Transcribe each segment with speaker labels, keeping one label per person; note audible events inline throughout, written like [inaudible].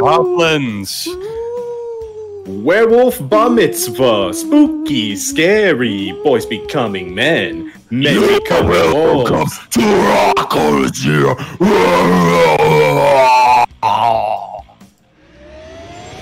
Speaker 1: Goblins. [laughs]
Speaker 2: Werewolf bar mitzvah, spooky, scary, boys becoming men, men becoming wolves.
Speaker 3: to Rock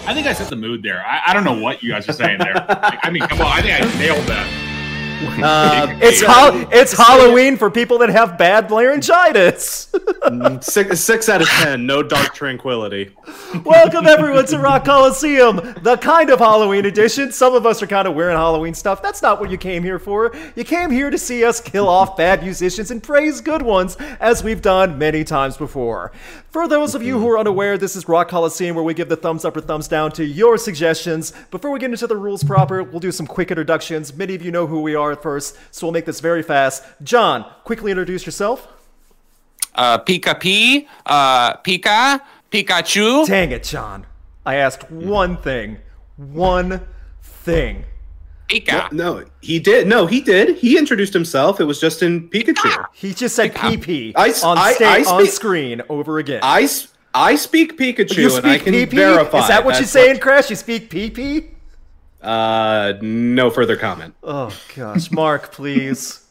Speaker 4: I think I set the mood there. I, I don't know what you guys are saying there. Like, I mean, come on. I think I nailed that. [laughs]
Speaker 2: Um,
Speaker 5: It's hol- it's Halloween for people that have bad laryngitis. [laughs]
Speaker 2: six, six out of ten. No dark tranquility.
Speaker 5: Welcome everyone to Rock Coliseum, the kind of Halloween edition. Some of us are kind of wearing Halloween stuff. That's not what you came here for. You came here to see us kill off bad musicians and praise good ones, as we've done many times before. For those of you who are unaware, this is Rock Coliseum, where we give the thumbs up or thumbs down to your suggestions. Before we get into the rules proper, we'll do some quick introductions. Many of you know who we are at first, so we'll make this very fast. John, quickly introduce yourself.
Speaker 1: Uh, Pika P. Uh, Pika. Pikachu.
Speaker 5: Dang it, John. I asked one thing. One thing.
Speaker 1: Pika.
Speaker 2: No, he did. No, he did. He introduced himself. It was just in Pikachu.
Speaker 5: He just said PP
Speaker 2: I s-
Speaker 5: on,
Speaker 2: I-
Speaker 5: sta-
Speaker 2: I
Speaker 5: on
Speaker 2: speak-
Speaker 5: screen over again.
Speaker 2: I, s- I speak Pikachu,
Speaker 5: you speak
Speaker 2: and I can
Speaker 5: PP?
Speaker 2: verify.
Speaker 5: Is that what you
Speaker 2: that's
Speaker 5: say in Crash? You speak PP?
Speaker 2: what- uh, no further comment.
Speaker 5: Oh gosh, Mark, please.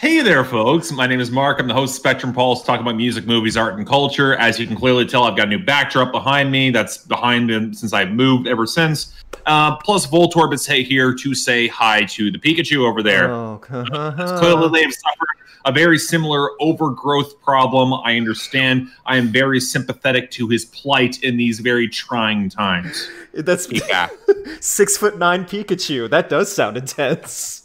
Speaker 4: Hey there, folks. My name is Mark. I'm the host of Spectrum Pulse, talking about music, movies, art, and culture. As you can clearly tell, I've got a new backdrop behind me that's behind me since I've moved ever since. Uh, plus, Voltorb is hey- here to say hi to the Pikachu over there.
Speaker 5: Oh,
Speaker 4: Clearly, they have suffered a very similar overgrowth problem. I understand. I am very sympathetic to his plight in these very trying times.
Speaker 5: that's
Speaker 1: Pika.
Speaker 5: [laughs] six foot nine Pikachu. That does sound
Speaker 2: [laughs]
Speaker 5: intense.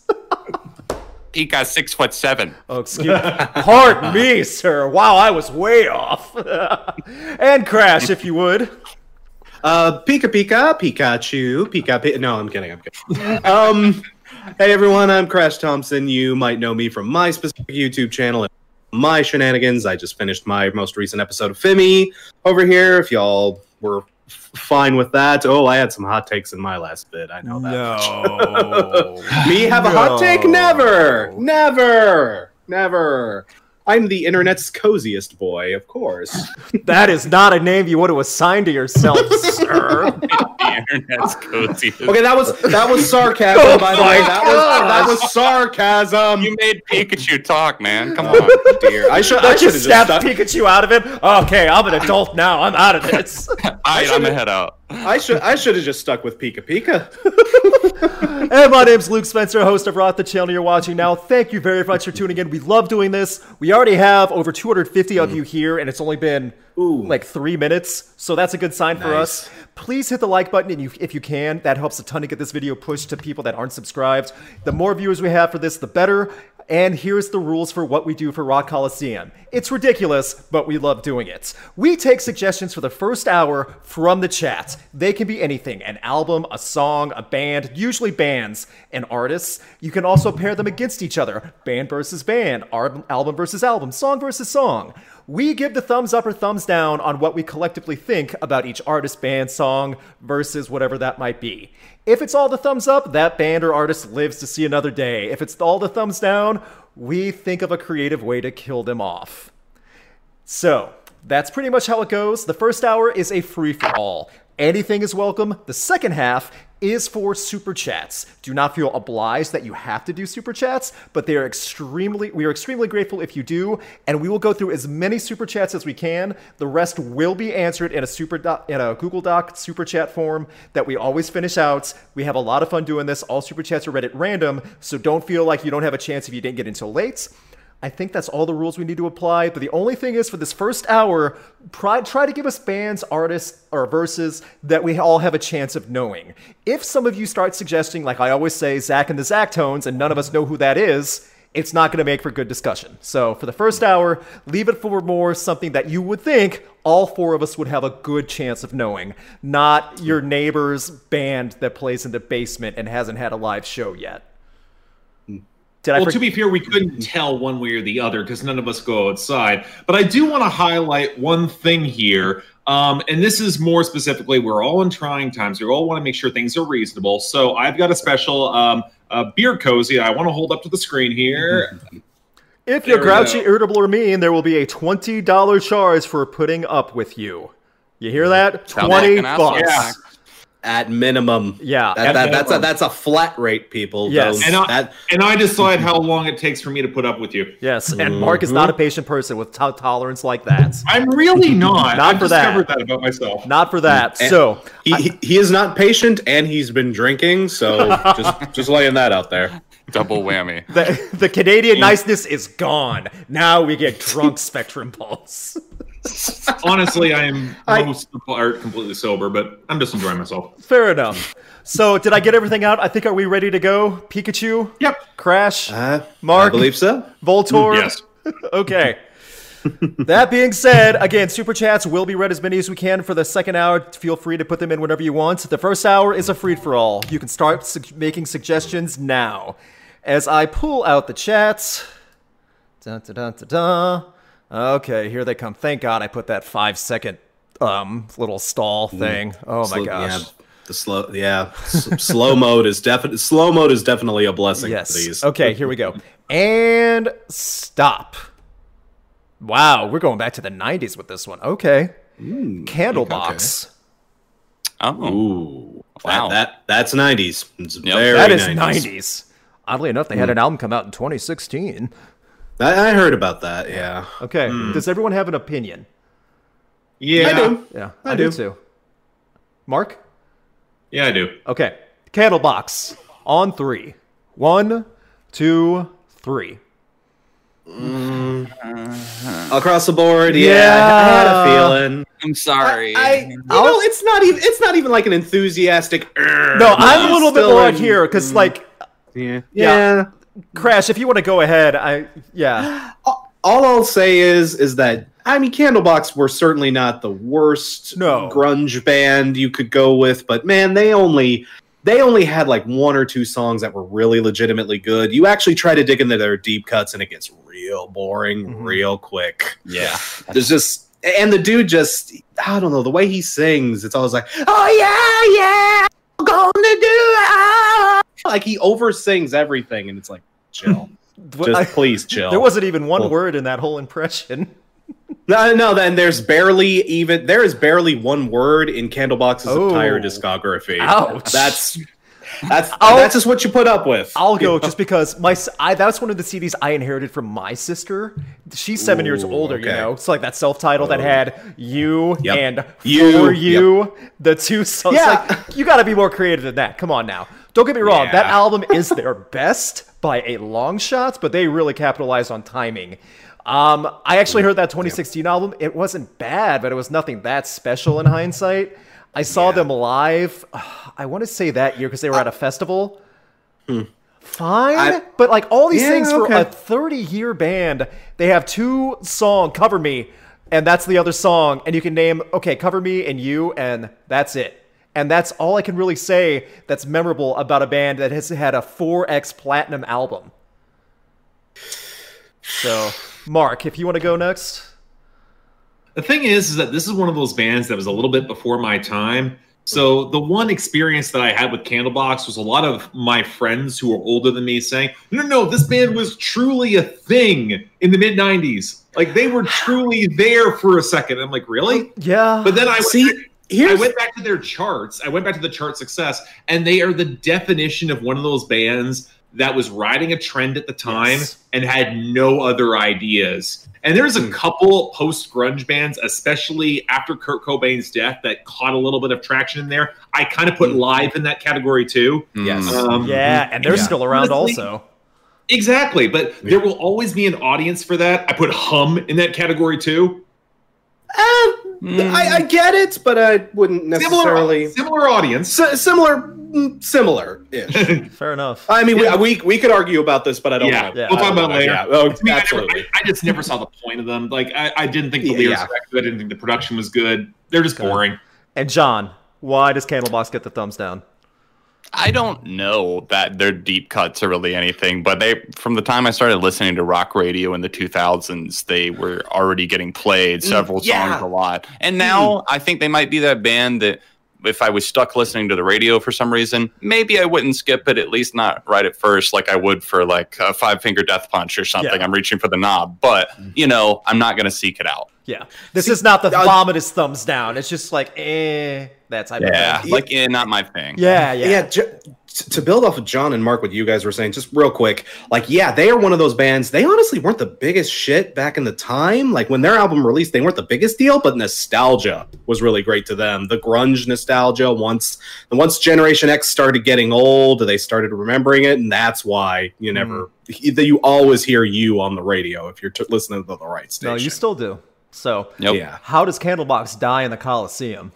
Speaker 1: Pika. Six foot seven.
Speaker 5: Oh, excuse [laughs] me. Pardon me, sir. Wow, I was way off. [laughs] and Crash, if you would.
Speaker 2: Uh, Pika Pika, Pikachu, Pika Pika. No, I'm kidding. I'm kidding. um, hey everyone, I'm Crash Thompson. You might know me from my specific YouTube channel, and my shenanigans. I just finished my most recent episode of Fimi over here. If y'all were f- fine with that. Oh, I had some hot takes in my last bit. I know that.
Speaker 3: No.
Speaker 2: Me have a hot take? Never, never, never. I'm the internet's coziest boy, of course.
Speaker 5: That is not a name you want to assign to
Speaker 2: [laughs]
Speaker 5: yourself, sir.
Speaker 1: The internet's cozy.
Speaker 2: Okay, that was that was sarcasm. by the way, that was that was sarcasm.
Speaker 1: You made Pikachu talk, man. Come on, Uh, dear.
Speaker 2: I should I
Speaker 5: That
Speaker 2: should
Speaker 5: just
Speaker 2: have
Speaker 5: snapped
Speaker 2: just stuck,
Speaker 5: Pikachu out of it. Okay, I'm an adult now. I'm out of
Speaker 2: [laughs]
Speaker 5: this.
Speaker 1: I, I'm gonna head out.
Speaker 2: I should I should have just stuck with Pika Pika.
Speaker 5: and my name's Luke Spencer, host of Roth the Channel you're watching now. Thank you very much for tuning in. We love doing this. We already have over 250 of you here, and it's only been
Speaker 2: Hmm. Ooh.
Speaker 5: like three minutes, so that's a good sign for us. Please hit the like button and you, if you can. That helps a ton to get this video pushed to people that aren't subscribed. The more viewers we have for this, the better. And here's the rules for what we do for Rock Coliseum. It's ridiculous, but we love doing it. We take suggestions for the first hour from the chat. They can be anything an album, a song, a band, usually bands, and artists. You can also pair them against each other band versus band, ar- album versus album, song versus song. We give the thumbs up or thumbs down on what we collectively think about each artist, band, song versus whatever that might be. If it's all the thumbs up, that band or artist lives to see another day. If it's all the thumbs down, we think of a creative way to kill them off. So that's pretty much how it goes. The first hour is a free for all. Anything is welcome. The second half is for super chats. Do not feel obliged that you have to do super chats, but they are extremely we are extremely grateful if you do, and we will go through as many super chats as we can. The rest will be answered in a super doc, in a Google Doc super chat form that we always finish out. We have a lot of fun doing this. All super chats are read at random, so don't feel like you don't have a chance if you didn't get in till late. I think that's all the rules we need to apply. But the only thing is, for this first hour, try, try to give us bands, artists, or verses that we all have a chance of knowing. If some of you start suggesting, like I always say, Zach and the Zach Tones, and none of us know who that is, it's not going to make for good discussion. So for the first hour, leave it for more something that you would think all four of us would have a good chance of knowing, not your neighbor's band that plays in the basement and hasn't had a live show yet. Did I
Speaker 4: Hmm.
Speaker 5: Mm-hmm.
Speaker 4: Well,
Speaker 5: forget?
Speaker 4: to be fair, we couldn't tell one way or the other because none of us go outside. But I do want to highlight one thing here. Um, and this is more specifically, we're all in trying times. We all want to make sure things are reasonable.
Speaker 5: Mm-hmm.
Speaker 4: So I've got a special um, uh, beer cozy that I want to hold up to the screen here.
Speaker 5: If you're
Speaker 1: There we
Speaker 5: grouchy,
Speaker 1: go.
Speaker 5: irritable, or mean, there will be a twenty dollar charge for putting up with you. You hear that?
Speaker 1: Sounds
Speaker 5: Twenty
Speaker 1: like an asshole.
Speaker 5: bucks.
Speaker 1: Yeah.
Speaker 2: At minimum.
Speaker 5: Yeah.
Speaker 2: That, that, that's a
Speaker 4: minimum.
Speaker 2: that's a flat rate, people.
Speaker 5: Yes.
Speaker 2: Those-
Speaker 4: And I-
Speaker 2: that-
Speaker 4: And I decide
Speaker 5: Mm-hmm.
Speaker 4: how long it takes for me to put up with you.
Speaker 5: Yes,
Speaker 1: Mm-hmm.
Speaker 5: and Mark is not a patient person with to- tolerance like that.
Speaker 4: I'm really
Speaker 5: [laughs]
Speaker 4: not.
Speaker 5: Not
Speaker 4: I've
Speaker 5: for that.
Speaker 4: discovered that.
Speaker 5: [laughs]
Speaker 4: about myself.
Speaker 5: Not for that.
Speaker 2: And-
Speaker 5: So
Speaker 2: he, he, he is not patient, and he's been
Speaker 5: [laughs]
Speaker 2: drinking. So just just laying that out there.
Speaker 1: Double whammy.
Speaker 5: the, [laughs] the Canadian niceness is gone. Now we get drunk Spectrum Pulse. [laughs]
Speaker 4: Honestly, I am
Speaker 5: I-
Speaker 4: most of the part completely sober, but I'm just enjoying myself.
Speaker 5: Fair enough. So did I get everything out? I think are we ready to go? Pikachu,
Speaker 4: Yep.
Speaker 5: Crash,
Speaker 2: Uh,
Speaker 5: Mark?
Speaker 2: I believe so.
Speaker 5: Voltor.
Speaker 4: Yes.
Speaker 5: [laughs] okay. that being said, again, super chats will be read as many as we can for the second hour. Feel free to put them in whenever you want. The first hour is a free for all. You can start su- making suggestions now. As I pull out the chats. Dun, dun, dun, dun, dun. Okay, here they come. Thank God I put that five second um little stall thing. Oh my
Speaker 2: Mm. Slow-
Speaker 5: gosh.
Speaker 2: Yeah, the slow, yeah, s- slow mode is definitely slow mode is definitely a blessing.
Speaker 5: Yes.
Speaker 2: for these.
Speaker 5: Okay, here we
Speaker 2: [laughs]
Speaker 5: go. And stop. Wow, we're going back to the 90s with this one. Okay.
Speaker 2: Mm,
Speaker 5: Candlebox.
Speaker 1: Oh,
Speaker 2: Ooh,
Speaker 1: Wow.
Speaker 2: wow. That, that's nineties. It's
Speaker 1: Yep.
Speaker 2: very Mm.
Speaker 5: That is
Speaker 2: 90s.
Speaker 5: 90s. Oddly enough, they had an album come out in 2016.
Speaker 2: I, I heard about that. Yeah.
Speaker 5: Okay. Does everyone have an opinion?
Speaker 4: Yeah.
Speaker 2: Mm. I do.
Speaker 5: Yeah,
Speaker 2: I
Speaker 5: I, do.
Speaker 2: do.
Speaker 5: too. Mark?
Speaker 4: Yeah, I do.
Speaker 5: Okay. Candlebox on three. One, two, three.
Speaker 2: Across the board. Yeah, I had
Speaker 5: Yeah.
Speaker 2: a feeling.
Speaker 1: I'm sorry. [laughs]
Speaker 2: I, you know, it's not even it's not even like an enthusiastic.
Speaker 5: No, I'm a little bit
Speaker 2: still
Speaker 5: more
Speaker 2: in- mm,
Speaker 5: here because, like,
Speaker 2: Yeah.
Speaker 5: Yeah.
Speaker 2: yeah.
Speaker 5: Crash, if you want to go ahead, I, yeah.
Speaker 2: all I'll say is is that I mean Candlebox were certainly not the worst
Speaker 5: No.
Speaker 2: grunge band you could go with, but man, they only they only had like one or two songs that were really legitimately good. You actually try to dig into their deep cuts and it gets real boring
Speaker 5: Mhm.
Speaker 2: real quick.
Speaker 1: yeah.
Speaker 2: [laughs] There's just and the dude just I don't know, the way he sings, it's always like, "Oh yeah, yeah, I'm gonna do it." ah." Like he oversings everything and it's like,
Speaker 5: [laughs]
Speaker 2: "Chill. just
Speaker 5: I-
Speaker 2: please chill."
Speaker 5: There wasn't even one
Speaker 2: Well-
Speaker 5: word in that whole impression.
Speaker 2: No, no. Then there's barely even there is barely one word in Candlebox's
Speaker 5: Oh.
Speaker 2: entire discography.
Speaker 5: Ouch.
Speaker 2: That's that's
Speaker 5: I'll-
Speaker 2: that's just what you put up with.
Speaker 5: I'll go just because my s- I that's one of the CDs I inherited from my sister. She's seven years
Speaker 2: Ooh,
Speaker 5: older, you
Speaker 2: okay. Oh.
Speaker 5: know. It's like that self title that had you
Speaker 2: Yep.
Speaker 5: and
Speaker 2: You,
Speaker 5: for you, the two [laughs] songs.
Speaker 2: Yeah.
Speaker 5: Like, you got to be more creative than that. Come on now. Don't get me wrong. That
Speaker 2: Yeah.
Speaker 5: album
Speaker 2: [laughs]
Speaker 5: is their best by a long shot, but they really capitalized on timing. Um, I
Speaker 2: Mm.
Speaker 5: actually heard that 2016 album. It wasn't bad, but it was nothing that special in hindsight. I saw them live. [sighs] I want to say that year because they were at a festival fine,
Speaker 2: I-
Speaker 5: but like all these
Speaker 2: Yeah,
Speaker 5: things for
Speaker 2: okay.
Speaker 5: a 30 year band, they have two song cover me and that's the other song and you can name okay, cover me and you and that's it. And that's all I can really say that's memorable about a band that has had a 4x platinum album. So, Mark, if you want to go next.
Speaker 4: The thing is, is that this is one of those bands that was a little bit before my time. So the one experience that I had with Candlebox was a lot of my friends who were older than me saying, "No, no, this band was truly a thing in the mid '90s. Like they were truly there for a second. I'm like, really?
Speaker 5: Yeah.
Speaker 4: But then I went
Speaker 2: See,
Speaker 4: back- I
Speaker 2: here's
Speaker 4: went back to their charts. I went back to the chart success, and they are the definition of one of those bands that was riding a trend at the time
Speaker 5: Yes.
Speaker 4: and had no other ideas. And there's a couple post grunge bands, especially after Kurt Cobain's death, that caught a little bit of traction in there. I kind of put live in that category too.
Speaker 2: Yes.
Speaker 1: Mm.
Speaker 4: Um,
Speaker 5: yeah, and they're
Speaker 2: Yeah.
Speaker 5: still around
Speaker 4: Honestly,
Speaker 5: also.
Speaker 4: Exactly. But there will always be an audience for that. I put hum in that category too.
Speaker 2: uh, I, I
Speaker 5: Hmm.
Speaker 2: get it, but I wouldn't necessarily
Speaker 4: Similar, similar audience.
Speaker 2: S- similar similar ish.
Speaker 4: [laughs]
Speaker 5: Fair enough.
Speaker 2: I mean,
Speaker 4: Yeah.
Speaker 2: we, we we could argue about this, but I don't.
Speaker 4: Yeah.
Speaker 2: want
Speaker 5: Yeah.
Speaker 4: We'll talk about it later.
Speaker 2: Yeah. Oh,
Speaker 4: I mean, I never-
Speaker 2: absolutely.
Speaker 4: I, I just never saw the point of them. Like, I, I didn't think the
Speaker 2: Yeah,
Speaker 4: lyrics
Speaker 2: yeah.
Speaker 4: were good. I didn't think the production was good. They're just boring.
Speaker 5: And John, why does Candlebox get the thumbs down?
Speaker 1: I don't know that their deep cuts are really anything, but they from the time I started listening to rock radio in the 2000s, they were
Speaker 5: Mm,
Speaker 1: already getting played several
Speaker 2: yeah.
Speaker 5: Hmm.
Speaker 1: songs a lot. And now I think they might be that band that if I was stuck listening to the radio for some reason, maybe I wouldn't skip it, at least not right at first, like I would for like a five finger death punch or something.
Speaker 5: Yeah. Mm-hmm.
Speaker 1: I'm reaching for the knob, but you know, I'm not going to seek it out.
Speaker 5: Yeah. This is not the vomitous thumbs down. It's just like, eh, that type
Speaker 1: Yeah,
Speaker 5: of thing.
Speaker 1: like eh, not my thing.
Speaker 5: Yeah, yeah.
Speaker 2: yeah, ju- t- to build off of John and Mark, what you guys were saying, just real quick, like, yeah, they are one of those bands. They honestly weren't the biggest shit back in the time. Like when their album released, they weren't the biggest deal, but nostalgia was really great to them. The grunge nostalgia. Once and once Generation X started getting old, they started remembering it, and that's why
Speaker 5: Mm-hmm.
Speaker 2: you never that you always hear you on the radio if you're t- listening to the right station.
Speaker 5: No, you still do. So,
Speaker 1: Nope.
Speaker 2: yeah.
Speaker 5: how does Candlebox die in the Coliseum?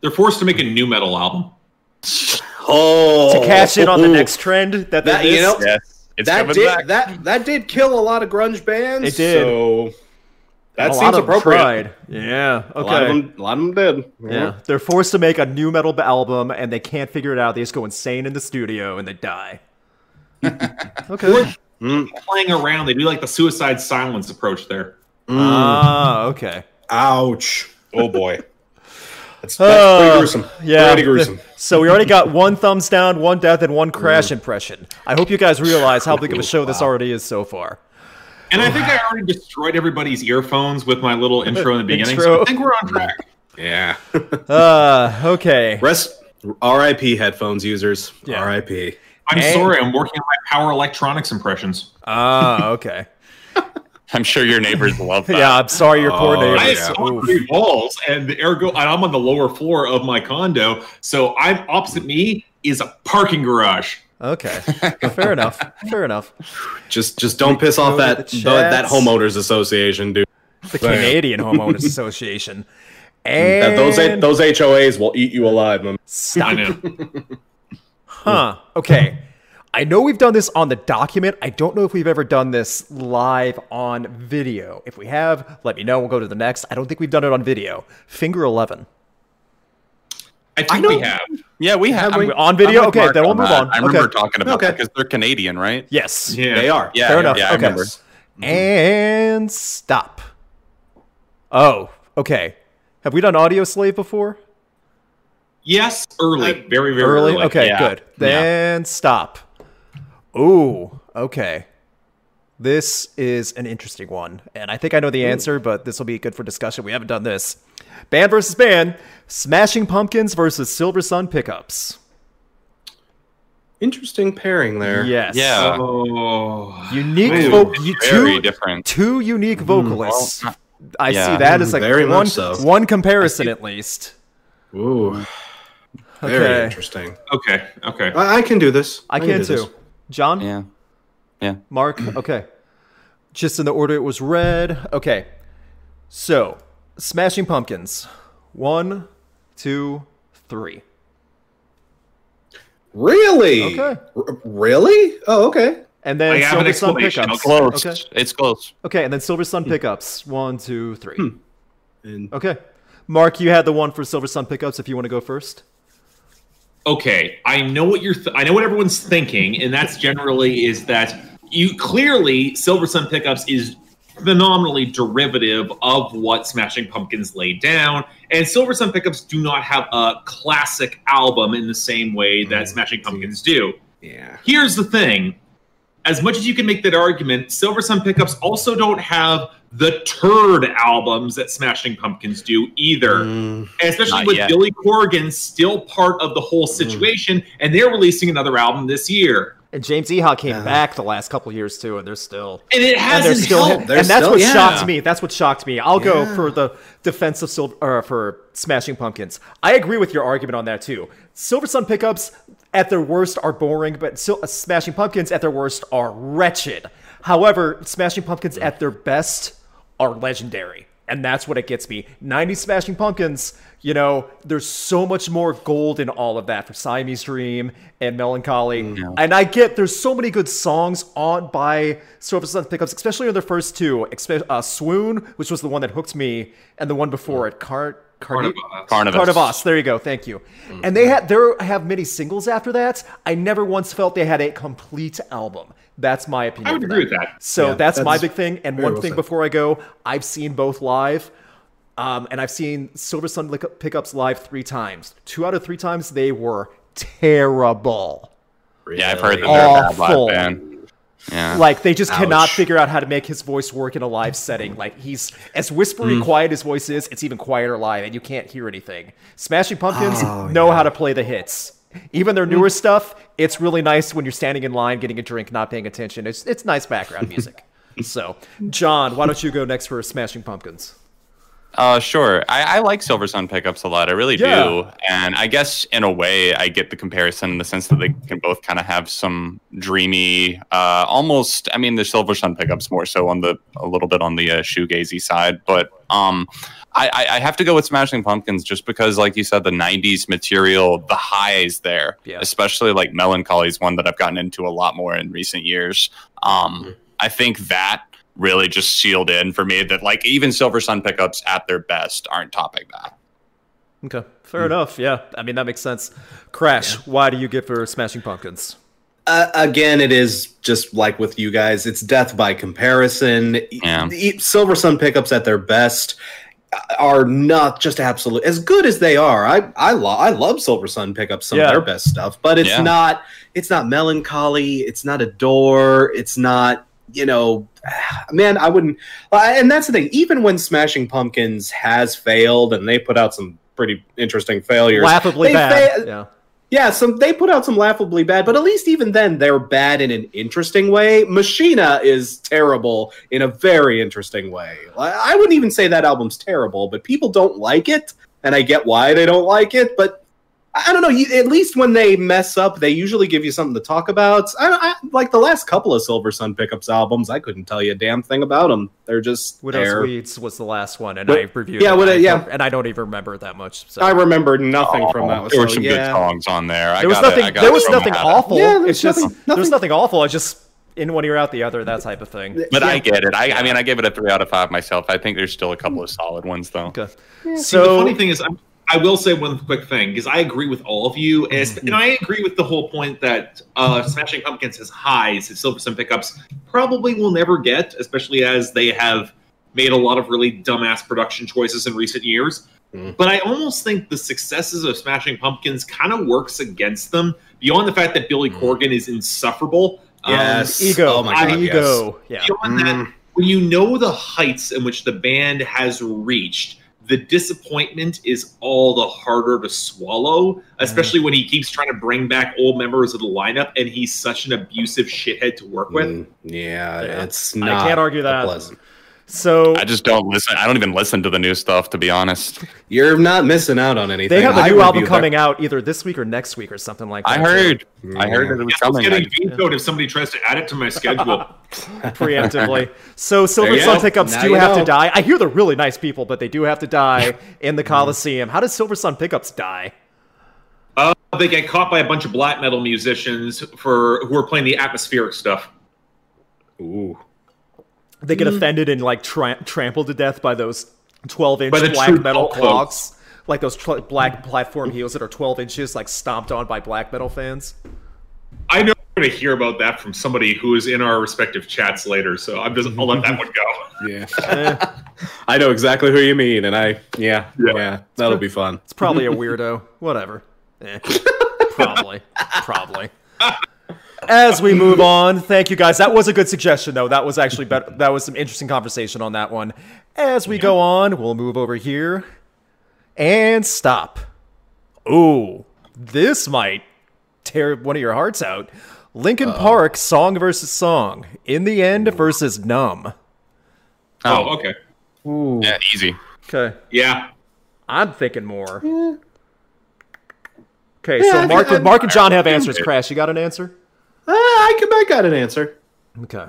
Speaker 4: They're forced to make a new metal album.
Speaker 2: Oh,
Speaker 5: to cash in on the next trend that,
Speaker 2: That-
Speaker 5: that
Speaker 2: you
Speaker 5: you
Speaker 2: know-
Speaker 1: Yes. It's
Speaker 2: that
Speaker 1: coming
Speaker 2: did
Speaker 1: back.
Speaker 2: that that did kill a lot of grunge bands.
Speaker 5: It did.
Speaker 2: So that
Speaker 5: a
Speaker 2: seems
Speaker 5: lot Oh, of them
Speaker 2: appropriate.
Speaker 5: tried. Yeah.
Speaker 2: A lot of
Speaker 5: Okay.
Speaker 2: them, a lot of them did.
Speaker 5: Yeah. They're forced to make a new metal b- album and they can't figure it out. They just go insane in the studio and they
Speaker 2: [laughs]
Speaker 5: die. okay.
Speaker 4: Playing around, they do like the suicide silence approach there.
Speaker 5: Ah, okay.
Speaker 2: Ouch. Oh boy.
Speaker 5: [laughs]
Speaker 2: That's, that's
Speaker 5: Uh,
Speaker 2: pretty gruesome.
Speaker 5: Yeah.
Speaker 2: Pretty gruesome.
Speaker 5: [laughs]
Speaker 2: Mm.
Speaker 5: So we already
Speaker 2: [laughs]
Speaker 5: got one thumbs down, one death, and one crash impression. I hope you guys realize how big of a show this already is so far.
Speaker 4: And I think
Speaker 2: [sighs]
Speaker 4: I already destroyed everybody's earphones with my little intro in the beginning.
Speaker 5: Intro.
Speaker 4: So I think we're on track.
Speaker 2: Yeah.
Speaker 5: Uh, okay.
Speaker 2: Rest. R.I.P. Headphones users.
Speaker 5: Yeah.
Speaker 2: R.I.P.
Speaker 4: I'm
Speaker 5: Hey.
Speaker 4: sorry, I'm working on my power electronics impressions.
Speaker 5: Ah, okay. [laughs]
Speaker 1: I'm sure your neighbors love that.
Speaker 5: Yeah, I'm sorry, your poor
Speaker 2: Oh,
Speaker 5: neighbors.
Speaker 4: I
Speaker 2: yeah.
Speaker 4: saw
Speaker 5: Oof.
Speaker 4: three balls, and the ergo, and I'm on the lower floor of my condo. So I'm opposite me is a parking garage.
Speaker 5: Okay. Fair enough. Fair enough.
Speaker 2: Just, just don't piss
Speaker 5: go
Speaker 2: off
Speaker 5: to
Speaker 2: that
Speaker 5: the
Speaker 2: the- that
Speaker 5: chats.
Speaker 2: homeowners association, dude.
Speaker 5: The Canadian Homeowners
Speaker 2: [laughs]
Speaker 5: Association. And
Speaker 2: That those those HOAs will eat you alive. man.
Speaker 4: I
Speaker 5: stop.
Speaker 4: know.
Speaker 5: [laughs] Huh. Okay. I know we've done this on the document. I don't know if we've ever done this live on video. If we have, let me know. We'll go to the next. I don't think we've done it on video. Finger 11.
Speaker 4: I think we have.
Speaker 1: Yeah, we have.
Speaker 5: we- on video?
Speaker 1: I'm with
Speaker 5: Okay,
Speaker 1: Mark
Speaker 5: then we'll move
Speaker 1: that.
Speaker 5: on.
Speaker 1: I remember
Speaker 5: Okay.
Speaker 1: talking about
Speaker 2: Okay.
Speaker 1: that because they're Canadian, right?
Speaker 5: Yes.
Speaker 4: Yeah.
Speaker 2: They are.
Speaker 1: Yeah,
Speaker 5: Fair enough.
Speaker 1: Yeah, I
Speaker 5: okay.
Speaker 1: remember.
Speaker 5: And stop. Oh, okay. Have we done Audio Slave before?
Speaker 4: Yes, early, very, very early.
Speaker 5: Early? Okay,
Speaker 1: yeah.
Speaker 5: good.
Speaker 1: Yeah.
Speaker 5: Then stop. Ooh, okay. This is an interesting one. And I think I know the answer, but this will be good for discussion. We haven't done this. Band versus band, Smashing Pumpkins versus Silver Sun Pickups.
Speaker 2: Interesting pairing there.
Speaker 5: Yes.
Speaker 1: Yeah.
Speaker 4: Oh,
Speaker 5: Unique
Speaker 4: Ooh,
Speaker 5: vocal.
Speaker 1: Very
Speaker 5: Two,
Speaker 1: different. Mm,
Speaker 5: two unique vocalists. I
Speaker 1: yeah. Mm,
Speaker 5: see that as like
Speaker 2: Very much
Speaker 5: one,
Speaker 2: so.
Speaker 5: one comparison at least.
Speaker 2: Ooh. Very
Speaker 5: Okay.
Speaker 2: interesting.
Speaker 4: okay, okay.
Speaker 2: I, I can do this.
Speaker 5: I can
Speaker 2: do this.
Speaker 5: too. John?
Speaker 1: Yeah. Yeah.
Speaker 4: [clears throat]
Speaker 5: Mark, okay. Just in the order it was read. Okay. So, Smashing Pumpkins. One, two, three.
Speaker 2: Really?
Speaker 5: Okay.
Speaker 2: R- really? Oh, okay.
Speaker 5: And then
Speaker 4: I have an
Speaker 5: Silver Sun
Speaker 4: explanation. Hmm.
Speaker 5: Pickups.
Speaker 1: Close.
Speaker 4: I'll
Speaker 5: Okay.
Speaker 1: It's close.
Speaker 5: okay, and then Silver Sun Pickups. One, two, three.
Speaker 4: Hmm.
Speaker 2: And
Speaker 5: Okay. Mark, you had the one for Silver Sun Pickups if you want to go first.
Speaker 4: okay i know what you're th- i know what everyone's thinking and that's generally is that you clearly silver sun pickups is phenomenally derivative of what smashing pumpkins laid down and silver sun pickups do not have a classic album in the same way that smashing pumpkins do
Speaker 2: yeah.
Speaker 4: here's the thing as much as you can make that argument silver sun pickups also don't have the turd albums that smashing pumpkins do either
Speaker 2: Mm.
Speaker 5: Mm.
Speaker 4: and especially
Speaker 1: Not
Speaker 4: with
Speaker 1: yet.
Speaker 4: billy corgan still part of the whole situation and they're releasing another album this year
Speaker 5: And James Eha came
Speaker 4: Uh-huh.
Speaker 2: Yeah.
Speaker 5: back the last couple years too, and they're still
Speaker 4: and it
Speaker 5: and they're
Speaker 4: hasn't
Speaker 5: still
Speaker 4: helped.
Speaker 2: They're
Speaker 5: and that's
Speaker 2: still-
Speaker 5: what
Speaker 2: yeah.
Speaker 5: shocked me. That's what shocked me. I'll
Speaker 2: Yeah.
Speaker 5: go for the defense of silver or for Smashing Pumpkins. I agree with your argument on that too. Silver Sun pickups at their worst are boring, but Sil- uh, Smashing Pumpkins at their worst are wretched. However, Smashing Pumpkins at their best are legendary. And that's what it gets me. 90 Smashing Pumpkins, you know, there's so much more gold in all of that for Siamese Dream and Melancholy. And I get there's so many good songs on by Silver Sun Pickups, especially on their first two, expe- uh, Swoon, which was the one that hooked me, and the one before it, Car- Cardi-
Speaker 1: Carnivus.
Speaker 5: Carnivus. There you go. Thank you. And they had there have many singles after that. I never once felt they had a complete album. That's my opinion.
Speaker 4: I would
Speaker 5: for
Speaker 4: agree with that.
Speaker 5: So that's, my
Speaker 2: that's
Speaker 5: big thing. And
Speaker 2: very
Speaker 5: one
Speaker 2: well
Speaker 5: thing
Speaker 2: said.
Speaker 5: before I go, I've seen both live. Um, and I've seen Silver Sun lick- pickups live three times. Two out of three times they were terrible.
Speaker 1: Yeah, I've heard that they're a bad
Speaker 5: Awful.
Speaker 1: live band. Yeah.
Speaker 5: Like they just cannot
Speaker 2: Ouch.
Speaker 5: figure out how to make his voice work in a live setting. Like he's as whispery quiet his voice is, it's even quieter live and you can't hear anything. Smashing Pumpkins know how to play the hits. Even their newer stuff, it's really nice when you're standing in line getting a drink, not paying attention. It's it's nice background [laughs] music. so, John, why don't you go next for Smashing Pumpkins?
Speaker 1: Uh, sure. I, I like Silver Sun pickups a lot. I really do.
Speaker 5: Yeah.
Speaker 1: And I guess in a way, I get the comparison in the sense that they can both kind of have some dreamy, uh, almost. I mean, the Silver Sun pickups more so on the a little bit on the uh, shoegazy side, but um, I, I, I have to go with Smashing Pumpkins just because, like you said, the '90s material, the highs there,
Speaker 5: Yeah.
Speaker 1: especially like Melancholy is one that I've gotten into a lot more in recent years. Um, I think that really just sealed in for me that like even Silver Sun pickups at their best aren't topping that.
Speaker 5: Okay, fair enough. Yeah, I mean that makes sense. Crash, why do you get for Smashing Pumpkins?
Speaker 2: Uh, again, it is just like with you guys. It's death by comparison. E-
Speaker 1: Yeah.
Speaker 2: e- Silver Sun pickups at their best are not just absolute as good as they are. I I, lo- I love Silver Sun pickups some
Speaker 5: Yeah.
Speaker 2: of their best stuff, but it's
Speaker 1: Yeah.
Speaker 2: not it's not melancholy. It's not adore. It's not you know, [sighs] man. I wouldn't. I- And that's the thing. Even when Smashing Pumpkins has failed, and they put out some pretty interesting failures,
Speaker 5: Laughably
Speaker 2: They
Speaker 5: bad.
Speaker 2: fa-
Speaker 5: yeah.
Speaker 2: yeah, some they put out some laughably bad, but at least even then they're bad in an interesting way. Machina is terrible in a very interesting way. I I wouldn't even say that album's terrible, but people don't like it, and I get why they don't like it. But I I don't know. You, at least when they mess up, they usually give you something to talk about. I, I like the last couple of Silver Sun pickups albums. I couldn't tell you a damn thing about them. They're just
Speaker 5: Widow's
Speaker 2: there.
Speaker 5: Weeds was the last one, and
Speaker 2: Wi-
Speaker 5: I reviewed.
Speaker 2: yeah,
Speaker 5: it,
Speaker 2: Widow-
Speaker 5: and I
Speaker 2: yeah.
Speaker 5: don't- and I don't even remember it that much. So.
Speaker 2: I remember nothing from that.
Speaker 1: Oh, there were
Speaker 2: so,
Speaker 1: some good
Speaker 2: yeah.
Speaker 1: songs on there. I
Speaker 5: there was
Speaker 1: gotta-
Speaker 5: nothing.
Speaker 1: I gotta
Speaker 5: there was
Speaker 1: throw
Speaker 5: nothing
Speaker 1: them at it.
Speaker 5: awful.
Speaker 2: Yeah, there was
Speaker 5: it's just
Speaker 2: nothing-
Speaker 5: there was
Speaker 2: nothing-
Speaker 5: nothing awful. I just in one ear out the other. That type of thing.
Speaker 1: But I
Speaker 2: Yeah.
Speaker 1: get it. I, I mean, I gave it a three out of five myself. I think there's still a couple of solid ones though.
Speaker 5: Okay.
Speaker 4: See, the
Speaker 5: So um,
Speaker 4: funny thing is, I'm, I will say one quick thing because I agree with all of you, and, it's- and I agree with the whole point that uh, Smashing Pumpkins has highs that Silver Sun pickups probably will never get, especially as they have made a lot of really dumbass production choices in recent years.
Speaker 2: Mm.
Speaker 4: But I almost think the successes of Smashing Pumpkins kind of works against them beyond the fact that Billy Corgan is insufferable. Um,
Speaker 2: Yes.
Speaker 5: ego,
Speaker 2: Oh my God,
Speaker 5: ego. Yeah.
Speaker 4: beyond that, when you know the heights in which the band has reached, the disappointment is all the harder to swallow, especially when he keeps trying to bring back old members of the lineup and he's such an abusive shithead to work with.
Speaker 2: Mm, yeah,
Speaker 5: Yeah.
Speaker 2: it's not.
Speaker 5: can't argue that.
Speaker 2: pleasant.
Speaker 5: So
Speaker 1: I just don't listen. I don't even listen to the new stuff, to be honest.
Speaker 2: You're not missing out on anything.
Speaker 5: they have a
Speaker 2: I
Speaker 5: new album
Speaker 2: review their-
Speaker 5: coming out either this week or next week or something like
Speaker 1: I
Speaker 5: that.
Speaker 1: heard. I
Speaker 2: Yeah.
Speaker 1: heard that it was
Speaker 4: Guess what's
Speaker 1: coming. I-
Speaker 4: getting vetoed if somebody tries to add it to my schedule.
Speaker 5: [laughs] preemptively. So
Speaker 4: There
Speaker 5: Silver
Speaker 4: you
Speaker 5: Sun
Speaker 4: go.
Speaker 5: pickups
Speaker 2: Now
Speaker 5: do
Speaker 2: you
Speaker 5: have to
Speaker 2: know.
Speaker 5: die. I hear they're really nice people, but they do have to
Speaker 2: [laughs]
Speaker 5: die in
Speaker 2: Mm-hmm.
Speaker 5: the Coliseum. How does Silver Sun pickups die?
Speaker 4: uh, they get caught by a bunch of black metal musicians for who are playing the atmospheric stuff.
Speaker 2: Ooh.
Speaker 5: They get offended and like tra- trampled to death by those twelve inch
Speaker 4: By the
Speaker 5: black
Speaker 4: true
Speaker 5: metal
Speaker 4: belt cloaks.
Speaker 5: clogs, like those tw- black platform heels that are twelve inches, like stomped on by black metal fans.
Speaker 4: I know we're going to hear about that from somebody who is in our respective chats later, so I'm just I'll let that one go.
Speaker 2: [laughs] Yeah.
Speaker 5: Eh,
Speaker 2: I know exactly who you mean, and I yeah yeah, that'll be fun.
Speaker 5: it's probably a weirdo. Whatever. Eh, probably. Probably. As we move on, thank you guys. That was a good suggestion, though. That was actually better. That was some interesting conversation on that one. As we go on, we'll move over here and stop. Ooh, this might tear one of your hearts out. Lincoln Park, song versus song. In the end, versus numb.
Speaker 1: Oh,
Speaker 4: Oh, okay.
Speaker 1: yeah, easy.
Speaker 5: Okay.
Speaker 4: Yeah.
Speaker 5: I'm thinking more. Okay,
Speaker 2: Yeah,
Speaker 5: so
Speaker 2: I
Speaker 5: Mark,
Speaker 2: think-
Speaker 5: Mark and John have answers. Crash, you got an answer?
Speaker 2: Ah, I can, I got an answer.
Speaker 5: Okay.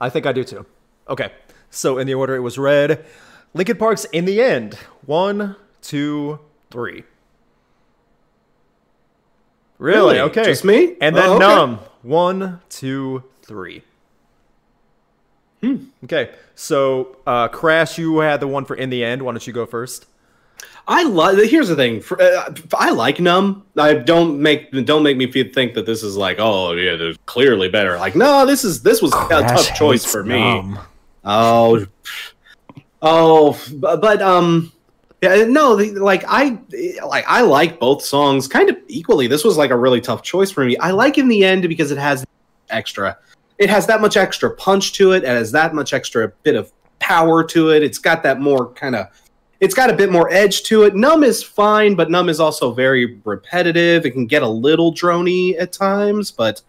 Speaker 5: I think I do too. Okay. So in the order it was red. Lincoln Park's in the end. One, two, three. Really?
Speaker 2: Really?
Speaker 5: Okay.
Speaker 2: Just me?
Speaker 5: And then
Speaker 2: Oh, okay.
Speaker 5: numb. One, two, three. Hmm. Okay. So uh, Crash, you had the one for in the end. Why don't you go first?
Speaker 2: I love. Here's the thing. For, uh, I like Numb. I don't make don't make me feel think that this is like oh yeah, they're clearly better. Like no, this is this was a tough choice for me. Oh, Oh, f- bu- but um, yeah, no, the- like I like I like both songs kind of equally. This was like a really tough choice for me. I like in the end because it has extra, it has that much extra punch to it, and has that much extra bit of power to it. It's got that more kind of, it's got a bit more edge to it. Numb is fine, but numb is also very repetitive. It can get a little drony at times, but.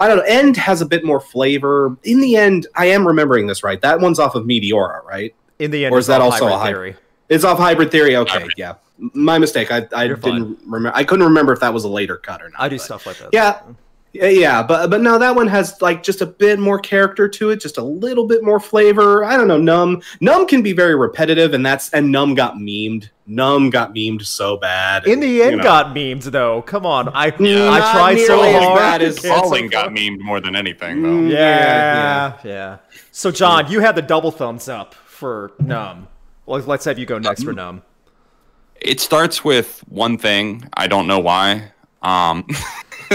Speaker 2: I don't know. End has a bit more flavor. In the end, I am remembering this right. That one's off of Meteora, right?
Speaker 5: In the end,
Speaker 2: Or
Speaker 5: it's
Speaker 2: is that
Speaker 5: all
Speaker 2: also a
Speaker 5: hybrid
Speaker 2: hybrid?
Speaker 5: theory.
Speaker 2: It's off hybrid theory. Okay, yeah, M- my mistake. I, I
Speaker 5: You're
Speaker 2: didn't
Speaker 5: fine.
Speaker 2: remember. I couldn't remember if that was a later cut or not.
Speaker 5: I do
Speaker 2: but-
Speaker 5: stuff like that.
Speaker 2: Yeah. Yeah, yeah, but but no, that one has like just a bit more character to it, just a little bit more flavor. I don't know. Numb, numb can be very repetitive, and that's and numb got memed. Numb got memed so bad.
Speaker 5: In the
Speaker 2: you
Speaker 5: end, [laughs]
Speaker 2: know.
Speaker 5: got memes though. Come on, I I
Speaker 2: Not
Speaker 5: tried so
Speaker 2: nearly as
Speaker 5: hard.
Speaker 2: bad as
Speaker 5: Cancel.
Speaker 1: Falling got memed more than anything, though.
Speaker 5: [laughs]
Speaker 2: Mm.
Speaker 5: Yeah,
Speaker 2: Yeah,
Speaker 5: yeah, So John, you had the double thumbs up for numb. Well, let's have you go next for numb.
Speaker 1: It starts with one thing. I don't know why. Um, [laughs]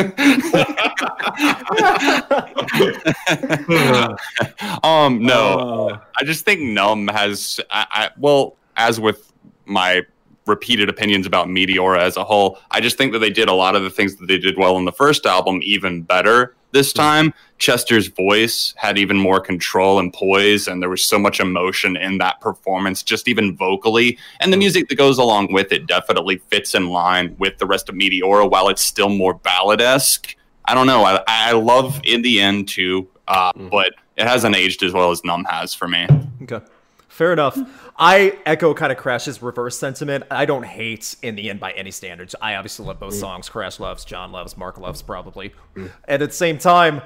Speaker 1: um, no,
Speaker 2: Uh,
Speaker 4: [laughs]
Speaker 1: I just think numb has. I, I, well, as with my repeated opinions about Meteora as a whole, I just think that they did a lot of the things that they did well in the first album even better this time. Chester's voice had even more control and poise, and there was so much emotion in that performance, just even vocally. And the music that goes along with it definitely fits in line with the rest of Meteora while it's still more ballad esque. I don't know. I, I love in the end too, uh, but it hasn't aged as well as Numb has for me.
Speaker 5: Okay. Fair enough. I echo kind of Crash's reverse sentiment. I don't hate in the end by any standards. I obviously love both songs. Crash loves, John loves, Mark loves, probably. And at the same time,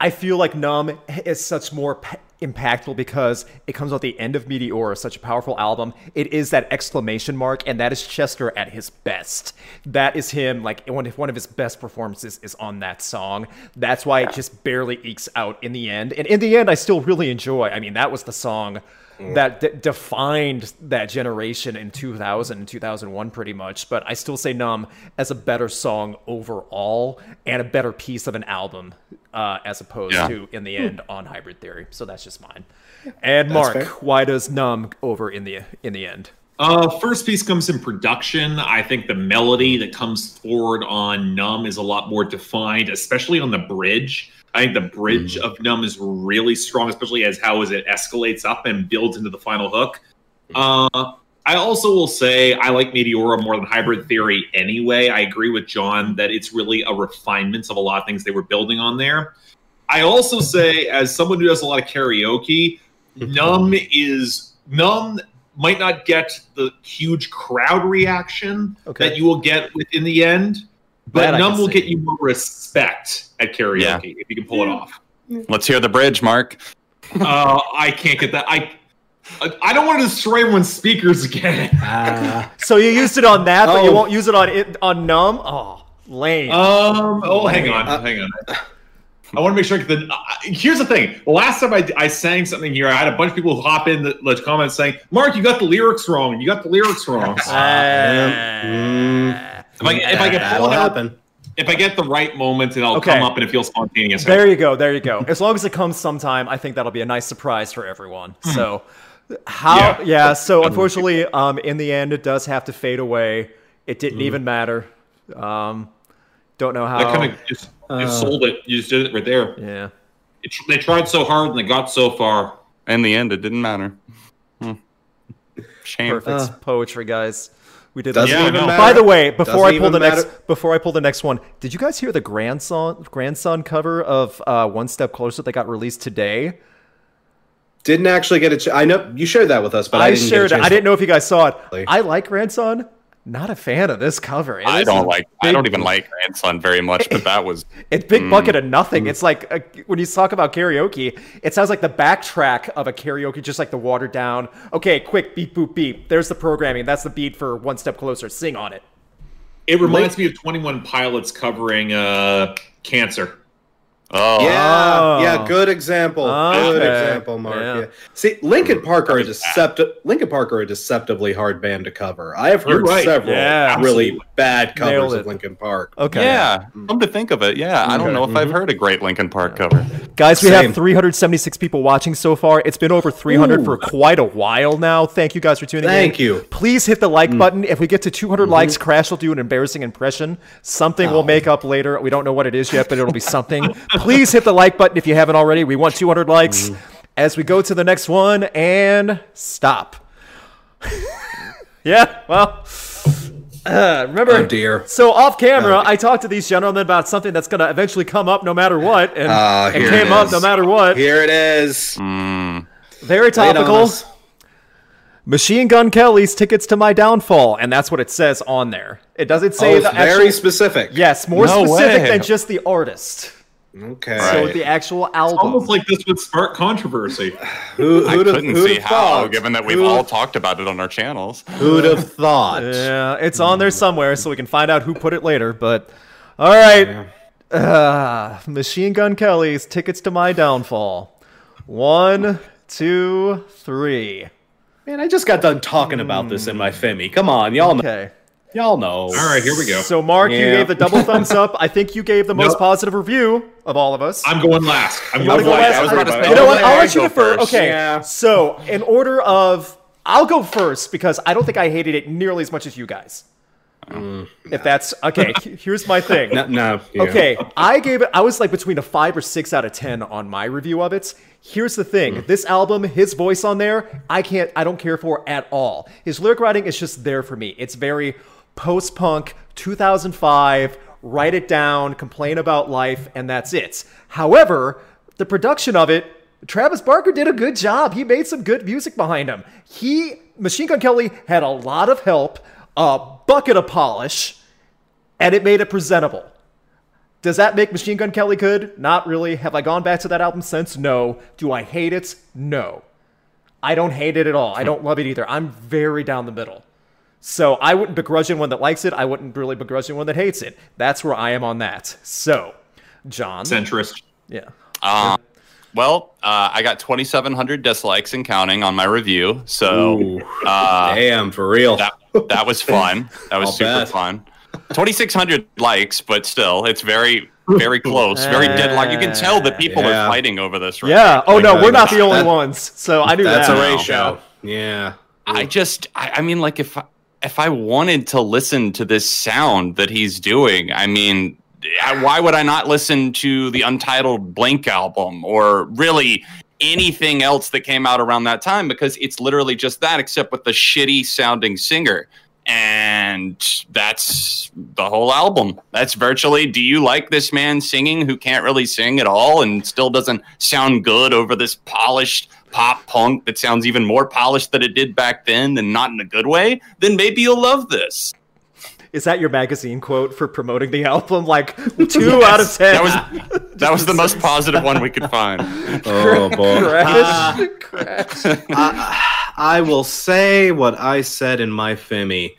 Speaker 5: I feel like Numb is such more p- impactful because it comes out the end of Meteora, such a powerful album. It is that exclamation mark, and that is Chester at his best. That is him, like one one of his best performances is on that song. That's why it just barely ekes out in the end. And in the end, I still really enjoy. I mean, that was the song
Speaker 2: Mm.
Speaker 5: that d- defined that generation in 2000 and 2001 pretty much but i still say numb as a better song overall and a better piece of an album uh, as opposed
Speaker 1: Yeah.
Speaker 5: to in the
Speaker 2: Hmm.
Speaker 5: end on hybrid theory so that's just mine and mark
Speaker 2: fair.
Speaker 5: why does numb over in the in the end
Speaker 4: Uh, first piece comes in production. I think the melody that comes forward on Numb is a lot more defined, especially on the bridge. I think the bridge
Speaker 5: Mm.
Speaker 4: of Numb is really strong, especially as how as it escalates up and builds into the final hook. Uh, I also will say I like Meteora more than Hybrid Theory anyway. I agree with John that it's really a refinement of a lot of things they were building on there. I also say, as someone who does a lot of karaoke, Numb is Numb might not get the huge crowd reaction
Speaker 5: Okay.
Speaker 4: that you will get with in the end, but
Speaker 5: That I
Speaker 4: Numb
Speaker 5: can
Speaker 4: will
Speaker 5: see.
Speaker 4: get you more respect at karaoke
Speaker 1: Yeah.
Speaker 4: if you can pull it off.
Speaker 1: Let's hear the bridge, Mark.
Speaker 4: Uh, I can't get that. I I- I don't want to destroy everyone's speakers again.
Speaker 5: so you used it on that but you
Speaker 2: Oh.
Speaker 5: won't use it on it on numb oh lame
Speaker 4: Um. Oh, hang on, hang on. I want to make sure. The, uh, here's the thing. The last time I, I sang something here, I had a bunch of people hop in the, the comments saying, "Mark, you got the lyrics wrong. You got the
Speaker 2: [laughs]
Speaker 4: lyrics wrong."
Speaker 5: Ah.
Speaker 2: Mm.
Speaker 4: if I if I get
Speaker 2: that'll
Speaker 4: pulled out,
Speaker 2: happen.
Speaker 4: if I get the right moment, it'll
Speaker 5: Okay.
Speaker 4: come up and it feels spontaneous.
Speaker 5: There you go. There you go. As long as it comes sometime, I think that'll be a nice surprise for everyone.
Speaker 2: Hmm.
Speaker 5: So, how? Yeah.
Speaker 4: Yeah.
Speaker 5: so, unfortunately, um, in the end, it does have to fade away. It didn't
Speaker 2: Hmm.
Speaker 5: even matter. Um, don't know
Speaker 4: that
Speaker 5: how.
Speaker 4: kind of just, just sold it. You just did it right there.
Speaker 5: yeah.
Speaker 4: It, they tried so hard and they got so far.
Speaker 1: In the end, it didn't matter. Hmm. Shame.
Speaker 5: Perfect poetry, guys. We did.
Speaker 2: Doesn't
Speaker 5: that.
Speaker 2: even
Speaker 4: no.
Speaker 2: matter.
Speaker 5: By the way, before
Speaker 2: Doesn't
Speaker 5: I pull
Speaker 2: even
Speaker 5: the
Speaker 2: matter.
Speaker 5: next, before I pull the next one, did you guys hear the grandson grandson cover of uh, One Step Closer that got released today?
Speaker 2: didn't actually get a. Ch- I know you shared that with us, but I,
Speaker 5: I,
Speaker 2: didn't
Speaker 5: shared it.
Speaker 2: Get a chance
Speaker 5: I
Speaker 2: to-
Speaker 5: didn't know if you guys saw it.
Speaker 2: Really?
Speaker 5: I like Grandson. Not a fan of this cover. It
Speaker 1: I
Speaker 5: is
Speaker 1: don't
Speaker 5: a
Speaker 1: like. I
Speaker 5: big-
Speaker 1: don't even like grandson very much, but that [laughs] was
Speaker 5: It's big
Speaker 2: mm,
Speaker 5: bucket of nothing. It's like uh when you talk about karaoke, it sounds like the backtrack of a karaoke, just like the watered down. Okay, quick beep boop beep. There's the programming. That's the beat for one step closer. Sing on it.
Speaker 4: It reminds me of Twenty One Pilots covering uh, cancer.
Speaker 1: Oh,
Speaker 2: Yeah,
Speaker 5: Oh.
Speaker 2: yeah, good example. Good
Speaker 5: Okay.
Speaker 2: example, Mark.
Speaker 5: Yeah.
Speaker 2: Yeah. See, Linkin Park are a deceptive Linkin Park are a deceptively hard band to cover. I have
Speaker 4: You're
Speaker 2: heard
Speaker 4: right.
Speaker 2: several
Speaker 5: Yeah,
Speaker 2: really bad covers
Speaker 5: Nailed
Speaker 2: of
Speaker 5: it. Oh,
Speaker 2: Linkin Park.
Speaker 5: Okay. Mm-hmm.
Speaker 1: yeah. Mm-hmm. Come to think of it, yeah, I don't
Speaker 2: Okay.
Speaker 1: know if I've heard a great Linkin Park cover.
Speaker 5: Guys, we
Speaker 2: Same.
Speaker 5: have 376 people watching so far. It's been over 300 for quite a while now. Thank you guys for tuning in.
Speaker 2: Thank you. Mm. Mm-hmm.
Speaker 5: Please hit the like button. If we get to 200 likes, Crash will do an embarrassing impression. Something
Speaker 2: Oh.
Speaker 5: we'll make up later. We don't know what it is yet, but it'll be something. [laughs] Please hit the like button if you haven't already. We want 200 likes
Speaker 2: Mm-hmm.
Speaker 5: as we go to the next one and stop. [laughs] yeah, well. uh, remember,
Speaker 2: Oh dear.
Speaker 5: so off camera,
Speaker 2: Uh,
Speaker 5: I talked to these gentlemen about something that's going to eventually come up no matter what, and
Speaker 2: Ah,
Speaker 5: it
Speaker 2: here
Speaker 5: came
Speaker 2: it
Speaker 5: up
Speaker 2: is.
Speaker 5: no matter what.
Speaker 2: Here it is.
Speaker 4: Mm.
Speaker 5: Very
Speaker 2: Wait on
Speaker 5: topical.
Speaker 2: us.
Speaker 5: Machine Gun Kelly's tickets to my downfall, and that's what it says on there. It doesn't say
Speaker 2: Oh, it's
Speaker 5: the
Speaker 2: very
Speaker 5: actual.
Speaker 2: specific.
Speaker 5: yes, more
Speaker 1: No
Speaker 5: specific
Speaker 1: way.
Speaker 5: than just the artist.
Speaker 2: Okay.
Speaker 5: So
Speaker 1: Right.
Speaker 5: the actual album.
Speaker 4: Almost like this would spark controversy.
Speaker 2: Who,
Speaker 1: I
Speaker 2: who'd have-
Speaker 1: couldn't
Speaker 2: who'd
Speaker 1: see
Speaker 2: have
Speaker 1: how,
Speaker 2: thought?
Speaker 1: given that we've
Speaker 2: Who'd-
Speaker 1: all talked about it on our [laughs] channels.
Speaker 2: Who'd have thought?
Speaker 5: yeah, it's on there somewhere, so we can find out who put it later. But all right, Ah, Machine Gun Kelly's tickets to my downfall. One, two, three.
Speaker 2: Man, I just got done talking about this in my Femi. Come on, y'all know.
Speaker 5: Mm. Okay.
Speaker 2: Y'all know.
Speaker 4: All right, here we go.
Speaker 5: So, Mark, you
Speaker 2: Yeah.
Speaker 5: gave the
Speaker 2: [laughs]
Speaker 5: double thumbs up. I think you gave the most
Speaker 4: Nope.
Speaker 5: positive review of all of us.
Speaker 4: I'm going last. I'm
Speaker 5: wanna
Speaker 4: going
Speaker 5: go
Speaker 4: last.
Speaker 5: last?
Speaker 4: I was about to
Speaker 1: I-
Speaker 4: say-
Speaker 5: you know what?
Speaker 2: Oh,
Speaker 5: I'll
Speaker 2: there
Speaker 5: let
Speaker 2: you
Speaker 5: you
Speaker 2: go
Speaker 5: defer.
Speaker 2: first.
Speaker 5: Okay.
Speaker 2: Yeah.
Speaker 5: So, in order of, I'll go first because I don't think I hated it nearly as much as you guys.
Speaker 4: Mm.
Speaker 5: if that's
Speaker 4: [laughs]
Speaker 5: okay, he- here's my thing.
Speaker 2: No, no, yeah.
Speaker 5: Okay, I gave it. I was like between a five or six out of ten on my review of it. Here's the thing: this album, his voice on there, I can't, I don't care for at all. His lyric writing is just there for me. It's very post-punk, 2005. Write it down, complain about life, and that's it. However, the production of it, Travis Barker did a good job. He made some good music behind him. He, Machine Gun Kelly, had a lot of help, a bucket of polish, and it made it presentable. Does that make Machine Gun Kelly good? Not really. Have I gone back to that album since? No. Do I hate it? No. I don't hate it at all. I don't love it either. I'm very down the middle. So I wouldn't begrudge anyone that likes it. I wouldn't really begrudge anyone that hates it. That's where I am on that. So, John.
Speaker 4: centrist.
Speaker 5: Yeah.
Speaker 1: Um, well, uh, I got 2,700 dislikes and counting on my review, so
Speaker 2: Ooh.
Speaker 1: uh,
Speaker 2: Oh. Damn, for real.
Speaker 1: that that was fun. That was
Speaker 2: [laughs] I'll
Speaker 1: super
Speaker 2: bet.
Speaker 1: fun. 2,600 likes, but still, it's very, very close, very deadlock. You can tell that people
Speaker 2: Yeah.
Speaker 1: are fighting over this. Right
Speaker 5: Yeah. Oh, no,
Speaker 2: Like,
Speaker 5: we're not the
Speaker 2: that-
Speaker 5: only
Speaker 2: that-
Speaker 5: ones. So I knew
Speaker 2: That's
Speaker 5: that.
Speaker 2: a
Speaker 1: Yeah.
Speaker 2: ratio. Yeah.
Speaker 1: I just, I, I mean, like if I- if I wanted to listen to this sound that he's doing, I mean, I, why would I not listen to the Untitled Blink album or really anything else that came out around that time? Because it's literally just that, except with the shitty sounding singer. And that's the whole album. That's virtually. Do you like this man singing who can't really sing at all and still doesn't sound good over this polished pop punk that sounds even more polished than it did back then and not in a good way? Then maybe you'll love this.
Speaker 5: Is that your magazine quote for promoting the [laughs] album?
Speaker 2: [laughs]
Speaker 5: Like two out of ten. [laughs]
Speaker 1: That was that was the most positive one we could find.
Speaker 2: Oh boy. [laughs]
Speaker 5: Crash. Crash.
Speaker 2: I will say what I said in my Femi.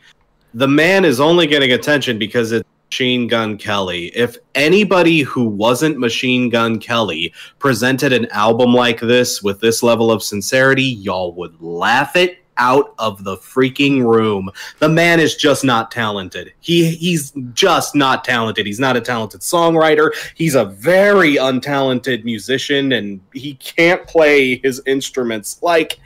Speaker 2: The man is only getting attention because it's Machine Gun Kelly. If anybody who wasn't Machine Gun Kelly presented an album like this with this level of sincerity, y'all would laugh it out of the freaking room. The man is just not talented. He he's just not talented. He's not a talented songwriter. He's a very untalented musician and he can't play his instruments like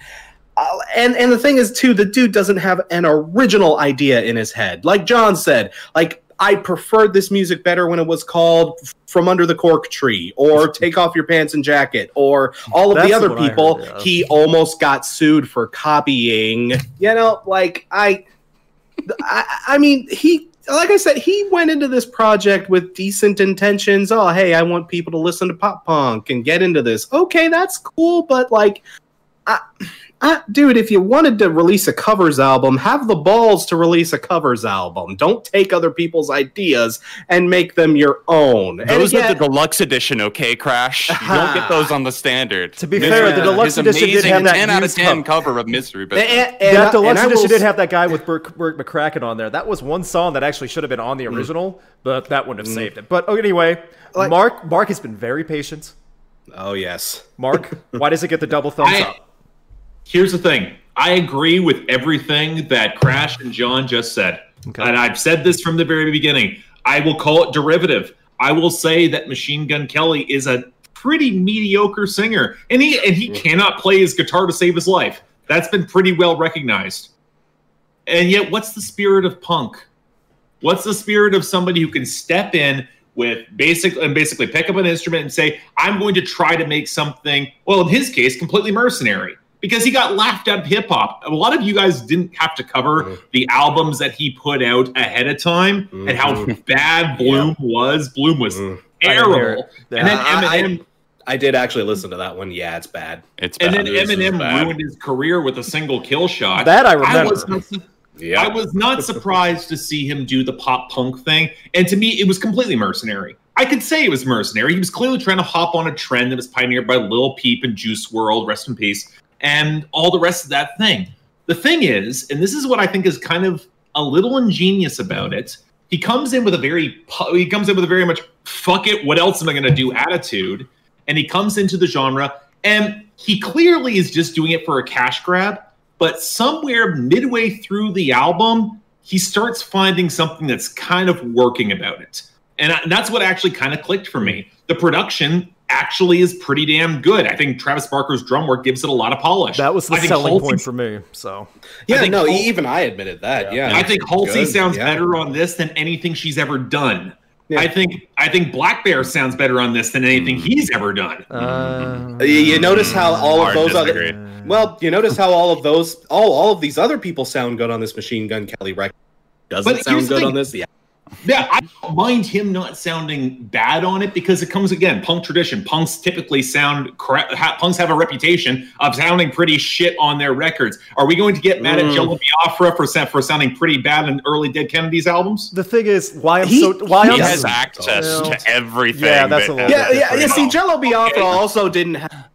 Speaker 2: uh, and and the thing is too the dude doesn't have an original idea in his head like john said like i preferred this music better when it was called from under the cork tree
Speaker 5: [laughs]
Speaker 2: or take off your pants and jacket or all of
Speaker 5: That's
Speaker 2: the other
Speaker 5: what I heard,
Speaker 2: people
Speaker 5: yeah.
Speaker 2: he almost got sued for copying you know like i i, I mean he like I said, he went into this project with decent intentions. Oh, hey, I want people to listen to pop punk and get into this. Okay, that's cool, but like, I, I, dude, if you wanted to release a covers album, have the balls to release a covers album. Don't take other people's ideas and make them your own. And
Speaker 1: Those are
Speaker 2: again-
Speaker 1: the deluxe edition, okay, Crash? You don't get those on the standard.
Speaker 5: To be fair, the
Speaker 1: Misery
Speaker 5: deluxe
Speaker 1: is
Speaker 5: edition did
Speaker 1: amazing
Speaker 5: have that
Speaker 1: 10 out of
Speaker 5: used
Speaker 1: 10 cover of Misery, but
Speaker 2: and, and,
Speaker 5: that deluxe
Speaker 2: and I will
Speaker 5: edition did
Speaker 2: s-
Speaker 5: have that guy with Burt, Burt McCracken on there. That was one song that actually should have been on the original, but that wouldn't have saved it. But oh, anyway,
Speaker 2: Like-
Speaker 5: Mark Mark has been very patient.
Speaker 2: Oh yes.
Speaker 5: [laughs] Mark, why does it get the double thumbs
Speaker 4: I-
Speaker 5: up?
Speaker 4: Here's the thing. I agree with everything that Crash and John just said.
Speaker 5: Okay.
Speaker 4: And I've said this from the very beginning. I will call it derivative. I will say that Machine Gun Kelly is a pretty mediocre singer. And he and he cannot play his guitar to save his life. That's been pretty well recognized. And yet what's the spirit of punk? What's the spirit of somebody who can step in with basic and basically pick up an instrument and say, I'm going to try to make something, well, in his case, completely mercenary. Because he got laughed out of hip hop. A lot of you guys didn't have to cover
Speaker 2: Mhm.
Speaker 4: the albums that he put out ahead of time and how bad Bloom was. Bloom was
Speaker 2: Mhm.
Speaker 5: I didn't hear
Speaker 4: terrible.
Speaker 5: it.
Speaker 4: And then
Speaker 2: Uh, I-
Speaker 4: Eminem,
Speaker 2: I did actually listen to that one. Yeah, it's bad.
Speaker 1: it's
Speaker 4: and
Speaker 1: bad.
Speaker 4: then
Speaker 2: this is
Speaker 4: Eminem
Speaker 2: bad.
Speaker 4: ruined his career with a single kill shot.
Speaker 5: That I
Speaker 4: I
Speaker 5: remember.
Speaker 4: was not su-
Speaker 2: Yeah.
Speaker 4: I was not surprised to see him do the pop punk thing. And to me, it was completely mercenary. I could say it was mercenary. He was clearly trying to hop on a trend that was pioneered by Lil Peep and Juice World, rest in peace, and all the rest of that thing. The thing is, and this is what I think is kind of a little ingenious about it. He comes in with a very pu- he comes in with a very much fuck it, what else am I going to do attitude, and he comes into the genre and he clearly is just doing it for a cash grab but somewhere midway through the album, he starts finding something that's kind of working about it. And I- that's what actually kind of clicked for me. The production actually is pretty damn good. I think Travis Barker's drum work gives it a lot of polish.
Speaker 5: That was the
Speaker 4: I think
Speaker 5: selling
Speaker 4: Halsey-
Speaker 5: point for me. So
Speaker 4: I
Speaker 2: yeah,
Speaker 4: think
Speaker 2: no,
Speaker 4: Hal-
Speaker 2: even I admitted that. Yeah.
Speaker 4: I think Halsey
Speaker 2: Good,
Speaker 4: sounds
Speaker 2: yeah.
Speaker 4: better on this than anything she's ever done.
Speaker 2: Yeah. Mm-hmm.
Speaker 4: I think I think Black Bear sounds better on this than anything he's ever done.
Speaker 5: uh,
Speaker 2: You- You notice how all of
Speaker 1: Hard
Speaker 2: those
Speaker 1: disagree.
Speaker 2: other well, you notice how all of those all all of these other people sound good on this Machine Gun Kelly record. Doesn't
Speaker 4: But here's
Speaker 2: sound
Speaker 4: the
Speaker 2: good
Speaker 4: thing.
Speaker 2: on this. Yeah.
Speaker 4: Yeah, I don't mind him not sounding bad on it because it comes again punk tradition. Punks typically sound correct. Ha, punks have a reputation of sounding pretty shit on their records. Are we going to get mad
Speaker 2: Mm.
Speaker 4: at Jello Biafra for sa- for sounding pretty bad in early Dead Kennedys albums?
Speaker 5: the thing is, why I'm
Speaker 2: He-
Speaker 5: so why
Speaker 1: he
Speaker 5: I'm
Speaker 1: has
Speaker 5: so-
Speaker 1: access
Speaker 5: Well,
Speaker 1: to everything.
Speaker 5: yeah, that's a little
Speaker 1: that-
Speaker 2: Yeah,
Speaker 5: bit
Speaker 2: yeah,
Speaker 5: different.
Speaker 2: yeah. See, Jello Biafra also didn't have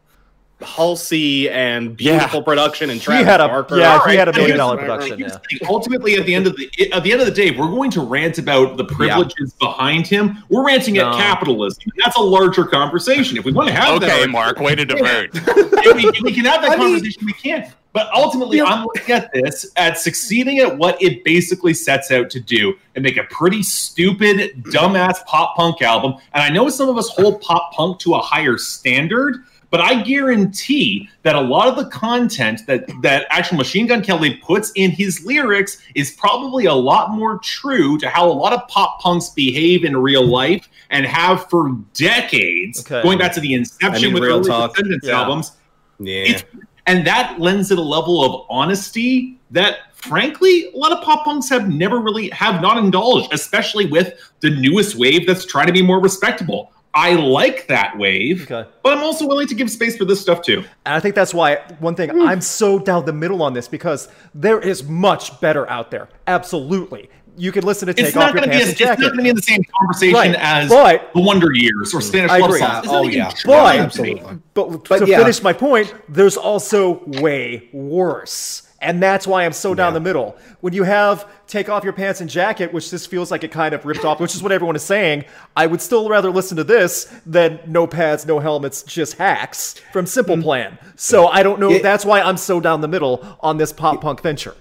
Speaker 2: Halsey and
Speaker 1: Yeah.
Speaker 2: beautiful production and
Speaker 5: he
Speaker 2: Travis
Speaker 5: had a
Speaker 2: Barker.
Speaker 5: yeah, he
Speaker 4: Alright,
Speaker 5: had a
Speaker 4: I
Speaker 5: million
Speaker 4: guess-
Speaker 5: dollar
Speaker 2: right,
Speaker 5: production.
Speaker 4: Here's
Speaker 5: Yeah.
Speaker 4: the thing. Ultimately, at the end of the at the end of the day, if we're going to rant about the privileges behind him. We're ranting
Speaker 5: No.
Speaker 4: at capitalism. That's a larger conversation. If we want to have that,
Speaker 1: Okay,
Speaker 4: argument,
Speaker 1: Mark, way to divert.
Speaker 4: if we, if we can have
Speaker 2: [laughs]
Speaker 4: that
Speaker 2: I mean-
Speaker 4: conversation, we can. But ultimately,
Speaker 2: Yeah.
Speaker 4: I'm looking at this at succeeding at what it basically sets out to do and make a pretty stupid, dumbass pop punk album. And I know some of us hold pop punk to a higher standard, but I guarantee that a lot of the content that that actual Machine Gun Kelly puts in his lyrics is probably a lot more true to how a lot of pop punks behave in real life and have for decades,
Speaker 5: Okay.
Speaker 4: going back to the inception
Speaker 2: I mean,
Speaker 4: with
Speaker 2: real
Speaker 4: early
Speaker 2: talk.
Speaker 4: Descendants
Speaker 5: Yeah.
Speaker 4: albums
Speaker 2: Yeah.
Speaker 4: it's, and that lends it a level of honesty that frankly a lot of pop punks have never really have not indulged especially with the newest wave that's trying to be more respectable i like that wave
Speaker 5: Okay.
Speaker 4: but i'm also willing to give space for this stuff too
Speaker 5: And I think that's why one thing I'm so down the middle on this because there is much better out there. Absolutely, you can listen to take
Speaker 4: it's
Speaker 5: off
Speaker 4: not
Speaker 5: your
Speaker 4: going to be
Speaker 5: pants
Speaker 4: as,
Speaker 5: and
Speaker 4: it's not
Speaker 5: jacket.
Speaker 4: going to be in the same conversation
Speaker 5: Right,
Speaker 4: as
Speaker 5: but-
Speaker 4: the wonder years or spanish
Speaker 5: I
Speaker 4: love
Speaker 5: agree.
Speaker 4: songs It's
Speaker 2: Oh,
Speaker 4: not even
Speaker 2: yeah.
Speaker 4: true.
Speaker 5: But,
Speaker 2: Absolutely.
Speaker 5: but,
Speaker 2: But
Speaker 5: to
Speaker 2: yeah.
Speaker 5: finish my point, there's also way worse. And that's why I'm so down the middle. When you have take off your pants and jacket, which this feels like it kind of ripped off, which is what everyone is saying, I would still rather listen to this than no pads, no helmets, just hacks from Simple Plan. So I don't know.
Speaker 2: Mm. Yeah.
Speaker 5: That's why I'm so down the middle on this pop punk venture.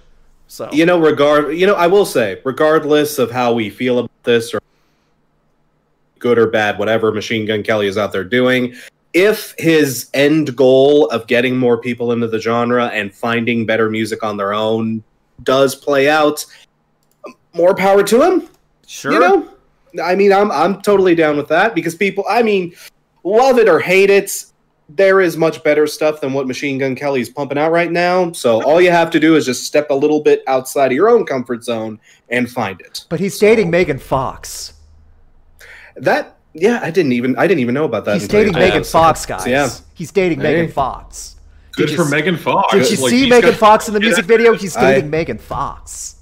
Speaker 5: So
Speaker 2: You know, regard. You know, I will say, regardless of how we feel about this, or good or bad, whatever Machine Gun Kelly is out there doing, if his end goal of getting more people into the genre and finding better music on their own does play out, more power to him.
Speaker 5: sure.
Speaker 2: You know, I mean, I'm I'm totally down with that because people, I mean, love it or hate it, there is much better stuff than what Machine Gun Kelly's pumping out right now. So all you have to do is just step a little bit outside of your own comfort zone and find it.
Speaker 5: but he's dating Megan Fox.
Speaker 2: That yeah, I didn't even I didn't even know about that.
Speaker 5: He's
Speaker 2: until you
Speaker 5: dating
Speaker 2: told
Speaker 5: Megan
Speaker 2: us.
Speaker 5: Fox, guys.
Speaker 2: Yeah.
Speaker 5: He's dating
Speaker 2: Hey.
Speaker 5: Megan Fox.
Speaker 4: Good
Speaker 5: Did
Speaker 4: for
Speaker 5: you-
Speaker 4: Megan Fox.
Speaker 5: Did you
Speaker 4: Like,
Speaker 5: see
Speaker 4: he's
Speaker 5: Megan
Speaker 4: got-
Speaker 5: Fox in the music video? He's
Speaker 2: I-
Speaker 5: dating Megan Fox.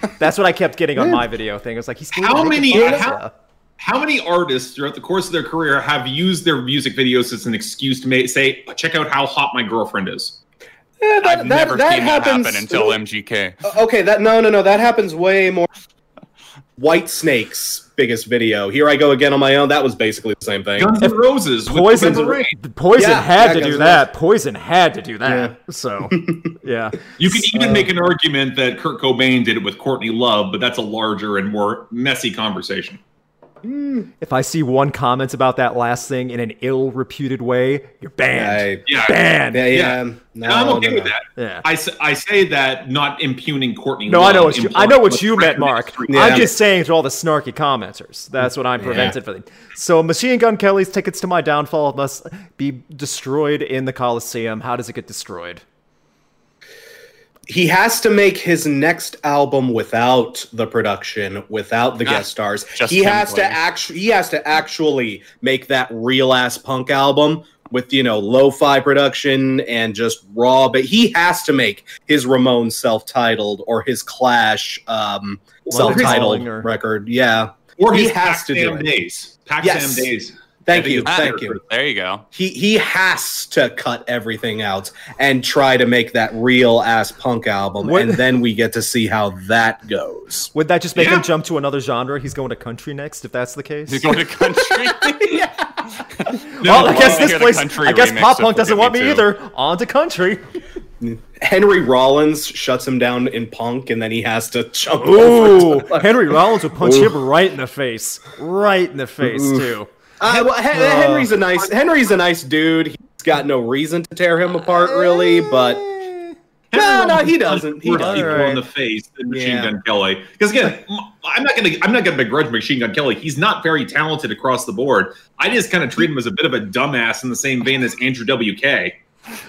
Speaker 5: [laughs] That's what I kept getting on my video thing. I was like, he's dating
Speaker 4: How
Speaker 5: Megan
Speaker 4: many-
Speaker 5: Fox
Speaker 4: how-
Speaker 5: now.
Speaker 4: How many artists throughout the course of their career have used their music videos as an excuse to ma- say, "Check out how hot my girlfriend is"?
Speaker 2: Yeah, that,
Speaker 1: I've
Speaker 2: that-
Speaker 1: never
Speaker 2: that
Speaker 1: seen
Speaker 2: happens uh,
Speaker 1: that happen until MGK.
Speaker 2: Okay, that no, no, no. That happens way more. White Snake's biggest video. Here I go again on my own. That was basically the same thing.
Speaker 4: Guns N' Roses with
Speaker 5: Poison,
Speaker 4: November Rain.
Speaker 5: the Poison
Speaker 2: Yeah,
Speaker 5: had
Speaker 2: yeah,
Speaker 5: to
Speaker 2: Guns
Speaker 5: do
Speaker 2: N'
Speaker 5: that. Poison had to do that. So, yeah.
Speaker 4: You can even make an argument that Kurt Cobain did it with Courtney Love, but that's a larger and more messy conversation.
Speaker 5: If I see one comment about that last thing in an ill-reputed way, you're banned.
Speaker 2: I-
Speaker 4: Yeah,
Speaker 5: Banned.
Speaker 2: yeah, Oh, yeah.
Speaker 4: Yeah.
Speaker 2: No,
Speaker 4: and I'm okay
Speaker 2: um, no,
Speaker 4: with
Speaker 2: no.
Speaker 4: that.
Speaker 5: Yeah.
Speaker 4: I, s- I say that not impugning Courtney.
Speaker 5: No, I
Speaker 4: Love,
Speaker 5: know what you. I
Speaker 4: implying
Speaker 5: know what
Speaker 4: with
Speaker 5: you meant,
Speaker 4: Brandon
Speaker 5: Mark.
Speaker 4: Street.
Speaker 5: I'm
Speaker 2: Yeah.
Speaker 5: just saying to all the snarky commenters. That's what I'm prevented from. So, Machine Gun Kelly's tickets to my downfall must be destroyed in the Coliseum. How does it get destroyed?
Speaker 2: He has to make his next album without the production, without the
Speaker 4: Ah,
Speaker 1: Not
Speaker 2: guest stars.
Speaker 1: just
Speaker 2: He
Speaker 1: him
Speaker 2: has to
Speaker 1: playing.
Speaker 2: actually he has to actually make that real ass punk album with you know lo-fi production and just raw but he has to make his Ramones self-titled or his Clash um self-titled
Speaker 5: Calling or-
Speaker 2: record. Yeah.
Speaker 4: Or
Speaker 2: He
Speaker 4: his
Speaker 2: has
Speaker 4: Pac
Speaker 2: to do
Speaker 4: Sam
Speaker 2: it.
Speaker 4: Days. Pac
Speaker 2: Yes.
Speaker 4: Sam Days.
Speaker 2: Thank
Speaker 4: I think
Speaker 2: you.
Speaker 4: it's
Speaker 2: Thank
Speaker 4: better
Speaker 2: you.
Speaker 1: There you go. [laughs]
Speaker 2: He he has to cut everything out and try to make that real ass punk album,
Speaker 5: What-
Speaker 2: and then we get to see how that goes.
Speaker 5: Would that just make
Speaker 4: Yeah.
Speaker 5: him jump to another genre? He's going to country next, if that's the case.
Speaker 1: He's going to country.
Speaker 2: [laughs]
Speaker 5: well, I
Speaker 1: I'd
Speaker 5: guess
Speaker 1: love to
Speaker 5: this
Speaker 1: hear the
Speaker 5: place.
Speaker 1: country
Speaker 5: I guess
Speaker 1: remix
Speaker 5: pop
Speaker 1: of
Speaker 5: punk doesn't
Speaker 1: Forgive
Speaker 5: want
Speaker 1: Me
Speaker 5: me
Speaker 1: Too.
Speaker 5: either. On to country.
Speaker 2: Henry Rollins shuts him down in punk, and then he has to jump.
Speaker 5: Ooh,
Speaker 2: over to-
Speaker 5: Henry Rollins would punch him right in the face, right in the face too.
Speaker 2: Uh, well, Hen- Henry's a nice Henry's a nice dude. He's got no reason to tear him apart, really. But no, no, he doesn't. He
Speaker 4: Worse people
Speaker 2: doesn't.
Speaker 5: Alright.
Speaker 4: in the face than Machine
Speaker 2: Yeah.
Speaker 4: Gun Kelly. Because again, m- I'm not gonna I'm not gonna begrudge Machine Gun Kelly. He's not very talented across the board. I just kind of treat him as a bit of a dumbass in the same vein as Andrew WK.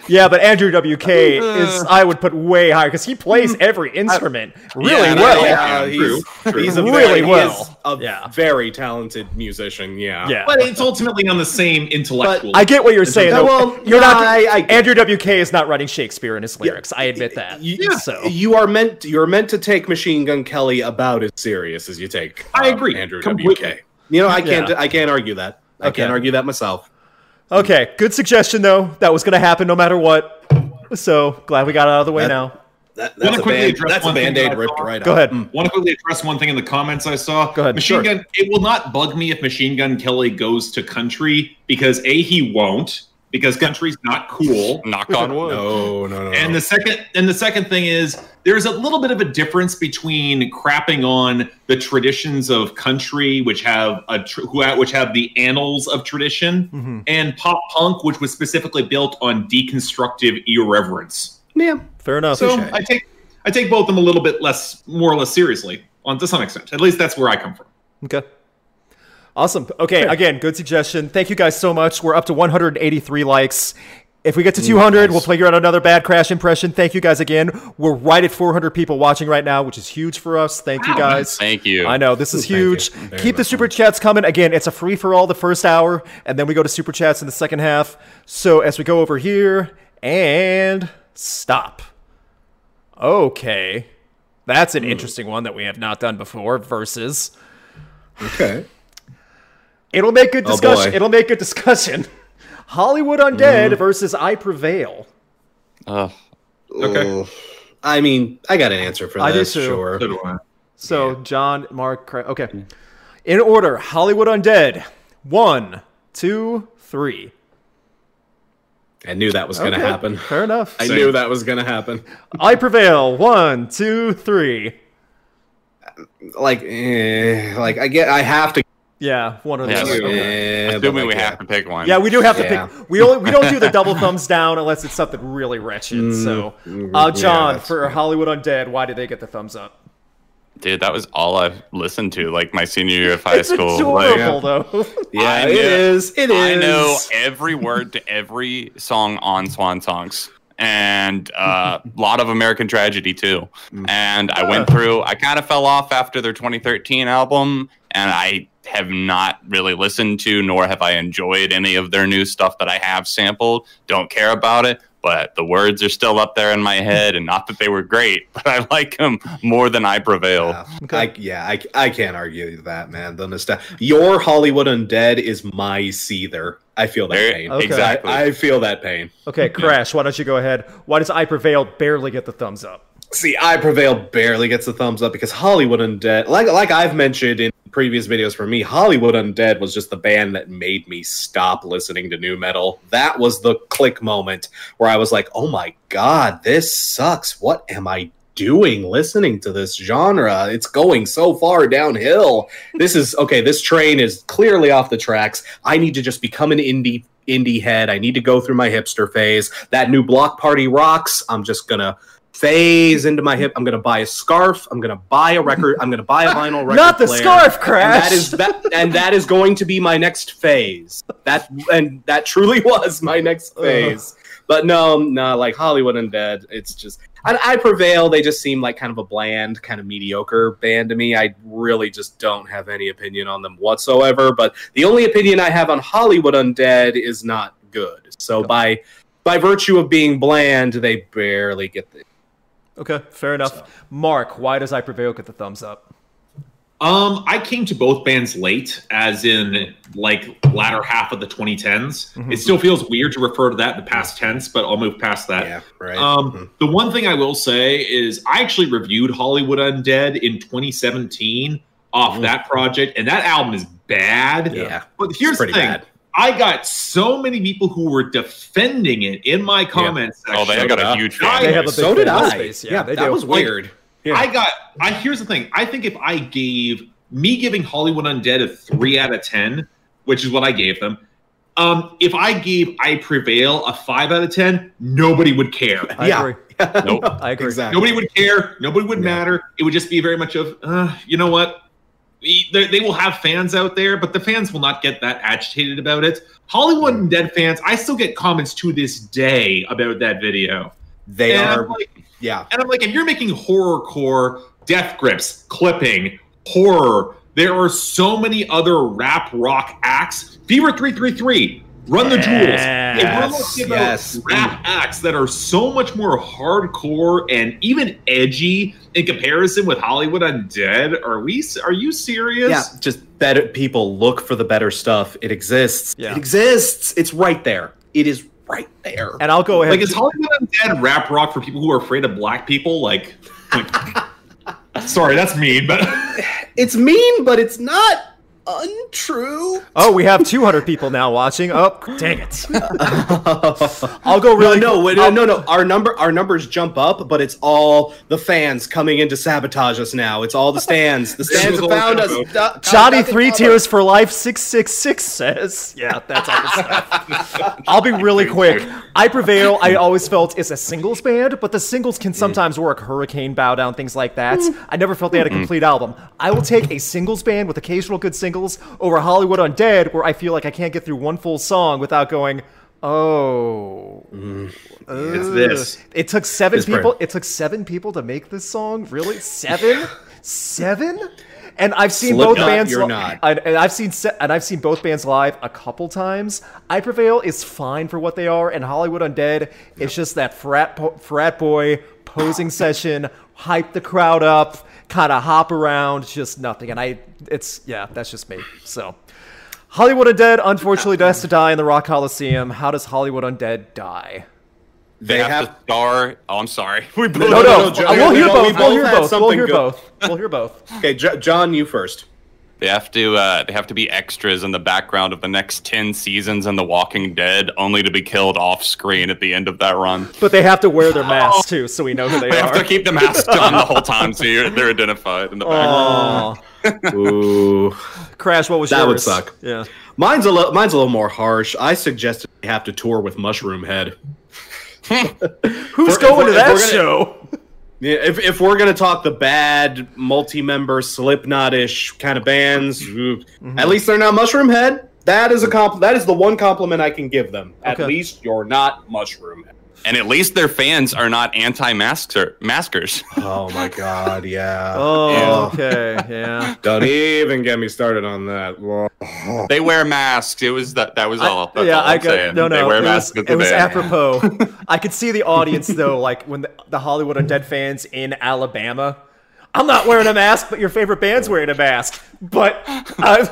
Speaker 5: Yeah, but Andrew WK is I would put way higher because he plays every instrument really
Speaker 2: Uh. Mm. Yeah, no,
Speaker 5: well. Yeah.
Speaker 2: yeah,
Speaker 4: True,
Speaker 2: he's,
Speaker 4: true.
Speaker 2: he's a
Speaker 5: Really
Speaker 2: very, he is
Speaker 5: well.
Speaker 2: a
Speaker 5: Yeah.
Speaker 2: very talented musician. Yeah,
Speaker 4: But it's ultimately on the same intellectual.
Speaker 5: I get what you're saying.
Speaker 2: Yeah,
Speaker 5: Though.
Speaker 2: well,
Speaker 5: you're
Speaker 2: nah,
Speaker 5: not.
Speaker 2: I- I get
Speaker 5: Andrew WK is not writing Shakespeare in his lyrics. I admit that.
Speaker 2: You,
Speaker 5: So
Speaker 2: you are meant you're meant to take Machine Gun Kelly about as serious as you take.
Speaker 4: I
Speaker 2: um,
Speaker 4: agree,
Speaker 2: Andrew
Speaker 4: completely.
Speaker 2: WK. You know, I can't
Speaker 5: Yeah.
Speaker 2: I can't argue that. I
Speaker 5: Okay.
Speaker 2: can't argue that myself.
Speaker 5: okay, good suggestion though. That was going to happen no matter what. So glad we got it out of the way
Speaker 2: That-
Speaker 5: now.
Speaker 2: That,
Speaker 4: Wanna
Speaker 2: that's a,
Speaker 4: quickly
Speaker 2: band,
Speaker 4: address
Speaker 2: that's a
Speaker 4: one thing
Speaker 2: band-aid
Speaker 4: that I
Speaker 2: ripped
Speaker 4: saw?
Speaker 2: right Mm.
Speaker 5: Go
Speaker 2: off.
Speaker 5: ahead.
Speaker 4: [laughs] want to quickly address one thing in the comments I saw.
Speaker 5: Go ahead,
Speaker 4: Machine
Speaker 5: sure.
Speaker 4: Gun. It will not bug me if Machine Gun Kelly goes to country because a he won't because country's not
Speaker 2: Mm-hmm.
Speaker 4: cool.
Speaker 1: Knock on wood.
Speaker 2: No, no, no.
Speaker 4: And
Speaker 2: no.
Speaker 4: the second and the second thing is there's a little bit of a difference between crapping on the traditions of country, which have a tr- who ha- which have the annals of tradition,
Speaker 5: Mhm.
Speaker 4: and pop punk, which was specifically built on deconstructive irreverence.
Speaker 2: yeah,
Speaker 5: Fair enough.
Speaker 4: So I take I take both of them a little bit less, more or less seriously, on to some extent. At least that's where I come from.
Speaker 5: Okay. Awesome. Okay, again, good suggestion. Thank you guys so much. We're up to 183 likes. If we get to 200, we'll figure out another bad crash impression. Thank you guys again. We're right at 400 people watching right now, which is huge for us. Thank you
Speaker 4: Wow,
Speaker 5: guys.
Speaker 1: Thank you.
Speaker 5: I know this is
Speaker 2: Thank you
Speaker 5: huge.
Speaker 2: very
Speaker 5: Keep the
Speaker 2: much.
Speaker 5: super chats coming. Again, it's a free for all the first hour, and then we go to super chats in the second half. So as we go over here and stop. Okay, that's an interesting one that we have not done before. Versus,
Speaker 2: okay.
Speaker 5: it'll make good
Speaker 2: Oh,
Speaker 5: discussion.
Speaker 2: boy. Mm-hmm.
Speaker 5: it'll make good discussion. [laughs] Hollywood Undead versus I Prevail.
Speaker 1: Ugh.
Speaker 4: Okay.
Speaker 2: Ooh. I mean, I got an answer for
Speaker 5: I do
Speaker 2: this.
Speaker 5: too.
Speaker 2: Sure.
Speaker 4: So do I.
Speaker 5: So John, Mark, Cra- okay. In order, Hollywood Undead. One, two, three.
Speaker 2: I knew that was going to
Speaker 5: Okay,
Speaker 2: happen. [laughs]
Speaker 5: Fair enough.
Speaker 2: I
Speaker 4: Same.
Speaker 2: knew that was going to happen.
Speaker 5: I prevail. One, two, three.
Speaker 2: Like, eh, like I get, I have to.
Speaker 5: Yeah, one or the
Speaker 1: Yeah,
Speaker 5: other.
Speaker 1: like-
Speaker 5: Okay.
Speaker 2: eh, but
Speaker 1: Assuming
Speaker 2: like,
Speaker 1: we
Speaker 2: yeah.
Speaker 1: have to pick one.
Speaker 5: Yeah, we do have to
Speaker 2: Yeah.
Speaker 5: pick. We only we don't do the double thumbs down unless it's something really wretched. So, uh, John,
Speaker 2: Mm, that's-
Speaker 5: for Hollywood Undead, why did they get the thumbs up?
Speaker 1: Dude, that was all I listened to like my senior year of high
Speaker 5: it's
Speaker 1: school. Like,
Speaker 5: adorable though.
Speaker 2: Yeah,
Speaker 1: I
Speaker 2: it
Speaker 1: knew-
Speaker 2: is. It is.
Speaker 1: I know every word to every song on Swan Songs and a lot of American Tragedy too. And I went through, I kind of fell off after their 2013 album, and I have not really listened to, nor have I enjoyed any of their new stuff that I have sampled. Don't care about it. but the words are still up there in my head, and not that they were great, [laughs] but I like them more than I prevail.
Speaker 2: Yeah, I, yeah, I, I can't argue that, man. The nostalgia. Your Hollywood Undead is my Seether. I feel that
Speaker 1: There-
Speaker 2: pain.
Speaker 5: Okay.
Speaker 1: Exactly.
Speaker 2: I, I feel that pain.
Speaker 5: Okay, Crash, why don't you go ahead? Why does I Prevail barely get the thumbs up?
Speaker 2: See, I Prevail barely gets a thumbs up because Hollywood Undead, like like I've mentioned in previous videos for me, Hollywood Undead was just the band that made me stop listening to new metal. That was the click moment where I was like, "Oh my god, this sucks. What am I doing listening to this genre? It's going so far downhill. This is okay, this train is clearly off the tracks. I need to just become an indie indie head. I need to go through my hipster phase. That new block party rocks. I'm just going to phase into my hip. I'm gonna buy a scarf. I'm gonna buy a record. I'm gonna buy a vinyl record.
Speaker 5: Not the
Speaker 2: player.
Speaker 5: scarf,
Speaker 2: And
Speaker 5: Crash.
Speaker 2: that is that, and that is going to be my next phase. That and that truly [laughs] was my next phase. But no, um, no, like Hollywood Undead, it's just I, I prevail. They just seem like kind of a bland, kind of mediocre band to me. I really just don't have any opinion on them whatsoever. But the only opinion I have on Hollywood Undead is not good. So by by virtue of being bland, they barely get the
Speaker 5: Okay, fair enough. Mark, why does I Prevail get the thumbs up?
Speaker 4: Um, I came to both bands late, as in like latter half of the 2010s.
Speaker 2: Mm-hmm.
Speaker 4: It still feels weird to refer to that in the past tense, but I'll move past
Speaker 5: Uh,
Speaker 4: that.
Speaker 2: Yeah, right.
Speaker 4: Um,
Speaker 2: Mhm.
Speaker 4: The one thing I will say is I actually reviewed Hollywood Undead in 2017 off that project, and that album is bad.
Speaker 2: Mm. Yeah.
Speaker 4: But here's the
Speaker 2: pretty
Speaker 4: thing.
Speaker 2: bad.
Speaker 4: I got so many people who were defending it in my comment
Speaker 1: Oh, they
Speaker 4: section.
Speaker 1: got a huge fan.
Speaker 4: They
Speaker 1: base.
Speaker 4: have
Speaker 5: a
Speaker 2: so
Speaker 5: big
Speaker 2: did
Speaker 5: fan
Speaker 2: I.
Speaker 5: space.
Speaker 2: Yeah,
Speaker 5: they
Speaker 2: that
Speaker 5: do.
Speaker 2: was
Speaker 4: Like-
Speaker 2: weird. [laughs]
Speaker 4: I got. I here's the thing. I think if I gave me giving Hollywood Undead a three out of ten, which is what I gave them. Um, if I gave I Prevail a five out of ten, nobody would care.
Speaker 5: I
Speaker 2: Yeah.
Speaker 5: agree.
Speaker 1: Nope.
Speaker 5: I agree.
Speaker 2: Exactly.
Speaker 4: Nobody would care. Nobody would matter. It would just be very much of, uh, you know what? We- They, they will have fans out there, but the fans will not get that agitated about it. Hollywood and Dead fans, I still get comments to this day about that video.
Speaker 2: They
Speaker 4: and
Speaker 2: are.
Speaker 4: I'm like,
Speaker 2: yeah.
Speaker 4: and I'm like, if you're making horrorcore, death grips, clipping, horror, there are so many other rap rock acts. Fever 333, Run the Jewels. If we're looking about
Speaker 2: yes.
Speaker 4: rap acts that are so much more hardcore and even edgy in comparison with Hollywood Undead, are we? Are you serious?
Speaker 2: Yeah. Just better people look for the better stuff. It exists.
Speaker 5: Yeah.
Speaker 2: It exists. It's right there. It is right there.
Speaker 5: And I'll go ahead.
Speaker 4: Like, is Hollywood Undead rap rock for people who are afraid of black people? Like, like
Speaker 2: [laughs]
Speaker 4: sorry, that's mean, but.
Speaker 2: It's mean, but it's not
Speaker 5: [laughs]
Speaker 2: untrue.
Speaker 5: oh, we have 200 people now watching. Oh, dang
Speaker 4: [laughs]
Speaker 5: it. I'll go
Speaker 2: No,
Speaker 5: really
Speaker 2: Uh, no, wait,
Speaker 5: I'll-
Speaker 2: no, no. Our number, our numbers jump up, but it's all the fans coming in to sabotage us now. It's all the stands. The stands
Speaker 4: was
Speaker 2: have
Speaker 4: all
Speaker 2: found us.
Speaker 4: about.
Speaker 5: Johnny Three Tears for Life 666 says. Yeah, that type of stuff. [laughs] I'll be really quick. I Prevail, I always felt, is a singles band, but the singles
Speaker 4: Mm.
Speaker 5: can sometimes work. Hurricane Bow Down, things like that. I never felt they
Speaker 4: Mm.
Speaker 5: had a complete album. I will take a singles band with occasional good singles over Hollywood Undead, where I feel like I can't get through one full song without going, oh.
Speaker 4: Mm. It's
Speaker 5: Ugh.
Speaker 4: this.
Speaker 5: It took seven
Speaker 2: It's burn.
Speaker 5: people. It took seven people to make this song. Really,
Speaker 4: [laughs]
Speaker 5: seven, seven. And I've seen both
Speaker 2: Slipknot,
Speaker 5: bands.
Speaker 2: you're
Speaker 5: li-
Speaker 2: not.
Speaker 5: I, and I've seen se- and I've seen both bands live a couple times. I Prevail is fine for what they are, and Hollywood Undead is just that frat po- frat boy posing session, hype the crowd up, kind of hop around, just nothing. And I, it's yeah, that's just me. So. Hollywood Undead unfortunately has to die in the Rock Coliseum. How does Hollywood Undead die?
Speaker 1: They, have, to star. Oh, I'm sorry. [laughs] We both
Speaker 5: No, no,
Speaker 2: no, Joe,
Speaker 5: we'll hear
Speaker 2: we
Speaker 5: both.
Speaker 2: both
Speaker 5: We'll hear
Speaker 2: had
Speaker 5: both. We'll
Speaker 2: something
Speaker 5: hear
Speaker 2: good.
Speaker 5: both. We'll hear both.
Speaker 2: Okay, Jo- John,
Speaker 5: [laughs]
Speaker 2: you first.
Speaker 1: They have to uh, they have to be extras in the background of the next ten seasons in The Walking Dead, only to be killed off screen at the end of that run.
Speaker 5: But they have to wear their masks too, so we know
Speaker 1: [laughs]
Speaker 5: who they,
Speaker 1: They
Speaker 5: are.
Speaker 1: have to keep the mask on the whole time, so you're, they're identified in the background.
Speaker 5: Aw.
Speaker 2: Ooh.
Speaker 5: Crash, what was
Speaker 2: That would
Speaker 5: yours?
Speaker 2: suck.
Speaker 5: Yeah.
Speaker 2: Mine's a little, mine's a little more harsh. I suggested we have to tour with Mushroom Head.
Speaker 5: Who's
Speaker 2: if
Speaker 5: going to
Speaker 2: we're- if
Speaker 5: that
Speaker 2: we're gonna-
Speaker 5: show?
Speaker 2: Yeah, if, if we're gonna talk the bad multi-member Slipknot-ish kind of bands, ooh, at least they're not Mushroom Head. That is a comp. That is the one compliment I can give them. At
Speaker 5: Okay.
Speaker 2: least you're not Mushroom Head.
Speaker 1: and at least their fans are not anti-masker maskers.
Speaker 2: Oh my god, yeah.
Speaker 5: Oh, okay, yeah.
Speaker 2: [laughs] Don't even get me started on that.
Speaker 1: They wear masks. It was that. That was all. That's
Speaker 5: yeah,
Speaker 1: all
Speaker 5: Oh. I
Speaker 1: I'm
Speaker 5: got
Speaker 1: saying.
Speaker 5: no, no.
Speaker 1: They wear
Speaker 5: it
Speaker 1: masks.
Speaker 5: was,
Speaker 1: at the
Speaker 5: it was
Speaker 1: band. [laughs]
Speaker 5: apropos. I could see the audience though, like when the, the Hollywood Undead fans in Alabama. I'm not wearing a mask, but your favorite band's wearing a mask. But, uh,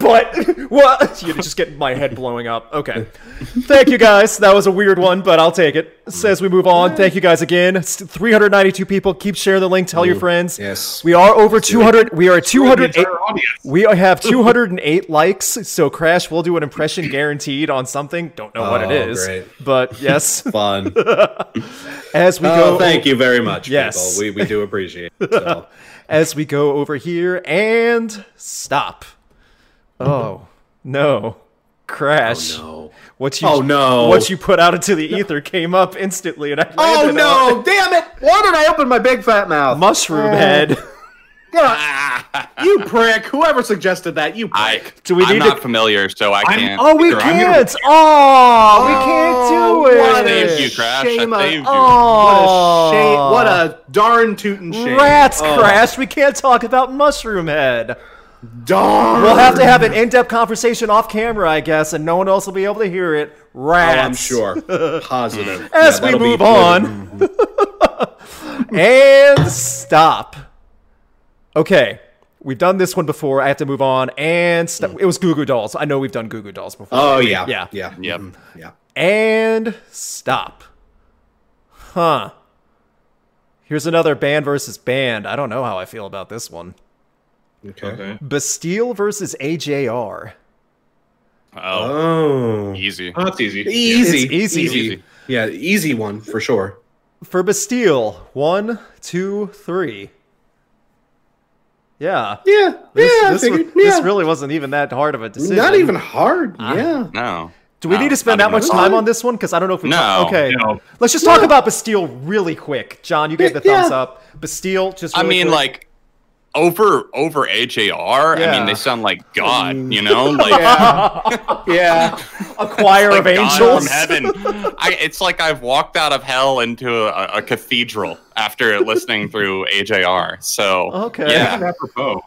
Speaker 5: but what? [laughs] You just get my head blowing up. Okay, thank you guys. That was a weird one, but I'll take it. Says we move on. Thank you guys again. It's 392 people. Keep sharing the link. Tell your friends.
Speaker 2: Yes.
Speaker 5: we are over 200. We are at
Speaker 4: The
Speaker 5: 208.
Speaker 4: entire audience.
Speaker 5: We
Speaker 2: [laughs]
Speaker 5: have 208 likes, so Crash will do an
Speaker 2: [clears throat]
Speaker 5: impression guaranteed on something. Don't know what it
Speaker 2: Oh,
Speaker 5: is,
Speaker 2: great. [laughs]
Speaker 5: but yes,
Speaker 2: Fun.
Speaker 5: as we
Speaker 2: Oh,
Speaker 5: go,
Speaker 2: thank you very much.
Speaker 5: Yes.
Speaker 2: people. we we do appreciate it. So.
Speaker 5: as we go over here and stop. Oh no, Crash!
Speaker 2: no.
Speaker 5: What you?
Speaker 2: Oh, no.
Speaker 5: What you put out into the ether came up instantly, and I
Speaker 2: [laughs] Oh
Speaker 5: landed on
Speaker 2: no! Damn it! Why did I open my big fat mouth? Oh,
Speaker 5: mushroom
Speaker 2: [laughs]
Speaker 5: head.
Speaker 2: you prick! Whoever suggested that, you prick.
Speaker 1: I.
Speaker 5: Do we
Speaker 1: I'm
Speaker 5: need
Speaker 1: not
Speaker 5: to-
Speaker 1: familiar, so I can't.
Speaker 5: Oh, we
Speaker 1: figure- I'm gonna-
Speaker 5: can't! Oh, we can't do it.
Speaker 2: What
Speaker 1: Saved
Speaker 2: a
Speaker 1: you, Crash. I
Speaker 2: shame on-
Speaker 1: saved you.
Speaker 5: Oh,
Speaker 2: What a shame! What a darn tootin' shame!
Speaker 5: Rats,
Speaker 2: Oh,
Speaker 5: Crash. We can't talk about Mushroom Head.
Speaker 2: Darn!
Speaker 5: We'll have to have an in-depth conversation off camera, I guess, and no one else will be able to hear it.
Speaker 2: Oh,
Speaker 5: Rats. [laughs]
Speaker 2: I'm sure. Positive.
Speaker 5: As
Speaker 2: Yeah,
Speaker 5: we
Speaker 2: that'll be
Speaker 5: move
Speaker 2: good.
Speaker 5: on,
Speaker 2: [laughs]
Speaker 5: and stop. Okay, we've done this one before. I have to move on, and stop. It was Goo Goo Dolls. I know we've done Goo Goo Dolls before.
Speaker 2: Oh yeah.
Speaker 5: Yeah.
Speaker 2: Yeah.
Speaker 1: Yep.
Speaker 2: Mhm. Yeah.
Speaker 5: And stop. Huh. Here's another band versus band. I don't know how I feel about this one.
Speaker 2: Okay.
Speaker 4: Okay.
Speaker 5: Bastille versus AJR.
Speaker 1: Oh,
Speaker 2: Oh.
Speaker 1: easy.
Speaker 4: Oh, that's easy.
Speaker 2: Easy.
Speaker 5: It's easy.
Speaker 1: Easy.
Speaker 2: Yeah, easy one for sure.
Speaker 5: For Bastille, one, two, three. Yeah.
Speaker 2: Yeah.
Speaker 5: This,
Speaker 2: yeah. I
Speaker 5: this,
Speaker 2: figured,
Speaker 5: was- this
Speaker 2: yeah.
Speaker 5: really wasn't even that hard of a decision.
Speaker 2: Not even hard. yeah.
Speaker 1: No.
Speaker 5: Do we
Speaker 1: No,
Speaker 5: need to spend
Speaker 1: I
Speaker 5: that
Speaker 1: don't
Speaker 5: much
Speaker 1: know.
Speaker 5: time on this one? Because I don't know if we.
Speaker 1: No,
Speaker 5: talk- okay.
Speaker 4: no.
Speaker 5: Let's just talk about Bastille really quick. John, you gave the
Speaker 2: Yeah.
Speaker 5: thumbs up. Bastille, just.
Speaker 1: I
Speaker 5: really
Speaker 1: mean,
Speaker 5: quick.
Speaker 1: like over over AJR. I
Speaker 5: Yeah.
Speaker 1: mean, they sound like God. You
Speaker 2: [laughs]
Speaker 1: know, like
Speaker 2: Yeah.
Speaker 5: a choir
Speaker 1: like
Speaker 5: of
Speaker 1: God
Speaker 5: angels.
Speaker 1: from
Speaker 2: [laughs]
Speaker 1: heaven. I, it's like I've walked out of hell into a, a cathedral after listening through AJR. So
Speaker 5: Okay.
Speaker 1: yeah.
Speaker 4: Apropos.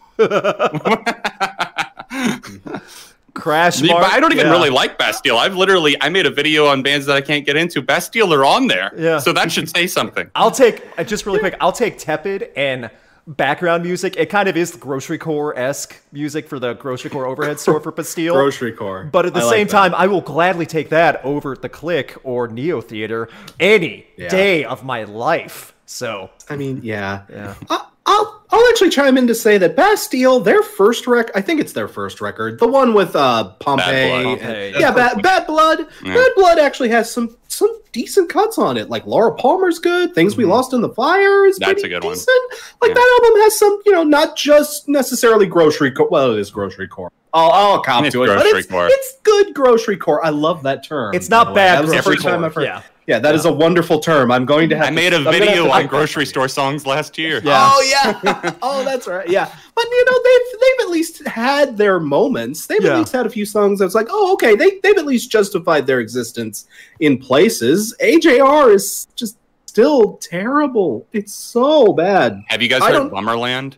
Speaker 5: Crash.
Speaker 1: Yeah,
Speaker 5: Mark.
Speaker 1: but I don't even
Speaker 5: yeah.
Speaker 1: really like Bastille. I've literally I made a video on bands that I can't get into. Bastille are on there,
Speaker 5: Yeah.
Speaker 1: So that should say something.
Speaker 5: I'll take uh, just really quick. I'll take tepid and background music. It kind of is grocery core esque music for the grocery core overhead store for Bastille.
Speaker 2: [laughs] Grocery core.
Speaker 5: But at the
Speaker 2: I like
Speaker 5: same
Speaker 2: that.
Speaker 5: time, I will gladly take that over the Click or Neo Theater any
Speaker 2: Yeah.
Speaker 5: day of my life. So
Speaker 2: I mean, yeah.
Speaker 5: Yeah.
Speaker 2: I, I'll I'll actually chime in to say that Bastille, their first rec, I think it's their first record, the one with uh Pompeii.
Speaker 1: Bad Blood.
Speaker 2: and-
Speaker 5: Pompeii.
Speaker 2: yeah, Bad, Bad Blood.
Speaker 1: Yeah.
Speaker 2: Bad Blood actually has some some decent cuts on it. Like Laura Palmer's good. Things We Lost in the Fire is
Speaker 1: Mm-hmm. That's
Speaker 2: pretty
Speaker 1: a good one.
Speaker 2: decent. Like
Speaker 1: Yeah.
Speaker 2: that album has some, you know, not just necessarily grocery. Co- well, it is grocery core. I'll, I'll cop
Speaker 1: It's
Speaker 2: to it. but
Speaker 1: grocery
Speaker 2: it's,
Speaker 1: core.
Speaker 2: it's good grocery core. I love that term.
Speaker 5: it's
Speaker 2: by the
Speaker 5: not
Speaker 2: way.
Speaker 5: bad.
Speaker 2: That was the
Speaker 1: grocery
Speaker 2: first time
Speaker 5: core,
Speaker 2: I've heard-
Speaker 5: Yeah.
Speaker 2: Yeah, that is a wonderful term. I'm going to have.
Speaker 1: I
Speaker 2: to-
Speaker 1: made
Speaker 2: I'm
Speaker 1: a
Speaker 2: gonna have
Speaker 1: video
Speaker 2: to
Speaker 1: on
Speaker 2: type that.
Speaker 1: grocery store songs last year.
Speaker 5: Yeah.
Speaker 2: Oh yeah. oh, that's right. Yeah. But you know, they've they've at least had their moments. They've
Speaker 5: Yeah.
Speaker 2: at least had a few songs that was like, oh, okay, they they've at least justified their existence in places. AJR is just still terrible. It's so bad.
Speaker 1: Have you guys
Speaker 2: I
Speaker 1: heard
Speaker 2: don't-
Speaker 1: Bummerland?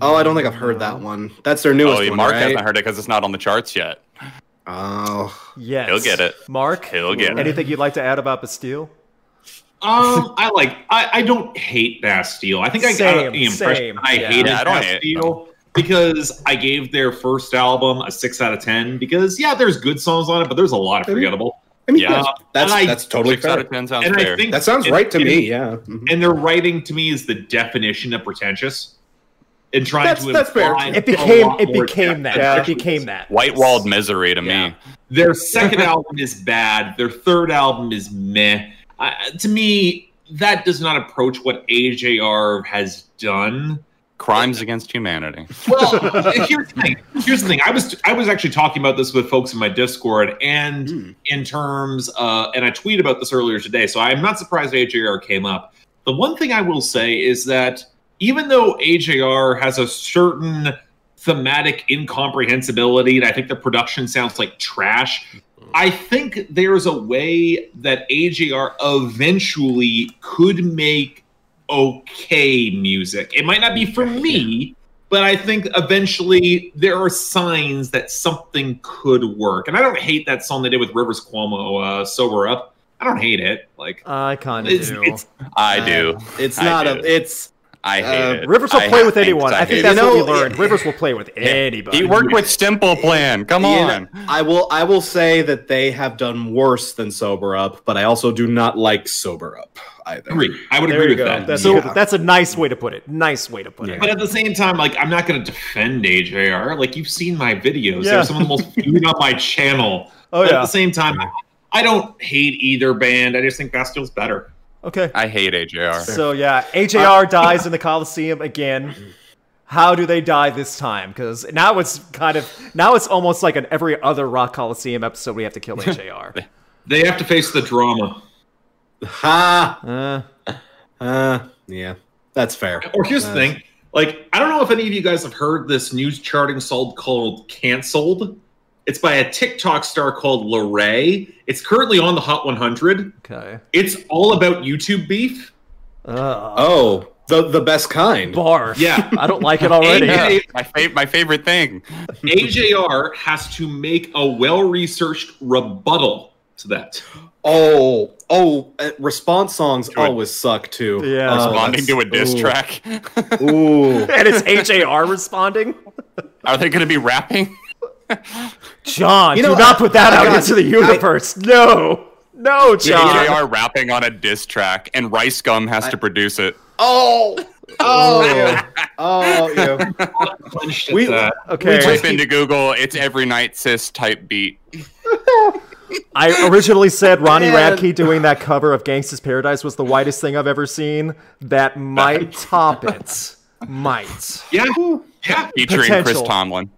Speaker 2: Oh, I don't think I've heard that one. That's their newest
Speaker 1: Oh,
Speaker 2: one.
Speaker 1: Mark
Speaker 2: right?
Speaker 1: hasn't heard it because it's not on the charts yet.
Speaker 2: Oh.
Speaker 5: Yes.
Speaker 1: He'll get it.
Speaker 5: Mark.
Speaker 1: He'll get it.
Speaker 5: Anything you'd like to add about Bastille?
Speaker 4: Um, I like. I, I don't hate Bastille. I think I
Speaker 5: Same,
Speaker 4: got the impression
Speaker 5: same,
Speaker 4: I
Speaker 5: yeah.
Speaker 4: hated
Speaker 1: Yeah, I don't hate it.
Speaker 4: Bastille because I gave their first album a six out of ten. Because yeah, there's good songs on it, but there's a lot of
Speaker 2: Really?
Speaker 4: forgettable.
Speaker 2: I mean,
Speaker 1: Yeah.
Speaker 2: yeah, that's
Speaker 4: And I-
Speaker 2: that's totally
Speaker 1: Six out
Speaker 2: fair.
Speaker 1: of ten sounds
Speaker 4: and
Speaker 1: fair.
Speaker 4: I think
Speaker 2: That sounds
Speaker 4: and-
Speaker 2: right to
Speaker 4: and-
Speaker 2: me. Yeah. Mhm.
Speaker 4: And their writing to me is the definition of pretentious. And trying
Speaker 2: That's-
Speaker 4: to
Speaker 2: that's fair.
Speaker 4: imply
Speaker 5: It
Speaker 4: a
Speaker 5: became.
Speaker 4: lot
Speaker 5: It
Speaker 4: more
Speaker 5: became
Speaker 4: depth
Speaker 5: that.
Speaker 4: than
Speaker 5: It
Speaker 4: actually
Speaker 5: became
Speaker 4: is.
Speaker 5: that.
Speaker 1: White walled misery to
Speaker 4: Yeah.
Speaker 1: me.
Speaker 4: Their second album is bad. Their third album is meh. I to me, that does not approach what AJR has done.
Speaker 1: Crimes against humanity.
Speaker 4: Well, here's the thing. Here's the thing. I was I was actually talking about this with folks in my Discord, and
Speaker 2: Mm.
Speaker 4: in terms, uh, and I tweeted about this earlier today. So I'm not surprised AJR came up. The one thing I will say is that even though AJR has a certain thematic incomprehensibility, and I think the production sounds like trash, I think there's a way that AJR eventually could make okay music. It might not be for me, but I think eventually there are signs that something could work. And I don't hate that song they did with Rivers Cuomo, uh, "Sober Up." I don't hate it. Like
Speaker 5: I kind of
Speaker 4: it's,
Speaker 5: do.
Speaker 4: it's
Speaker 1: I do.
Speaker 2: Uh, It's
Speaker 1: I
Speaker 2: not
Speaker 1: do.
Speaker 2: a. It's
Speaker 1: I hate
Speaker 2: uh,
Speaker 1: it.
Speaker 5: Rivers will
Speaker 1: I
Speaker 5: play
Speaker 1: have
Speaker 5: with
Speaker 1: things
Speaker 5: anyone. I think that's
Speaker 2: You
Speaker 5: what we
Speaker 2: know,
Speaker 5: learned. Rivers will play with anybody.
Speaker 1: He worked with Simple Plan. Come
Speaker 2: you
Speaker 1: on.
Speaker 2: know, I will. I will say that they have done worse than sober up, but I also do not like sober up either.
Speaker 4: agree. I would
Speaker 5: There
Speaker 4: agree
Speaker 5: you
Speaker 4: with
Speaker 5: go.
Speaker 4: that.
Speaker 5: That's,
Speaker 2: Yeah.
Speaker 5: a, that's a nice way to put it. Nice way to put
Speaker 4: But
Speaker 5: it.
Speaker 4: at the same time, like I'm not going to defend AJR. Like you've seen my videos;
Speaker 5: Yeah.
Speaker 4: they're some of
Speaker 5: [laughs]
Speaker 4: the most viewed on my channel.
Speaker 5: Oh
Speaker 4: but at
Speaker 5: yeah.
Speaker 4: the same time, I- I don't hate either band. I just think Bastille's better.
Speaker 5: Okay.
Speaker 1: I hate AJR.
Speaker 5: So yeah, AJR dies in the Coliseum again. How do they die this time? Because now it's kind of now it's almost like an every other Rock Coliseum episode we have to kill AJR.
Speaker 4: They have to face the drama.
Speaker 2: Ha.
Speaker 5: uh,
Speaker 2: Uh, yeah, that's fair.
Speaker 4: Or here's the
Speaker 2: That's-
Speaker 4: thing: like I don't know if any of you guys have heard this news charting salt called "Canceled." It's by a TikTok star called Lorray. It's currently on the Hot 100.
Speaker 5: okay.
Speaker 4: It's all about YouTube beef.
Speaker 5: Uh,
Speaker 2: Oh, the the best kind.
Speaker 5: barf.
Speaker 4: [laughs] Yeah.
Speaker 5: I don't like it already.
Speaker 4: Yeah.
Speaker 1: Yeah, my, fa- my favorite thing.
Speaker 4: [laughs] AJR has to make a well researched rebuttal to that.
Speaker 2: Oh, oh, uh, response songs
Speaker 1: Sure.
Speaker 2: always suck too.
Speaker 5: Yeah.
Speaker 2: Oh,
Speaker 1: Responding to a diss
Speaker 2: that's- ooh,
Speaker 1: track. [laughs]
Speaker 5: [laughs]
Speaker 2: Ooh,
Speaker 5: And it's AJR responding.
Speaker 1: Are they going to be rapping?
Speaker 5: John,
Speaker 2: You know,
Speaker 5: do not put that
Speaker 2: I- I
Speaker 5: out
Speaker 2: got-
Speaker 5: into the universe. no, no, John.
Speaker 1: AJR rapping on a diss track, and Rice Gum has to produce it.
Speaker 2: oh, oh, oh, yeah. We-
Speaker 4: Uh,
Speaker 5: Okay,
Speaker 1: Type into Google, it's every night sis type beat.
Speaker 5: I originally said Ronnie
Speaker 2: Man.
Speaker 5: Radke doing that cover of Gangsta's Paradise was the whitest thing I've ever seen. That might top it. Might.
Speaker 4: yeah. Yeah.
Speaker 1: Featuring Chris
Speaker 5: Potential.
Speaker 1: Tomlin.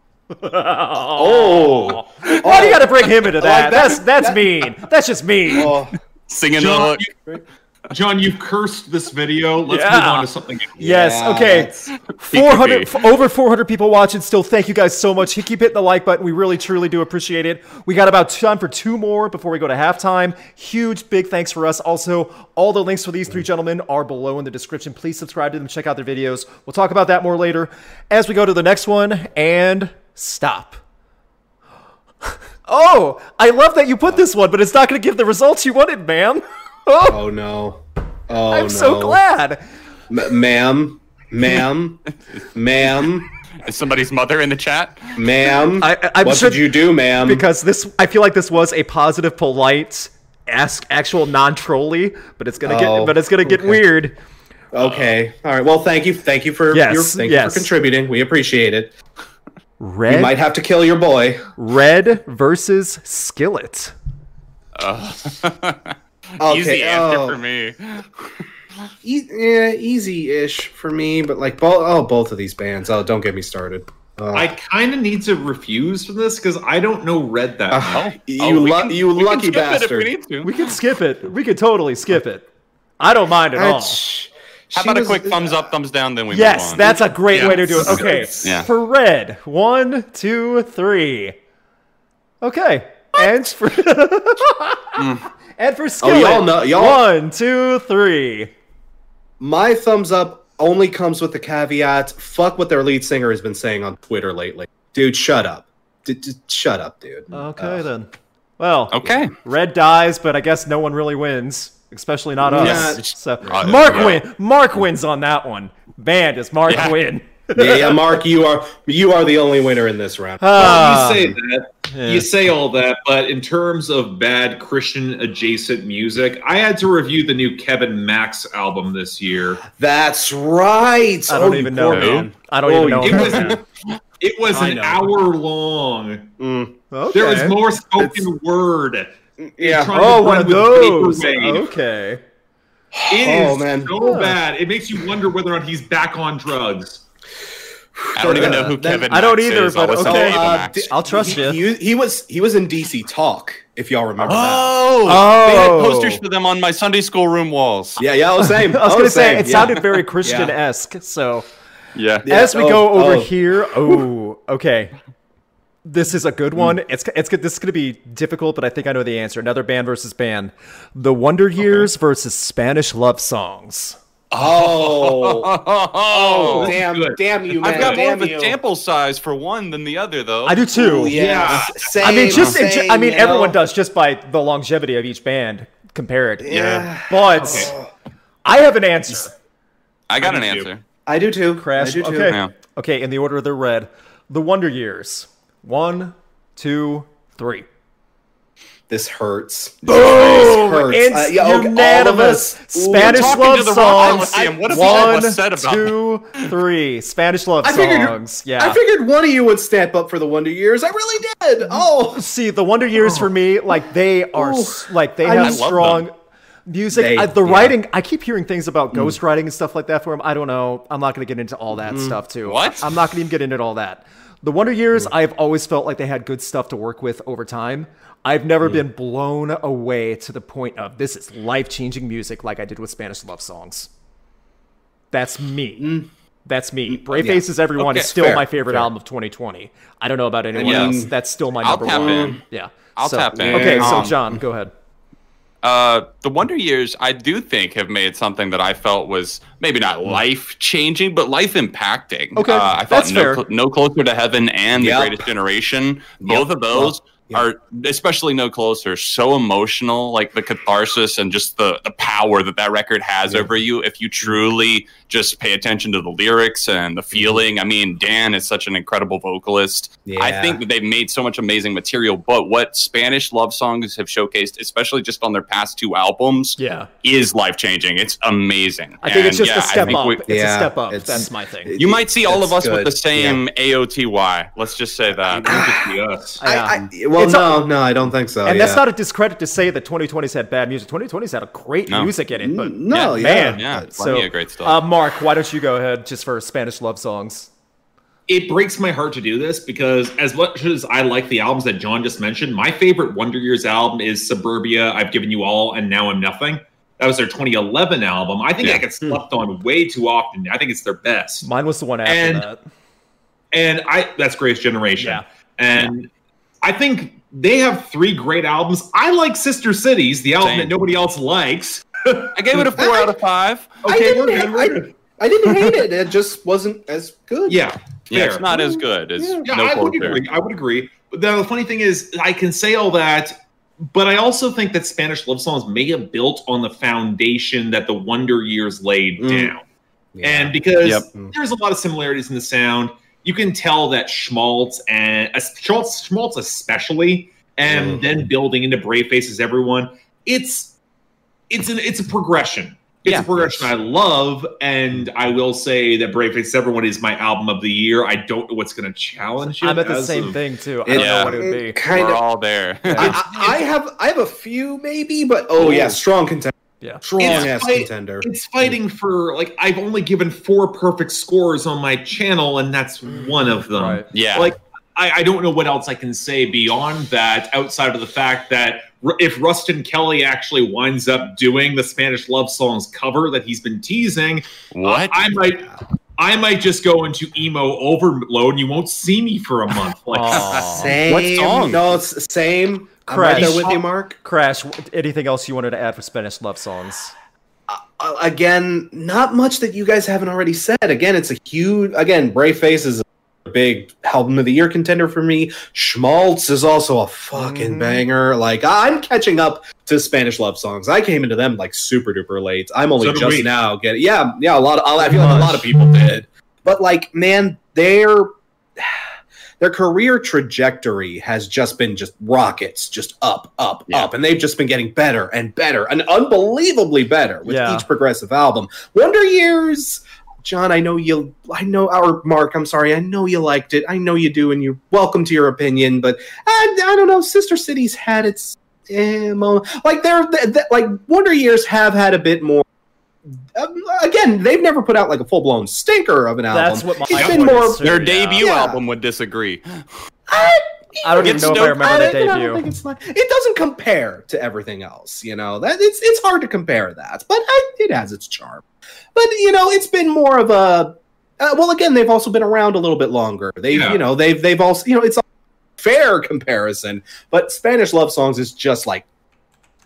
Speaker 2: oh,
Speaker 5: Why do you got to bring him into that?
Speaker 2: that.
Speaker 5: that's that's mean. That's just mean.
Speaker 2: oh.
Speaker 1: Singing the
Speaker 4: John,
Speaker 1: hook.
Speaker 4: you, John, you've cursed this video. Let's
Speaker 5: Yeah.
Speaker 4: move on to something else.
Speaker 5: Yes.
Speaker 2: Yeah,
Speaker 5: okay.
Speaker 2: that's-
Speaker 5: Four hundred,
Speaker 1: Peek-a-peek.
Speaker 5: over four hundred people watching. Still, thank you guys so much. Keep hitting the like button. We really, truly do appreciate it. We got about time for two more before we go to halftime. Huge, big thanks for us. Also, all the links for these three gentlemen are below in the description. Please subscribe to them. Check out their videos. We'll talk about that more later as we go to the next one. And stop. [laughs] Oh, I love that you put this one, but it's not going to give the results you wanted, ma'am. Oh,
Speaker 2: oh no, oh
Speaker 5: I'm
Speaker 2: no.
Speaker 5: so glad.
Speaker 2: M- ma'am, ma'am, ma'am,
Speaker 1: Is somebody's mother in the chat?
Speaker 2: ma'am.
Speaker 5: I- I- I'm
Speaker 2: what
Speaker 5: sure-
Speaker 2: did you do, ma'am?
Speaker 5: because this I feel like this was a positive, polite, ask actual non-trolly, but it's gonna get
Speaker 2: Oh,
Speaker 5: but it's gonna get
Speaker 2: okay.
Speaker 5: weird.
Speaker 2: okay, all right. Well, thank you, thank you for
Speaker 5: Yes,
Speaker 2: your, thank you
Speaker 5: yes.
Speaker 2: for contributing. We appreciate it. We
Speaker 5: Red
Speaker 2: might have to kill your boy.
Speaker 5: red versus skillet.
Speaker 2: Okay,
Speaker 1: Easy answer
Speaker 2: oh.
Speaker 1: for me.
Speaker 2: E- yeah, easy-ish for me, but like both oh both of these bands. Oh, don't get me started. Uh,
Speaker 4: I kind of need to refuse from this because I don't know Red that. much.
Speaker 1: Oh,
Speaker 2: you
Speaker 1: oh, we
Speaker 2: lu-
Speaker 1: can-
Speaker 2: you
Speaker 1: we can
Speaker 2: lucky
Speaker 1: skip it if
Speaker 2: bastard.
Speaker 1: we need to.
Speaker 5: We could skip it. We could totally skip it. I don't mind at all.
Speaker 2: That's-
Speaker 1: How
Speaker 2: she
Speaker 1: about a
Speaker 2: was- uh,
Speaker 1: quick thumbs up, thumbs down, then we move
Speaker 5: Yes,
Speaker 1: on.
Speaker 5: that's a great way to do it.
Speaker 1: Yes.
Speaker 5: Okay.
Speaker 1: Yeah.
Speaker 5: For red, one, two, three. Okay. And
Speaker 2: [laughs]
Speaker 5: for And for
Speaker 2: Oh,
Speaker 5: skillet.
Speaker 2: y'all know- y'all-
Speaker 5: One, two, three.
Speaker 2: My thumbs up only comes with the caveat. Fuck what their lead singer has been saying on Twitter lately, dude. Shut up, D- d- shut up, dude.
Speaker 5: Okay
Speaker 2: Uh,
Speaker 5: then. Well,
Speaker 1: [laughs] Okay.
Speaker 5: Red dies, but I guess no one really wins, especially not us.
Speaker 2: Yeah.
Speaker 5: So
Speaker 1: Uh,
Speaker 5: Mark
Speaker 1: yeah.
Speaker 5: win. Mark wins on that one. Man, does Mark
Speaker 1: Yeah.
Speaker 5: win?
Speaker 2: yeah, Uh, yeah, Mark, you are you are the only winner in this round.
Speaker 5: Ah,
Speaker 4: [laughs] Well, Oh, you say that,
Speaker 5: yeah.
Speaker 4: you say all that, but in terms of bad Christian adjacent music, I had to review the new Kevin Max album this year.
Speaker 2: That's right.
Speaker 5: I don't
Speaker 2: Oh, you
Speaker 5: even know.
Speaker 2: poor man.
Speaker 5: I don't
Speaker 2: Oh,
Speaker 5: even know.
Speaker 4: It
Speaker 5: him.
Speaker 4: was, [laughs] it was
Speaker 2: I
Speaker 4: an
Speaker 2: know.
Speaker 4: hour long.
Speaker 2: Mm,
Speaker 5: okay.
Speaker 4: There was more spoken word.
Speaker 2: yeah.
Speaker 4: Trying to
Speaker 5: Oh, one of
Speaker 4: blend with
Speaker 5: those.
Speaker 4: vaporwave.
Speaker 5: Okay.
Speaker 4: It is
Speaker 2: Oh, man.
Speaker 4: so
Speaker 5: Yeah.
Speaker 4: bad. It makes you wonder whether or not he's back on drugs.
Speaker 1: I don't even know who
Speaker 2: That-
Speaker 1: Kevin
Speaker 5: I don't
Speaker 1: Knox
Speaker 5: either,
Speaker 1: is. I'll
Speaker 5: but
Speaker 1: listen to
Speaker 5: okay.
Speaker 1: Ava
Speaker 2: uh,
Speaker 1: Max.
Speaker 2: d-
Speaker 5: I'll trust
Speaker 2: he,
Speaker 5: you.
Speaker 2: He, he was he was in DC Talk, if y'all remember. that.
Speaker 5: Oh.
Speaker 1: They had posters for them on my Sunday school room walls.
Speaker 2: Yeah, yeah, I was
Speaker 5: [laughs]
Speaker 2: saying.
Speaker 5: I was
Speaker 4: Oh,
Speaker 5: gonna say
Speaker 2: same,
Speaker 5: it
Speaker 2: yeah.
Speaker 5: sounded
Speaker 4: [laughs]
Speaker 5: very Christian-esque. So
Speaker 1: [laughs] Yeah.
Speaker 2: Yeah,
Speaker 5: as we
Speaker 2: oh,
Speaker 5: go over
Speaker 2: oh.
Speaker 5: here, oh, okay. This is a good one. It's it's good. This is going to be difficult, but I think I know the answer. Another band versus band, The Wonder Years versus Spanish Love Songs.
Speaker 2: Oh, oh, [laughs] damn,
Speaker 4: good.
Speaker 2: damn you, man.
Speaker 1: I've got more
Speaker 2: damn
Speaker 1: of a
Speaker 2: you.
Speaker 1: sample size for one than the other, though.
Speaker 5: I do too.
Speaker 2: Ooh, yeah. Same,
Speaker 5: I mean, just it ju-
Speaker 2: same,
Speaker 5: I mean,
Speaker 2: you
Speaker 5: everyone
Speaker 2: know?
Speaker 5: does just by the longevity of each band compared.
Speaker 1: Yeah.
Speaker 5: But I have an answer.
Speaker 1: I got
Speaker 4: I
Speaker 1: an
Speaker 4: do too.
Speaker 1: answer.
Speaker 2: I do too. I
Speaker 5: Crash.
Speaker 2: do too.
Speaker 5: Okay.
Speaker 1: Yeah.
Speaker 5: Okay. In the order they're read, The Wonder Years. One, two, three.
Speaker 2: This hurts.
Speaker 5: Boom!
Speaker 2: hurts.
Speaker 5: It's
Speaker 2: Uh, yeah, okay, all of
Speaker 5: unanimous.
Speaker 2: us. Ooh,
Speaker 5: Spanish
Speaker 1: talking
Speaker 5: love
Speaker 1: to the wrong
Speaker 5: songs.
Speaker 1: Coliseum. What have people
Speaker 5: One,
Speaker 1: said about
Speaker 5: two, three. Spanish love
Speaker 2: I figured-
Speaker 5: songs. Yeah. Mm-hmm.
Speaker 2: I figured one of you would step up for the Wonder Years. I really did.
Speaker 5: [laughs]
Speaker 2: Oh,
Speaker 5: See, the Wonder Years for me, like they are, s like they
Speaker 2: I
Speaker 5: have
Speaker 2: love
Speaker 1: them.
Speaker 5: strong music.
Speaker 2: They-
Speaker 5: I, the
Speaker 2: yeah.
Speaker 5: writing, I keep hearing things about ghostwriting and stuff like that for him. I don't know. I'm not going to get into all that stuff too.
Speaker 1: What?
Speaker 5: I'm not going to even get into all that. The Wonder Years, I've always felt like they had good stuff to work with over time. I've never been blown away to the point of this is life changing music like I did with Spanish love songs. That's me. That's me. Brave Faces Everyone
Speaker 1: Okay,
Speaker 5: is still
Speaker 2: fair,
Speaker 5: my favorite
Speaker 2: fair.
Speaker 5: album of 2020. I don't know about anyone
Speaker 1: Yeah.
Speaker 5: else. That's still my
Speaker 1: I'll
Speaker 5: number
Speaker 1: tap
Speaker 5: one.
Speaker 1: in.
Speaker 5: Yeah.
Speaker 1: I'll
Speaker 5: Um, so,
Speaker 1: tap in.
Speaker 5: Okay, so
Speaker 1: Um,
Speaker 5: John, go ahead.
Speaker 1: Uh, the Wonder Years, I do think, have made something that I felt was maybe not life changing, but life impacting.
Speaker 5: Okay,
Speaker 1: uh, I thought
Speaker 5: that's
Speaker 1: no,
Speaker 5: fair.
Speaker 1: Cl- no Closer to Heaven and
Speaker 2: Yep.
Speaker 1: The Greatest Generation, both of those are, especially No Closer, so emotional. Like the catharsis and just the, the power that that record has over you if you truly just pay attention to the lyrics and the
Speaker 5: Mm-hmm.
Speaker 1: feeling. I mean, Dan is such an incredible vocalist. I
Speaker 2: Yeah.
Speaker 1: think that they've made so much amazing material, but what Spanish love songs have showcased, especially just on their past two albums,
Speaker 5: Yeah.
Speaker 1: is life changing. It's amazing.
Speaker 5: I think it's
Speaker 1: And,
Speaker 5: just
Speaker 1: yeah,
Speaker 5: a
Speaker 1: I
Speaker 5: step
Speaker 1: think
Speaker 5: up.
Speaker 1: we-
Speaker 5: it's
Speaker 2: Yeah,
Speaker 5: a step up.
Speaker 2: it's-
Speaker 5: That's my thing.
Speaker 1: you might see all of us
Speaker 2: That's
Speaker 1: with the
Speaker 2: good.
Speaker 1: same AOTY. Let's just say that.
Speaker 4: Look at us.
Speaker 2: I,
Speaker 5: Yeah.
Speaker 2: I, well,
Speaker 5: It's a-
Speaker 2: no, no, I don't think so.
Speaker 5: and that's
Speaker 2: oh, yeah.
Speaker 5: not a discredit to say that 2020's had bad music. 2020's had a great
Speaker 1: No.
Speaker 5: music in it, but
Speaker 2: no, yeah,
Speaker 5: man,
Speaker 1: yeah, plenty
Speaker 5: so
Speaker 1: of great stuff.
Speaker 5: uh, Mark, why don't you go ahead just for Spanish love songs?
Speaker 4: it breaks my heart to do this because as much as I like the albums that John just mentioned, my favorite Wonder Years album is Suburbia, I've Given You All, and Now I'm Nothing. That was their 2011 album. I think
Speaker 1: Yeah.
Speaker 4: I get slept on way too often. I think it's their best.
Speaker 5: Mine was the one after
Speaker 4: And-
Speaker 5: that.
Speaker 4: And I that's Grace Generation.
Speaker 5: Yeah.
Speaker 4: And I think they have three great albums. I like Sister Cities, the album
Speaker 1: Same.
Speaker 4: that nobody else likes.
Speaker 5: uh,
Speaker 1: I gave it a four out of
Speaker 5: [laughs]
Speaker 1: five.
Speaker 2: I
Speaker 4: Okay,
Speaker 2: didn't,
Speaker 4: we're good. We're
Speaker 2: I-
Speaker 4: good.
Speaker 2: I didn't hate it. It just wasn't as good.
Speaker 4: Yeah.
Speaker 1: Yeah, it's
Speaker 4: fair.
Speaker 1: not as good as
Speaker 2: Yeah,
Speaker 4: Yeah,
Speaker 1: No
Speaker 4: I would
Speaker 1: Closer.
Speaker 4: agree. I would agree. But the funny thing is, I can say all that, but I also think that Spanish love songs may have built on the foundation that the Wonder Years laid
Speaker 2: Mm.
Speaker 4: down.
Speaker 2: Yeah.
Speaker 4: And because
Speaker 1: Yep.
Speaker 4: there's a lot of similarities in the sound, you can tell that Schmaltz and uh, Schmaltz, Schmaltz especially, and
Speaker 2: Mm.
Speaker 4: then building into Brave Faces, everyone. It's it's an it's a progression. It's
Speaker 1: Yeah.
Speaker 4: a progression I love, and I will say that Brave Faces, everyone is my album of the year. I don't know what's going to challenge it.
Speaker 5: I'm at the
Speaker 4: as
Speaker 5: same
Speaker 4: of-
Speaker 5: thing too. I don't
Speaker 1: Yeah.
Speaker 5: know what it would be.
Speaker 2: kind
Speaker 1: We're
Speaker 2: of.
Speaker 1: all there.
Speaker 5: [laughs] Yeah.
Speaker 2: I, I I have I have a few maybe, but oh yeah, strong contender,
Speaker 5: Yeah.
Speaker 2: strong
Speaker 4: It's
Speaker 2: ass
Speaker 4: quite-
Speaker 2: contender.
Speaker 4: It's fighting for like I've only given four perfect scores on my channel, and that's one of them.
Speaker 5: Right.
Speaker 1: [laughs] yeah.
Speaker 4: Like I, I don't know what else I can say beyond that, outside of the fact that r- if Rustin Kelly actually winds up doing the Spanish love songs cover that he's been teasing,
Speaker 1: what?
Speaker 4: I might. I might just go into emo overload and you won't see me for a month. Like,
Speaker 5: Aw.
Speaker 2: Same.
Speaker 1: What song?
Speaker 2: No, it's same. I'm
Speaker 5: Christ.
Speaker 2: right there with you, Mark.
Speaker 5: Crash, w- anything else you wanted to add for Spanish love songs?
Speaker 2: uh, again, not much that you guys haven't already said. Again, it's a huge. Again, Brave Face is a big album of the year contender for me. Schmaltz is also a fucking
Speaker 5: Mhm.
Speaker 2: banger. Like I'm catching up to Spanish love songs. I came into them like super duper late. I'm only
Speaker 4: So did
Speaker 2: just
Speaker 4: we.
Speaker 2: now getting. Yeah, yeah. A lot. Of, I feel like a lot of people did. But like, man, they're their career trajectory has just been just rockets, just up, up,
Speaker 1: Yeah.
Speaker 2: up, and they've just been getting better and better and unbelievably better with
Speaker 5: Yeah.
Speaker 2: each progressive album. Wonder Years, John, I know you, I know our Mark. I'm sorry, I know you liked it. I know you do, and you're welcome to your opinion. But I, I don't know. Sister Cities had its eh, moment. Like they're th- th- like Wonder Years have had a bit more. Um, again, they've never put out like a full blown stinker of an album.
Speaker 5: That's what my
Speaker 2: It's
Speaker 5: my
Speaker 2: been
Speaker 5: point
Speaker 2: more-
Speaker 5: is, too,
Speaker 1: Their
Speaker 5: yeah.
Speaker 1: debut
Speaker 2: Yeah.
Speaker 1: album would disagree.
Speaker 5: I don't even
Speaker 1: It's
Speaker 5: know if I
Speaker 1: dope.
Speaker 5: remember
Speaker 2: I
Speaker 5: their
Speaker 2: don't- I don't
Speaker 5: debut.
Speaker 2: think it's like- it doesn't compare to everything else, you know. That it's it's hard to compare that, but I, it has its charm. But you know, it's been more of a uh, well. Again, they've also been around a little bit longer. They,
Speaker 4: Yeah.
Speaker 2: have you know, they've they've also you know, it's fair comparison, but Spanish love songs is just like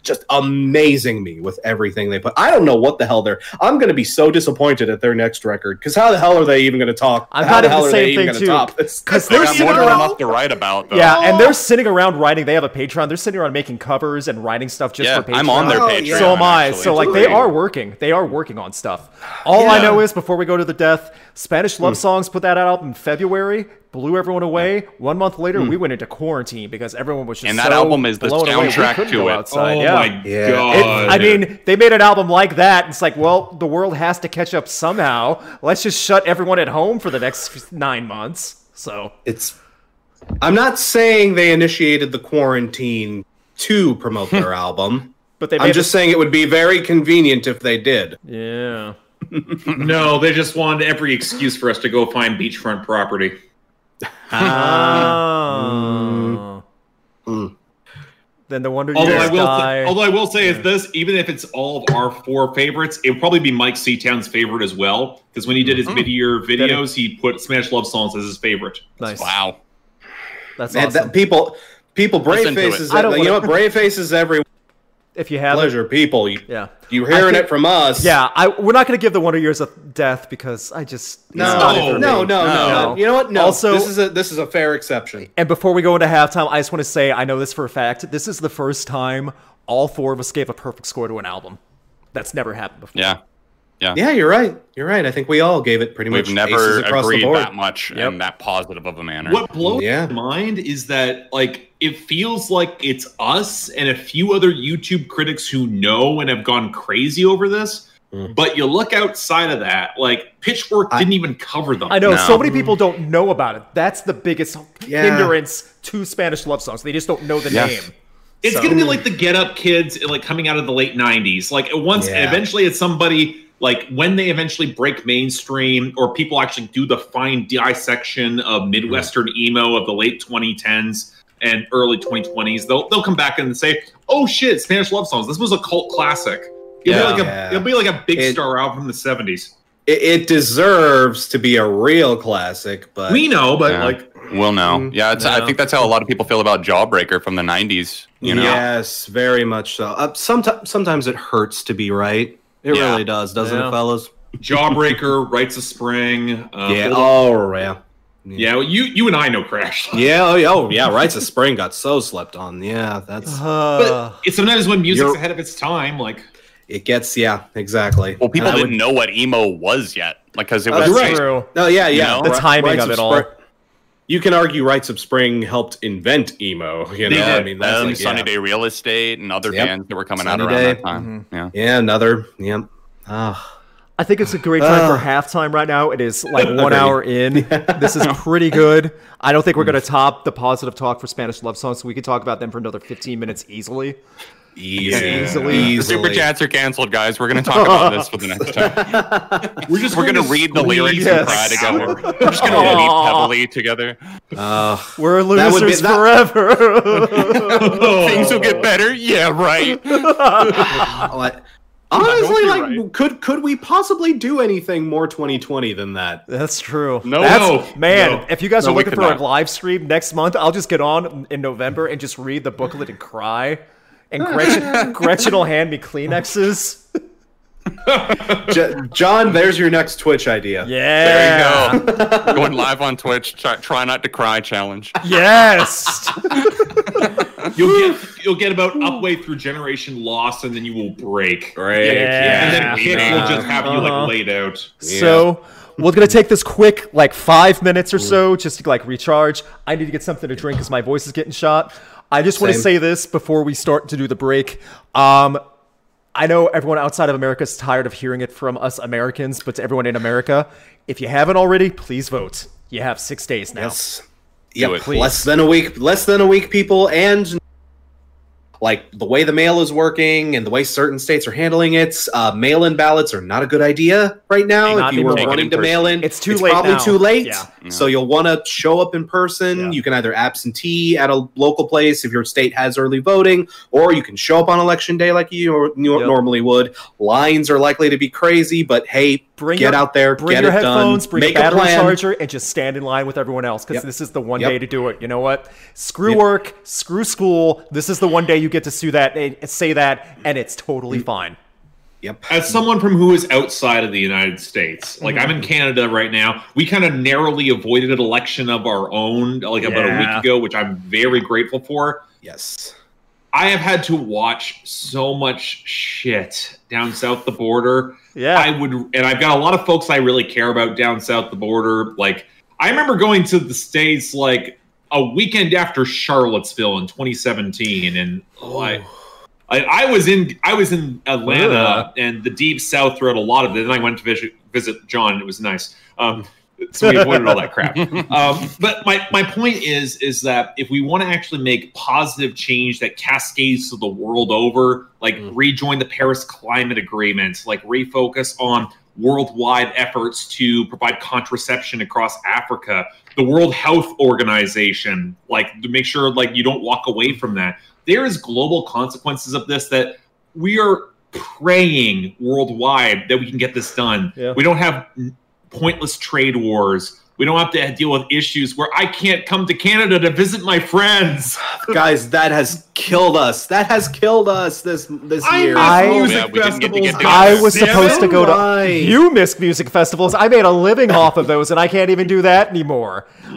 Speaker 2: just amazing me with everything they put. I don't know what the hell they're. I'm going to be so disappointed at their next record because how the hell are they even going to talk?
Speaker 5: I'm
Speaker 2: how
Speaker 5: kind
Speaker 2: the
Speaker 5: of the
Speaker 2: hell
Speaker 5: same thing,
Speaker 2: gonna
Speaker 5: too.
Speaker 2: this? [laughs]
Speaker 5: 'Cause
Speaker 1: They
Speaker 5: they're
Speaker 1: got
Speaker 5: sitting
Speaker 1: more than
Speaker 5: around-
Speaker 1: enough to write about, though.
Speaker 5: Yeah, and they're sitting around writing. They have a Patreon. They're sitting around making covers and writing stuff just
Speaker 1: Yeah,
Speaker 5: for Patreon.
Speaker 1: I'm on their
Speaker 2: Oh,
Speaker 1: Patreon.
Speaker 2: yeah.
Speaker 5: So am I.
Speaker 1: actually.
Speaker 5: So like they are working. They are working on stuff. All I
Speaker 1: Yeah.
Speaker 5: know is before we go to the death, Spanish
Speaker 1: Hmm.
Speaker 5: Love Songs put that out in February, blew everyone away. One month later, we went into quarantine because everyone was just
Speaker 1: Hmm. And that
Speaker 5: so
Speaker 1: album is the
Speaker 5: blown away. We
Speaker 1: soundtrack
Speaker 5: couldn't
Speaker 1: to
Speaker 5: go
Speaker 1: it.
Speaker 5: Outside.
Speaker 4: oh
Speaker 5: yeah.
Speaker 4: my
Speaker 2: Yeah.
Speaker 5: It-
Speaker 4: god!
Speaker 5: I mean, they made an album like that. And it's like, well, the world has to catch up somehow. Let's just shut everyone at home for the next nine months. So
Speaker 2: It's. I'm not saying they initiated the quarantine to
Speaker 5: [laughs]
Speaker 2: promote their album.
Speaker 5: But they
Speaker 2: I'm
Speaker 5: made
Speaker 2: just saying it would be very convenient if they did.
Speaker 5: yeah.
Speaker 4: [laughs] no, they just wanted every excuse for us to go find beachfront property.
Speaker 5: Ah.
Speaker 2: Mm.
Speaker 5: Then the Wonder
Speaker 4: Mm. Although
Speaker 5: Years
Speaker 4: I will,
Speaker 5: die.
Speaker 4: say, although I will say is this: even if it's all of our four favorites, it would probably be Mike Seatown's favorite as well. Because when he did his mid-year videos, he put Smash Love songs as his favorite.
Speaker 5: nice.
Speaker 1: Wow.
Speaker 5: That's
Speaker 2: Man,
Speaker 5: awesome.
Speaker 2: that people, people, brave
Speaker 1: Listen to it.
Speaker 2: faces.
Speaker 5: I don't
Speaker 2: you know
Speaker 5: wanna-
Speaker 2: what? Brave
Speaker 5: [laughs]
Speaker 2: faces every
Speaker 5: if you have it,
Speaker 2: pleasure. People, you,
Speaker 5: yeah,
Speaker 2: you're
Speaker 5: I
Speaker 2: hearing
Speaker 5: think-
Speaker 2: it from us.
Speaker 5: yeah. I we're not gonna give the Wonder Years a death because I just it's not it
Speaker 2: No,
Speaker 5: for
Speaker 2: no, no,
Speaker 5: me.
Speaker 2: no,
Speaker 1: No.
Speaker 2: no. You know what? No.
Speaker 5: Also-
Speaker 2: this is a this is a fair exception.
Speaker 5: And before we go into halftime, I just want to say I know this for a fact. This is the first time all four of us gave a perfect score to an album. That's never happened before.
Speaker 1: Yeah. Yeah.
Speaker 2: Yeah, you're right. You're right. I think we all gave it pretty
Speaker 1: We've
Speaker 2: much
Speaker 1: never
Speaker 2: aces across the
Speaker 1: agreed
Speaker 2: board.
Speaker 1: that much in that positive of a manner.
Speaker 4: What blows
Speaker 2: Yeah.
Speaker 4: my mind is that like it feels like it's us and a few other YouTube critics who know and have gone crazy over this.
Speaker 2: Mm.
Speaker 4: But you look outside of that, like Pitchfork
Speaker 2: I-
Speaker 4: didn't even cover them.
Speaker 5: I know
Speaker 1: No.
Speaker 5: so many people don't know about it. That's the biggest
Speaker 2: Yeah.
Speaker 5: hindrance to Spanish love songs. They just don't know the
Speaker 1: Yeah.
Speaker 5: name.
Speaker 4: It's
Speaker 5: So-
Speaker 4: gonna be like the Get Up Kids, like coming out of the late '90s. Like it once,
Speaker 2: Yeah.
Speaker 4: eventually, it's somebody like when they eventually break mainstream, or people actually do the fine dissection of
Speaker 2: Mm-hmm.
Speaker 4: midwestern emo of the late 2010s and early 2020s. They'll they'll come back and say, "Oh shit, Spanish love songs. This was a cult classic."
Speaker 1: Yeah.
Speaker 4: It'll be like a
Speaker 2: Yeah.
Speaker 4: it'll be like a big
Speaker 2: It-
Speaker 4: star out from the '70s.
Speaker 2: It, it deserves to be a real classic, but
Speaker 4: We know, but
Speaker 1: Yeah.
Speaker 4: like
Speaker 1: We'll know. Yeah, it's, I
Speaker 5: No.
Speaker 1: think that's how a lot of people feel about Jawbreaker from the '90s. You know,
Speaker 2: yes, very much so. Uh, sometimes sometimes it hurts to be right. It
Speaker 1: Yeah.
Speaker 2: really does, doesn't
Speaker 5: Yeah.
Speaker 2: it, fellas?
Speaker 4: Jawbreaker, [laughs] Rites of Spring. Uh,
Speaker 2: yeah.
Speaker 4: Bullet-
Speaker 2: Oh yeah.
Speaker 4: yeah. You you and I know Crash.
Speaker 2: Yeah. Oh yeah. Oh, yeah. Rites of Spring got so slept on. Yeah. That's
Speaker 5: Uh,
Speaker 4: But it's sometimes when music's
Speaker 2: You're-
Speaker 4: ahead of its time, like
Speaker 2: it. Gets yeah. Exactly.
Speaker 1: well, people
Speaker 2: And I
Speaker 1: didn't
Speaker 2: would-
Speaker 1: know what emo was yet, like because it
Speaker 2: Oh,
Speaker 1: was
Speaker 2: you're
Speaker 5: that's
Speaker 2: right.
Speaker 5: true.
Speaker 2: No. Yeah.
Speaker 1: you
Speaker 2: Yeah.
Speaker 1: know?
Speaker 5: The
Speaker 2: Ri-
Speaker 5: timing
Speaker 2: Rites
Speaker 5: of it
Speaker 2: Spring-
Speaker 5: all.
Speaker 2: You can argue Rites of Spring helped invent emo. You know.
Speaker 1: They
Speaker 2: I
Speaker 1: did.
Speaker 2: mean, that's
Speaker 1: them,
Speaker 2: like,
Speaker 1: Sunny
Speaker 2: yeah.
Speaker 1: Day Real Estate, and other
Speaker 2: Yep.
Speaker 1: bands that were coming
Speaker 2: Sunny
Speaker 1: out around
Speaker 2: Day.
Speaker 1: that time. Yeah,
Speaker 2: Yeah. Another. Yep. Ah.
Speaker 5: I think it's a great time
Speaker 2: Ah.
Speaker 5: for halftime right now. It is
Speaker 2: [laughs]
Speaker 5: like one
Speaker 2: Agreed.
Speaker 5: hour
Speaker 2: [laughs]
Speaker 5: in. This is pretty good. I don't think we're going
Speaker 2: Mm.
Speaker 5: to top the positive talk for Spanish love songs. So we could talk about them for another 15 minutes easily.
Speaker 2: Easily.
Speaker 5: Easily.
Speaker 1: the super chats are canceled, guys. We're gonna talk about this for the next time.
Speaker 4: we're just
Speaker 1: We're gonna read the lyrics and
Speaker 5: Yes.
Speaker 1: cry together. We're just gonna weep
Speaker 5: Aw.
Speaker 1: heavily together.
Speaker 2: Uh,
Speaker 5: We're
Speaker 2: That would be-
Speaker 5: losers
Speaker 2: that- [laughs]
Speaker 5: forever.
Speaker 1: Things will get better. Yeah, right.
Speaker 2: like, honestly,
Speaker 1: you're
Speaker 2: like,
Speaker 1: right.
Speaker 2: could could we possibly do anything more 2020 than that?
Speaker 5: That's true.
Speaker 1: No.
Speaker 5: That's,
Speaker 4: No.
Speaker 5: man.
Speaker 4: No.
Speaker 5: If you guys
Speaker 1: No,
Speaker 5: are
Speaker 1: we
Speaker 5: looking
Speaker 1: could
Speaker 5: for a
Speaker 1: not.
Speaker 5: live stream next month, I'll just get on in November and just read the booklet and cry. And
Speaker 2: [laughs]
Speaker 5: Gretchen, Gretchen will hand me Kleenexes.
Speaker 2: J- John, there's your next Twitch idea.
Speaker 5: Yeah.
Speaker 1: There you go. Going live on Twitch. Try, try not to cry challenge.
Speaker 5: Yes.
Speaker 2: [laughs]
Speaker 4: [laughs] You'll get you'll get about halfway through generation loss, and then you will break.
Speaker 2: Right.
Speaker 4: And
Speaker 5: Yeah.
Speaker 4: then Kit will just have you
Speaker 5: Uh-huh.
Speaker 4: like laid out.
Speaker 5: So we're gonna take this quick, like five minutes or so, just to like recharge. I need to get something to drink because my voice is getting shot. I just want to
Speaker 2: Same.
Speaker 5: say this before we start to do the break. Um, I know everyone outside of America is tired of hearing it from us Americans, but to everyone in America, if you haven't already, please vote. You have six days now.
Speaker 2: Yes. Yep.
Speaker 1: it.
Speaker 2: Less than a week. Less than a week, people, and like the way the mail is working and the way certain states are handling it. Uh, mail-in ballots are not a good idea right
Speaker 5: May
Speaker 2: now.
Speaker 5: not
Speaker 2: If you
Speaker 5: be
Speaker 2: were
Speaker 5: taken
Speaker 1: in
Speaker 2: wanting to
Speaker 1: person.
Speaker 2: mail in,
Speaker 5: It's too late.
Speaker 2: Probably
Speaker 5: now.
Speaker 2: too late.
Speaker 5: Yeah.
Speaker 2: So you'll want to show up in person.
Speaker 5: Yeah.
Speaker 2: You can either absentee at a local place if your state has early voting, or you can show up on election day like you nor- nor-
Speaker 5: Yep.
Speaker 2: normally would. Lines are likely to be crazy, but hey,
Speaker 5: Bring
Speaker 2: get
Speaker 5: your,
Speaker 2: out there,
Speaker 5: bring
Speaker 2: get
Speaker 5: your
Speaker 2: it
Speaker 5: headphones,
Speaker 2: done,
Speaker 5: bring
Speaker 2: make
Speaker 5: a battery
Speaker 2: plan.
Speaker 5: charger, and just stand in line with everyone else because
Speaker 2: Yep.
Speaker 5: this is the one
Speaker 2: Yep.
Speaker 5: day to do it. You know what? Screw
Speaker 2: Yep.
Speaker 5: work, screw school. This is the one day you get to sue that and say that, and it's totally
Speaker 2: Mm.
Speaker 5: fine.
Speaker 2: Yep.
Speaker 4: as someone from who is outside of the United States, like I'm in Canada right now, we kind of narrowly avoided an election of our own like about a
Speaker 5: Yeah.
Speaker 4: week ago, which I'm very grateful for.
Speaker 2: Yes.
Speaker 4: I have had to watch so much shit down south the border.
Speaker 5: Yeah.
Speaker 4: [laughs] I would, and I've got a lot of folks I really care about down south the border. Like, I remember going to the States like a weekend after Charlottesville in 2017, and
Speaker 5: Oh,
Speaker 4: like. I, I was in I was in Atlanta
Speaker 5: Ugh.
Speaker 4: and the deep south throughout a lot of it. Then I went to visit, visit John. And it was nice. Um, [laughs] so we avoided all that crap. Um, but my, my point is is that if we want to actually make positive change that cascades to the world over, like rejoin the Paris Climate Agreement, like refocus on worldwide efforts to provide contraception across Africa, the World Health Organization, like to make sure like you don't walk away from that. There is global consequences of this that we are praying worldwide that we can get this done.
Speaker 5: Yeah.
Speaker 4: We don't have pointless trade wars. We don't have to deal with issues where I can't come to Canada to visit my friends.
Speaker 2: Guys, that has killed us. That has killed us this this
Speaker 4: I
Speaker 2: year.
Speaker 4: miss
Speaker 5: I-
Speaker 4: music
Speaker 1: Yeah, we didn't get to
Speaker 4: festivals.
Speaker 1: get together.
Speaker 5: I was
Speaker 4: Damn it.
Speaker 5: supposed to go to.
Speaker 2: Right.
Speaker 5: You missed music festivals. I made a living off of those, and I can't even do that anymore. I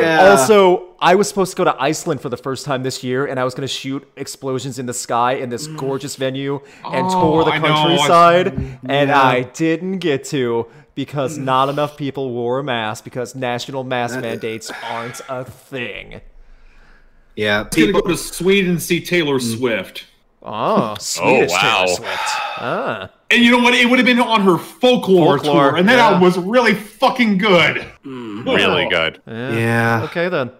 Speaker 2: Yeah.
Speaker 5: also I was supposed to go to Iceland for the first time this year, and I was going to shoot explosions in the sky in this
Speaker 2: Mm.
Speaker 5: gorgeous venue and
Speaker 4: Oh,
Speaker 5: tour the
Speaker 4: I know.
Speaker 5: countryside,
Speaker 2: Mm,
Speaker 5: and I didn't get to because not enough people wore a mask because national mask
Speaker 2: [laughs]
Speaker 5: mandates aren't a thing.
Speaker 2: yeah,
Speaker 4: I'm gonna
Speaker 2: people,
Speaker 4: go to Sweden and see Taylor
Speaker 5: Mm.
Speaker 4: Swift.
Speaker 5: Oh, Swedish
Speaker 1: wow.
Speaker 5: Taylor Swift. Ah.
Speaker 4: And you know what? It would have been on her folklore,
Speaker 5: Folklore,
Speaker 4: tour, and that
Speaker 5: yeah. Mm.
Speaker 4: album was really fucking good.
Speaker 1: really good.
Speaker 2: yeah.
Speaker 5: Okay then.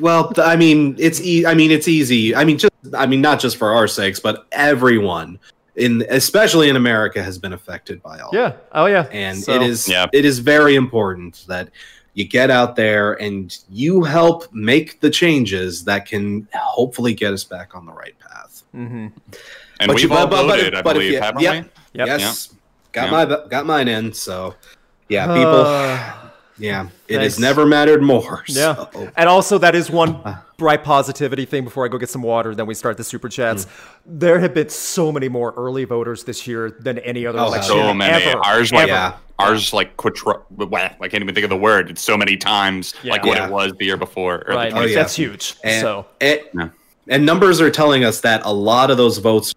Speaker 2: Well, th- I mean, it's e- I mean, it's easy. I mean, just I mean, not just for our sakes, but everyone in, especially in America, has been affected by all.
Speaker 5: Yeah. Oh yeah.
Speaker 2: and
Speaker 5: So-
Speaker 2: it is
Speaker 1: Yeah.
Speaker 2: it is very important that you get out there and you help make the changes that can hopefully get us back on the right path.
Speaker 5: Mhm.
Speaker 1: And
Speaker 2: But
Speaker 1: we've
Speaker 2: you-
Speaker 1: all
Speaker 2: but- but- but-
Speaker 1: voted, I
Speaker 2: but if
Speaker 1: believe,
Speaker 2: you-
Speaker 1: haven't
Speaker 2: yeah.
Speaker 5: Yep.
Speaker 2: Yes, got
Speaker 1: Yeah.
Speaker 2: my v- got mine in. So, yeah, people,
Speaker 1: [sighs]
Speaker 5: Uh,
Speaker 2: yeah, it
Speaker 5: thanks.
Speaker 2: has never mattered more.
Speaker 5: [laughs] Yeah.
Speaker 2: so.
Speaker 5: And also, that is one
Speaker 2: Ah.
Speaker 5: bright positivity thing before I go get some water, then we start the super chats.
Speaker 1: Hmm.
Speaker 5: There have been so many more early voters this year than any other
Speaker 2: Oh,
Speaker 5: election.
Speaker 1: So many.
Speaker 5: Ever.
Speaker 1: Ours like
Speaker 2: Yeah.
Speaker 1: ours like quadru- wha- I can't even think of the word. It's so many times like what
Speaker 2: Yeah.
Speaker 1: it was the year before. Or
Speaker 5: right.
Speaker 1: the
Speaker 2: Oh, yeah.
Speaker 5: That's huge.
Speaker 2: And,
Speaker 5: so,
Speaker 2: and,
Speaker 1: Yeah.
Speaker 2: and numbers are telling us that a lot of those votes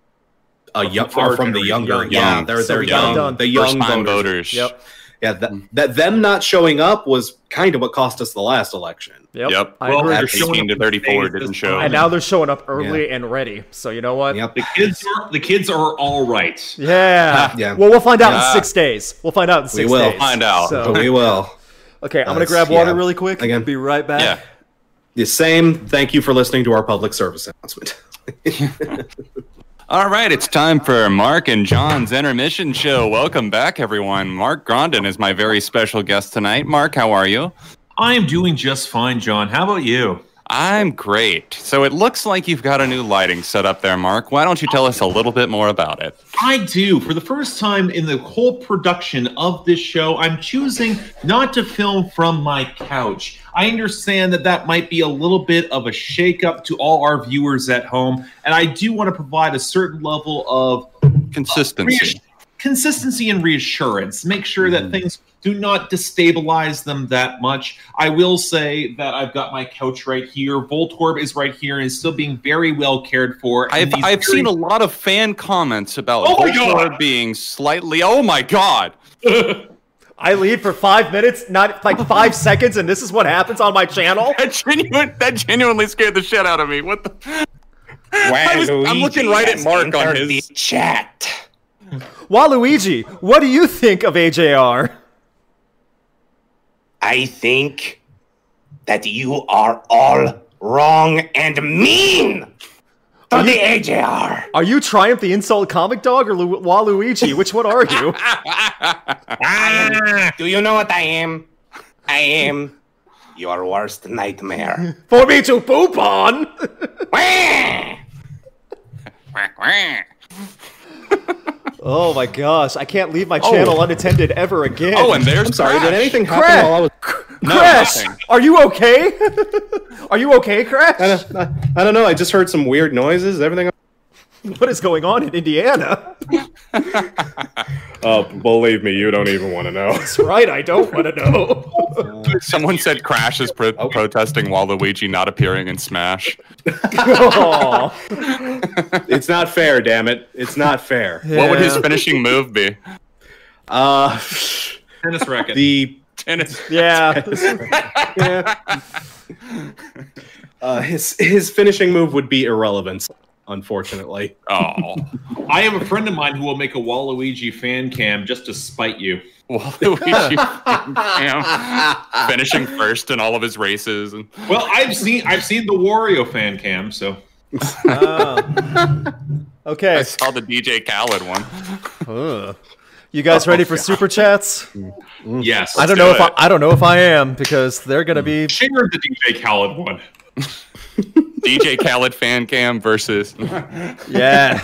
Speaker 2: are, yo- are
Speaker 4: our
Speaker 2: from the
Speaker 4: generation,
Speaker 2: younger.
Speaker 4: young.
Speaker 2: Yeah, they're
Speaker 5: So
Speaker 2: they're
Speaker 5: we got it
Speaker 2: young.
Speaker 5: done. Hmm.
Speaker 2: The young
Speaker 1: time
Speaker 2: voters.
Speaker 1: voters.
Speaker 5: yep.
Speaker 2: Yeah, that, that them not showing up was kind of what cost us the last election.
Speaker 5: Yep.
Speaker 1: Yep.
Speaker 5: I
Speaker 4: Well,
Speaker 5: agree.
Speaker 4: they're showing
Speaker 1: Eighteen
Speaker 4: up
Speaker 1: to
Speaker 4: in
Speaker 1: thirty-four
Speaker 4: phase this
Speaker 1: didn't show.
Speaker 5: And now they're showing up early and ready. So, you know what?
Speaker 2: Yep.
Speaker 4: The kids are the kids are all right.
Speaker 5: Yeah.
Speaker 2: Yeah.
Speaker 5: Well, we'll find out
Speaker 1: Yeah.
Speaker 5: in six days. We'll find out in six
Speaker 2: will
Speaker 5: days.
Speaker 1: find out.
Speaker 5: So-
Speaker 2: But we will.
Speaker 5: [laughs] okay, I'm going to
Speaker 2: That's-
Speaker 5: grab water
Speaker 2: yeah.
Speaker 5: really quick.
Speaker 2: Again.
Speaker 5: Be right back.
Speaker 1: yeah.
Speaker 2: The same. Thank you for listening to our public service
Speaker 5: [laughs]
Speaker 2: announcement.
Speaker 1: All right, it's time for Mark and John's intermission show. Welcome back, everyone. Mark Grondin is my very special guest tonight. Mark, how are you?
Speaker 4: I am doing just fine, John. How about you?
Speaker 1: I'm great. So it looks like you've got a new lighting set up there, Mark. Why don't you tell us a little bit more about it?
Speaker 4: I do. For the first time in the whole production of this show, I'm choosing not to film from my couch. I understand that that might be a little bit of a shakeup to all our viewers at home, and I do want to provide a certain level of
Speaker 1: Consistency. Mm-hmm.
Speaker 4: Reass- consistency and reassurance. Make sure that things do not destabilize them that much. I will say that I've got my couch right here. Voltorb is right here and is still being very well cared for. and
Speaker 1: I've,
Speaker 4: these
Speaker 1: I've
Speaker 4: very-
Speaker 1: seen a lot of fan comments about
Speaker 4: Oh my
Speaker 1: Voltorb
Speaker 4: God.
Speaker 1: being slightly. Oh my god!
Speaker 5: I lead for five minutes, not like
Speaker 2: [laughs]
Speaker 5: five seconds, and this is what happens on my
Speaker 1: [laughs]
Speaker 5: channel.
Speaker 1: That genuine, that genuinely scared the shit out of me. What the? [laughs] I was, I'm looking right at Mark on his.
Speaker 6: chat.
Speaker 5: Waluigi, what do you think of AJR?
Speaker 6: I think that you are all wrong and mean.
Speaker 1: on the AJR.
Speaker 5: Are you Triumph the Insult Comic Dog or Lu- Waluigi? Which one are
Speaker 1: [laughs]
Speaker 5: you?
Speaker 1: Do you know what I am?
Speaker 6: I am your worst nightmare. [laughs]
Speaker 5: For me to poop on? oh my gosh, I can't leave my channel unattended ever again.
Speaker 1: Oh, and there's
Speaker 2: I'm sorry. Did
Speaker 1: Crash.
Speaker 2: anything happen
Speaker 5: Crash!
Speaker 2: while Oh, I was? [laughs]
Speaker 1: No,
Speaker 5: Crash,
Speaker 1: nothing.
Speaker 5: are you okay? [laughs] are you okay, Crash?
Speaker 2: I, I don't know. I just heard some weird noises. Everything.
Speaker 5: What is going on in Indiana?
Speaker 2: [laughs] Oh, believe me, you don't even want to know.
Speaker 5: That's right, I don't want to
Speaker 1: [laughs]
Speaker 5: know.
Speaker 1: Someone said Crash is pro- protesting Waluigi not appearing in Smash.
Speaker 5: Aw.
Speaker 2: it's not fair. Damn it! It's not fair.
Speaker 1: What would
Speaker 5: [laughs]
Speaker 1: his
Speaker 5: Yeah.
Speaker 1: finishing move be?
Speaker 2: Uh, [laughs]
Speaker 4: tennis racket.
Speaker 2: the
Speaker 1: Tennis. [laughs]
Speaker 5: Yeah. yeah.
Speaker 2: uh, his his finishing move would be irrelevance. Unfortunately,
Speaker 1: Oh,
Speaker 4: I have a friend of mine who will make a Waluigi fan cam just to spite you.
Speaker 5: [laughs]
Speaker 1: Waluigi damn. finishing first in all of his races. And
Speaker 4: Well, I've seen I've seen the Wario fan cam, so
Speaker 5: Ah.
Speaker 1: I
Speaker 5: okay.
Speaker 1: saw the DJ Khaled one.
Speaker 5: Ugh. You
Speaker 1: Oh,
Speaker 5: guys ready for super chats?
Speaker 4: yes.
Speaker 5: I don't
Speaker 1: do
Speaker 5: know if I,
Speaker 1: it.
Speaker 5: I don't know if I am because they're gonna
Speaker 2: [laughs]
Speaker 5: be
Speaker 4: share the DJ Khaled one.
Speaker 1: DJ Khaled fan cam versus
Speaker 5: yeah.